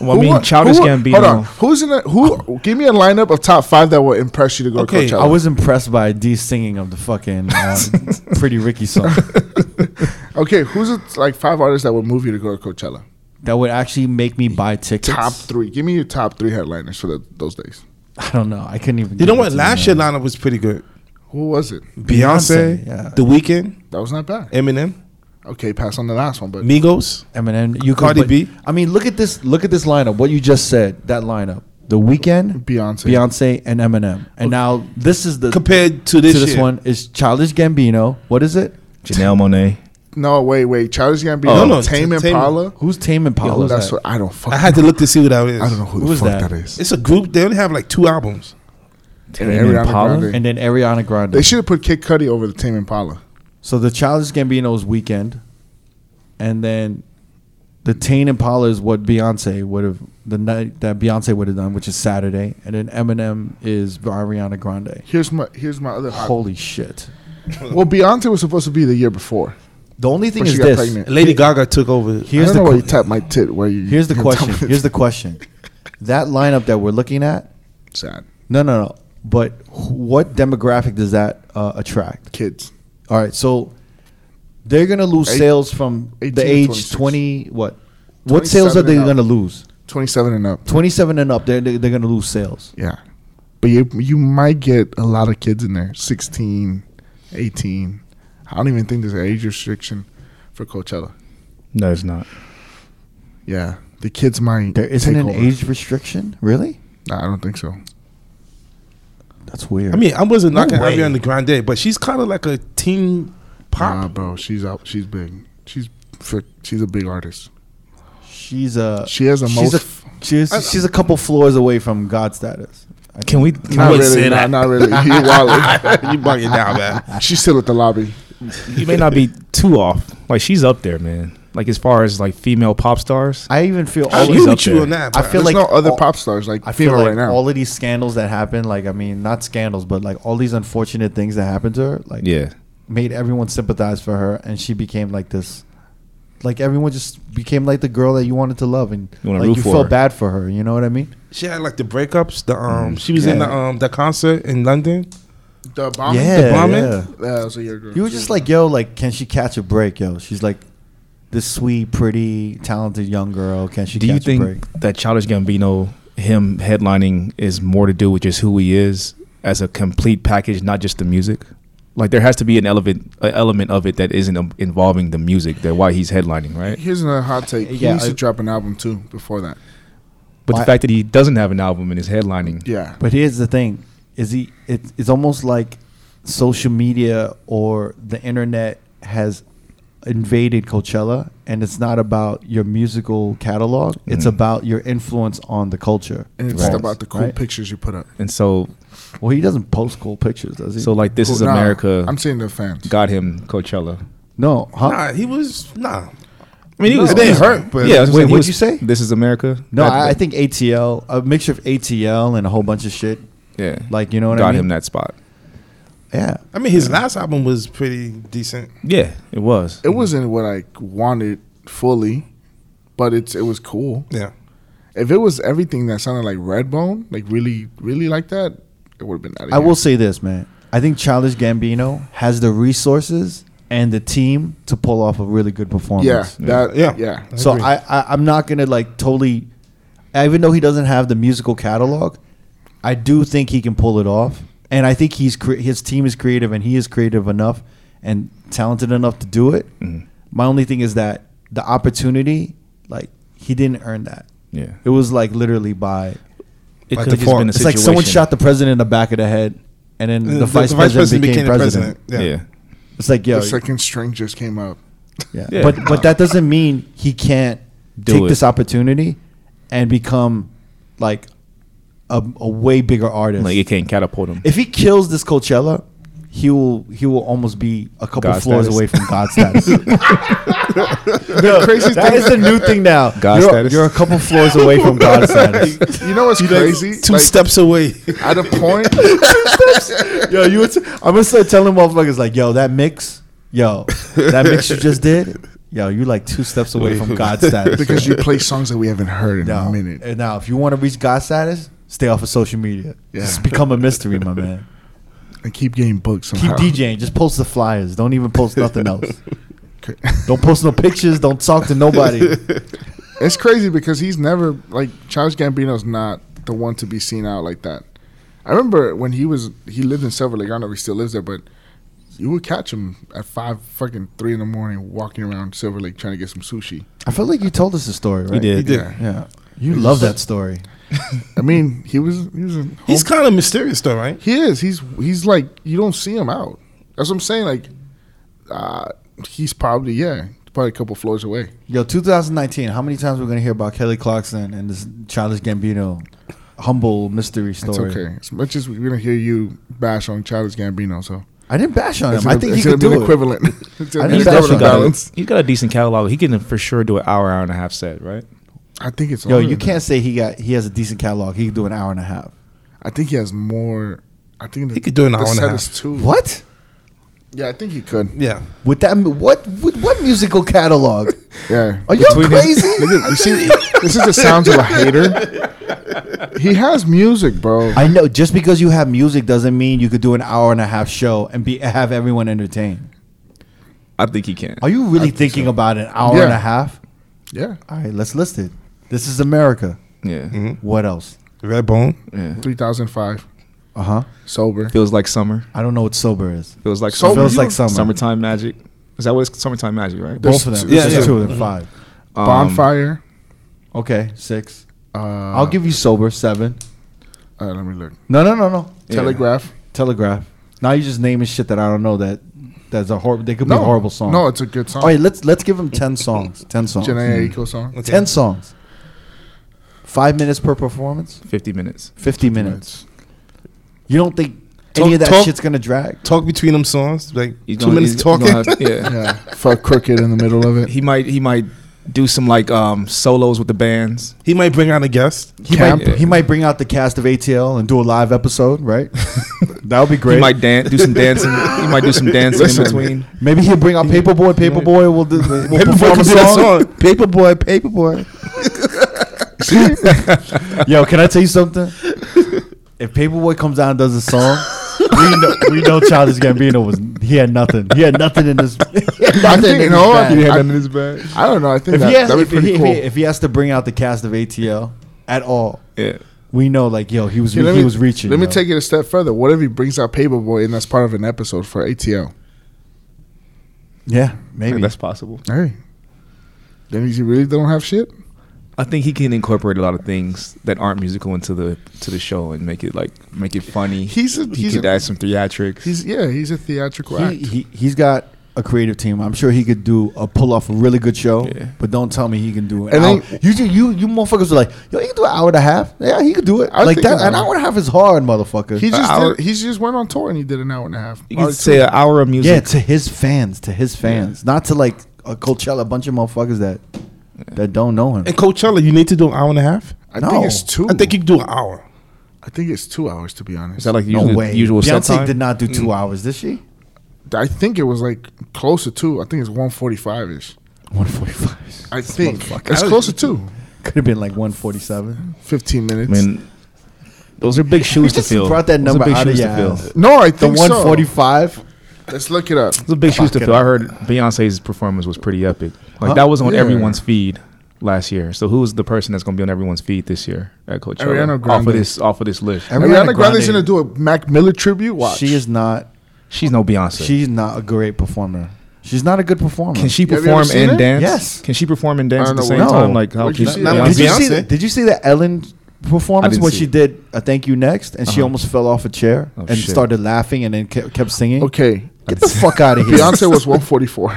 [SPEAKER 1] Well, I
[SPEAKER 4] Who
[SPEAKER 1] mean,
[SPEAKER 4] wa-
[SPEAKER 1] Childish
[SPEAKER 4] who wa-
[SPEAKER 1] Gambino.
[SPEAKER 4] Hold on. Who's in? A, who? give me a lineup of top five that will impress you to go
[SPEAKER 3] Okay,
[SPEAKER 4] to Coachella.
[SPEAKER 2] I was impressed by D's singing of the fucking uh, Pretty Ricky song.
[SPEAKER 4] okay. Who's it, like five artists that would move you to go to Coachella?
[SPEAKER 2] That would actually make me buy tickets.
[SPEAKER 4] Top three. Give me your top three headliners for the, those days.
[SPEAKER 2] I don't know. I couldn't even.
[SPEAKER 3] You know
[SPEAKER 2] give it
[SPEAKER 3] what?
[SPEAKER 2] to
[SPEAKER 3] Last year lineup was pretty good.
[SPEAKER 4] Who was it?
[SPEAKER 3] Beyonce,
[SPEAKER 2] Beyonce, yeah.
[SPEAKER 3] The Weeknd,
[SPEAKER 4] That was not bad.
[SPEAKER 3] Eminem,
[SPEAKER 4] Okay, pass on the last one, but
[SPEAKER 3] Migos.
[SPEAKER 2] Eminem, you could,
[SPEAKER 3] Cardi
[SPEAKER 2] but-
[SPEAKER 3] B.
[SPEAKER 2] I mean, look at this. Look at this lineup. What you just said. That lineup. The weekend,
[SPEAKER 4] Beyonce.
[SPEAKER 2] Beyonce, and Eminem. And now this is the
[SPEAKER 3] Compared to
[SPEAKER 2] to
[SPEAKER 3] this,
[SPEAKER 2] this
[SPEAKER 3] year.
[SPEAKER 2] one is Childish Gambino. What is it?
[SPEAKER 1] Janelle Monet.
[SPEAKER 4] No, wait, wait. Childish Gambino,
[SPEAKER 3] Oh. No, no,
[SPEAKER 4] Tame
[SPEAKER 3] Tame-
[SPEAKER 4] Impala.
[SPEAKER 2] Who's Tame Impala?
[SPEAKER 4] Oh,
[SPEAKER 2] Who's
[SPEAKER 4] that's
[SPEAKER 2] that?
[SPEAKER 4] what I don't fuck.
[SPEAKER 3] I had to look to see what that is.
[SPEAKER 4] I don't know who,
[SPEAKER 2] Who
[SPEAKER 4] the
[SPEAKER 2] is
[SPEAKER 4] fuck
[SPEAKER 2] that?
[SPEAKER 4] that is.
[SPEAKER 3] It's a group. They only have like two albums.
[SPEAKER 1] Tame
[SPEAKER 4] Ariana
[SPEAKER 1] Impala?
[SPEAKER 4] Grande.
[SPEAKER 2] and then Ariana Grande.
[SPEAKER 4] They should have put Kid Cudi over the Tame Impala.
[SPEAKER 2] so the Childish Gambino's weekend, and then the Tame Impala is what Beyonce would have the night that Beyonce would have done, which is Saturday, and then Eminem is Ariana Grande.
[SPEAKER 4] Here's my here's my other. hot-
[SPEAKER 2] Holy shit!
[SPEAKER 4] Well, Beyonce was supposed to be the year before.
[SPEAKER 2] The only thing
[SPEAKER 4] But
[SPEAKER 2] is
[SPEAKER 4] she got
[SPEAKER 2] this.
[SPEAKER 4] pregnant.
[SPEAKER 3] Lady Gaga took over.
[SPEAKER 2] Here's the
[SPEAKER 4] I don't know why
[SPEAKER 2] que-
[SPEAKER 4] you tap my tit. Where you?
[SPEAKER 2] here's the
[SPEAKER 4] you
[SPEAKER 2] question.
[SPEAKER 4] tell me
[SPEAKER 2] Here's the
[SPEAKER 4] it's
[SPEAKER 2] question. That lineup that we're looking at.
[SPEAKER 4] sad
[SPEAKER 2] No, no, no. But wh- what demographic does that uh, attract?
[SPEAKER 4] kids.
[SPEAKER 2] All right, so they're gonna lose
[SPEAKER 4] Eight-
[SPEAKER 2] sales from
[SPEAKER 4] 18
[SPEAKER 2] the
[SPEAKER 4] to
[SPEAKER 2] age
[SPEAKER 4] 26.
[SPEAKER 2] twenty. What? What sales are
[SPEAKER 4] 27
[SPEAKER 2] they
[SPEAKER 4] and up.
[SPEAKER 2] gonna lose?
[SPEAKER 4] Twenty seven and up.
[SPEAKER 2] Twenty seven and up. They're they- they're gonna lose sales.
[SPEAKER 4] Yeah, but you you might get a lot of kids in there. 16, 18. I don't even think there's an age restriction for Coachella.
[SPEAKER 1] No, it's not.
[SPEAKER 4] Yeah, the kids might.
[SPEAKER 2] There isn't
[SPEAKER 4] take
[SPEAKER 2] an
[SPEAKER 4] over.
[SPEAKER 2] age restriction, really.
[SPEAKER 4] Nah, I don't think so.
[SPEAKER 2] That's weird.
[SPEAKER 3] I mean, I wasn't
[SPEAKER 2] No
[SPEAKER 3] knocking
[SPEAKER 2] way.
[SPEAKER 3] Ariana Grande, but she's kind of like a teen
[SPEAKER 4] Nah,
[SPEAKER 3] pop.
[SPEAKER 4] bro, she's out. She's big. She's frick, she's a big artist.
[SPEAKER 2] she's a
[SPEAKER 4] She has the
[SPEAKER 2] she's
[SPEAKER 4] most.
[SPEAKER 2] A, she's she's a couple floors away from God status.
[SPEAKER 1] Can we? Can
[SPEAKER 4] not
[SPEAKER 1] we
[SPEAKER 4] really.
[SPEAKER 1] say
[SPEAKER 4] nah,
[SPEAKER 1] that?
[SPEAKER 4] Not really. You wild.
[SPEAKER 3] you bugging down, man.
[SPEAKER 4] she's still at the lobby.
[SPEAKER 1] You may not be too off. Like she's up there, man. Like as far as like female pop stars.
[SPEAKER 2] I even feel
[SPEAKER 3] I
[SPEAKER 2] all
[SPEAKER 1] She's
[SPEAKER 3] agree
[SPEAKER 2] these.
[SPEAKER 1] up
[SPEAKER 3] with you
[SPEAKER 1] there.
[SPEAKER 3] on that.
[SPEAKER 2] I
[SPEAKER 3] bro.
[SPEAKER 2] feel
[SPEAKER 4] There's
[SPEAKER 2] like
[SPEAKER 4] no other
[SPEAKER 2] all-
[SPEAKER 4] pop stars like
[SPEAKER 2] I feel
[SPEAKER 4] female
[SPEAKER 2] like
[SPEAKER 4] right now.
[SPEAKER 2] all of these scandals that happen, like I mean, not scandals, but like all these unfortunate things that happened to her, like
[SPEAKER 1] Yeah.
[SPEAKER 2] made everyone sympathize for her, and she became like this, like everyone just became like the girl that you wanted to love, and
[SPEAKER 1] You wanna
[SPEAKER 2] like
[SPEAKER 1] root
[SPEAKER 2] you
[SPEAKER 1] for
[SPEAKER 2] felt
[SPEAKER 1] her.
[SPEAKER 2] bad for her. You know what I mean?
[SPEAKER 3] she had like the breakups. The
[SPEAKER 1] Mm-hmm.
[SPEAKER 3] um, she was in
[SPEAKER 2] Yeah.
[SPEAKER 3] the um, the concert in London.
[SPEAKER 4] the bombing.
[SPEAKER 2] yeah,
[SPEAKER 3] bombing?
[SPEAKER 2] yeah.
[SPEAKER 4] that was a year ago.
[SPEAKER 2] You were just like, yo, like, can she catch a break, yo? She's like this sweet, pretty, talented young girl. Can she?
[SPEAKER 1] Do
[SPEAKER 2] catch
[SPEAKER 1] you
[SPEAKER 2] a break?
[SPEAKER 1] think that Childish Gambino, him headlining, is more to do with just who he is as a complete package, not just the music? Like there has to be an element, an element of it that isn't um, involving the music that why he's headlining, right?
[SPEAKER 4] Here's another hot take. He
[SPEAKER 2] Yeah,
[SPEAKER 4] needs
[SPEAKER 2] I-
[SPEAKER 4] to drop an album too before that.
[SPEAKER 1] But
[SPEAKER 2] Why-
[SPEAKER 1] the fact that he doesn't have an album and is headlining,
[SPEAKER 4] Yeah.
[SPEAKER 2] But here's the thing: is he? It, it's almost like social media or the internet has invaded Coachella, and it's not about your musical catalog; it's
[SPEAKER 1] Mm-hmm.
[SPEAKER 2] about your influence on the culture.
[SPEAKER 4] And it's
[SPEAKER 1] Right.
[SPEAKER 4] about the cool
[SPEAKER 2] Right.
[SPEAKER 4] pictures you put up.
[SPEAKER 1] and so
[SPEAKER 2] Well, he doesn't post cool pictures, does he?
[SPEAKER 1] so like this
[SPEAKER 4] Cool-
[SPEAKER 1] is
[SPEAKER 4] nah,
[SPEAKER 1] America
[SPEAKER 4] I'm saying the fans.
[SPEAKER 1] got him Coachella.
[SPEAKER 2] no, huh?
[SPEAKER 3] Nah, he was nah.
[SPEAKER 1] I mean,
[SPEAKER 3] he was- It didn't hurt, but-
[SPEAKER 1] yeah. that's
[SPEAKER 2] Wait,
[SPEAKER 1] I'm saying. He
[SPEAKER 2] what'd
[SPEAKER 1] was-
[SPEAKER 2] you say?
[SPEAKER 1] This is America.
[SPEAKER 2] no,
[SPEAKER 1] That-
[SPEAKER 2] I, I
[SPEAKER 1] that-
[SPEAKER 2] think ATL, a mixture of ATL and a whole bunch of shit.
[SPEAKER 1] yeah,
[SPEAKER 2] Like you know what
[SPEAKER 1] got
[SPEAKER 2] I mean?
[SPEAKER 1] him that spot.
[SPEAKER 2] Yeah,
[SPEAKER 3] I mean, his last album was pretty decent.
[SPEAKER 1] Yeah, it was.
[SPEAKER 4] It wasn't what I wanted fully, but it's it was cool.
[SPEAKER 3] Yeah,
[SPEAKER 4] If it was everything that sounded like Redbone, like really, really like that, it would have been out of
[SPEAKER 2] I
[SPEAKER 4] here.
[SPEAKER 2] will say this, man. I think Childish Gambino has the resources and the team to pull off a really good performance.
[SPEAKER 4] Yeah, that,
[SPEAKER 3] Yeah.
[SPEAKER 4] yeah,
[SPEAKER 3] I
[SPEAKER 2] So
[SPEAKER 3] agree.
[SPEAKER 2] I, I I'm not gonna like totally, even though he doesn't have the musical catalog, I do think he can pull it off, and I think he's cre- his team is creative and he is creative enough and talented enough to do it. My only thing is that the opportunity, like he didn't earn that.
[SPEAKER 1] Yeah,
[SPEAKER 2] It was like literally by
[SPEAKER 1] it
[SPEAKER 3] By
[SPEAKER 1] could have just
[SPEAKER 3] default.
[SPEAKER 1] been a
[SPEAKER 2] it's
[SPEAKER 1] situation.
[SPEAKER 2] like someone shot the president in the back of the head, and then the, vice, president became,
[SPEAKER 3] the
[SPEAKER 2] president.
[SPEAKER 1] yeah.
[SPEAKER 2] It's like yo,
[SPEAKER 4] The second string just came up.
[SPEAKER 2] Yeah.
[SPEAKER 1] Yeah.
[SPEAKER 2] But but that doesn't mean he can't
[SPEAKER 1] Do
[SPEAKER 2] take
[SPEAKER 1] it.
[SPEAKER 2] this opportunity and become like a, a way bigger artist.
[SPEAKER 1] Like it can't catapult him.
[SPEAKER 2] if he kills this Coachella, he will he will almost be a couple
[SPEAKER 1] God
[SPEAKER 2] floors
[SPEAKER 1] status.
[SPEAKER 2] away from God status.
[SPEAKER 4] The crazy
[SPEAKER 2] that is the new thing now.
[SPEAKER 1] God
[SPEAKER 2] you're,
[SPEAKER 1] status.
[SPEAKER 2] you're a couple floors away from God status.
[SPEAKER 4] thing, you know what's crazy?
[SPEAKER 3] Two
[SPEAKER 4] Like,
[SPEAKER 3] steps away.
[SPEAKER 4] at a point,
[SPEAKER 2] Yo, you. Would t- I'm gonna start telling motherfuckers like, yo, that mix, yo, that mix you just did, yo, you like two steps away from God status.
[SPEAKER 4] because you play songs that we haven't heard in
[SPEAKER 2] now,
[SPEAKER 4] a minute.
[SPEAKER 2] and now, if you want to reach God status, stay off of social media.
[SPEAKER 4] Yeah.
[SPEAKER 2] Just become a mystery, my man.
[SPEAKER 4] And keep getting booked
[SPEAKER 2] Keep
[SPEAKER 4] somehow.
[SPEAKER 2] DJing. Just post the flyers. Don't even post nothing else.
[SPEAKER 4] DJ.
[SPEAKER 2] Don't post no pictures. Don't talk to nobody.
[SPEAKER 4] It's crazy because he's never like Charles Gambino's not the one to be seen out like that. I remember when he was he lived in Silver Lake. I don't know if he still lives there, but you would catch him at five fucking three in the morning walking around Silver Lake trying to get some sushi.
[SPEAKER 2] I feel like you told us the story, right?
[SPEAKER 1] did.
[SPEAKER 3] He did.
[SPEAKER 4] Yeah.
[SPEAKER 2] Yeah. You love that story.
[SPEAKER 4] I mean, he was he was a whole,
[SPEAKER 3] He's kind of mysterious though, right?
[SPEAKER 4] he is he's he's like you don't see him out. That's what I'm saying. Like, uh, he's probably yeah, probably a couple floors away.
[SPEAKER 2] Yo, 2019. How many times we're gonna hear about Kelly Clarkson and this Childish Gambino humble mystery
[SPEAKER 4] It's
[SPEAKER 2] story?
[SPEAKER 4] okay. As much as we're gonna hear you bash on Charles Gambino, so
[SPEAKER 2] I didn't bash on
[SPEAKER 4] it's
[SPEAKER 2] him. Um, I
[SPEAKER 4] gonna-
[SPEAKER 2] think he
[SPEAKER 4] it's
[SPEAKER 2] could
[SPEAKER 4] gonna be
[SPEAKER 2] do
[SPEAKER 4] an
[SPEAKER 2] it.
[SPEAKER 4] equivalent. It's
[SPEAKER 2] I
[SPEAKER 4] gonna be
[SPEAKER 2] think
[SPEAKER 4] an
[SPEAKER 1] He's
[SPEAKER 2] that's
[SPEAKER 4] equivalent
[SPEAKER 1] definitely got,
[SPEAKER 4] balance.
[SPEAKER 1] a, he's got a decent catalog. He can for sure do an hour, hour and a half set, right?
[SPEAKER 4] I think it's
[SPEAKER 2] Yo,
[SPEAKER 4] longer
[SPEAKER 2] you
[SPEAKER 4] than
[SPEAKER 2] can't say he got he has a decent catalog. He can do an hour and a half.
[SPEAKER 4] that. I think he has more. I think the,
[SPEAKER 3] He could do an
[SPEAKER 4] the
[SPEAKER 3] hour and a
[SPEAKER 4] set
[SPEAKER 3] half.
[SPEAKER 4] is two.
[SPEAKER 2] What?
[SPEAKER 4] Yeah, I think he could.
[SPEAKER 3] Yeah.
[SPEAKER 2] With that, mu- what with what musical catalog?
[SPEAKER 4] Yeah.
[SPEAKER 2] Are Oh, you
[SPEAKER 1] Between his-
[SPEAKER 2] crazy?
[SPEAKER 4] Nigga, you see, this is the sounds of a hater. He has music, bro.
[SPEAKER 2] I know. Just because you have music doesn't mean you could do an hour and a half show and be have everyone entertained.
[SPEAKER 1] I think he can.
[SPEAKER 2] Are you really thinking about an hour
[SPEAKER 4] Yeah.
[SPEAKER 2] and a half?
[SPEAKER 4] yeah,
[SPEAKER 2] All right, let's list it. This is America.
[SPEAKER 1] Yeah,
[SPEAKER 2] What else?
[SPEAKER 3] Redbone.
[SPEAKER 1] yeah.
[SPEAKER 4] 2005,
[SPEAKER 2] Uh huh.
[SPEAKER 4] sober.
[SPEAKER 1] Feels like summer.
[SPEAKER 2] I don't know what sober is.
[SPEAKER 1] Feels like
[SPEAKER 4] Sober,
[SPEAKER 1] summer.
[SPEAKER 2] Feels
[SPEAKER 4] you-
[SPEAKER 2] like summer.
[SPEAKER 1] Summertime magic. Is that what it's summertime magic, right?
[SPEAKER 4] There's
[SPEAKER 2] Both of them.
[SPEAKER 4] two-
[SPEAKER 2] Yeah,
[SPEAKER 4] yeah,
[SPEAKER 2] two of them. Five.
[SPEAKER 1] Um,
[SPEAKER 4] Bonfire.
[SPEAKER 2] Okay, six.
[SPEAKER 4] Uh,
[SPEAKER 2] I'll give you sober seven.
[SPEAKER 4] Uh, let me look.
[SPEAKER 2] No, no, no, no.
[SPEAKER 1] Yeah.
[SPEAKER 4] Telegraph.
[SPEAKER 2] Telegraph. Now you're just naming shit that I don't know that that's a horrible. They could
[SPEAKER 4] No
[SPEAKER 2] be horrible Oh, songs.
[SPEAKER 4] No, it's a good song.
[SPEAKER 2] All right, let's let's give them ten songs. Ten songs. Hmm.
[SPEAKER 4] Janae Aiko song.
[SPEAKER 3] Okay.
[SPEAKER 2] Ten songs. Five minutes per performance.
[SPEAKER 1] Fifty minutes.
[SPEAKER 2] Fifty minutes. You don't think
[SPEAKER 3] Talk-
[SPEAKER 2] any of that
[SPEAKER 3] talk-
[SPEAKER 2] shit's gonna drag?
[SPEAKER 3] Talk between them songs, like
[SPEAKER 1] He's
[SPEAKER 3] two
[SPEAKER 1] gonna-
[SPEAKER 3] minutes
[SPEAKER 1] he's gonna
[SPEAKER 3] talking.
[SPEAKER 1] have- yeah.
[SPEAKER 4] Yeah, fuck crooked in the middle of it.
[SPEAKER 1] He might he might do some like um solos with the bands.
[SPEAKER 3] he might bring on a guest.
[SPEAKER 2] He
[SPEAKER 4] Camp.
[SPEAKER 2] might he might bring out the cast of ATL and do a live episode, right? that would be great.
[SPEAKER 1] He might dance, do some dancing. he might do some dancing
[SPEAKER 4] Listen.
[SPEAKER 1] in between.
[SPEAKER 2] Maybe he'll bring out Paperboy. Paperboy will do. Will
[SPEAKER 3] Paperboy
[SPEAKER 2] perform
[SPEAKER 3] can
[SPEAKER 2] a
[SPEAKER 3] do that
[SPEAKER 2] song.
[SPEAKER 3] song. Paperboy, Paperboy.
[SPEAKER 2] Yo, can I tell you something? If Paperboy comes out and does a song, we know, we know Childish Gambino was he had nothing. He had nothing in this. he had
[SPEAKER 4] I
[SPEAKER 2] nothing in
[SPEAKER 4] think
[SPEAKER 2] his
[SPEAKER 4] no. I,
[SPEAKER 2] bag.
[SPEAKER 4] think- I,
[SPEAKER 1] in his bag.
[SPEAKER 4] I don't know. I think
[SPEAKER 2] if, he
[SPEAKER 4] that,
[SPEAKER 2] has,
[SPEAKER 4] that'd
[SPEAKER 2] if,
[SPEAKER 4] be pretty
[SPEAKER 2] he,
[SPEAKER 4] cool.
[SPEAKER 2] if, he, if he has to bring out the cast of ATL at all,
[SPEAKER 1] Yeah.
[SPEAKER 2] we know like yo he was
[SPEAKER 4] Okay, let
[SPEAKER 2] he
[SPEAKER 4] me-
[SPEAKER 2] was reaching.
[SPEAKER 4] Let me
[SPEAKER 2] yo.
[SPEAKER 4] take it a step further. What if he brings out Paperboy and that's part of an episode for ATL?
[SPEAKER 2] yeah maybe.
[SPEAKER 1] That's possible.
[SPEAKER 4] Hey, then he really don't have shit.
[SPEAKER 1] I think he can incorporate a lot of things that aren't musical into the to the show and make it like make it funny.
[SPEAKER 4] He's a-
[SPEAKER 1] he
[SPEAKER 4] he's
[SPEAKER 1] could
[SPEAKER 4] a-
[SPEAKER 1] add some theatrics.
[SPEAKER 4] He's yeah, he's a theatrical
[SPEAKER 2] he,
[SPEAKER 4] act.
[SPEAKER 2] he he's got a creative team. I'm sure he could do a pull off a really good show.
[SPEAKER 1] Yeah.
[SPEAKER 2] But don't tell me he can do it.
[SPEAKER 4] And
[SPEAKER 2] And
[SPEAKER 4] then-
[SPEAKER 2] you ju- you you motherfuckers are like yo he can do an hour and a half. Yeah, he could do it.
[SPEAKER 4] I
[SPEAKER 2] like
[SPEAKER 4] think
[SPEAKER 2] that
[SPEAKER 4] an
[SPEAKER 2] an
[SPEAKER 4] hour.
[SPEAKER 2] hour and a half is hard, motherfucker.
[SPEAKER 4] He just
[SPEAKER 1] hour-
[SPEAKER 4] did, he just went on tour and he did an hour and a half.
[SPEAKER 1] you could
[SPEAKER 4] Or
[SPEAKER 1] say
[SPEAKER 4] two.
[SPEAKER 1] an hour of music.
[SPEAKER 2] Yeah, to his fans, to his fans, not to like a Coachella, a bunch of motherfuckers that that don't know him.
[SPEAKER 3] And Coachella, you need to do an hour and a half.
[SPEAKER 4] I
[SPEAKER 2] no.
[SPEAKER 4] think it's two.
[SPEAKER 3] I think you can do an hour.
[SPEAKER 4] I think it's two hours to be honest.
[SPEAKER 1] Is that like
[SPEAKER 2] No
[SPEAKER 1] usual,
[SPEAKER 2] way.
[SPEAKER 1] usual set
[SPEAKER 2] Beyonce
[SPEAKER 1] time?
[SPEAKER 2] did not do two hours, did she?
[SPEAKER 4] I think it was like close to two. I think it's one forty five ish.
[SPEAKER 2] One forty-five.
[SPEAKER 4] I think
[SPEAKER 2] motherfucker.
[SPEAKER 4] it's close to two.
[SPEAKER 2] Could have been like one forty-seven.
[SPEAKER 4] Fifteen minutes.
[SPEAKER 1] I mean, those are big shoes to
[SPEAKER 2] just
[SPEAKER 1] fill.
[SPEAKER 2] brought that
[SPEAKER 1] Those are
[SPEAKER 2] number
[SPEAKER 1] big
[SPEAKER 2] out of
[SPEAKER 1] shoes
[SPEAKER 2] your
[SPEAKER 1] to fill.
[SPEAKER 2] ass.
[SPEAKER 4] no, I
[SPEAKER 2] The
[SPEAKER 4] think
[SPEAKER 2] one
[SPEAKER 4] so.
[SPEAKER 2] forty-five.
[SPEAKER 4] Let's look it up.
[SPEAKER 1] Those are big shoes to
[SPEAKER 2] Fucking
[SPEAKER 1] fill. I heard Beyonce's performance was pretty epic. Like
[SPEAKER 2] Huh?
[SPEAKER 1] that was on
[SPEAKER 4] Yeah.
[SPEAKER 1] everyone's feed last year. So who's the person that's going to be on everyone's feed this year at Coachella?
[SPEAKER 4] Ariana
[SPEAKER 1] Off
[SPEAKER 4] Grande.
[SPEAKER 1] of this, off of this list,
[SPEAKER 2] Ariana
[SPEAKER 4] Ariana Grande's
[SPEAKER 2] Grande-
[SPEAKER 4] gonna do a Mac Miller tribute. Watch.
[SPEAKER 2] She is not.
[SPEAKER 1] she's no Beyonce.
[SPEAKER 2] She's not a great performer. She's not a good performer.
[SPEAKER 1] Can she
[SPEAKER 4] Have you ever
[SPEAKER 1] perform
[SPEAKER 4] seen
[SPEAKER 1] and
[SPEAKER 4] it?
[SPEAKER 1] dance?
[SPEAKER 2] Yes.
[SPEAKER 1] Can she perform and dance
[SPEAKER 4] I
[SPEAKER 1] at the
[SPEAKER 4] don't
[SPEAKER 1] same
[SPEAKER 4] know
[SPEAKER 2] what-
[SPEAKER 1] time?
[SPEAKER 2] No.
[SPEAKER 1] Like how
[SPEAKER 4] Where'd you
[SPEAKER 1] people-
[SPEAKER 4] see that?
[SPEAKER 1] Beyonce?
[SPEAKER 2] did you see?
[SPEAKER 3] Beyonce?
[SPEAKER 2] The, did you see the Ellen
[SPEAKER 1] I
[SPEAKER 2] performance
[SPEAKER 1] didn't
[SPEAKER 2] when
[SPEAKER 1] see
[SPEAKER 2] she
[SPEAKER 1] it.
[SPEAKER 2] did a Thank You Next and she
[SPEAKER 1] Uh-huh.
[SPEAKER 2] almost fell off a chair
[SPEAKER 1] Oh,
[SPEAKER 2] and
[SPEAKER 1] shit.
[SPEAKER 2] started laughing and then ke- kept singing?
[SPEAKER 4] okay.
[SPEAKER 2] Get the fuck out of here.
[SPEAKER 4] Beyonce was one forty four.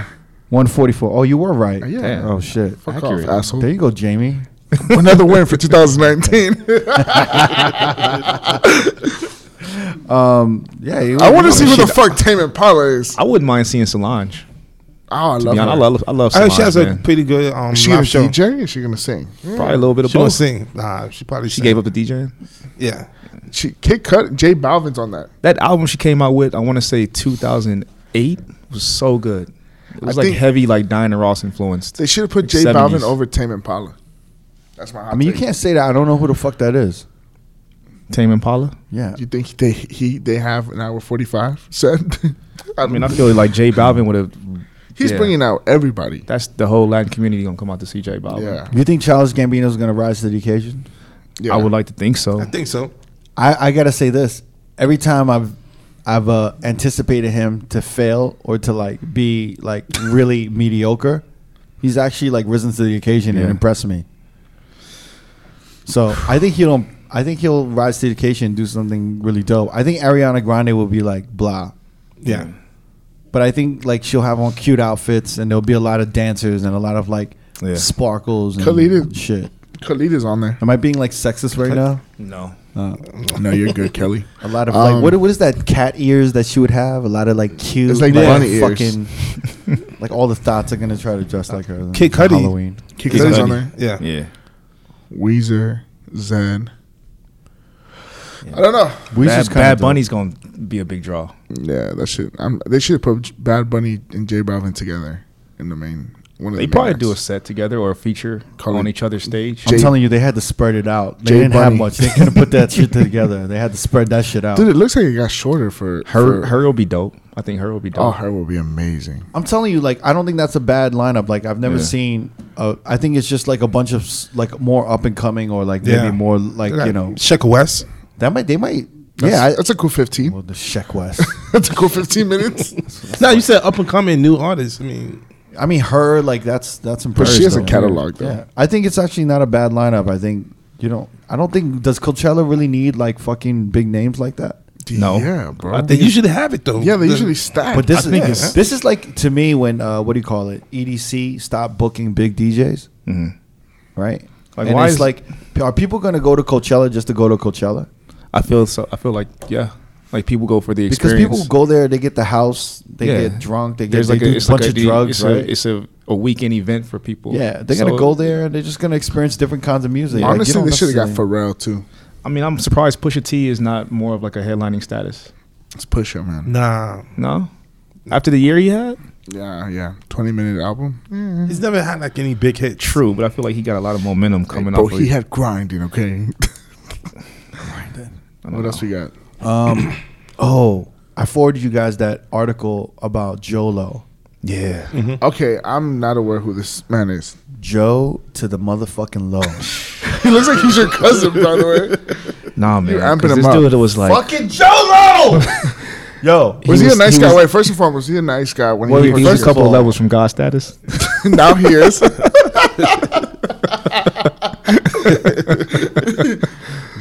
[SPEAKER 2] 144. Oh, you were right.
[SPEAKER 4] Yeah.
[SPEAKER 2] Damn. Oh shit.
[SPEAKER 4] Fuck
[SPEAKER 1] Accurate.
[SPEAKER 4] off, asshole.
[SPEAKER 2] There you go, Jamie.
[SPEAKER 4] Another win for 2019.
[SPEAKER 2] Um, yeah. you-
[SPEAKER 4] I want
[SPEAKER 2] you-
[SPEAKER 4] to see who the
[SPEAKER 2] shit.
[SPEAKER 4] fuck Tame Impala is.
[SPEAKER 1] I wouldn't mind seeing Solange.
[SPEAKER 4] Oh, I
[SPEAKER 1] To
[SPEAKER 4] love
[SPEAKER 1] be
[SPEAKER 4] her.
[SPEAKER 1] honest, I love I love
[SPEAKER 3] I
[SPEAKER 1] Solange.
[SPEAKER 3] heard she has a
[SPEAKER 1] man.
[SPEAKER 3] pretty good um,
[SPEAKER 4] Is she gonna
[SPEAKER 3] live show.
[SPEAKER 4] DJ? Is she gonna sing? Hmm.
[SPEAKER 1] Probably a little bit of
[SPEAKER 3] She don't
[SPEAKER 1] both.
[SPEAKER 3] sing. Nah, she probably
[SPEAKER 1] She gave up the DJ.
[SPEAKER 3] Yeah,
[SPEAKER 4] She Kid Cut Jay Balvin's on that.
[SPEAKER 1] That album she came out with, I want to say 2008, was so good. It was
[SPEAKER 4] I
[SPEAKER 1] like
[SPEAKER 4] think-
[SPEAKER 1] heavy, like Diana Ross influenced.
[SPEAKER 4] They should have put
[SPEAKER 1] Like
[SPEAKER 4] Jay
[SPEAKER 1] 70s.
[SPEAKER 4] Balvin over Tame Impala. That's my. Hot
[SPEAKER 2] I mean, you
[SPEAKER 4] take.
[SPEAKER 2] can't say that. I don't know who the fuck that is.
[SPEAKER 1] Tame Impala.
[SPEAKER 2] Yeah.
[SPEAKER 4] You think they he they have an hour forty five set?
[SPEAKER 1] I mean, I feel like Jay Balvin would have.
[SPEAKER 4] he's
[SPEAKER 1] yeah.
[SPEAKER 4] bringing out everybody.
[SPEAKER 1] That's the whole Latin community gonna come out to see Jay Balvin.
[SPEAKER 4] Yeah.
[SPEAKER 2] You think Charles Gambino's gonna rise to the occasion?
[SPEAKER 4] yeah,
[SPEAKER 1] I would like to think so.
[SPEAKER 3] I think so.
[SPEAKER 2] I, I gotta say this. Every time I've I've uh, anticipated him to fail or to like be like really mediocre, he's actually like risen to the occasion
[SPEAKER 1] Yeah.
[SPEAKER 2] and impressed me. So I think he'll I think he'll rise to the occasion and do something really dope. I think Ariana Grande will be like blah.
[SPEAKER 3] Yeah,
[SPEAKER 2] But I think like she'll have on cute outfits and there'll be a lot of dancers and a lot of like
[SPEAKER 1] Yeah.
[SPEAKER 2] sparkles and
[SPEAKER 4] Khalid-
[SPEAKER 2] shit.
[SPEAKER 4] Khalid is on there.
[SPEAKER 2] Am I being like sexist right now?
[SPEAKER 1] No.
[SPEAKER 2] Uh,
[SPEAKER 4] No, you're good, Kelly.
[SPEAKER 2] A lot of like
[SPEAKER 4] Um,
[SPEAKER 2] what what is that cat ears that she would have? A lot of like cute,
[SPEAKER 4] It's like bunny ears.
[SPEAKER 2] fucking like all the thoughts are gonna try to dress like her.
[SPEAKER 3] Kid
[SPEAKER 2] for
[SPEAKER 3] Cudi.
[SPEAKER 2] Halloween.
[SPEAKER 4] Kid
[SPEAKER 1] He's
[SPEAKER 4] Cudi's on
[SPEAKER 1] funny.
[SPEAKER 4] there.
[SPEAKER 3] yeah.
[SPEAKER 1] Yeah.
[SPEAKER 4] Weezer, Zen.
[SPEAKER 1] Yeah.
[SPEAKER 4] I don't know.
[SPEAKER 2] We
[SPEAKER 1] Bad,
[SPEAKER 2] just kinda
[SPEAKER 1] Bad
[SPEAKER 2] do-
[SPEAKER 1] Bunny's gonna be a big draw.
[SPEAKER 4] Yeah, that shit. I'm, they should have put Bad Bunny and J Balvin together in the main. One of
[SPEAKER 1] They
[SPEAKER 4] the
[SPEAKER 1] probably
[SPEAKER 4] main
[SPEAKER 1] do a
[SPEAKER 4] acts.
[SPEAKER 1] set together or a feature
[SPEAKER 4] Call
[SPEAKER 1] on
[SPEAKER 4] it-
[SPEAKER 1] each other's stage.
[SPEAKER 2] I'm
[SPEAKER 4] Jay-
[SPEAKER 2] telling you, they had to spread it out. They
[SPEAKER 4] Jay
[SPEAKER 2] didn't have
[SPEAKER 4] Bunny.
[SPEAKER 2] much. They couldn't put that shit together. They had to spread that shit out.
[SPEAKER 4] Dude, it looks like it got shorter for
[SPEAKER 1] Her
[SPEAKER 4] for-
[SPEAKER 1] her will be dope. I think her will be dope.
[SPEAKER 4] Oh, her will be amazing.
[SPEAKER 2] I'm telling you, like I don't think that's a bad lineup. Like I've never
[SPEAKER 1] Yeah.
[SPEAKER 2] seen. Uh, I think it's just like a bunch of s- like more up and coming or like
[SPEAKER 3] Yeah.
[SPEAKER 2] maybe more like you know
[SPEAKER 3] Check West.
[SPEAKER 2] that might they might.
[SPEAKER 4] That's,
[SPEAKER 2] yeah, I,
[SPEAKER 4] that's a cool fifteen.
[SPEAKER 2] well, the Sheck West.
[SPEAKER 4] that's a cool fifteen minutes.
[SPEAKER 3] No, you said up and coming new artists. I mean,
[SPEAKER 2] I mean, her like that's that's
[SPEAKER 4] but
[SPEAKER 2] impressive.
[SPEAKER 4] she has a
[SPEAKER 2] though.
[SPEAKER 4] catalog though.
[SPEAKER 2] Yeah, I think it's actually not a bad lineup. I think you know, I don't think does Coachella really need like fucking big names like that.
[SPEAKER 1] No.
[SPEAKER 4] yeah, bro.
[SPEAKER 1] I
[SPEAKER 3] they usually have it though.
[SPEAKER 4] yeah, they
[SPEAKER 3] The-
[SPEAKER 4] usually stack.
[SPEAKER 2] But this
[SPEAKER 3] I
[SPEAKER 2] is
[SPEAKER 3] think
[SPEAKER 2] this,
[SPEAKER 3] it's-
[SPEAKER 2] is like to me when uh, what do you call it? EDC stopped booking big DJs,
[SPEAKER 1] Mhm.
[SPEAKER 2] right?
[SPEAKER 1] Like,
[SPEAKER 2] and
[SPEAKER 1] why
[SPEAKER 2] it's
[SPEAKER 1] is-
[SPEAKER 2] like, are people going to go to Coachella just to go to Coachella?
[SPEAKER 1] I feel so. I feel like yeah, like people go for the
[SPEAKER 2] Because
[SPEAKER 1] experience.
[SPEAKER 2] people go there, they get the house, they
[SPEAKER 1] Yeah.
[SPEAKER 2] get drunk, they get
[SPEAKER 1] There's
[SPEAKER 2] they
[SPEAKER 1] like
[SPEAKER 2] do
[SPEAKER 1] a,
[SPEAKER 2] a
[SPEAKER 1] it's
[SPEAKER 2] bunch
[SPEAKER 1] like
[SPEAKER 2] of
[SPEAKER 1] a-
[SPEAKER 2] drugs,
[SPEAKER 1] It's
[SPEAKER 2] right?
[SPEAKER 1] A, it's a, a weekend event for people.
[SPEAKER 2] yeah, they're
[SPEAKER 1] So,
[SPEAKER 2] gonna go there and they're just gonna experience different kinds of music. Like, you
[SPEAKER 4] Honestly,
[SPEAKER 2] don't
[SPEAKER 4] they should have got
[SPEAKER 2] necessarily-
[SPEAKER 4] Pharrell too.
[SPEAKER 1] I mean, I'm surprised Pusha T is not more of like a headlining status.
[SPEAKER 4] Let's push him, man.
[SPEAKER 3] Nah,
[SPEAKER 1] No, after the year he had,
[SPEAKER 4] Yeah, yeah. Twenty minute album.
[SPEAKER 3] he's never had like any big hit.
[SPEAKER 1] true, but I feel like he got a lot of momentum coming
[SPEAKER 4] Bro,
[SPEAKER 1] up.
[SPEAKER 4] he had grinding. Okay.
[SPEAKER 1] I don't
[SPEAKER 4] what
[SPEAKER 1] know.
[SPEAKER 4] else we got?
[SPEAKER 2] Um, oh, I forwarded you guys that article about Jolo.
[SPEAKER 1] Yeah,
[SPEAKER 4] Okay, I'm not aware who this man is.
[SPEAKER 2] Joe to the motherfucking low.
[SPEAKER 4] He looks like he's your cousin, by the way.
[SPEAKER 1] nah, man.
[SPEAKER 4] You're amping
[SPEAKER 1] 'cause
[SPEAKER 4] him
[SPEAKER 1] this
[SPEAKER 4] up.
[SPEAKER 1] dude was like,
[SPEAKER 2] fucking Jolo. Yo,
[SPEAKER 4] Was he,
[SPEAKER 1] was-
[SPEAKER 4] a nice
[SPEAKER 1] he
[SPEAKER 4] guy?
[SPEAKER 1] was-
[SPEAKER 4] Wait, first and foremost, was he a nice guy when
[SPEAKER 1] he,
[SPEAKER 4] he,
[SPEAKER 1] he was
[SPEAKER 4] first
[SPEAKER 1] a
[SPEAKER 4] of
[SPEAKER 1] couple
[SPEAKER 4] all,
[SPEAKER 1] levels from God status.
[SPEAKER 4] now he is.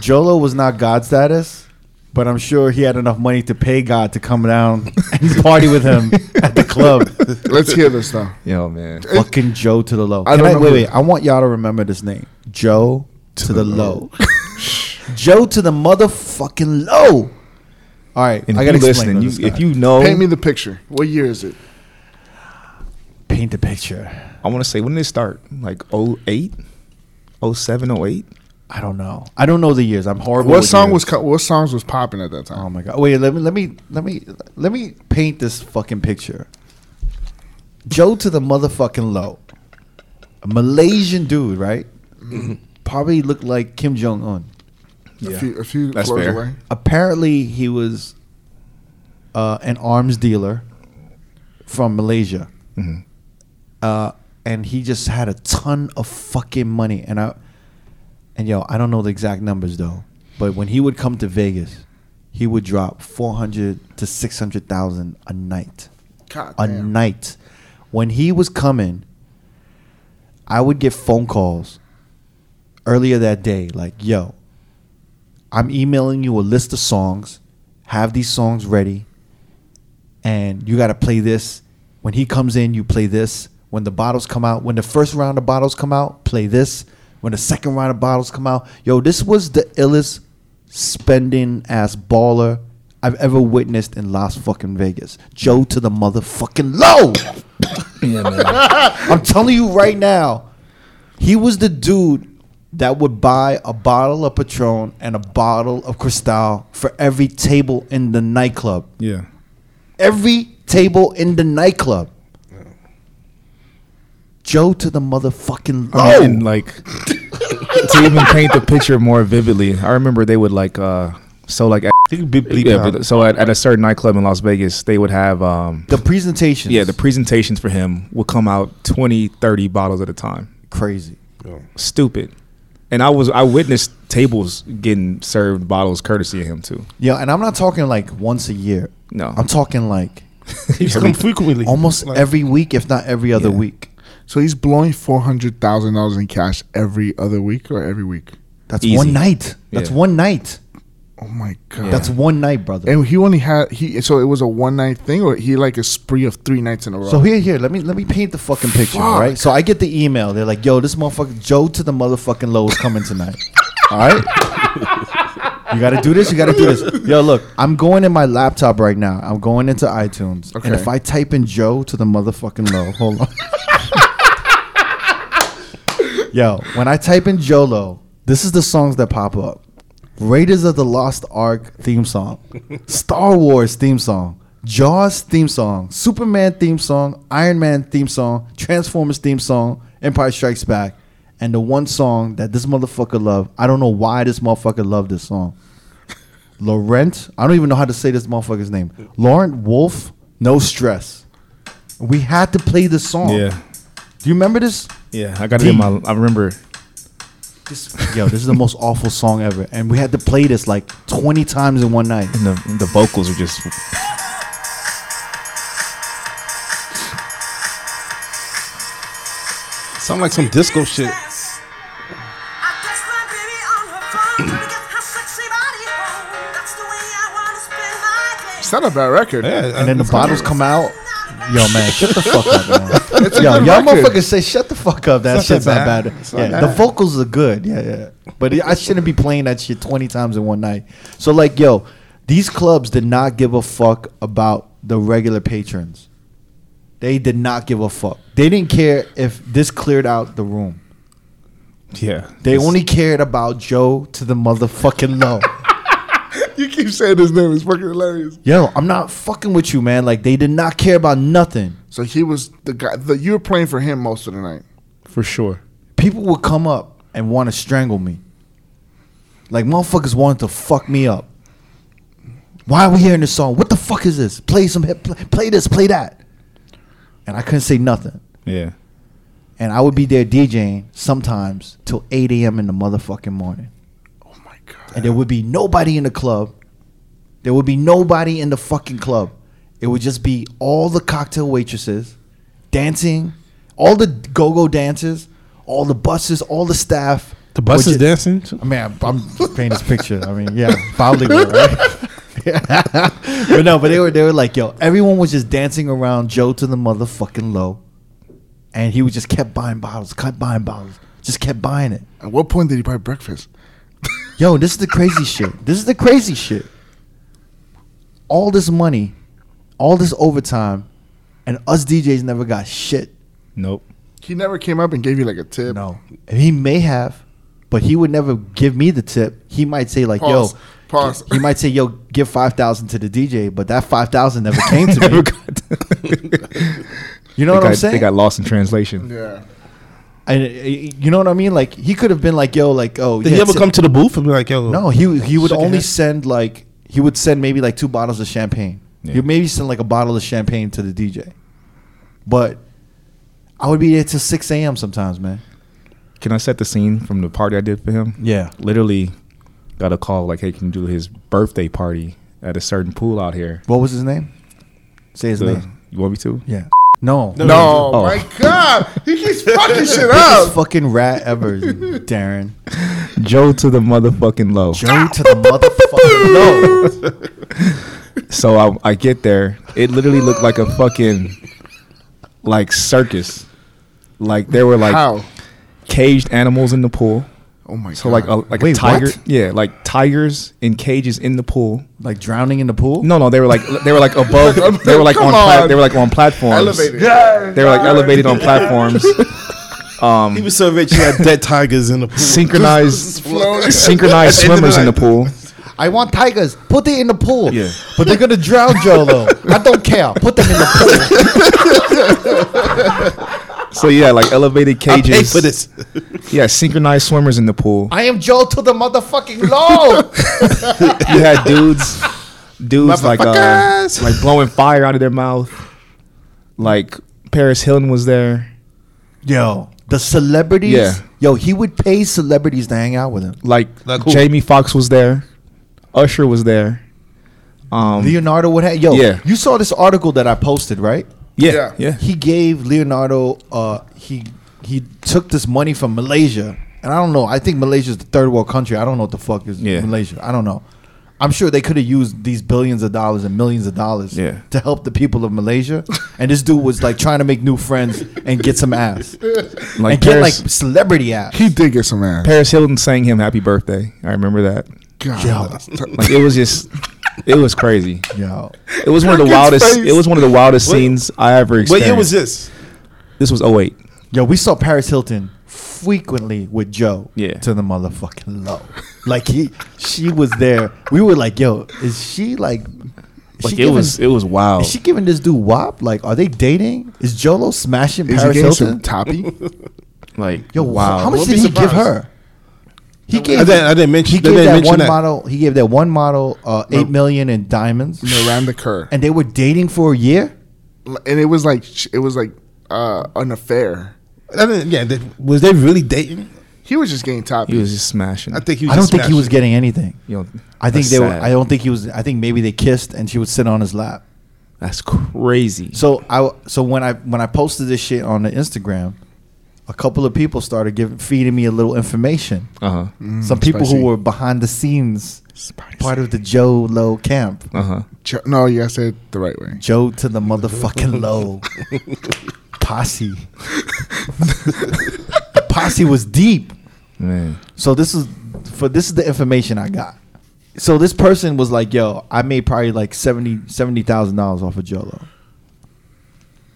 [SPEAKER 2] Jolo was not God status, but I'm sure he had enough money to pay God to come down and party with him at the club.
[SPEAKER 4] Let's hear this now.
[SPEAKER 1] Yo, man.
[SPEAKER 2] fucking Joe to the low.
[SPEAKER 4] I
[SPEAKER 2] Can
[SPEAKER 4] don't
[SPEAKER 2] I-
[SPEAKER 4] know
[SPEAKER 2] wait,
[SPEAKER 4] who-
[SPEAKER 2] wait. I want y'all to remember this name, Joe to, the, low. Joe to the motherfucking low. All right,
[SPEAKER 1] And
[SPEAKER 2] I
[SPEAKER 1] if
[SPEAKER 2] gotta
[SPEAKER 1] you
[SPEAKER 2] explain.
[SPEAKER 1] listening,
[SPEAKER 2] who
[SPEAKER 1] you,
[SPEAKER 2] this
[SPEAKER 1] if
[SPEAKER 2] guy-
[SPEAKER 1] you know,
[SPEAKER 4] Paint me the picture. What year is it?
[SPEAKER 2] paint the picture,
[SPEAKER 1] I want to say when did it start? Like 08? 07, 08?
[SPEAKER 2] I don't know. I don't know the years. I'm horrible.
[SPEAKER 4] What
[SPEAKER 2] with
[SPEAKER 4] song
[SPEAKER 2] years.
[SPEAKER 4] was co- what songs was popping at that time?
[SPEAKER 2] Oh my god! Wait, let me let me let me let me paint this fucking picture. Joe to the motherfucking low, a Malaysian dude, right? Probably looked like Kim Jong Un.
[SPEAKER 4] a
[SPEAKER 1] Yeah.
[SPEAKER 4] few, a few
[SPEAKER 1] That's
[SPEAKER 4] floors
[SPEAKER 1] fair.
[SPEAKER 4] away.
[SPEAKER 2] Apparently, he was uh, an arms dealer from Malaysia, uh, and he just had a ton of fucking money. And I and yo, I don't know the exact numbers though, but when he would come to Vegas, he would drop four hundred to six hundred thousand a night
[SPEAKER 4] God
[SPEAKER 2] a
[SPEAKER 4] damn.
[SPEAKER 2] night. When he was coming, I would get phone calls earlier that day like, yo, I'm emailing you a list of songs, have these songs ready, and you got to play this When he comes in, you play this. When the bottles come out, when the first round of bottles come out, play this. When the second round of bottles come out, yo, this was the illest spending ass baller I've ever witnessed in Las fucking Vegas. Joe to the motherfucking low. I'm telling you right now, he was the dude that would buy a bottle of Patron and a bottle of Cristal for every table in the nightclub.
[SPEAKER 1] Yeah.
[SPEAKER 2] Every table in the nightclub. Joe to the motherfucking low.
[SPEAKER 1] I mean, and like to even paint the picture more vividly, I remember they would like uh so like at,
[SPEAKER 3] You can bleep, bleep
[SPEAKER 1] yeah,
[SPEAKER 3] out.
[SPEAKER 1] but- so at, at a certain nightclub in Las Vegas, they would have um
[SPEAKER 2] the presentation.
[SPEAKER 1] yeah, the presentations for him would come out 20, 30 bottles at a time.
[SPEAKER 2] crazy.
[SPEAKER 3] Yo,
[SPEAKER 1] Stupid. And I was I witnessed tables getting served bottles courtesy of him too.
[SPEAKER 2] Yeah, and I'm not talking like once a year.
[SPEAKER 1] No.
[SPEAKER 2] I'm talking like
[SPEAKER 3] He's come frequently.
[SPEAKER 2] almost
[SPEAKER 3] Like,
[SPEAKER 2] every week, if not every other
[SPEAKER 1] Yeah.
[SPEAKER 2] week.
[SPEAKER 4] So he's blowing four hundred thousand dollars in cash every other week or every week.
[SPEAKER 2] That's
[SPEAKER 1] Easy.
[SPEAKER 2] one night. That's
[SPEAKER 1] Yeah.
[SPEAKER 2] one night.
[SPEAKER 4] Oh my god.
[SPEAKER 2] That's one night, brother.
[SPEAKER 4] and he only had he so it was a one night thing or he like a spree of three nights in a row.
[SPEAKER 2] So here, here, let me let me paint the fucking picture, all right? So I get the email. They're like, "Yo, this motherfucker Joe to the motherfucking low is coming tonight." all right, you got to do this. You got to do this. Yo, look, I'm going in my laptop right now. I'm going into iTunes, and
[SPEAKER 4] Okay.
[SPEAKER 2] if I type in Joe to the motherfucking low, hold on. Yo, when I type in Jolo, this is the songs that pop up. Raiders of the Lost Ark theme song, Star Wars theme song, Jaws theme song, Superman theme song, Iron Man theme song, Transformers theme song, Empire Strikes Back, and the one song that this motherfucker loved. I don't know why this motherfucker loved this song. Laurent, I don't even know how to say this motherfucker's name. Laurent Wolf, No Stress. We had to play this song.
[SPEAKER 1] Yeah.
[SPEAKER 2] Do you remember this?
[SPEAKER 1] Yeah, I got it in my I remember
[SPEAKER 2] This, yo, this is the most awful song ever, and we had to play this like twenty times in one night.
[SPEAKER 1] and the the vocals were just
[SPEAKER 3] sound like some disco shit.
[SPEAKER 4] it's not a bad record.
[SPEAKER 3] Yeah,
[SPEAKER 2] And then the bottles come out. Yo, man, shut the fuck up, man.
[SPEAKER 4] It's a
[SPEAKER 2] Yo,
[SPEAKER 4] good
[SPEAKER 2] y'all
[SPEAKER 4] record.
[SPEAKER 2] motherfuckers say shut the fuck up. That
[SPEAKER 3] It's not
[SPEAKER 2] shit's
[SPEAKER 3] that
[SPEAKER 2] not
[SPEAKER 3] bad.
[SPEAKER 2] bad.
[SPEAKER 3] It's not
[SPEAKER 2] Yeah,
[SPEAKER 3] that
[SPEAKER 2] the
[SPEAKER 3] bad.
[SPEAKER 2] vocals are good. Yeah, yeah. But I shouldn't be playing that shit twenty times in one night. So like, yo, these clubs did not give a fuck about the regular patrons. They did not give a fuck. They didn't care if this cleared out the room.
[SPEAKER 1] yeah.
[SPEAKER 2] They
[SPEAKER 1] It's-
[SPEAKER 2] only cared about Joe to the motherfucking low.
[SPEAKER 4] You keep saying his name, it's fucking hilarious.
[SPEAKER 2] Yo, I'm not fucking with you, man. Like they did not care about nothing.
[SPEAKER 4] So he was the guy that you were playing for him most of the night.
[SPEAKER 1] for sure.
[SPEAKER 2] People would come up and want to strangle me. Like motherfuckers wanted to fuck me up. Why are we hearing this song? What the fuck is this? Play some hip, play, play this, play that. And I couldn't say nothing.
[SPEAKER 1] Yeah.
[SPEAKER 2] And I would be there DJing sometimes till 8 a.m. in the motherfucking morning.
[SPEAKER 4] Oh my god.
[SPEAKER 2] and there would be nobody in the club. There would be nobody in the fucking club. It would just be all the cocktail waitresses dancing, all the go-go dancers, all the buses, all the staff.
[SPEAKER 3] The bus
[SPEAKER 2] Would
[SPEAKER 3] is
[SPEAKER 2] ju-
[SPEAKER 3] dancing.
[SPEAKER 2] I mean, I'm, I'm just painting this picture. I mean, yeah, probably would, right? Yeah. but no, but they were they were like, yo, everyone was just dancing around Joe to the motherfucking low, and he was just kept buying bottles, kept buying bottles, just kept buying it.
[SPEAKER 4] At what point did he buy breakfast?
[SPEAKER 2] Yo, this is the crazy shit. This is the crazy shit. All this money, all this overtime, and us DJs never got shit.
[SPEAKER 1] Nope.
[SPEAKER 4] He never came up and gave you like a tip.
[SPEAKER 2] No. And he may have, but he would never give me the tip. He might say like,
[SPEAKER 4] Pause.
[SPEAKER 2] yo,
[SPEAKER 4] Pause.
[SPEAKER 2] he might say, yo, give 5000 to the DJ, but that 5000 never came to me.
[SPEAKER 1] Never got-
[SPEAKER 2] You know
[SPEAKER 1] They
[SPEAKER 2] what I'm
[SPEAKER 1] got- They
[SPEAKER 2] saying?
[SPEAKER 1] got lost in translation.
[SPEAKER 4] Yeah.
[SPEAKER 2] And, uh, you know what I mean? Like he could have been like, yo, like, oh,
[SPEAKER 3] Did he ever
[SPEAKER 2] tip-
[SPEAKER 3] come to the booth and be like, "Yo"?
[SPEAKER 2] No, he he would
[SPEAKER 3] Shook your
[SPEAKER 2] only
[SPEAKER 3] hand?
[SPEAKER 2] send like he would send maybe like two bottles of champagne.
[SPEAKER 1] Yeah.
[SPEAKER 2] He'd maybe send like a bottle of champagne to the DJ. But I would be there till six a.m. sometimes, man.
[SPEAKER 1] Can I set the scene from the party I did for him?
[SPEAKER 2] Yeah.
[SPEAKER 1] Literally got a call like, hey, can you do his birthday party at a certain pool out here?
[SPEAKER 2] What was his name? Say his
[SPEAKER 1] The-
[SPEAKER 2] name.
[SPEAKER 1] you want me to?
[SPEAKER 2] Yeah. No.
[SPEAKER 4] No,
[SPEAKER 1] Oh.
[SPEAKER 4] my god. He keeps fucking shit
[SPEAKER 2] Biggest
[SPEAKER 4] up.
[SPEAKER 2] fucking rat ever, Darren.
[SPEAKER 1] Joe to the motherfucking low.
[SPEAKER 2] Joe to the motherfucking no.
[SPEAKER 1] So I, I get there. It literally looked like a fucking like circus,
[SPEAKER 2] Like they were like
[SPEAKER 4] How?
[SPEAKER 1] caged animals in the pool.
[SPEAKER 4] Oh my
[SPEAKER 1] So
[SPEAKER 4] god!
[SPEAKER 1] like a like
[SPEAKER 2] Wait,
[SPEAKER 1] a tiger,
[SPEAKER 2] what?
[SPEAKER 1] yeah, like tigers in cages in the pool.
[SPEAKER 2] like drowning in the pool.
[SPEAKER 1] No, no, they were like they were like above. they were like
[SPEAKER 4] Come
[SPEAKER 1] on, pla-
[SPEAKER 4] on.
[SPEAKER 1] they were like on platforms.
[SPEAKER 4] elevated.
[SPEAKER 1] They were like elevated on platforms.
[SPEAKER 3] He
[SPEAKER 1] Um,
[SPEAKER 3] was so rich, he had dead tigers in the pool.
[SPEAKER 1] synchronized
[SPEAKER 4] Floating.
[SPEAKER 1] synchronized
[SPEAKER 3] At the end of
[SPEAKER 1] swimmers in
[SPEAKER 3] the
[SPEAKER 1] the pool.
[SPEAKER 2] I want tigers. Put it in the pool.
[SPEAKER 1] Yeah.
[SPEAKER 2] But they're gonna drown Joe though. I don't care. Put them in the pool.
[SPEAKER 1] So yeah, like elevated
[SPEAKER 3] I paid
[SPEAKER 1] cages.
[SPEAKER 3] for this.
[SPEAKER 1] Yeah, synchronized swimmers in the pool.
[SPEAKER 2] I am Joe to the motherfucking low.
[SPEAKER 1] You had dudes, dudes like uh,
[SPEAKER 3] Motherfuckers.
[SPEAKER 1] like blowing fire out of their mouth. Like Paris Hilton was there.
[SPEAKER 2] Yo, the celebrities.
[SPEAKER 1] Yeah.
[SPEAKER 2] Yo, he would pay celebrities to hang out with him.
[SPEAKER 1] Like,
[SPEAKER 3] Like who?
[SPEAKER 1] Jamie Foxx was there. Usher was there. Um,
[SPEAKER 2] Leonardo would have. Yo,
[SPEAKER 1] Yeah.
[SPEAKER 2] you saw this article that I posted, right?
[SPEAKER 1] yeah, yeah,
[SPEAKER 2] He gave Leonardo. Uh, he he took this money from Malaysia, and I don't know. I think Malaysia is the third world country. I don't know what the fuck is
[SPEAKER 1] Yeah.
[SPEAKER 2] Malaysia. I don't know. I'm sure they could have used these billions of dollars and millions of dollars
[SPEAKER 1] Yeah.
[SPEAKER 2] to help the people of Malaysia. And this dude was like trying to make new friends and get some ass.
[SPEAKER 1] Like
[SPEAKER 2] and get like
[SPEAKER 1] Paris,
[SPEAKER 2] celebrity ass.
[SPEAKER 4] He did get some ass.
[SPEAKER 1] Paris Hilton sang him "Happy Birthday." I remember that.
[SPEAKER 4] God.
[SPEAKER 1] Like it was just, it was crazy.
[SPEAKER 2] Yo.
[SPEAKER 1] It was one of the
[SPEAKER 4] Dragon's
[SPEAKER 1] wildest.
[SPEAKER 4] face.
[SPEAKER 1] It was one of the wildest
[SPEAKER 3] What-
[SPEAKER 1] scenes I ever
[SPEAKER 3] What
[SPEAKER 1] experienced.
[SPEAKER 3] year was this?
[SPEAKER 1] This was 08.
[SPEAKER 2] Yo, we saw Paris Hilton frequently with Joe
[SPEAKER 1] Yeah.
[SPEAKER 2] to the motherfucking low. Like he she was there. We were like, yo, is she like is
[SPEAKER 1] Like
[SPEAKER 2] she
[SPEAKER 1] it
[SPEAKER 2] giving-
[SPEAKER 1] was, it was wild.
[SPEAKER 2] Is she giving this dude wop? Like, are they dating? Is Jolo smashing
[SPEAKER 4] Is he
[SPEAKER 2] Paris
[SPEAKER 4] getting
[SPEAKER 2] Hilton?
[SPEAKER 4] some toppy?
[SPEAKER 1] like
[SPEAKER 2] Yo, wow. How much
[SPEAKER 3] Won't
[SPEAKER 2] did
[SPEAKER 3] be
[SPEAKER 2] he
[SPEAKER 3] surprised.
[SPEAKER 2] give her? He
[SPEAKER 3] I didn't, I didn't mention,
[SPEAKER 2] He
[SPEAKER 3] I
[SPEAKER 2] gave
[SPEAKER 3] didn't
[SPEAKER 2] that
[SPEAKER 3] mention
[SPEAKER 2] one
[SPEAKER 3] that.
[SPEAKER 2] model. He gave that one model uh, eight million in diamonds,
[SPEAKER 4] Miranda Kerr.
[SPEAKER 2] and they were dating for a year.
[SPEAKER 4] and it was like it was like uh, an affair.
[SPEAKER 3] I didn't, yeah, they, was they really dating?
[SPEAKER 4] He was just getting toppy.
[SPEAKER 1] he was just smashing.
[SPEAKER 3] I think he was
[SPEAKER 2] I don't
[SPEAKER 3] just
[SPEAKER 2] think he was
[SPEAKER 3] smashing.
[SPEAKER 2] getting anything.
[SPEAKER 1] You know,
[SPEAKER 2] I think
[SPEAKER 1] that's
[SPEAKER 2] they were.
[SPEAKER 1] sad.
[SPEAKER 2] I don't think he was. I think maybe they kissed, and she would sit on his lap.
[SPEAKER 1] That's crazy.
[SPEAKER 2] So I. So when I when I posted this shit on the Instagram, a couple of people started giving feeding me a little information.
[SPEAKER 1] Uh huh.
[SPEAKER 2] Some people
[SPEAKER 4] spicy.
[SPEAKER 2] who were behind the scenes, part of the Joe Low camp.
[SPEAKER 1] Uh huh.
[SPEAKER 4] Jo- no, you gotta say it the right way.
[SPEAKER 2] Joe to the motherfucking low. Posse. the posse was deep.
[SPEAKER 1] Man.
[SPEAKER 2] So this is for this is the information I got. So this person was like, "Yo, I made probably like 70 70000 dollars off of Jolo.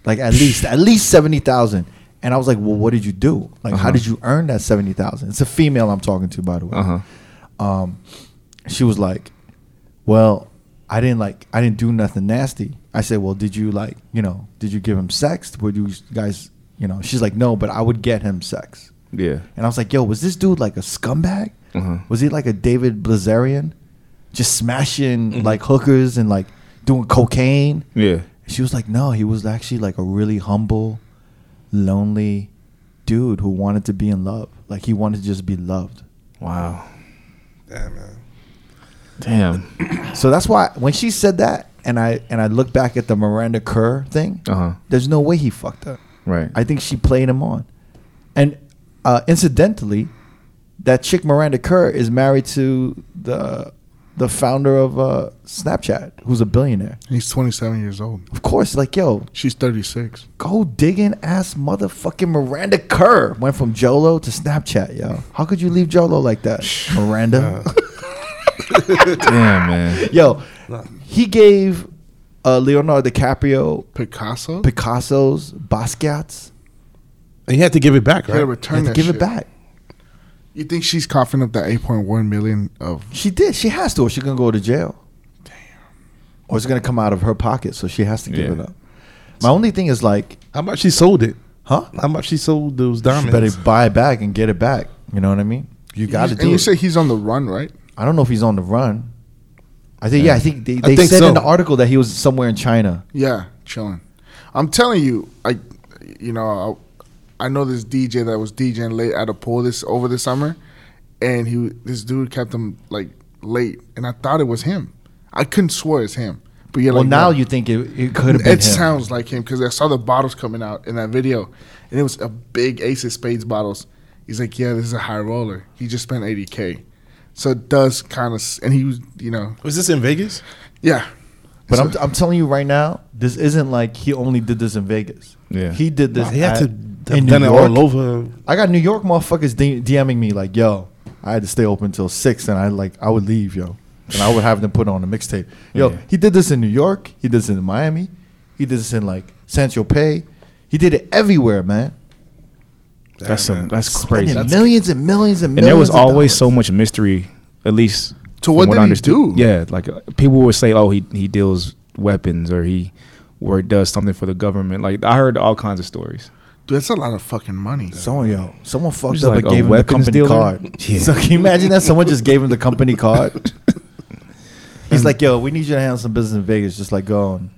[SPEAKER 2] Like at least at least seventy thousand. And I was like, "Well, what did you do? Like, how
[SPEAKER 1] Uh-huh.
[SPEAKER 2] did you earn that seventy thousand? It's a female I'm talking to, by the way.
[SPEAKER 1] Uh huh.
[SPEAKER 2] Um, she was like, "Well, I didn't like I didn't do nothing nasty." I said, "Well, did you like you know did you give him sex? Would you guys you know?" She's like, "No, but I would get him sex."
[SPEAKER 1] Yeah.
[SPEAKER 2] And I was like, yo, was this dude like a scumbag?
[SPEAKER 1] Uh-huh.
[SPEAKER 2] Was he like a David Blazarian? Just smashing like hookers and like doing cocaine?
[SPEAKER 1] Yeah.
[SPEAKER 2] She was like, no, he was actually like a really humble, lonely dude who wanted to be in love. Like he wanted to just be loved.
[SPEAKER 1] Wow.
[SPEAKER 3] Yeah, man.
[SPEAKER 1] Damn.
[SPEAKER 2] So that's why when she said that and I and I look back at the Miranda Kerr thing,
[SPEAKER 1] Uh huh.
[SPEAKER 2] there's no way he fucked her.
[SPEAKER 1] Right.
[SPEAKER 2] I think she played him on. And uh, incidentally, that chick Miranda Kerr is married to the the founder of uh, Snapchat, who's a billionaire.
[SPEAKER 4] He's 27 years old.
[SPEAKER 2] Of course, like yo,
[SPEAKER 4] She's 36.
[SPEAKER 2] go digging ass motherfucking Miranda Kerr went from Jolo to Snapchat, yo. How could you leave Jolo like that, Miranda?
[SPEAKER 1] Damn, man.
[SPEAKER 2] yo, he gave uh, Leonardo DiCaprio
[SPEAKER 4] Picasso.
[SPEAKER 2] Picasso's Basquiat's.
[SPEAKER 3] And you had to give it back, right?
[SPEAKER 4] You gotta
[SPEAKER 2] You have
[SPEAKER 4] return
[SPEAKER 2] to
[SPEAKER 4] that
[SPEAKER 2] give it
[SPEAKER 4] shit.
[SPEAKER 2] back.
[SPEAKER 4] You think she's coughing up that 8.1 million of?
[SPEAKER 2] She did. She has to, or she's gonna go to jail. Damn. Or it's gonna come out of her pocket, so she has to give
[SPEAKER 1] Yeah.
[SPEAKER 2] it up. My only thing is like,
[SPEAKER 3] How much she sold it?
[SPEAKER 2] huh?
[SPEAKER 3] How much she sold those
[SPEAKER 2] You
[SPEAKER 3] diamonds?
[SPEAKER 2] better buy it back and get it back. You know what I mean? You got to
[SPEAKER 4] And
[SPEAKER 2] do
[SPEAKER 4] you
[SPEAKER 2] it.
[SPEAKER 4] say he's on the run, right?
[SPEAKER 2] I don't know if he's on the run. I think yeah. I think they,
[SPEAKER 3] I
[SPEAKER 2] they
[SPEAKER 3] think
[SPEAKER 2] said
[SPEAKER 3] so.
[SPEAKER 2] in the article that he was somewhere in China.
[SPEAKER 4] Yeah, chilling. I'm telling you, I, you know, I, I know this DJ that was DJing late at a pool this over the summer, and he this dude kept him like late, and I thought it was him. I couldn't swear it's him, but yeah,
[SPEAKER 2] well,
[SPEAKER 4] like,
[SPEAKER 2] now
[SPEAKER 4] no.
[SPEAKER 2] you think it, it could have
[SPEAKER 4] It
[SPEAKER 2] been him.
[SPEAKER 4] sounds like him because I saw the bottles coming out in that video, and it was a big Ace of Spades bottles. He's like, yeah, this is a high roller. He just spent 80k, so it does kind of, and he was, you know,
[SPEAKER 3] Was this in Vegas?
[SPEAKER 4] yeah.
[SPEAKER 2] but
[SPEAKER 4] So-
[SPEAKER 2] I'm, I'm telling you right now, This isn't like he only did this in Vegas.
[SPEAKER 1] Yeah.
[SPEAKER 2] He did this.
[SPEAKER 3] He had
[SPEAKER 2] at-
[SPEAKER 3] to
[SPEAKER 2] in
[SPEAKER 3] have
[SPEAKER 2] New
[SPEAKER 3] done it all
[SPEAKER 2] York.
[SPEAKER 3] over.
[SPEAKER 2] I got New York motherfuckers D- DMing me like, "Yo, I had to stay open till six, and I like I would leave, yo, and I would have them put on a mixtape." Yo,
[SPEAKER 1] Yeah.
[SPEAKER 2] he did this in New York. He did this in Miami. He did this in like San Tropez. He did it everywhere, man.
[SPEAKER 1] That's some, that's
[SPEAKER 2] Spending
[SPEAKER 1] crazy. And
[SPEAKER 2] millions and millions and millions.
[SPEAKER 1] there was
[SPEAKER 2] of
[SPEAKER 1] always so
[SPEAKER 2] dollars.
[SPEAKER 1] much mystery, at least.
[SPEAKER 4] So
[SPEAKER 1] from
[SPEAKER 4] what did
[SPEAKER 1] I
[SPEAKER 4] he
[SPEAKER 1] understood.
[SPEAKER 4] do?
[SPEAKER 1] Yeah, like uh, people would say, "Oh, he he deals weapons, or he or does something for the government." Like I heard all kinds of stories.
[SPEAKER 4] Dude, that's a lot of fucking money.
[SPEAKER 2] Someone, yo, someone fucked
[SPEAKER 1] Just
[SPEAKER 2] up
[SPEAKER 1] like
[SPEAKER 2] and
[SPEAKER 1] a
[SPEAKER 2] gave him the
[SPEAKER 1] weapons
[SPEAKER 2] company
[SPEAKER 1] dealer?
[SPEAKER 2] card. So can you imagine that? Someone just gave him the company card. He's like, yo, we need you to handle some business in Vegas. Just like go and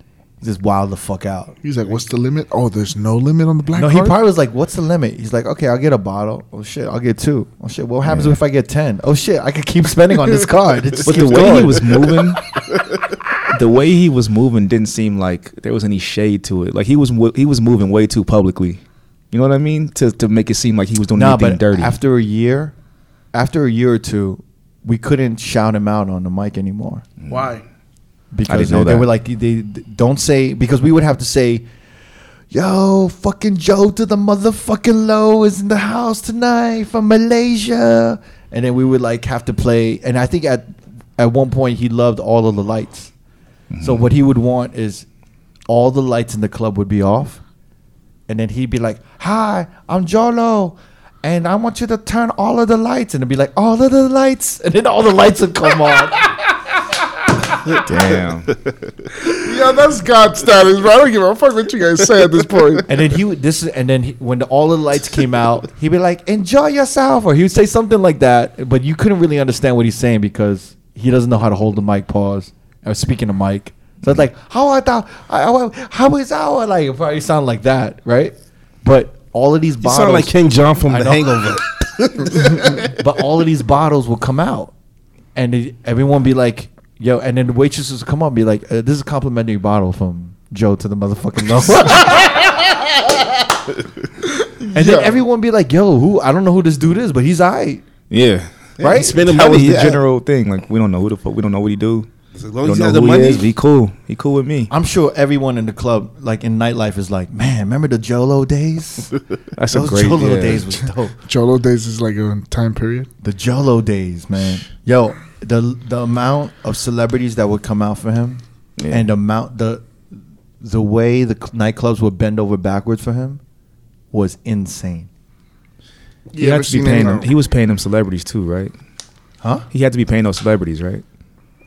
[SPEAKER 2] just wild the fuck out.
[SPEAKER 4] He's like, "What's the limit? Oh, there's no limit on the black
[SPEAKER 2] No,
[SPEAKER 4] card.
[SPEAKER 2] he probably was like, "What's the limit?" He's like, "Okay, I'll get a bottle. Oh shit, I'll get two. Oh shit, what happens if I get ten? Oh shit, I could keep spending on this card. It just
[SPEAKER 1] But the
[SPEAKER 2] keeps
[SPEAKER 1] way
[SPEAKER 2] going.
[SPEAKER 1] he was moving, the way he was moving didn't seem like there was any shade to it. Like he was mo- he was moving way too publicly. You know what I mean? To to make it seem like he was doing
[SPEAKER 2] nah,
[SPEAKER 1] anything
[SPEAKER 2] but
[SPEAKER 1] dirty.
[SPEAKER 2] after a year, after a year or two, we couldn't shout him out on the mic anymore
[SPEAKER 4] Why?
[SPEAKER 2] because
[SPEAKER 1] didn't know
[SPEAKER 2] they, they
[SPEAKER 1] that.
[SPEAKER 2] were like, "They don't say," because we would have to say. Yo, fucking Joe to the motherfucking low is in the house tonight from Malaysia. And then we would like have to play. And I think at at one point he loved all of the lights.
[SPEAKER 1] Mm-hmm.
[SPEAKER 2] So what he would want is all the lights in the club would be off, and then he'd be like, "Hi, I'm Jolo." And I want you to turn all of the lights, and it'd be like all of the lights, and then all the lights would come on.
[SPEAKER 1] Damn.
[SPEAKER 4] Yeah, that's God status, bro. I don't give a fuck what you guys say at this point.
[SPEAKER 2] And then he would this, is- and then he, when the, all of the lights came out, he'd be like, "Enjoy yourself," or he would say something like that, but you couldn't really understand what he's saying because he doesn't know how to hold the mic pause or speaking the mic. So it's like, "How are thou? how- How is our?" Like it probably sound like that, right? But all of these
[SPEAKER 3] You
[SPEAKER 2] bottles,
[SPEAKER 3] sound like King John from
[SPEAKER 2] I
[SPEAKER 3] The
[SPEAKER 2] know.
[SPEAKER 3] Hangover.
[SPEAKER 2] but all of these bottles will come out, and it, everyone be like, "Yo!" And then the waitresses would come on, and be like, uh, "This is a complimentary bottle from Joe to the motherfucking low." and then everyone be like, "Yo, who? I don't know who this dude is, but he's alright,
[SPEAKER 1] Yeah.
[SPEAKER 2] right?"
[SPEAKER 1] Spending
[SPEAKER 3] money,
[SPEAKER 1] That was the
[SPEAKER 3] yeah.
[SPEAKER 1] general thing. Like we don't know who the fuck. We don't know what he do.
[SPEAKER 3] As
[SPEAKER 1] We
[SPEAKER 3] long
[SPEAKER 1] don't
[SPEAKER 3] as
[SPEAKER 1] know
[SPEAKER 3] you
[SPEAKER 1] who
[SPEAKER 3] have the
[SPEAKER 1] he
[SPEAKER 3] money,
[SPEAKER 1] is. But he cool. He cool with me.
[SPEAKER 2] I'm sure everyone in the club, like in nightlife, is like, "Man, remember the Jolo days?
[SPEAKER 1] That's
[SPEAKER 2] Those
[SPEAKER 1] a great.
[SPEAKER 2] Jolo
[SPEAKER 1] yeah.
[SPEAKER 2] days was dope."
[SPEAKER 4] Cholo days is like a time period.
[SPEAKER 2] The Jolo days, man. Yo, the the amount of celebrities that would come out for him,
[SPEAKER 1] Yeah.
[SPEAKER 2] and the amount the the way the cl- nightclubs would bend over backwards for him was insane.
[SPEAKER 1] He had to be paying them. He was paying them celebrities too, right?
[SPEAKER 2] Huh?
[SPEAKER 1] He had to be paying those celebrities, right?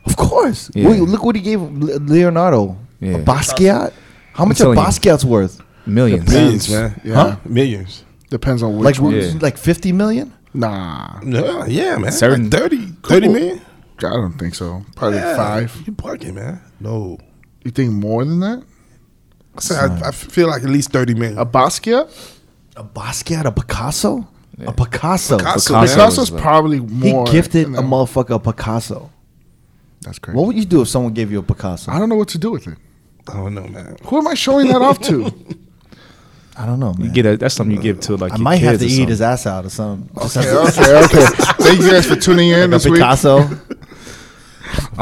[SPEAKER 2] Of course.
[SPEAKER 1] Yeah.
[SPEAKER 2] Wait, look what he gave Le- Leonardo.
[SPEAKER 1] Yeah.
[SPEAKER 2] A Basquiat. How much of
[SPEAKER 1] telling you.
[SPEAKER 2] Basquiat's worth?
[SPEAKER 1] Millions.
[SPEAKER 3] millions, man.
[SPEAKER 4] Yeah.
[SPEAKER 2] Huh?
[SPEAKER 3] Millions.
[SPEAKER 4] Depends on
[SPEAKER 2] Like
[SPEAKER 4] which one.
[SPEAKER 2] w-
[SPEAKER 1] Yeah.
[SPEAKER 2] like fifty million?
[SPEAKER 4] Nah,
[SPEAKER 3] Yeah, yeah, man.
[SPEAKER 1] Certain-
[SPEAKER 3] Like 30, 30 million?
[SPEAKER 4] I don't think so. Probably
[SPEAKER 3] Yeah.
[SPEAKER 4] five.
[SPEAKER 3] You bugging, man. No.
[SPEAKER 4] You think more than that?
[SPEAKER 3] I, said, I, I feel like at least 30 million.
[SPEAKER 4] A Basquiat?
[SPEAKER 2] A Basquiat, a Picasso, a Picasso.
[SPEAKER 3] Picasso,
[SPEAKER 1] Picasso.
[SPEAKER 3] man.
[SPEAKER 4] Picasso's probably
[SPEAKER 2] uh, He
[SPEAKER 4] more.
[SPEAKER 2] gifted
[SPEAKER 4] you
[SPEAKER 2] a
[SPEAKER 4] know.
[SPEAKER 2] motherfucker a Picasso.
[SPEAKER 4] That's crazy.
[SPEAKER 2] What would you do if someone gave you a Picasso?
[SPEAKER 4] I don't know what to do with it.
[SPEAKER 3] I don't know, man.
[SPEAKER 4] Who am I showing that off to?
[SPEAKER 2] I don't know, man.
[SPEAKER 1] You get a, that's something you give to like.
[SPEAKER 2] I
[SPEAKER 1] your
[SPEAKER 2] might have
[SPEAKER 1] kids
[SPEAKER 2] to
[SPEAKER 1] or
[SPEAKER 2] eat
[SPEAKER 1] something.
[SPEAKER 2] his ass out or something. Just
[SPEAKER 4] Okay,
[SPEAKER 2] have to-
[SPEAKER 4] okay, okay. Thank you guys for tuning in
[SPEAKER 2] like
[SPEAKER 4] this
[SPEAKER 2] a
[SPEAKER 4] week.
[SPEAKER 2] Picasso.
[SPEAKER 1] I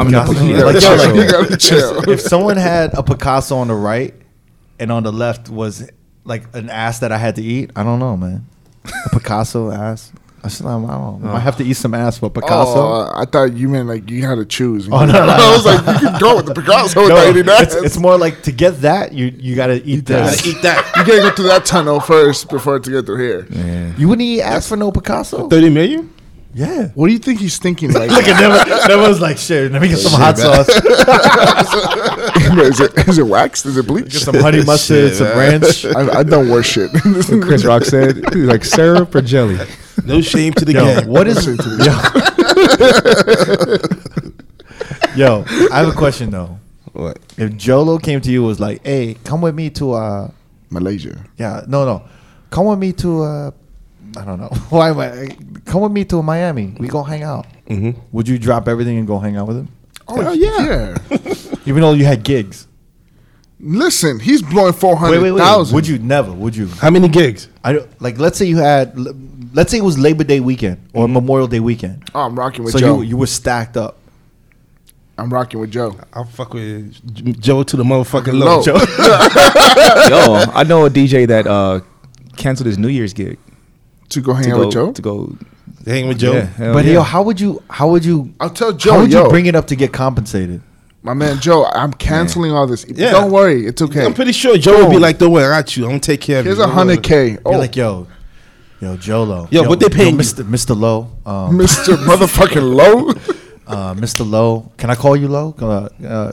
[SPEAKER 1] mean,
[SPEAKER 2] Picasso.
[SPEAKER 1] yeah,
[SPEAKER 2] Like,
[SPEAKER 1] like,
[SPEAKER 2] yo,
[SPEAKER 1] chill.
[SPEAKER 2] like,
[SPEAKER 4] you gotta chill.
[SPEAKER 2] if someone had a Picasso on the right and on the left was like an ass that I had to eat, I don't know, man. A Picasso ass. I should, I don't know. I have to eat some ass for Picasso.
[SPEAKER 4] Oh, I thought you meant like you had to choose.
[SPEAKER 2] Oh, no, no,
[SPEAKER 4] I was like, you can go with the Picasso
[SPEAKER 2] No,
[SPEAKER 4] without eating that.
[SPEAKER 2] it's, it's more like to get that you you gotta eat this.
[SPEAKER 4] eat that. You gotta go through that tunnel first before to get through here.
[SPEAKER 1] Yeah.
[SPEAKER 2] You wouldn't eat ass for no Picasso.
[SPEAKER 3] 30 million?
[SPEAKER 2] Yeah.
[SPEAKER 4] What do you think he's thinking? Like,
[SPEAKER 2] Look at them. That was like, shit. Let me get some hot sauce.
[SPEAKER 4] is it is it waxed? Is it bleached?
[SPEAKER 2] Get some honey mustard, some ranch.
[SPEAKER 4] I've, I've done worse shit.
[SPEAKER 1] Chris Rock said, he's like syrup or jelly.
[SPEAKER 3] No shame to the
[SPEAKER 2] Yo,
[SPEAKER 3] game.
[SPEAKER 2] what is yo? yo, I have a question though.
[SPEAKER 3] What?
[SPEAKER 2] If Jolo came to you and was like, "Hey, come with me to uh,
[SPEAKER 4] Malaysia.
[SPEAKER 2] yeah, no, no, come with me to uh, I don't know, why am I? Come with me to Miami. We go hang out." Would you drop everything and go hang out with him,
[SPEAKER 4] Oh, yeah.
[SPEAKER 2] even though you had gigs?
[SPEAKER 4] Listen, he's blowing four
[SPEAKER 2] Wait, wait,
[SPEAKER 4] hundred
[SPEAKER 2] wait.
[SPEAKER 4] thousand.
[SPEAKER 2] Would you never? Would you?
[SPEAKER 3] How many gigs?
[SPEAKER 2] I don't, like. Let's say you had. Let's say it was Labor Day weekend or Memorial Day weekend.
[SPEAKER 4] Oh, I'm rocking with
[SPEAKER 2] So
[SPEAKER 4] Joe.
[SPEAKER 2] you you were stacked up.
[SPEAKER 4] I'm rocking with Joe.
[SPEAKER 3] I'll fuck with J- Joe to the motherfucking low.
[SPEAKER 4] Low.
[SPEAKER 3] Joe.
[SPEAKER 1] Yo, I know a DJ that uh, canceled his New Year's gig
[SPEAKER 4] To go hang
[SPEAKER 1] to
[SPEAKER 4] out
[SPEAKER 1] go
[SPEAKER 4] with Joe.
[SPEAKER 1] to go.
[SPEAKER 3] Hang with Joe.
[SPEAKER 1] Yeah, hell
[SPEAKER 2] But
[SPEAKER 1] yeah.
[SPEAKER 2] yo, how would you? How would you?
[SPEAKER 4] I'll tell
[SPEAKER 2] how
[SPEAKER 4] Joe.
[SPEAKER 2] would
[SPEAKER 4] Yo,
[SPEAKER 2] you bring it up to get compensated?
[SPEAKER 4] my man Joe. I'm canceling all this.
[SPEAKER 3] Yeah.
[SPEAKER 4] Don't worry, it's okay.
[SPEAKER 3] I'm pretty sure Joe would be like, "Don't worry, I got you. I'm gonna take care of
[SPEAKER 4] Here's
[SPEAKER 3] you."
[SPEAKER 4] a
[SPEAKER 3] Don't worry."
[SPEAKER 4] hundred k.
[SPEAKER 2] You're
[SPEAKER 4] Oh,
[SPEAKER 2] like yo, yo Jolo.
[SPEAKER 3] Yo, what they paying you?
[SPEAKER 2] Mr. Mr. Low. Um,
[SPEAKER 4] Mr. Motherfucking Low.
[SPEAKER 2] uh, Mr. Low. Can I call you Low? Uh, uh,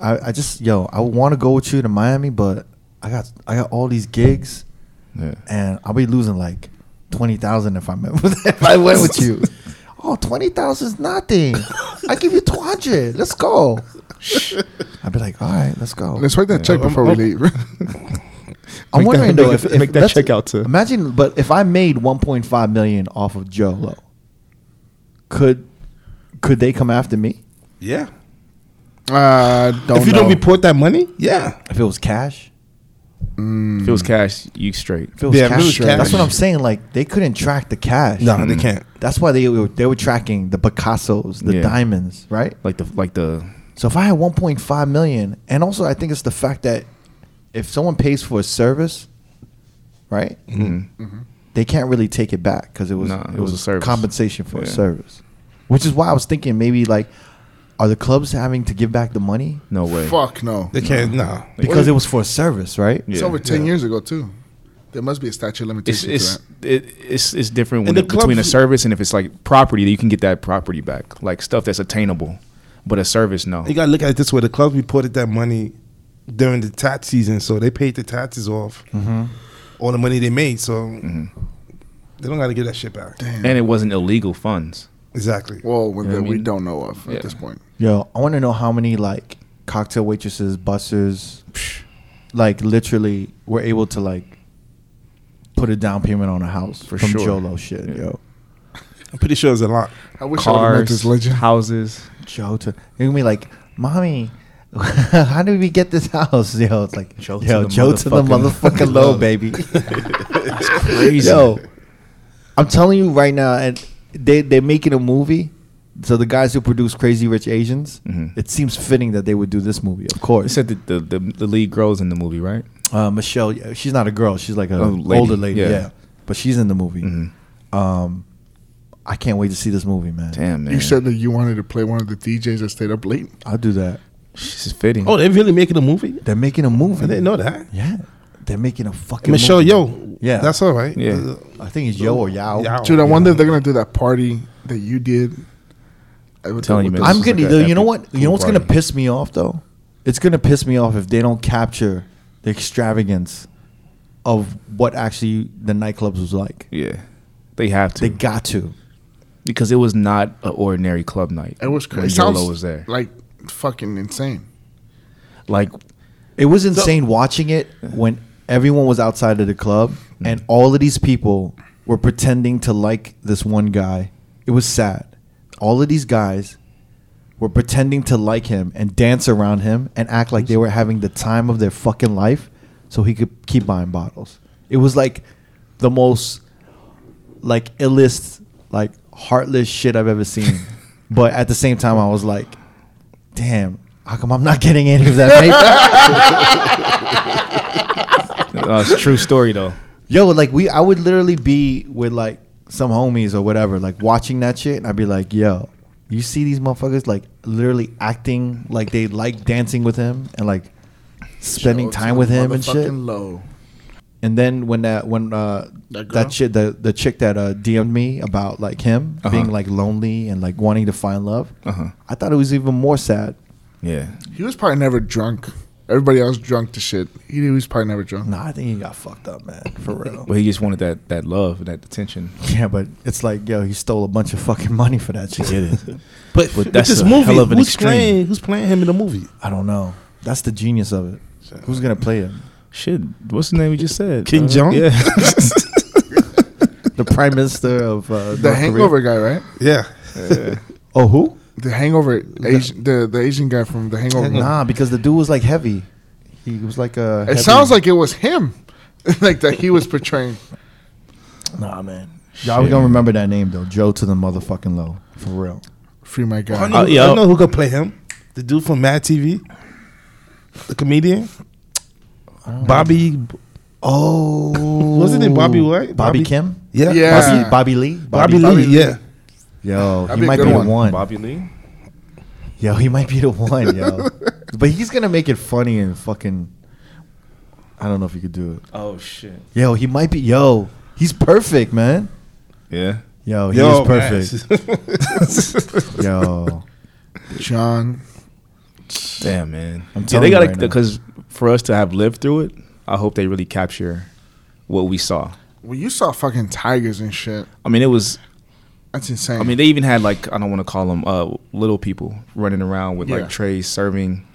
[SPEAKER 2] I, I just yo, I want to go with you to Miami, but I got I got all these gigs,
[SPEAKER 1] Yeah.
[SPEAKER 2] and I'll be losing like twenty thousand if I met with if I went with you. Oh, 20,000 is nothing. I give you 200. Let's go. I'd be like, all right, let's go.
[SPEAKER 4] Let's write that check before we leave.
[SPEAKER 2] I'm
[SPEAKER 1] Make that-
[SPEAKER 2] wondering though
[SPEAKER 1] make
[SPEAKER 2] if,
[SPEAKER 1] that-
[SPEAKER 2] if
[SPEAKER 1] make that
[SPEAKER 2] let's-
[SPEAKER 1] check out to-
[SPEAKER 2] Imagine, but if I made 1.5 million off of Joe Low, could could they come after me
[SPEAKER 3] Yeah.
[SPEAKER 4] uh, don't
[SPEAKER 3] if you
[SPEAKER 4] know.
[SPEAKER 3] don't report that money, yeah.
[SPEAKER 2] if it was cash?
[SPEAKER 1] If
[SPEAKER 2] Hmm.
[SPEAKER 1] it was cash, you straight.
[SPEAKER 2] If it was,
[SPEAKER 3] Yeah, if it
[SPEAKER 2] cash,
[SPEAKER 3] was cash.
[SPEAKER 2] that's what I'm saying. Like they couldn't track the cash.
[SPEAKER 3] No, they can't.
[SPEAKER 2] That's why they were they were tracking the Picasso's, the
[SPEAKER 1] Yeah.
[SPEAKER 2] diamonds, right?
[SPEAKER 1] Like the like the
[SPEAKER 2] So if I had 1.5 million, and also I think it's the fact that if someone pays for a service, right, they can't really take it back because it was
[SPEAKER 1] Mm-hmm. Nah,
[SPEAKER 2] it, was, a
[SPEAKER 1] service.
[SPEAKER 2] compensation for a
[SPEAKER 1] Yeah.
[SPEAKER 2] service, which is why I was thinking maybe like, are the clubs having to give back the money
[SPEAKER 1] no way.
[SPEAKER 4] Fuck no.
[SPEAKER 3] They can't. Nah.
[SPEAKER 2] because it was for a service, right?
[SPEAKER 1] Yeah.
[SPEAKER 4] It's over ten
[SPEAKER 3] yeah.
[SPEAKER 4] years ago too. There must be a statute of
[SPEAKER 1] It's
[SPEAKER 4] limitations.
[SPEAKER 1] it's
[SPEAKER 4] for that.
[SPEAKER 1] it, it's it's different when
[SPEAKER 3] And the
[SPEAKER 1] it- between a
[SPEAKER 3] clubs-
[SPEAKER 1] service and if it's like property that you can get that property back, like stuff that's attainable, but a service no.
[SPEAKER 3] You gotta look at it this way: the club reported that money during the tax season, so they paid the taxes off, all the money they made. So they don't gotta give that shit back.
[SPEAKER 1] And it wasn't illegal funds.
[SPEAKER 3] Exactly.
[SPEAKER 4] Well, with
[SPEAKER 1] You know
[SPEAKER 4] the-
[SPEAKER 1] what I
[SPEAKER 4] we
[SPEAKER 1] mean?
[SPEAKER 4] don't know of
[SPEAKER 1] Yeah.
[SPEAKER 4] at this point.
[SPEAKER 2] Yo, I want to know how many like cocktail waitresses, bussers, like literally were able to like put a down payment on a house
[SPEAKER 1] For
[SPEAKER 2] from
[SPEAKER 1] sure.
[SPEAKER 2] Jolo shit,
[SPEAKER 1] Yeah.
[SPEAKER 2] yo.
[SPEAKER 3] I'm pretty sure it's a lot.
[SPEAKER 4] I wish I would have met
[SPEAKER 1] Cars,
[SPEAKER 4] this legend.
[SPEAKER 1] houses.
[SPEAKER 2] Joe to you're gonna be like, mommy, how did we get this house? Yo, it's like
[SPEAKER 1] Joe
[SPEAKER 2] Joe
[SPEAKER 1] to
[SPEAKER 2] yo,
[SPEAKER 1] the
[SPEAKER 2] Joe to the
[SPEAKER 1] motherfucking-
[SPEAKER 2] motherfucking low, baby.
[SPEAKER 1] That's crazy.
[SPEAKER 2] yo, I'm telling you right now, and they they're making a movie. So the guys who produce Crazy Rich Asians,
[SPEAKER 1] Mhm.
[SPEAKER 2] it seems fitting that they would do this movie, of
[SPEAKER 1] They
[SPEAKER 2] course.
[SPEAKER 1] said that the, the the lead girls in the movie, right?
[SPEAKER 2] Uh, Michelle, yeah, she's not a girl; she's like an
[SPEAKER 1] Oh, lady,
[SPEAKER 2] older lady,
[SPEAKER 1] yeah.
[SPEAKER 2] yeah. But she's in the movie.
[SPEAKER 1] Mhm.
[SPEAKER 2] Um, I can't wait to see this movie, man.
[SPEAKER 1] Damn man,
[SPEAKER 4] You said that you wanted to play one of the DJs that stayed up late.
[SPEAKER 2] I'll do that.
[SPEAKER 1] she's fitting.
[SPEAKER 3] Oh, they really making a movie?
[SPEAKER 2] They're making a movie.
[SPEAKER 3] I didn't know that.
[SPEAKER 2] Yeah, they're making a fucking
[SPEAKER 3] Michelle,
[SPEAKER 2] movie.
[SPEAKER 3] yo,
[SPEAKER 2] Yeah.
[SPEAKER 3] that's all right.
[SPEAKER 1] Yeah.
[SPEAKER 3] Uh,
[SPEAKER 2] I think it's Yo or Yao.
[SPEAKER 1] Oh,
[SPEAKER 3] Yao.
[SPEAKER 4] Dude, I wonder if they're gonna do that party that you did. I would-
[SPEAKER 1] telling you,
[SPEAKER 4] with
[SPEAKER 1] man,
[SPEAKER 4] the-
[SPEAKER 2] I'm
[SPEAKER 1] This is
[SPEAKER 2] gonna.
[SPEAKER 1] like a
[SPEAKER 2] you know
[SPEAKER 1] epic
[SPEAKER 2] what? You
[SPEAKER 1] pool
[SPEAKER 2] know what's gonna
[SPEAKER 1] party.
[SPEAKER 2] piss me off though? It's gonna piss me off if they don't capture the extravagance of what actually the nightclubs was like.
[SPEAKER 1] Yeah, they have to
[SPEAKER 2] They got to.
[SPEAKER 1] because it was not an ordinary club night.
[SPEAKER 4] It was crazy.
[SPEAKER 1] When
[SPEAKER 4] It sounds
[SPEAKER 1] Yolo was there,
[SPEAKER 4] like fucking insane.
[SPEAKER 1] like
[SPEAKER 2] It was insane watching it when everyone was outside of the club and all of these people were pretending to like this one guy. It was sad. All of these guys were pretending to like him and dance around him and act like they were having the time of their fucking life so he could keep buying bottles. It was like the most like illest, like heartless shit I've ever seen. but at the same time I was like, damn, how come I'm not getting any of that paper?
[SPEAKER 1] uh, it's a true story though.
[SPEAKER 2] Yo, like we, I would literally be with like some homies or whatever, like watching that shit, and I'd be like, "Yo, you see these motherfuckers like literally acting like they like dancing with him and like spending
[SPEAKER 4] Shout out
[SPEAKER 2] time
[SPEAKER 4] to
[SPEAKER 2] with
[SPEAKER 4] the
[SPEAKER 2] him and shit."
[SPEAKER 4] motherfucking Low.
[SPEAKER 2] And then when that when uh,
[SPEAKER 4] That
[SPEAKER 2] that,
[SPEAKER 4] girl?
[SPEAKER 2] shit, the the chick that uh, DM'd me about like him
[SPEAKER 1] Uh-huh.
[SPEAKER 2] being like lonely and like wanting to find love,
[SPEAKER 1] Uh-huh.
[SPEAKER 2] I thought it was even more sad.
[SPEAKER 1] Yeah,
[SPEAKER 4] He was probably never drunk. Everybody else drunk to shit. He was probably never drunk.
[SPEAKER 2] Nah, I think he got fucked up, man, for real.
[SPEAKER 1] but he just wanted that that love and that attention.
[SPEAKER 2] yeah, but it's like, yo, he stole a bunch of fucking money for that shit.
[SPEAKER 3] But,
[SPEAKER 1] But
[SPEAKER 3] with
[SPEAKER 1] that's
[SPEAKER 3] this
[SPEAKER 1] a
[SPEAKER 3] movie,
[SPEAKER 1] hell of an
[SPEAKER 3] who's
[SPEAKER 1] extreme.
[SPEAKER 3] playing? Who's playing him in the movie?
[SPEAKER 2] I don't know. That's the genius of it. Who's gonna play him?
[SPEAKER 1] Shit, what's the name we just said? Uh,
[SPEAKER 3] King Jong?
[SPEAKER 1] Yeah,
[SPEAKER 2] The prime minister of uh,
[SPEAKER 4] The Hangover guy, right?
[SPEAKER 3] Yeah,
[SPEAKER 2] Oh, who?
[SPEAKER 4] The Hangover, Asian, the the Asian guy from The Hangover.
[SPEAKER 2] Nah, because the dude was like heavy. He was like a.
[SPEAKER 4] It sounds like it was him, like that he was portraying.
[SPEAKER 2] Nah, man. Y'all
[SPEAKER 1] Shit.
[SPEAKER 2] gonna remember that name though, Joe to the motherfucking low, for real.
[SPEAKER 4] Free my
[SPEAKER 3] I
[SPEAKER 4] guy.
[SPEAKER 3] know,
[SPEAKER 1] Uh,
[SPEAKER 3] who-
[SPEAKER 1] yeah.
[SPEAKER 3] I know who could play him. the dude from Mad TV, the comedian, Bobby.
[SPEAKER 2] Oh,
[SPEAKER 3] Wasn't it Bobby White?
[SPEAKER 2] Bobby,
[SPEAKER 3] Bobby-
[SPEAKER 2] Kim?
[SPEAKER 3] Yeah,
[SPEAKER 4] Yeah.
[SPEAKER 2] Bobby, Bobby Lee?
[SPEAKER 3] Bobby, Lee.
[SPEAKER 4] Bobby Lee.
[SPEAKER 3] Yeah,
[SPEAKER 2] Yo,
[SPEAKER 4] That'd
[SPEAKER 2] he
[SPEAKER 4] be a
[SPEAKER 2] might
[SPEAKER 4] good
[SPEAKER 2] be the
[SPEAKER 4] one.
[SPEAKER 2] one.
[SPEAKER 1] Bobby Lee.
[SPEAKER 2] Yo, he might be the one, yo. but he's gonna make it funny and fucking. I don't know if he could do it.
[SPEAKER 1] Oh shit.
[SPEAKER 2] Yo, he might be. Yo, he's perfect, man.
[SPEAKER 1] Yeah.
[SPEAKER 2] Yo, he
[SPEAKER 3] Yo,
[SPEAKER 2] is perfect.
[SPEAKER 3] man.
[SPEAKER 2] Yo,
[SPEAKER 4] John.
[SPEAKER 1] Damn man.
[SPEAKER 2] I'm
[SPEAKER 1] yeah,
[SPEAKER 2] telling
[SPEAKER 1] they
[SPEAKER 2] you
[SPEAKER 1] gotta
[SPEAKER 2] right now.
[SPEAKER 1] because for us to have lived through it, I hope they really capture what we saw.
[SPEAKER 4] Well, you saw fucking tigers and shit.
[SPEAKER 1] I mean, it was.
[SPEAKER 4] That's insane.
[SPEAKER 1] I mean, they even had like I don't want to call them uh, little people running around with
[SPEAKER 4] Yeah.
[SPEAKER 1] like trays serving.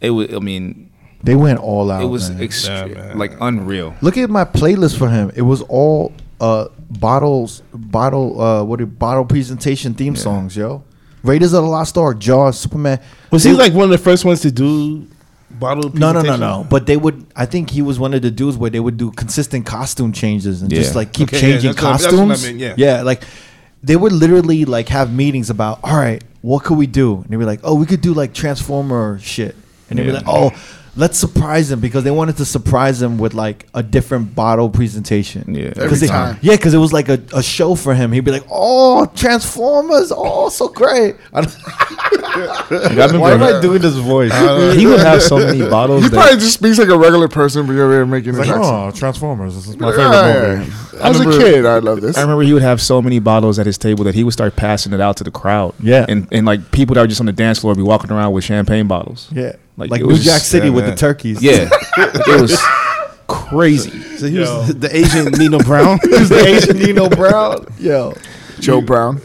[SPEAKER 1] It was. I mean,
[SPEAKER 2] they went all out.
[SPEAKER 1] it was
[SPEAKER 2] man.
[SPEAKER 1] extre-
[SPEAKER 3] Yeah, man.
[SPEAKER 1] like unreal.
[SPEAKER 2] Look at my playlist for him. It was all uh bottles, bottle, uh what are bottle presentation theme songs, yo. Raiders of the Lost Ark, Jaws, Superman.
[SPEAKER 3] was
[SPEAKER 2] They-
[SPEAKER 3] he like one of the first ones to do bottle?
[SPEAKER 2] No, no, no,
[SPEAKER 3] presentation?
[SPEAKER 2] no. But they would. I think he was one of the dudes where they would do consistent costume changes and just
[SPEAKER 1] Yeah.
[SPEAKER 2] like keep
[SPEAKER 3] Okay, yeah,
[SPEAKER 2] changing
[SPEAKER 3] that's what- that's what I
[SPEAKER 2] costumes.
[SPEAKER 3] meant, yeah.
[SPEAKER 2] like they would literally like have meetings about. All right, what could we do? And they were like, oh, we could do like Transformer shit. And they were
[SPEAKER 1] Yeah.
[SPEAKER 2] like, oh, let's surprise them because they wanted to surprise them with like a different bottle presentation.
[SPEAKER 1] Yeah.
[SPEAKER 4] Every
[SPEAKER 2] Cause they-
[SPEAKER 4] time.
[SPEAKER 2] Yeah, because it was like a, a show for him. He'd be like, oh, Transformers, oh, so great. I don't- Why am I doing this voice?
[SPEAKER 1] uh, he would have so many bottles.
[SPEAKER 4] he
[SPEAKER 1] that-
[SPEAKER 4] probably just speaks like a regular person, but you're over here making it.
[SPEAKER 2] Oh, Transformers. This is
[SPEAKER 4] As a kid, I love this.
[SPEAKER 1] I remember he would have so many bottles at his table that he would start passing it out to the crowd.
[SPEAKER 2] Yeah.
[SPEAKER 1] and and like people that were just on the dance floor would be walking around with champagne bottles.
[SPEAKER 2] Yeah.
[SPEAKER 1] Like,
[SPEAKER 2] Like, like
[SPEAKER 1] it
[SPEAKER 2] New
[SPEAKER 1] was-
[SPEAKER 2] Jack City
[SPEAKER 3] yeah,
[SPEAKER 2] with the
[SPEAKER 3] man.
[SPEAKER 2] turkeys.
[SPEAKER 1] yeah, it was crazy.
[SPEAKER 3] So he was the Asian Nino Brown.
[SPEAKER 2] He's the Asian Nino Brown. Yo.
[SPEAKER 4] Joe Brown.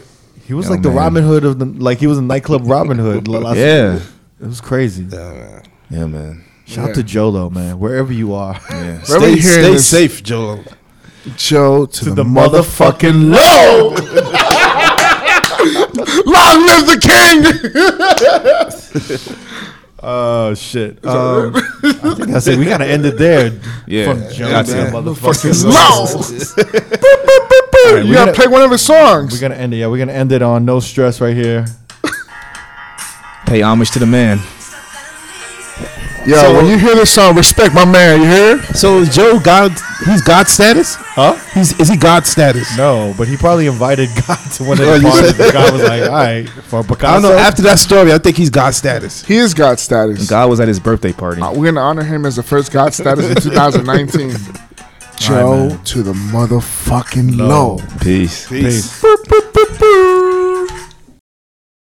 [SPEAKER 2] He was
[SPEAKER 1] Yo,
[SPEAKER 2] like the
[SPEAKER 1] man.
[SPEAKER 2] Robin Hood of the like he was a nightclub Robin Hood. La- last-
[SPEAKER 1] Yeah,
[SPEAKER 2] It was crazy.
[SPEAKER 1] yeah, man.
[SPEAKER 2] Shout out to Jolo, man. Wherever you are.
[SPEAKER 1] Yeah.
[SPEAKER 4] Remember
[SPEAKER 3] Stay,
[SPEAKER 4] hearing
[SPEAKER 3] stay
[SPEAKER 4] this-
[SPEAKER 3] safe, Joel.
[SPEAKER 4] Joe to, the, motherfucker.
[SPEAKER 2] motherfucking low.
[SPEAKER 4] Long live the king!
[SPEAKER 2] Oh shit. Um, I think that's it. We gotta end it there.
[SPEAKER 1] Yeah.
[SPEAKER 2] From Jolo
[SPEAKER 1] Got
[SPEAKER 2] to
[SPEAKER 1] you.
[SPEAKER 2] the motherfucking
[SPEAKER 4] Low!
[SPEAKER 2] low.
[SPEAKER 4] Boop,
[SPEAKER 2] we
[SPEAKER 4] you
[SPEAKER 2] gotta-
[SPEAKER 4] gotta play one of his
[SPEAKER 2] We're
[SPEAKER 4] songs.
[SPEAKER 2] gonna end it. Yeah, we're gonna end it on no stress right here.
[SPEAKER 1] Pay homage to the man.
[SPEAKER 4] Yo,
[SPEAKER 1] Uh,
[SPEAKER 4] when you hear this song, respect my man, you hear?
[SPEAKER 3] So is Joe God, he's God status.
[SPEAKER 2] Huh?
[SPEAKER 3] He's is he God status?
[SPEAKER 2] No, but he probably invited God to one of
[SPEAKER 3] Oh,
[SPEAKER 2] the
[SPEAKER 3] you
[SPEAKER 2] parties.
[SPEAKER 3] said-
[SPEAKER 2] and God was like, "All right, for Picasso."
[SPEAKER 3] I don't know. After that story, I think he's God status.
[SPEAKER 4] He is God status.
[SPEAKER 1] God was at his birthday party.
[SPEAKER 4] Uh, We're gonna honor him as the first God status in 2019. Joe to the motherfucking low.
[SPEAKER 1] Peace.
[SPEAKER 2] Peace.
[SPEAKER 4] Boop,